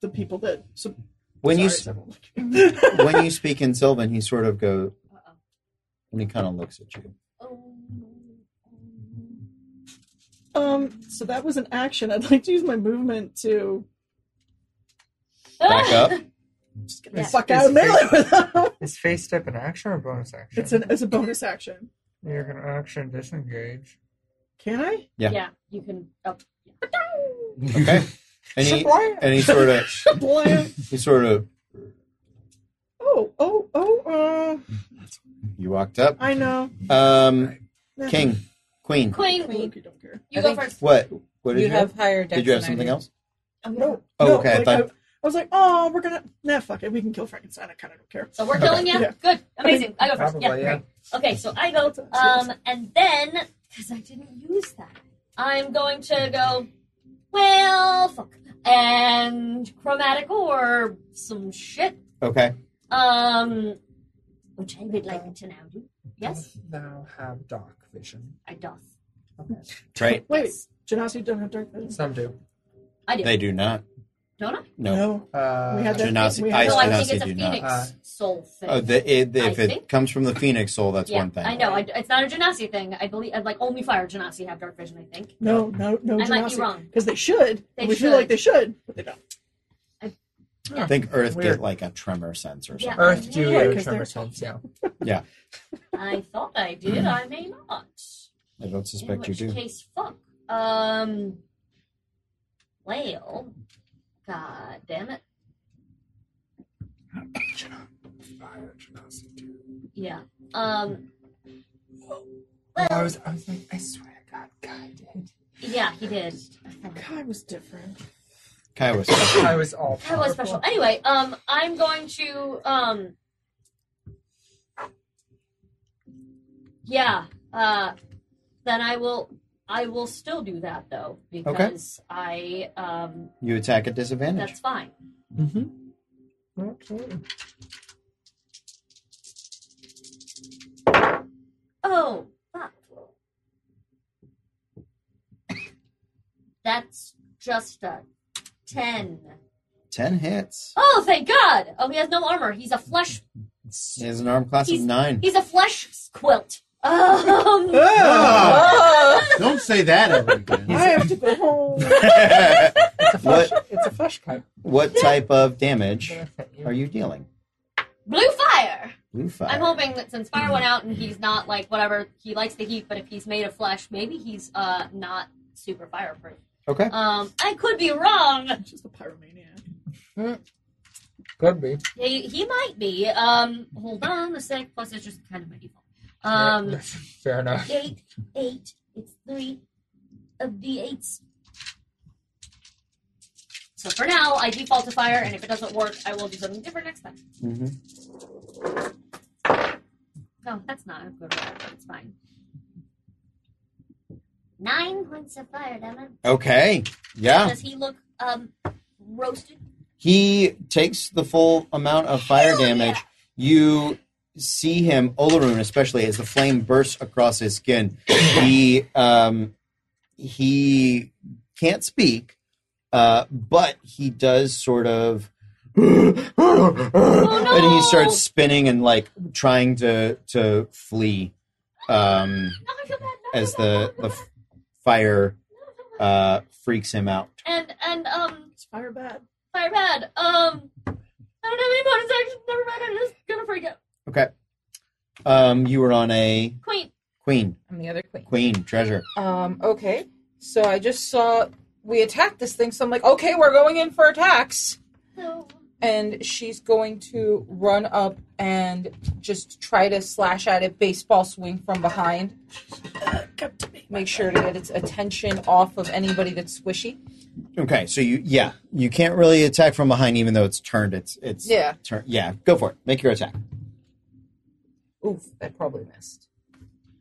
F: the people that so,
L: When you s-
F: sorry, everyone.
L: when you speak in Sylvan, he sort of goes
G: Oh.
L: and he kind of looks at you.
G: Oh.
F: um, so that was an action. I'd like to use my movement to
L: Back up.
G: Yeah.
F: fuck out of melee with him.
D: Is face step an action or a bonus action?
F: It's an it's a bonus action.
D: You're gonna action disengage.
F: Can I?
L: Yeah.
G: Yeah, you can. Oh,
L: Okay. And he, and he sort of
F: Blam.
L: he sort of
F: Oh, oh, oh. Uh,
L: you walked up.
F: I know.
L: Um, King, Queen.
G: Queen,
F: Queen. Don't care.
G: you
B: I
G: go
B: think-
G: first.
L: What? What did
B: you
L: you,
B: have higher dex
L: Did you have
B: than I
L: something
B: do.
L: else?
F: No.
L: Oh,
F: no,
L: okay, I
F: like,
L: thought-
F: I, I was like, oh, we're gonna. Nah, fuck it. We can kill Frankenstein. I kind of don't care.
G: So we're killing you.
F: Yeah.
G: Good, amazing. I go first.
D: Probably,
G: Yeah,
D: yeah.
G: great. Okay, so I go. Um, and then because I didn't use that, I'm going to go. Well, fuck, and chromatic orb some shit.
L: Okay.
G: Um, which I would like to now do. Yes,
D: Doth Thou have dark vision.
G: I doth.
L: Right.
F: Wait,
G: Yes,
F: Genasi don't have dark vision.
D: Some do.
G: I do.
L: They do not.
G: Don't I?
L: No.
D: Uh,
F: We had that-
L: Genasi-
F: we
L: I
F: had
G: no,
F: that-
G: I
L: Genasi
G: think it's a
L: do not.
G: phoenix
D: Uh,
G: soul thing.
L: Oh, the, it, the-
G: I
L: if it
G: think-
L: comes from the Phoenix Soul, that's
G: yeah,
L: one thing.
G: I know. I, it's not a Genasi thing. I believe, uh, like, only fire Genasi have dark vision. I think.
F: No, no, no,
G: I might be
F: Genasi.
G: wrong.
F: Because they should.
G: They
F: we
G: should.
F: feel like they should, but they don't.
L: I think Earth
D: Weird.
L: get like a tremor sense or
G: Yeah.
L: something.
D: Earth do
G: Yeah,
D: yeah,
F: 'cause
D: tremor
F: they're-
D: sense, yeah.
G: I thought I did. I may not.
L: I don't Hmm. suspect
G: In
L: you
G: which
L: do.
G: case, fuck. Um. Well, god damn it. Yeah. Um.
D: Oh, I
G: Well,
D: was, I was like, I swear to God, God did.
G: yeah, he did. Oh,
F: Kai was different.
L: Kai was.
D: I was all.
G: That was special. Anyway, um, I'm going to um. Yeah. Uh, then I will. I will still do that though because I um.
L: you attack at disadvantage.
G: That's fine.
D: Mm-hmm. Absolutely.
G: Oh, fuck. That's just a ten.
L: Ten hits.
G: Oh, thank God! Oh, he has no armor. He's a flesh.
L: He has an arm class
G: He's-
L: of nine.
G: He's a flesh quilt. Um.
E: don't say that ever again
F: I have to go home.
L: what
D: It's a flesh cut.
L: what type of damage
D: Are
L: are you dealing?
G: Blue fire.
L: Blue fire.
G: I'm hoping that since fire went out and he's not like whatever he likes the heat, but if he's made of flesh, maybe he's uh not super fireproof.
L: Okay.
G: Um, I could be wrong.
F: Just a pyromaniac.
D: Could be.
G: He, he might be. Um, hold on a sec. Plus, it's just kind of medieval. Um,
D: Fair enough.
G: eight, eight. It's three of the eights. So for now, I default to fire, and if it doesn't work, I will do something different next time.
L: Mhm.
G: No, that's not a good roll, but it's fine. Nine points of fire damage.
L: Okay. Yeah.
G: Does he look um roasted?
L: He takes the full amount of fire damage. You see him, Olaroon, especially as the flame bursts across his skin. he um, he can't speak, uh, but he does sort of. And he starts spinning and like trying to to flee um, as the the f- fire uh, freaks him out.
G: And and um
F: It's fire bad.
G: fire bad. Um I don't have any bonus action. Never mind, I'm just gonna freak out.
L: Okay. Um, you were on a
G: Queen.
L: queen,
B: I'm the other queen.
L: queen treasure.
B: Um, okay. So I just saw we attacked this thing, so I'm like, okay, we're going in for attacks.
G: So
B: And she's going to run up and just try to slash at it, baseball swing from behind. Make sure to get its attention off of anybody that's squishy.
L: Okay, so you yeah you can't really attack from behind, even though it's turned. It's it's
B: Yeah.
L: turn. Yeah, go for it. Make your attack.
B: Oof, that probably missed.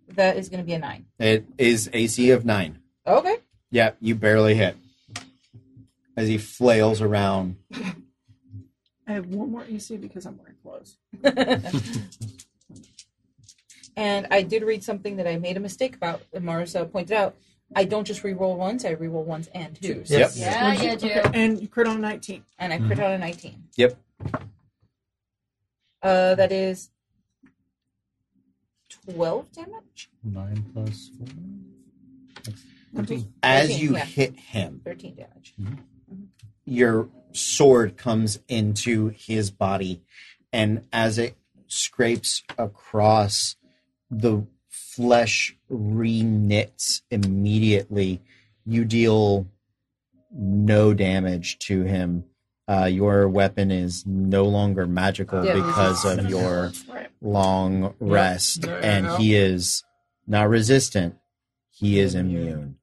B: That is going to be a nine.
L: It is AC of nine.
B: Okay.
L: Yeah, you barely hit as he flails around.
F: I have one more AC because I'm wearing clothes.
B: And I did read something that I made a mistake about, and Marissa pointed out. I don't just re-roll ones; I re-roll ones and twos.
L: Yep.
G: Yeah, yeah,
F: Okay,
G: do.
F: And you crit on a 19.
B: And I crit out a nineteen.
L: Yep.
B: Uh, that is twelve damage.
O: Nine plus four.
L: As
B: Thirteen,
L: you
B: yeah.
L: hit him,
B: Thirteen damage.
L: your sword comes into his body, and as it scrapes across, the flesh reknits immediately. You deal no damage to him. Uh, your weapon is no longer magical
B: Yeah,
L: because of your
F: Right.
L: long rest,
D: Yeah,
L: and
D: yeah.
L: he is not resistant. He is immune.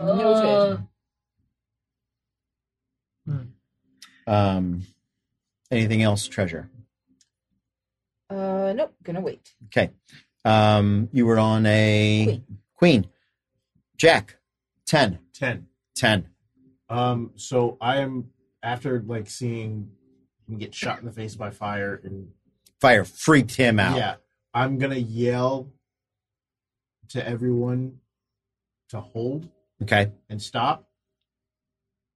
G: Uh,
L: Um, anything else, treasure?
B: Uh, nope. Gonna wait.
L: Okay. Um, you were on a
B: Queen.
L: queen. Jack, 10.
E: Ten.
L: 10.
E: Um, so I am after like seeing him get shot in the face by fire and
L: Fire freaked him out.
E: yeah, I'm gonna yell to everyone to hold
L: Okay.
E: and stop.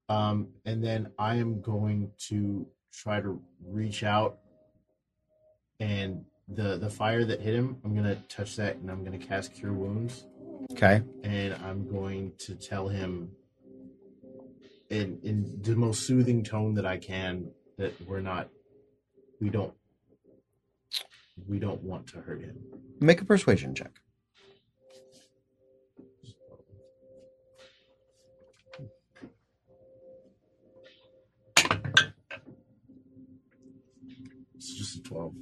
E: Um, and then I am going to try to reach out and the the fire that hit him, I'm gonna touch that and I'm gonna cast cure wounds
L: Okay.
E: and I'm going to tell him in in the most soothing tone that I can that we're not we don't we don't want to hurt him.
L: Make a persuasion check.
E: It's just a twelve.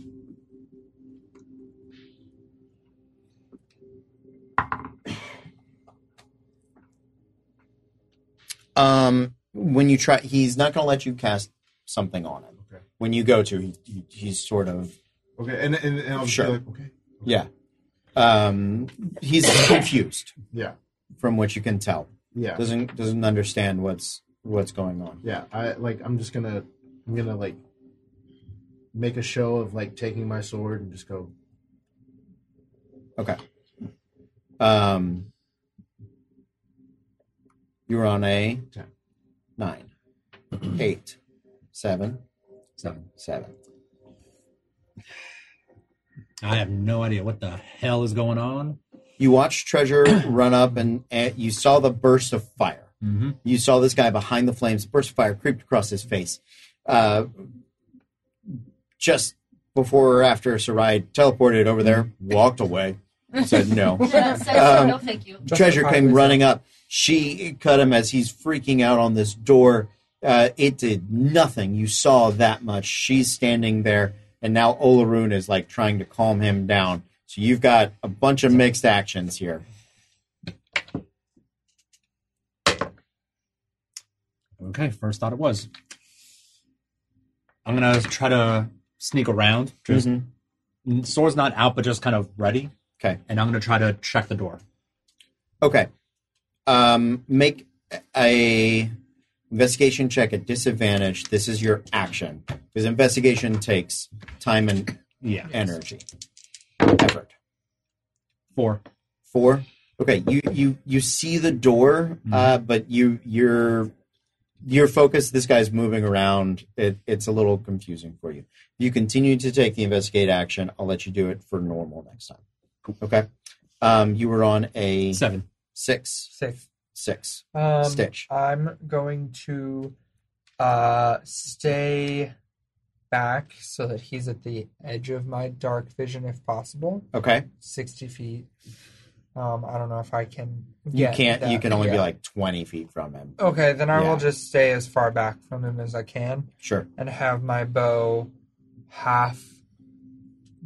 L: Um, when you try, he's not going to let you cast something on him.
E: Okay.
L: When you go to, he, he, he's sort of,
E: Okay, and and, and I'll just
L: Sure.
E: be like, okay.
L: yeah. Um, he's confused
E: Yeah.
L: from what you can tell.
E: Yeah.
L: Doesn't, doesn't understand what's, what's going on.
E: yeah i like i'm just gonna i'm gonna like make a show of like taking my sword and just go
L: Okay. Um, you were on a
E: Ten.
L: nine, eight, seven,
C: Seven.
L: seven.
C: I have no idea what the hell is going on.
L: You watched Treasure run up, and, and you saw the burst of fire.
C: Mm-hmm.
L: You saw this guy behind the flames. Burst of fire creeped across his face. Uh, just before or after Sarai teleported over there, walked away, said no.
G: yeah, so, so
L: Um,
G: no thank you.
L: Treasure
D: Justified
L: came
D: result.
L: running up. She cut him as he's freaking out on this door. Uh, it did nothing. You saw that much. She's standing there, and now Olaroon is like trying to calm him down. So you've got a bunch of mixed actions here.
C: Okay, first thought it was. I'm gonna try to sneak around. Just sword's not out, but just kind of ready.
L: Okay,
C: and I'm gonna try to check the door.
L: Okay. Um, make a investigation check at disadvantage. This is your action because investigation takes time and
C: yeah
L: energy, effort.
C: Four.
L: Four. Okay. You you you see the door, uh, but you you're your focus. This guy's moving around. It, it's a little confusing for you. You continue to take the investigate action. I'll let you do it for normal next time. Okay. Um, you were on a
C: seven,
L: six,
D: Six.
L: six.
D: Um,
L: Stitch.
D: I'm going to uh, stay back so that he's at the edge of my dark vision if possible.
L: Okay.
D: 60 feet. Um, I don't know if I can.
L: You
D: get
L: can't. You
D: that
L: can only be
D: yet.
L: like twenty feet from him.
D: Okay, then I
L: Yeah.
D: will just stay as far back from him as I can
L: Sure.
D: and have my bow half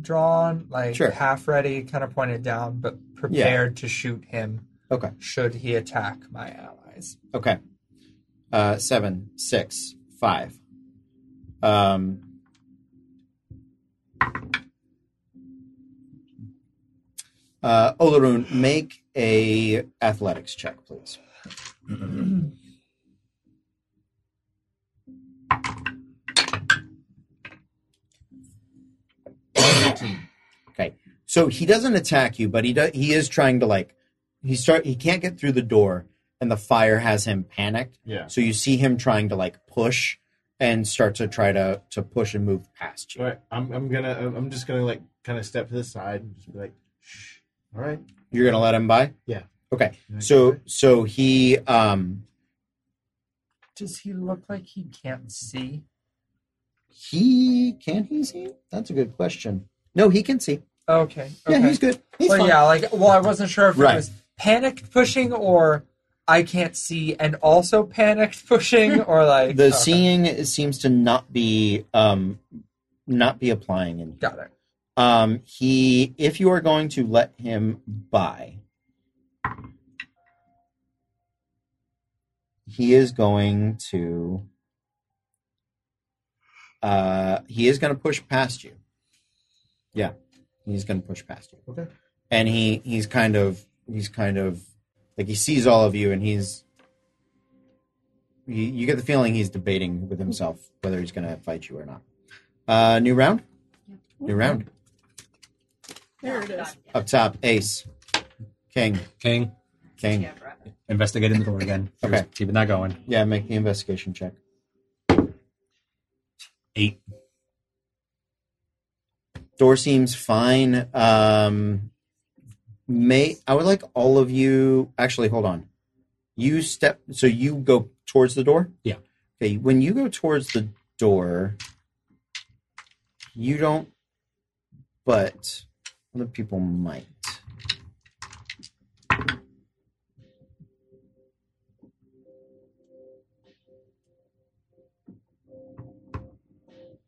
D: drawn, like
L: Sure.
D: half ready, kind of pointed down, but prepared to shoot him
L: Okay.
D: should he attack my allies.
L: Okay. Uh, seven, six, five. Um, uh, Olerun, make a athletics check, please. okay, so he doesn't attack you, but he do- he is trying to like he start he can't get through the door, and the fire has him panicked.
E: Yeah.
L: So you see him trying to like push and start to try to to push and move past you.
E: All right, I'm I'm gonna I'm I'm just gonna like kind of step to the side and just be like, shh. All right.
L: You're gonna let him by?
E: Yeah.
L: Okay.
E: Yeah,
L: So so he um
D: Does he look like he can't see?
L: he can he see? That's a good question. No, he can see.
D: Okay.
L: Yeah,
D: okay.
L: he's good. He's
D: well,
L: fine.
D: yeah, like, well, I wasn't sure if
L: Right.
D: it was panicked pushing or I can't see and also panicked pushing or like.
L: The
D: okay,
L: seeing seems to not be um not be applying in
D: Got it.
L: um he if you are going to let him by he is going to uh he is going to push past you yeah he's going to push past you
E: Okay.
L: and he he's kind of he's kind of like he sees all of you and he's you, you get the feeling he's debating with himself whether he's going to fight you or not uh new round new round
F: There it is.
L: up top, ace, king,
C: King
L: king. Yeah,
G: Yeah, brother.
C: investigating the door again.
L: Okay.
C: Just keeping that going.
L: make the investigation check.
C: Eight.
L: Door seems fine. Um, may I would like all of you. Actually, hold on. You step. So you go towards the door.
C: Yeah.
L: Okay. When you go towards the door, you don't. But other people might.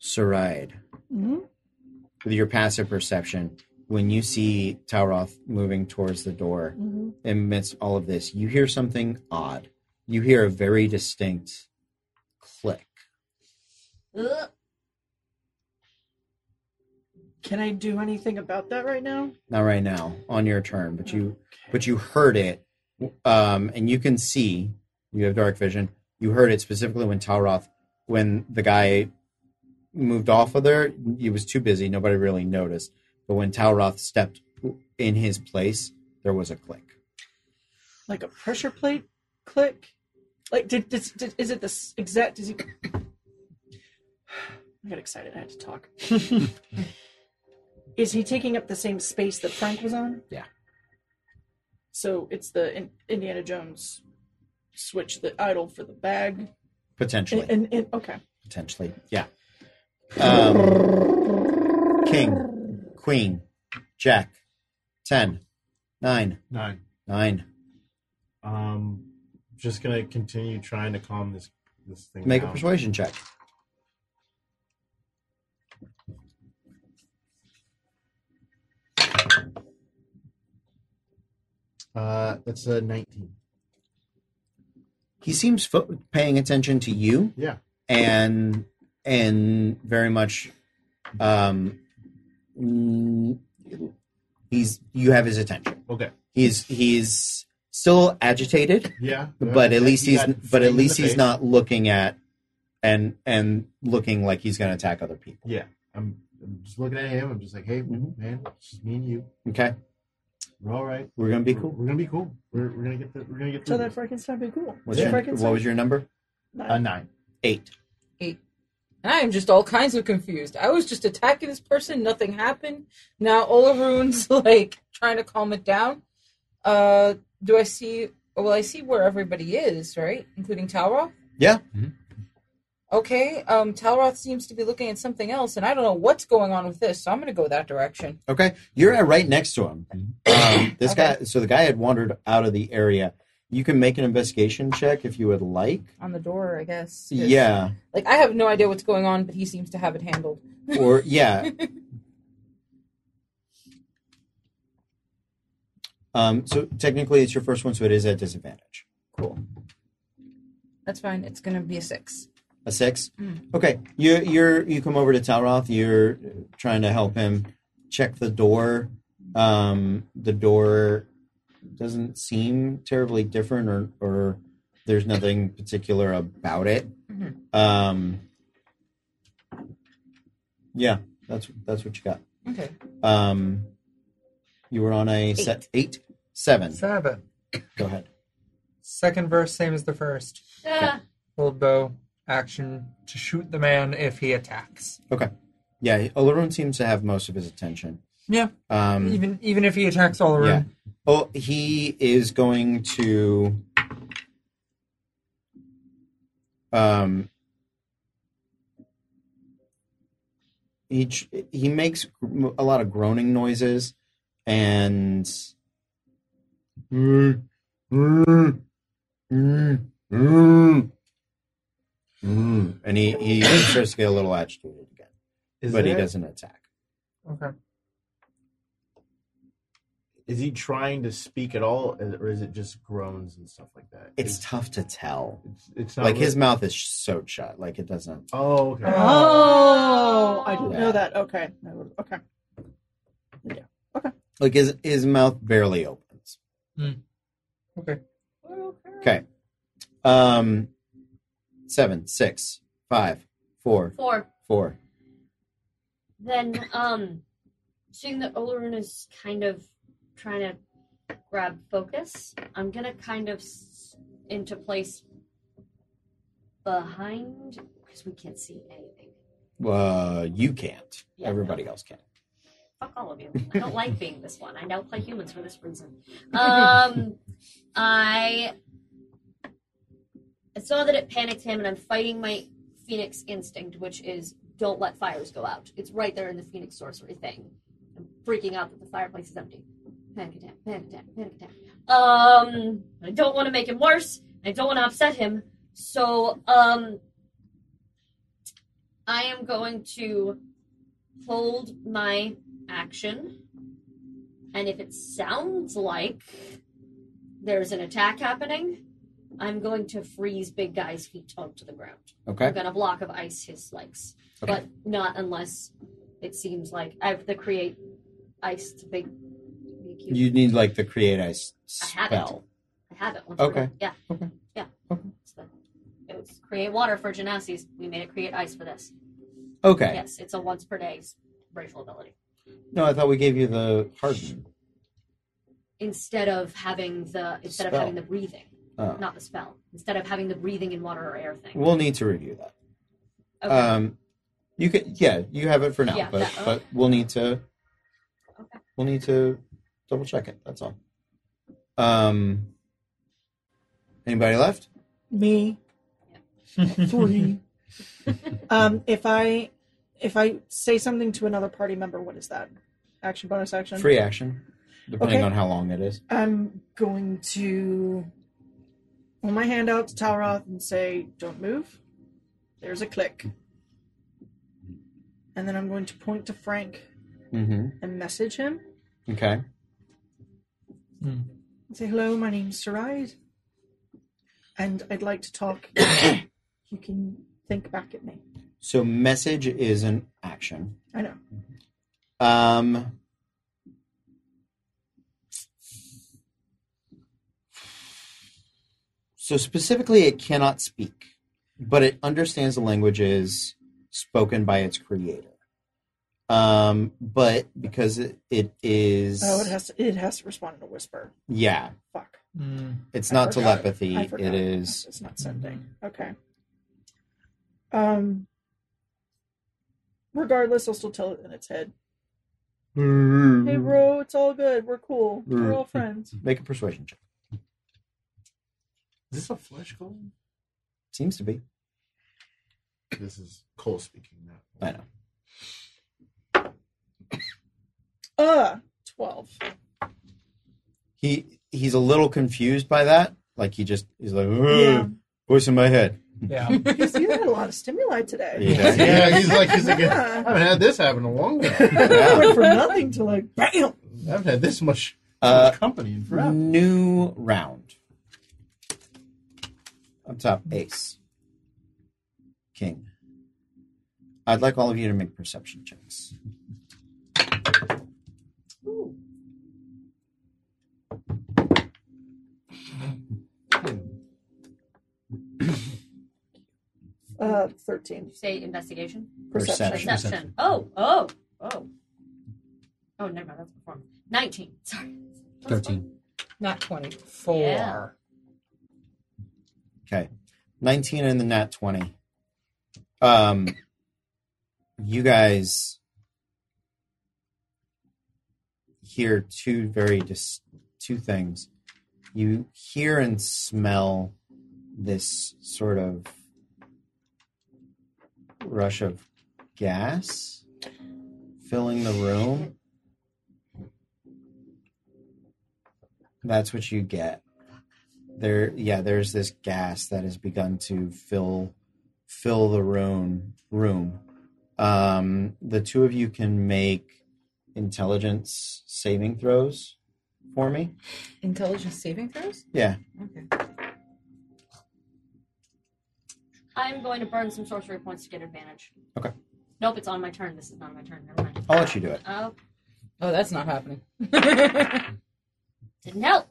L: Saride.
F: Mhm.
L: with your passive perception, when you see Tauroth moving towards the door,
F: Mhm.
L: amidst all of this, you hear something odd. You hear a very distinct click.
G: Ugh.
F: Can I do anything about that right now?
L: Not right now, on your turn, but you but you heard it, um, and you can see. You have dark vision. You heard it specifically when Tauroth, when the guy moved off of there. He was too busy; nobody really noticed. But when Tauroth stepped in his place, there was a click.
F: Like a pressure plate click? Like, did, did, did is it this exact? Does he? I got excited. I had to talk. is he taking up the same space that Frank was on?
L: Yeah.
F: So it's the in, Indiana Jones switch that idled for the bag.
L: Potentially,
F: And, and, and okay.
L: potentially, yeah. Um, king, queen, jack, ten, nine,
E: Nine.
L: nine.
E: Um, just gonna continue trying to calm this this thing.
L: Make a
E: down.
L: persuasion check.
E: Uh, that's a nineteen.
L: he seems fo- paying attention to you.
E: Yeah.
L: And and very much, um, mm, he's you have his attention.
E: Okay.
L: He's he's still agitated,
E: Yeah.
L: but at
E: Yeah,
L: least
E: he
L: he's
E: got
L: but
E: flamed
L: at
E: in
L: least
E: the
L: he's
E: face.
L: not looking at and and looking like he's going to attack other people.
E: Yeah. I'm, I'm just looking at him. I'm just like, hey,
L: Mm-hmm.
E: man, it's just me and you.
L: Okay.
E: We're all right.
L: We're gonna be
E: We're-
L: cool.
E: We're gonna be cool. We're, we're gonna get the, we're gonna get
F: So
E: through
F: that
E: this.
F: Frankenstein be cool.
L: Hmm. What's
E: Yeah.
L: your, what was your uh, number?
F: Nine.
E: a nine.
L: Eight.
B: And I am just all kinds of confused. I was just attacking this person, nothing happened. Now Olaroon's like trying to calm it down. Uh do I see well I see where everybody is, right? Including Talroth?
L: Yeah.
B: Okay. Um Talroth seems to be looking at something else and I don't know what's going on with this, so I'm gonna go that direction.
L: Okay, you're at right next to him. Um, this guy, so the guy had wandered out of the area. You can make an investigation check if you would like.
B: On the door, I guess. 'cause-
L: Yeah,
B: Like I have no idea what's going on, but he seems to have it handled.
L: or yeah. Um, so technically, it's your first one, so it is at disadvantage. Cool.
B: That's fine. It's gonna be a six.
L: A six.
B: Mm.
L: Okay, you you're you come over to Talroth. You're trying to help him check the door. Um, the door doesn't seem terribly different, or or there's nothing particular about it. Um, yeah, that's that's what you got.
B: Okay.
L: Um, you were on a set eight seven.
D: Seven.
L: Go ahead.
D: Second verse, same as the first.
G: Ah,
D: Hold bow, action to shoot the man if he attacks.
L: Okay. Yeah, Oleron seems to have most of his attention.
D: Yeah.
L: Um,
D: Even even if he attacks all around.
L: Yeah. Oh, he is going to. Um. He ch- he makes gr- a lot of groaning noises, and and he he starts to get a little agitated again,
E: Is
L: but he
E: there-
L: doesn't attack.
D: Okay.
E: Is he trying to speak at all, or is it just groans and stuff like that?
L: It's tough to tell.
E: It's, it's not
L: Like
E: really-
L: his mouth is so shut, like it doesn't
E: Oh, okay.
F: Uh-huh. Oh, I didn't
L: Yeah.
F: know that. Okay. I would- Okay.
L: like his his mouth barely opens.
D: Okay.
L: Okay. Um seven, six, five, four,
G: four.
L: four.
G: Then, um, seeing that Olorun is kind of trying to grab focus, I'm gonna kind of s- into place behind because we can't see anything.
L: Uh you can't.
G: Yeah.
L: Everybody else can.
G: Fuck all of you. I don't like being this one. I don't play humans for this reason. Um, I I saw that it panicked him, and I'm fighting my phoenix instinct, which is don't let fires go out. It's right there in the phoenix sorcery thing. I'm freaking out that the fireplace is empty. Panic attack, panic attack, panic attack. Um, I don't want to make him worse. I don't want to upset him. So, um, I am going to hold my action. And if it sounds like there's an attack happening, I'm going to freeze big guy's feet onto the ground. I'm
L: Okay.
G: gonna block of ice his legs,
L: Okay.
G: but not unless it seems like I have to create ice to big. Make you,
L: You need like the create ice
G: I have it.
L: spell.
G: I have it. Once
L: Okay.
G: we're- Yeah.
L: Okay.
G: Yeah.
L: Okay.
G: So it was create water for Genasi's. We made it create ice for this.
L: Okay.
G: Yes, it's a once per day racial ability.
L: No, I thought we gave you the harden.
G: Instead of having the instead of
L: Spell.
G: having the breathing,
L: Oh.
G: not the spell. Instead of having the breathing in water or air thing.
L: We'll need to review that.
G: Okay.
L: Um you can yeah, you have it for now,
G: Yeah,
L: but
G: that-
L: but we'll need to
G: Okay.
L: we'll need to double check it, that's all. Um anybody left?
F: Me. Three. um, if I if I say something to another party member, what is that? Action bonus action.
L: Free action, depending
F: Okay.
L: on how long it is.
F: I'm going to hold my hand out to Talroth and say, "Don't move." There's a click, and then I'm going to point to Frank
L: Mm-hmm.
F: and message him
L: Okay.
F: and say, "Hello, my name's Sarai. and I'd like to talk. you can think back at me.
L: So message is an action.
F: I know.
L: Um, so specifically, it cannot speak, but it understands the languages spoken by its creator. Um, but because it, it is,
F: Oh, it has to. It has to respond in a whisper.
L: yeah,
F: Fuck.
D: Mm.
L: it's
F: I
L: not
F: forgot.
L: telepathy.
F: I
L: It
F: forgot.
L: is
F: It's not sending. Okay. Um. Regardless, I'll still tell it in its head. Hey, bro, it's all good. We're cool. We're all friends.
L: Make a persuasion check.
E: Is this a flesh golem?
L: Seems to be.
E: This is Cole speaking now.
L: I know.
F: Uh, twelve.
L: He he's a little confused by that. Like he just he's like "Ugh,
F: Yeah.
L: voice in my head.
D: Yeah.
F: Because you had a lot of stimuli today.
L: Yeah.
E: Yeah, he's like, he's like, I
F: Yeah.
E: haven't had this happen in a long time.
L: Yeah.
F: Went from nothing to like bam.
E: I haven't had this much
L: Uh,
E: company in forever.
L: new round. Up top, ace. King. I'd like all of you to make perception checks.
F: Uh,
G: Did
F: thirteen
G: you say investigation?
L: Perception.
G: Perception. Oh, oh, oh. Oh, never mind. That's performance. 19. Sorry. That's
C: Thirteen.
B: Not 20.
D: Four.
G: Yeah.
L: Okay. 19 and the nat 20. Um, you guys hear two very dis- two things. You hear and smell this sort of rush of gas filling the room. That's what you get there yeah there's this gas that has begun to fill fill the room room um the two of you can make intelligence saving throws for me
B: Intelligence saving throws?
L: yeah
B: Okay.
G: I'm going to burn some sorcery points to get advantage.
L: Okay.
G: Nope, it's on my turn. This is not on my turn. Never mind.
L: i'll let you do it
G: Oh,
B: Oh, that's not happening.
G: didn't help.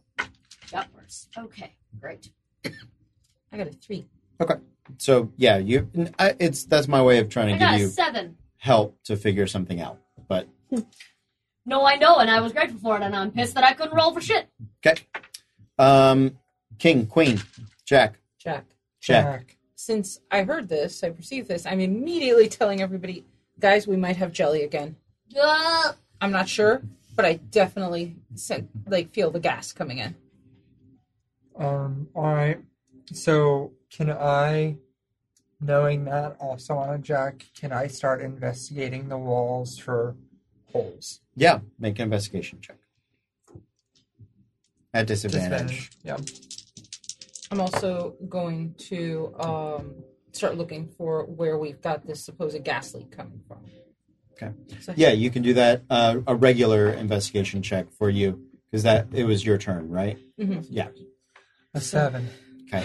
G: Got worse. Okay, great.
B: I got a three.
L: so yeah you I, it's that's my way of trying
G: I
L: to
G: got
L: give
G: a
L: you
G: seven.
L: help to figure something out but
G: No, I know, and I was grateful for it, and I'm pissed that I couldn't roll for shit.
L: okay um king queen jack
B: Jack.
L: jack
B: Since I heard this, I perceived this, I'm immediately telling everybody, guys, we might have jelly again.
G: Ugh.
B: I'm not sure, but I definitely sent, like feel the gas coming in.
D: Um, all right. So can I, knowing that also on a jack, can I start investigating the walls for holes?
L: yeah make an investigation check at disadvantage
D: Yeah.
B: I'm also going to um, start looking for where we've got this supposed gas leak coming from.
L: Okay.
B: So-
L: Yeah, you can do that. Uh, a regular investigation check for you because that it was your turn, right?
B: Mhm.
L: Yeah.
D: A seven.
L: Okay.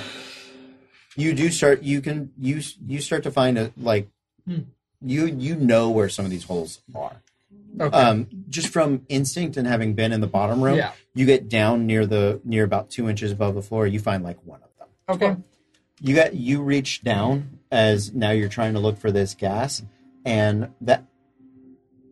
L: You do start. You can you s- you start to find a like
D: Hmm.
L: you you know where some of these holes are.
D: Okay.
L: Um, just from instinct and having been in the bottom room,
D: Yeah.
L: you get down near the near about two inches above the floor. You find like one of them.
D: Okay.
L: you got you reach down as now you're trying to look for this gas and that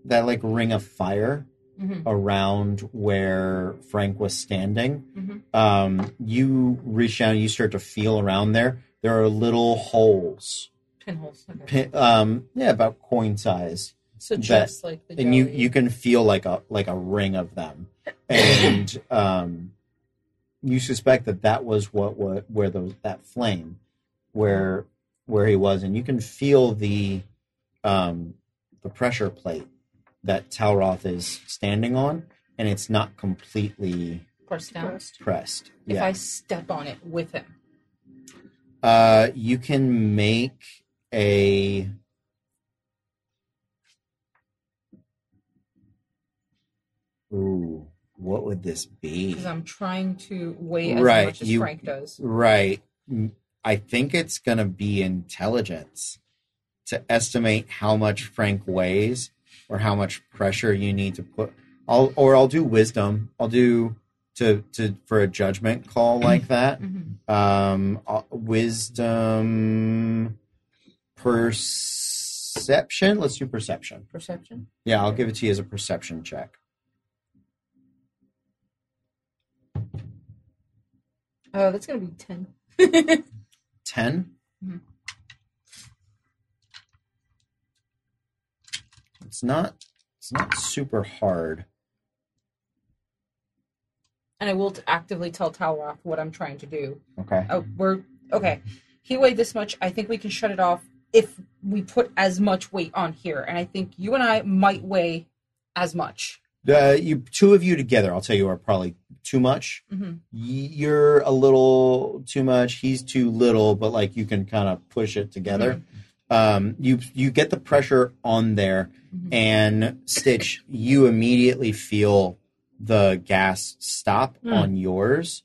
L: that like ring of fire
B: Mhm.
L: around where frank was standing
B: Mhm.
L: um, you reach down you start to feel around there there are little holes
B: Pinholes. Okay.
L: pin, um, yeah about coin size
B: so
L: that-
B: just like the
L: and you
B: jelly.
L: you can feel like a like a ring of them and um you suspect that that was what what where those that flame where where he was and you can feel the um the pressure plate that Talroth is standing on and it's not completely
B: press down.
L: pressed
B: If
L: yeah
B: I step on it with him,
L: uh you can make a ooh what would this be
B: because I'm trying to weigh as
L: Right,
B: much as
L: you-
B: Frank does.
L: Right. I think it's going to be intelligence to estimate how much Frank weighs or how much pressure you need to put. I'll or I'll do wisdom. I'll do to to for a judgment call like that. Um, uh, wisdom, perception. Let's do perception.
B: Perception.
L: Yeah, I'll give it to you as a perception check.
B: Oh, that's gonna be ten.
L: 10
B: Mhm.
L: It's not. It's not super hard.
B: and I will t- actively tell Talroth what I'm trying to do.
L: Okay.
B: Oh, we're okay. He weighed this much. I think we can shut it off if we put as much weight on here, and I think you and I might weigh as much.
L: Uh, you two of you together, I'll tell you, are probably too much.
B: Mm-hmm.
L: Y- You're a little too much. He's too little, but like you can kind of push it together. Um, you you get the pressure on there, and Stitch, you immediately feel the gas stop
B: Hmm.
L: on yours,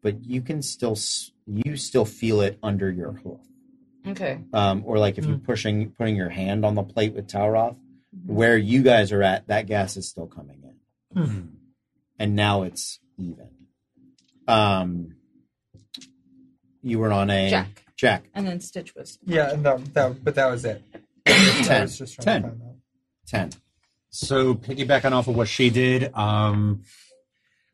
L: but you can still s- you still feel it under your hoof
B: Okay.
L: um, or like if you're pushing putting your hand on the plate with Tauroth, where you guys are at, that gas is still coming in,
C: Hmm.
L: and now it's even. Um, you were on a
B: Jack.
L: Jack
B: And then Stitch was
D: Yeah, no, that, but that was it. I
L: ten.
D: was just trying
C: Ten.
D: to find out.
L: Ten.
C: So piggybacking off of what she did, um,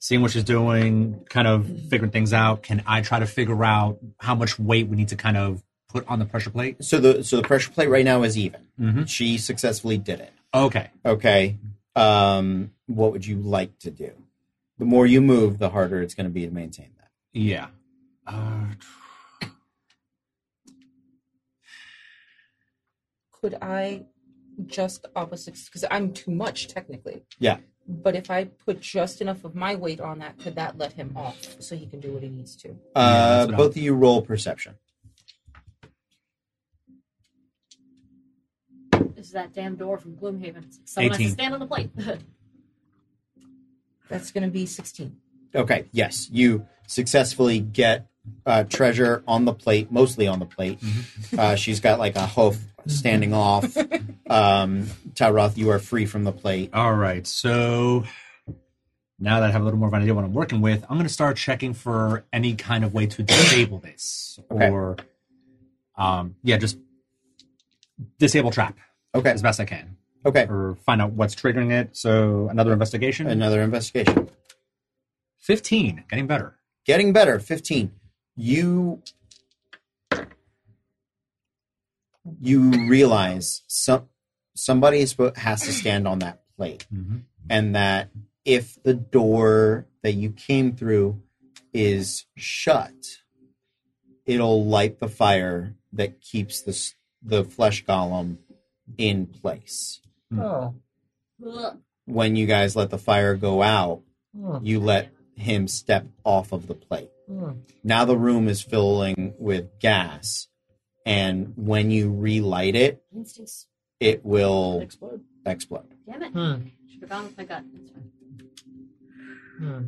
C: seeing what she's doing, kind of figuring things out. Can I try to figure out how much weight we need to kind of put on the pressure plate?
L: So the so the pressure plate right now is even.
C: Mhm.
L: She successfully did it.
C: Okay.
L: Okay. Um, what would you like to do? The more you move, the harder it's going to be to maintain that.
C: Yeah. Uh,
B: could I just opposite because I'm too much technically.
L: Yeah.
B: But if I put just enough of my weight on that, could that let him off so he can do what he needs to?
L: Uh,
C: that's what
L: both of you roll perception.
G: This is that damn door from Gloomhaven. Someone has
L: 18.
G: to stand on the plate.
B: That's going to be 16.
L: Okay, yes, you successfully get uh, treasure on the plate, mostly on the plate. Uh, she's got like a hoof standing off. Um, Tyroth, you are free from the plate.
C: All right. So now that I have a little more of an idea what I'm working with, I'm going to start checking for any kind of way to disable this
L: Okay.
C: or, um, yeah, just disable trap.
L: Okay.
C: As best I can.
L: Okay.
C: Or find out what's triggering it. So another investigation.
L: Another investigation.
C: 15. Getting better.
L: Getting better, 15. You you realize some somebody is spo- has to stand on that plate.
C: Mm-hmm.
L: and that if the door that you came through is shut, it'll light the fire that keeps the s- the flesh golem in place.
D: Oh.
L: When you guys let the fire go out,
D: Hmm.
L: you let him step off of the plate.
D: Hmm.
L: Now the room is filling with gas, and when you relight it,
G: Instincts
L: it will
G: explode.
L: explode.
G: Damn it.
D: Hmm.
G: Should have gone with my gut. That's fine.
D: Hmm.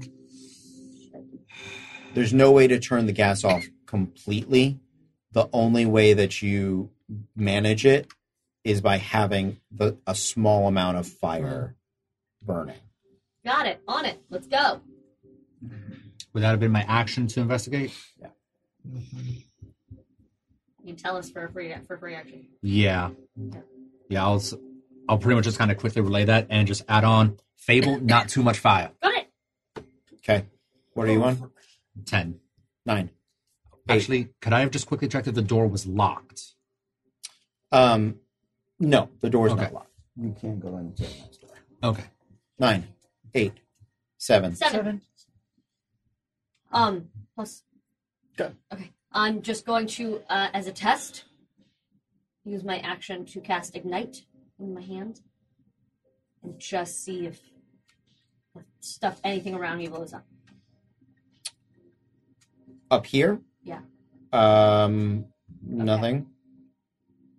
L: there's no way to turn the gas off completely. The only way that you manage it is by having the, a small amount of fire burning.
G: Got it. On it. Let's go.
C: Would that have been my action to investigate?
G: You can tell us for a free for free action.
C: Yeah. Yeah, I'll, s- I'll pretty much just kind of quickly relay that and just add on Fable, not too much fire.
G: Got it.
L: Okay. What are you on?
C: 10.
L: Nine.
C: Actually, could I have just quickly checked if the door was locked?
L: Um, no, the door's
C: Okay.
L: not locked. You can't go into the next door.
C: Okay.
L: Nine, eight, seven.
G: Seven. Um. Plus.
L: Good.
G: Okay. I'm just going to, uh, as a test, use my action to cast ignite in my hand, and just see if stuff anything around me blows up.
L: Up here?
G: Yeah.
L: Um, nothing.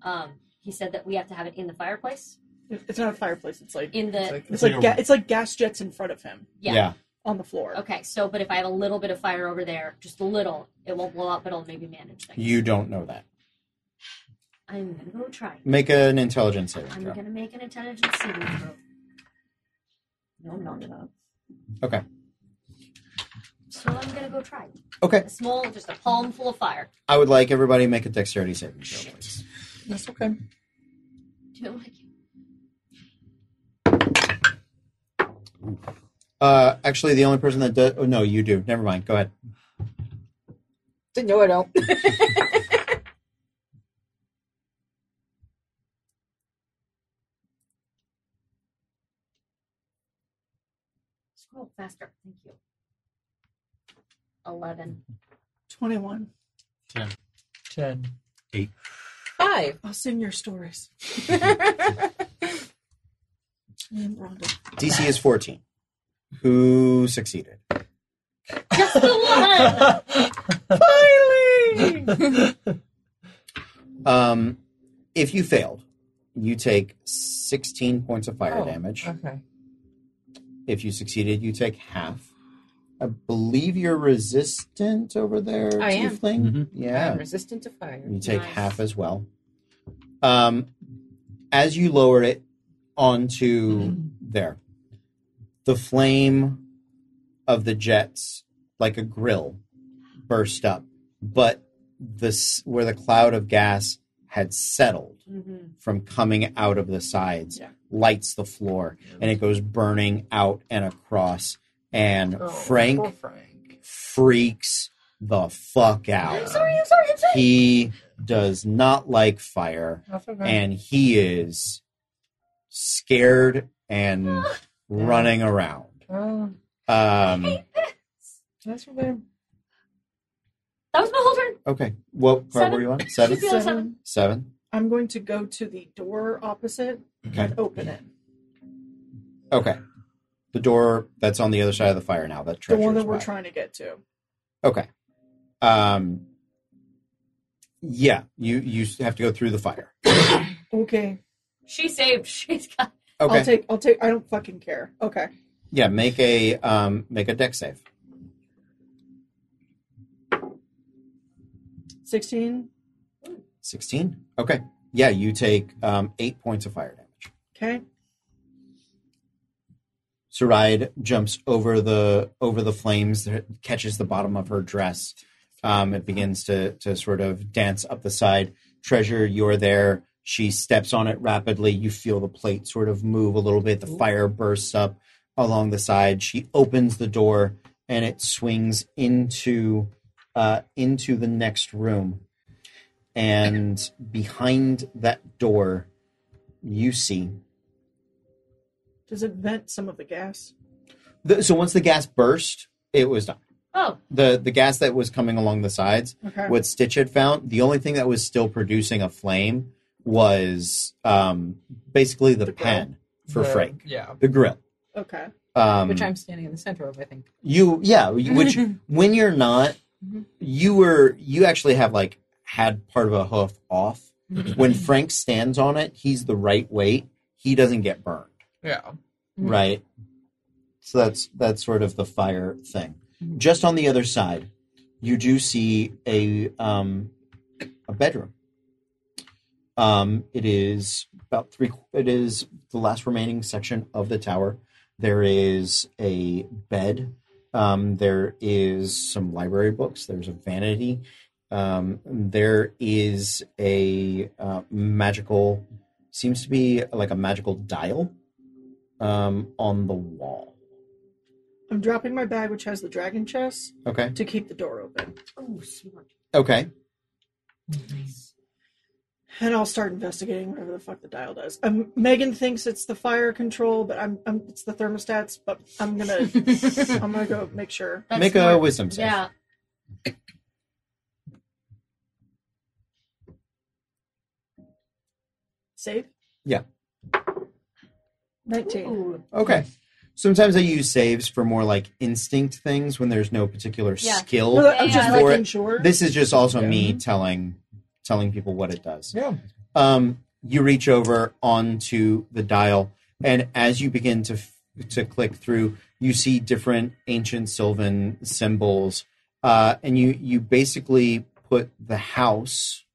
G: Um. He said that we have to have it in the fireplace.
F: It's not a fireplace. It's like
G: In the
F: it's like ga- it's like gas jets in front of him.
G: yeah.
F: on the floor.
G: Okay, so but if I have a little bit of fire over there, just a little, it won't blow up, but it'll maybe manage things.
L: You don't know that.
G: I'm gonna go try.
L: Make an intelligence saving
G: I'm
L: throw.
G: gonna make an intelligence saving throw. No, I'm not enough.
L: Okay.
G: So I'm gonna go try.
L: Okay.
G: A small, just a palm full of fire.
L: I would like everybody to make a dexterity saving throw, please.
F: That's okay.
G: Do it like
L: Uh, actually, the only person that does. Oh, no, you do. Never mind. Go ahead.
B: No, I don't.
G: Scroll faster. Thank you. Eleven.
F: 21.
C: Ten.
D: Ten.
C: Eight.
B: Five.
F: I'll send your stories. And Rhonda.
L: DC is 14. Who succeeded?
D: Oh,
L: Um, if you failed, you take 16 points of fire
D: Oh,
L: damage.
D: Okay.
L: If you succeeded, you take half. I believe you're resistant over there,
B: I am.
L: Tiefling.
C: Mhm.
L: Yeah.
B: I'm resistant to fire.
L: You take
G: Nice.
L: half as well. Um, as you lower it onto there, the flame of the jets, like a grill, burst up. But this, where the cloud of gas had settled
G: Mm-hmm.
L: from coming out of the sides,
B: Yeah.
L: lights the floor, and it goes burning out and across. And
D: Oh.
L: Frank
D: poor Frank.
L: freaks the fuck out
G: I'm sorry. I'm sorry. I'm sorry.
L: he does not like fire
D: That's okay.
L: and he is scared and running around
D: Oh,
L: um
D: that's okay.
G: That was my whole turn.
L: okay what part were you on seven
G: Should be on seven.
L: seven
F: I'm going to go to the door opposite
L: okay
F: and open it.
L: okay the door that's on the other side of the fire now that
F: the one
L: treacherous
F: that we're
L: fire.
F: trying to get to.
L: Okay. Um. Yeah, you you have to go through the fire.
F: Okay.
G: She saved. She's got.
L: Okay.
F: I'll take. I'll take. I don't fucking care. Okay.
L: yeah, make a um make a deck save.
F: 16.
L: Sixteen. Okay. Yeah, you take um eight points of fire damage.
F: Okay.
L: Saride jumps over the over the flames, catches the bottom of her dress. Um, it begins to to sort of dance up the side. Treasure, you're there. She steps on it rapidly. You feel the plate sort of move a little bit. The fire bursts up along the side. She opens the door and it swings into uh, into the next room. And behind that door, you see
F: Does it vent some of the gas?
L: The, so once the gas burst, it was done.
G: Oh,
L: The the gas that was coming along the sides,
F: Okay.
L: what Stitch had found, the only thing that was still producing a flame was um, basically the,
F: The grill.
L: pen for
D: The-
L: Frank,
D: Yeah.
L: the grill.
F: Okay.
L: Um,
B: Which I'm standing in the center of, I think.
L: you yeah which when you're not
B: Mhm.
L: you were you actually have like had part of a hoof off when frank stands on it he's the right weight he doesn't get burned
D: Yeah.
B: Mhm.
L: right so that's that's sort of the fire thing
B: Mhm.
L: just on the other side you do see a um a bedroom um it is about three it is the last remaining section of the tower there is a bed um there is some library books there's a vanity um there is a uh, magical seems to be like a magical dial um, on the wall.
F: I'm dropping my bag, which has the dragon chest,
L: Okay.
F: to keep the door open,
G: oh, smart.
L: Okay.
B: Mm-hmm.
F: and I'll start investigating whatever the fuck the dial does. Um, Megan thinks it's the fire control, but I'm, I'm it's the thermostats. But I'm gonna I'm gonna go make sure.
G: That's
L: Make a
G: smart.
L: wisdom save.
G: Yeah.
F: Save.
L: Yeah.
F: Nineteen.
G: Ooh.
L: Okay. Sometimes I use saves for more like instinct things when there's no particular
G: Yeah.
L: skill
F: No, I'm
G: Yeah,
F: just
G: I
L: for
F: making
L: it.
F: sure.
L: This is just also
D: Yeah.
L: me telling telling people what it does.
D: Yeah.
L: Um, you reach over onto the dial, and as you begin to f- to click through, you see different ancient Sylvan symbols, uh, and you you basically put the house,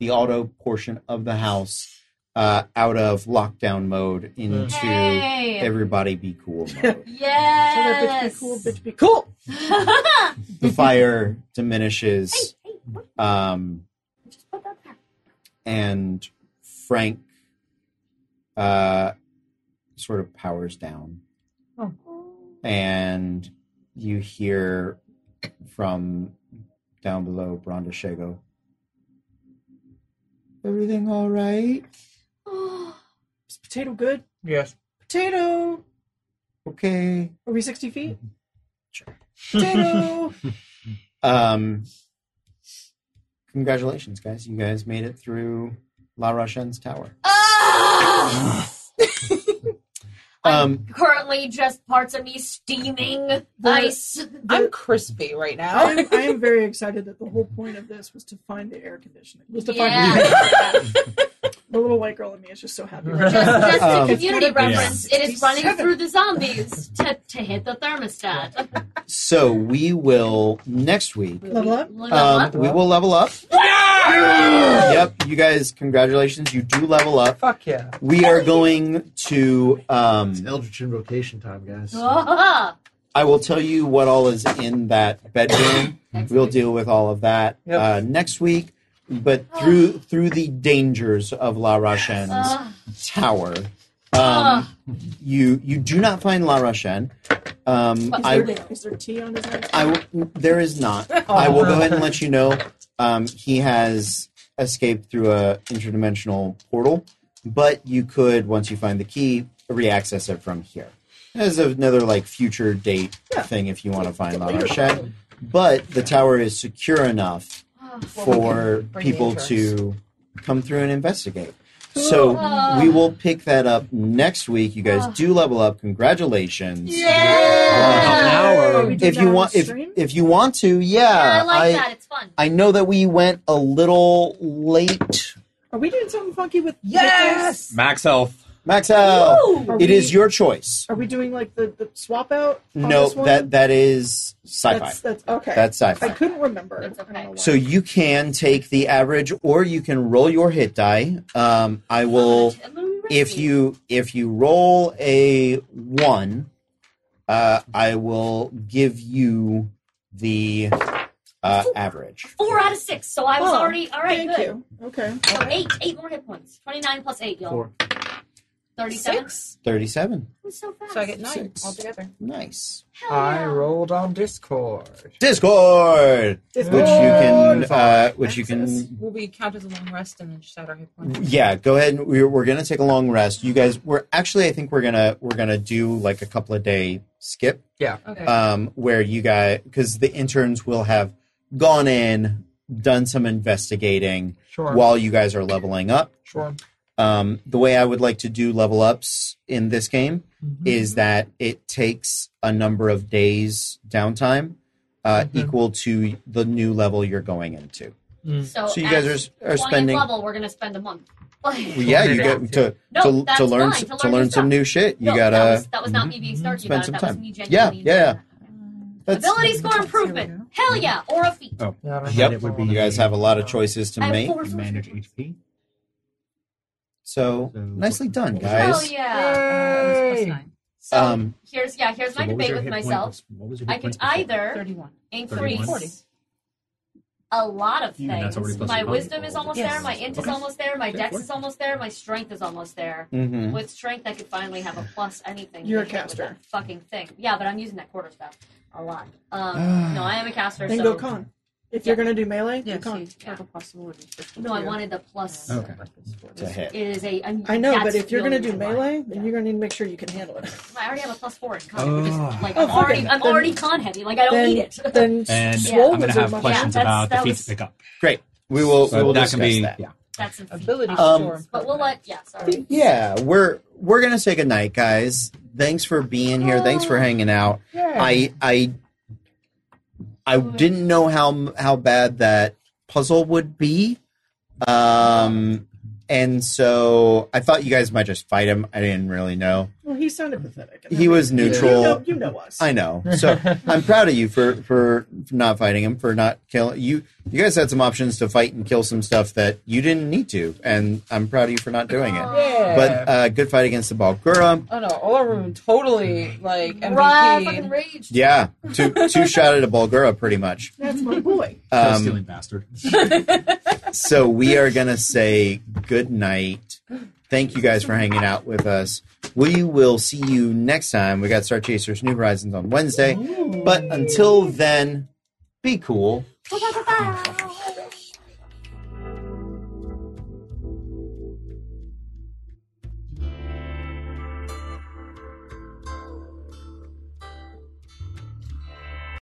L: the auto portion of the house, uh, out of lockdown mode into
G: Hey.
L: everybody be cool mode.
G: Yes.
F: Oh,
L: cool. the fire diminishes, um, and Frank uh, sort of powers down and you hear from down below Bronda Shago. Everything all right?
F: Is potato good?
D: Yes.
F: Potato.
L: Okay.
F: Are we sixty feet?
L: Mm-hmm.
F: Potato.
L: Um, congratulations, guys! You guys made it through La Rochenne's tower. um,
G: Ah! Currently, just parts of me steaming. Nice.
B: I'm crispy right now.
F: I am, I am very excited that the whole point of this was to find the air conditioning. Was to
G: Yeah.
F: find the little white girl in me is just so happy. Right
G: Just,
F: now.
G: just
L: Um,
G: a community
F: Yeah.
G: reference. It is running
F: 67.
G: through the zombies to, to hit the thermostat.
L: so we will next week.
F: Level up.
L: Um, we will level up. Yep, you guys, congratulations! You do level up.
D: Fuck yeah.
G: Oh,
L: We are going to. Um,
E: Eldritch invocation time, guys.
G: Oh, Uh-huh.
L: I will tell you what all is in that bedroom. we'll deal with all of that
D: Yep.
L: uh, next week. But through through the dangers of La Rochenne's
G: Ah.
L: tower,
G: Ah.
L: um, you you do not find La Rochenne. Um,
G: But
L: I
F: Is there, is there tea on his ice?
L: I w- there is not. I will go ahead and let you know. Um, he has escaped through a interdimensional portal, but you could, once you find the key, reaccess it from here. As another like future date thing, if you want to find La Rochette. But the tower is secure enough for
B: bring the
L: people
B: insurance.
L: to come through and investigate. So
G: Uh-huh.
L: we will pick that up next week. You guys do level up. Congratulations!
C: Half an hour.
F: We did
L: if
F: that
L: you
F: on
L: want if,
F: stream?
L: if you want to yeah,
G: I like that. It's fun.
L: I know that we went a little late
F: Are we doing something funky with with
B: Yes!
C: Max health.
L: maxel
F: Are
L: it
F: we-
L: is your choice
F: this? Are we doing like the, the swap out? on
L: no
F: this one?
L: that that is sci-fi
F: That's, that's okay.
L: that's
F: I
L: sci-fi
F: couldn't remember.
G: That's okay.
F: I don't know why.
L: so you can take the average or you can roll your hit die um, i will
G: I'm gonna be ready.
L: if you if you roll a one uh, i will give you the uh, average
G: four out of six, so I was
F: Oh,
G: already all right.
F: Thank
G: good.
F: you. Okay.
G: So eight, eight more hit points. Twenty-nine plus eight, y'all.
E: Four.
G: Thirty-seven.
L: 37
G: I'm so fast.
B: So I get nine
L: Six.
B: altogether.
L: nice
G: Hell
D: I
G: yeah.
D: rolled on Discord.
L: Discord,
F: Discord.
L: which you can,
D: Discord.
L: uh, which you
F: Access.
L: can,
B: Will we count as a long rest and then just add our hit points?
L: yeah. Go ahead. and We're, we're gonna take a long rest. You guys, we're actually, I think we're gonna we're gonna do like a couple of day skip,
B: Okay.
L: um, where you guys, because the interns will have gone in, done some investigating
D: Sure.
L: while you guys are leveling up.
D: sure.
L: Um, the way I would like to do level ups in this game
G: Mm-hmm.
L: is that it takes a number of days downtime uh,
G: Mm-hmm.
D: Mhm.
L: equal to the new level you're going into.
G: So,
L: So you
G: at
L: guys are s- are
G: 20th
L: spending-
G: Level, we're gonna spend a month. Like,
L: Well, yeah, you
D: Yeah.
L: get to
G: No,
L: to,
G: that's
L: to learn
G: fine,
L: s-
G: to
L: to
G: learn new
L: learn some
G: stuff.
L: new shit. You
G: no,
L: gotta
G: that was, that was not me
C: Mm-hmm.
G: being snarky
L: spend
G: about
L: some
G: it. That
L: time.
G: was me
L: Yeah,
G: genuinely.
L: yeah, yeah.
G: enjoying that.
L: that's Mm-hmm.
G: Ability score improvement. Hell yeah, or a feat.
C: Oh,
D: Yeah, I don't
L: yep.
D: know
L: It
D: what
L: would
D: I
L: be, you guys have a lot of choices to
G: I have
L: make.
G: four sorcery
C: Manage
G: points.
C: HP.
L: So
C: So-
L: nicely done,
G: Hell
L: guys.
G: yeah.
P: Plus
D: Yay!
P: nine.
G: So
L: Um,
G: here's yeah, here's
C: So
G: my
C: what was
G: debate
C: your
G: with
C: hit point
G: myself.
C: bef- what was your hit
G: I can
C: points before?
G: either
B: 31.
G: increase
B: 40.
G: a lot of
C: And that's already
G: things.
C: plus
G: My
C: your
G: wisdom
C: con-
G: is almost
P: Yes.
G: there. My int is
C: Okay.
G: almost there. My
C: Go
G: dex
C: for it.
G: is almost there. My strength is almost there.
L: mhm.
G: With strength, I could finally have a plus anything.
F: You're a
G: to hit with
F: caster.
G: that Fucking thing. Yeah, but I'm using that quarter staff a lot. Um, no, I am a caster.
F: Then
G: so
F: go con. If you're gonna do melee,
B: Yeah,
F: do con.
B: see, total possibility.
G: No, I wanted the plus.
C: Okay.
L: to hit.
G: It is a. I'm,
F: I know,
G: that's
F: but if you're
G: the
F: gonna
G: only
F: do
G: reason why.
F: melee, then you're gonna need to make sure you can handle it.
G: I already have a plus four in con. which is,
C: Oh.
G: like
F: Oh,
G: I'm
F: fuck
G: already,
F: it.
G: I'm
F: Then-
G: already con heavy. Like I don't
F: then
G: need it.
F: then
C: And
G: Yeah.
F: swole
C: I'm going
F: is
C: to
F: a
C: have
F: much-
C: questions
G: Yeah, that's-
C: about the
G: that
C: feet
G: was-
C: to pick up.
L: Great. We will.
C: So
L: we will
C: that
L: discuss
C: can be
L: that.
C: yeah.
G: That's a
B: Ability
L: Um,
B: score.
G: But we'll let. Yeah, sorry.
L: Yeah, we're we're gonna say goodnight, guys. Thanks for being here. Thanks for hanging out. I I I didn't know how how bad that puzzle would be, um, and so I thought you guys might just fight him. I didn't really know.
F: he sounded pathetic. and
L: he
F: I-
L: was neutral.
F: You know, you know us.
L: I know. So I'm proud of you for for not fighting him, for not killing you. You guys had some options to fight and kill some stuff that you didn't need to, and I'm proud of you for not doing it.
B: Yeah.
L: But uh, good fight against the Balgura.
B: Oh no, Olarum totally like MVP.
G: Raw fucking rage.
L: Yeah, two two shot at a Balgura, pretty much.
F: That's my boy.
L: Um,
C: stealing bastard.
L: so we are going to say good night. Thank you guys for hanging out with us. We will see you next time. We got Star Chasers New Horizons on Wednesday. But until then, be cool.
G: Ba-ba-ba-ba.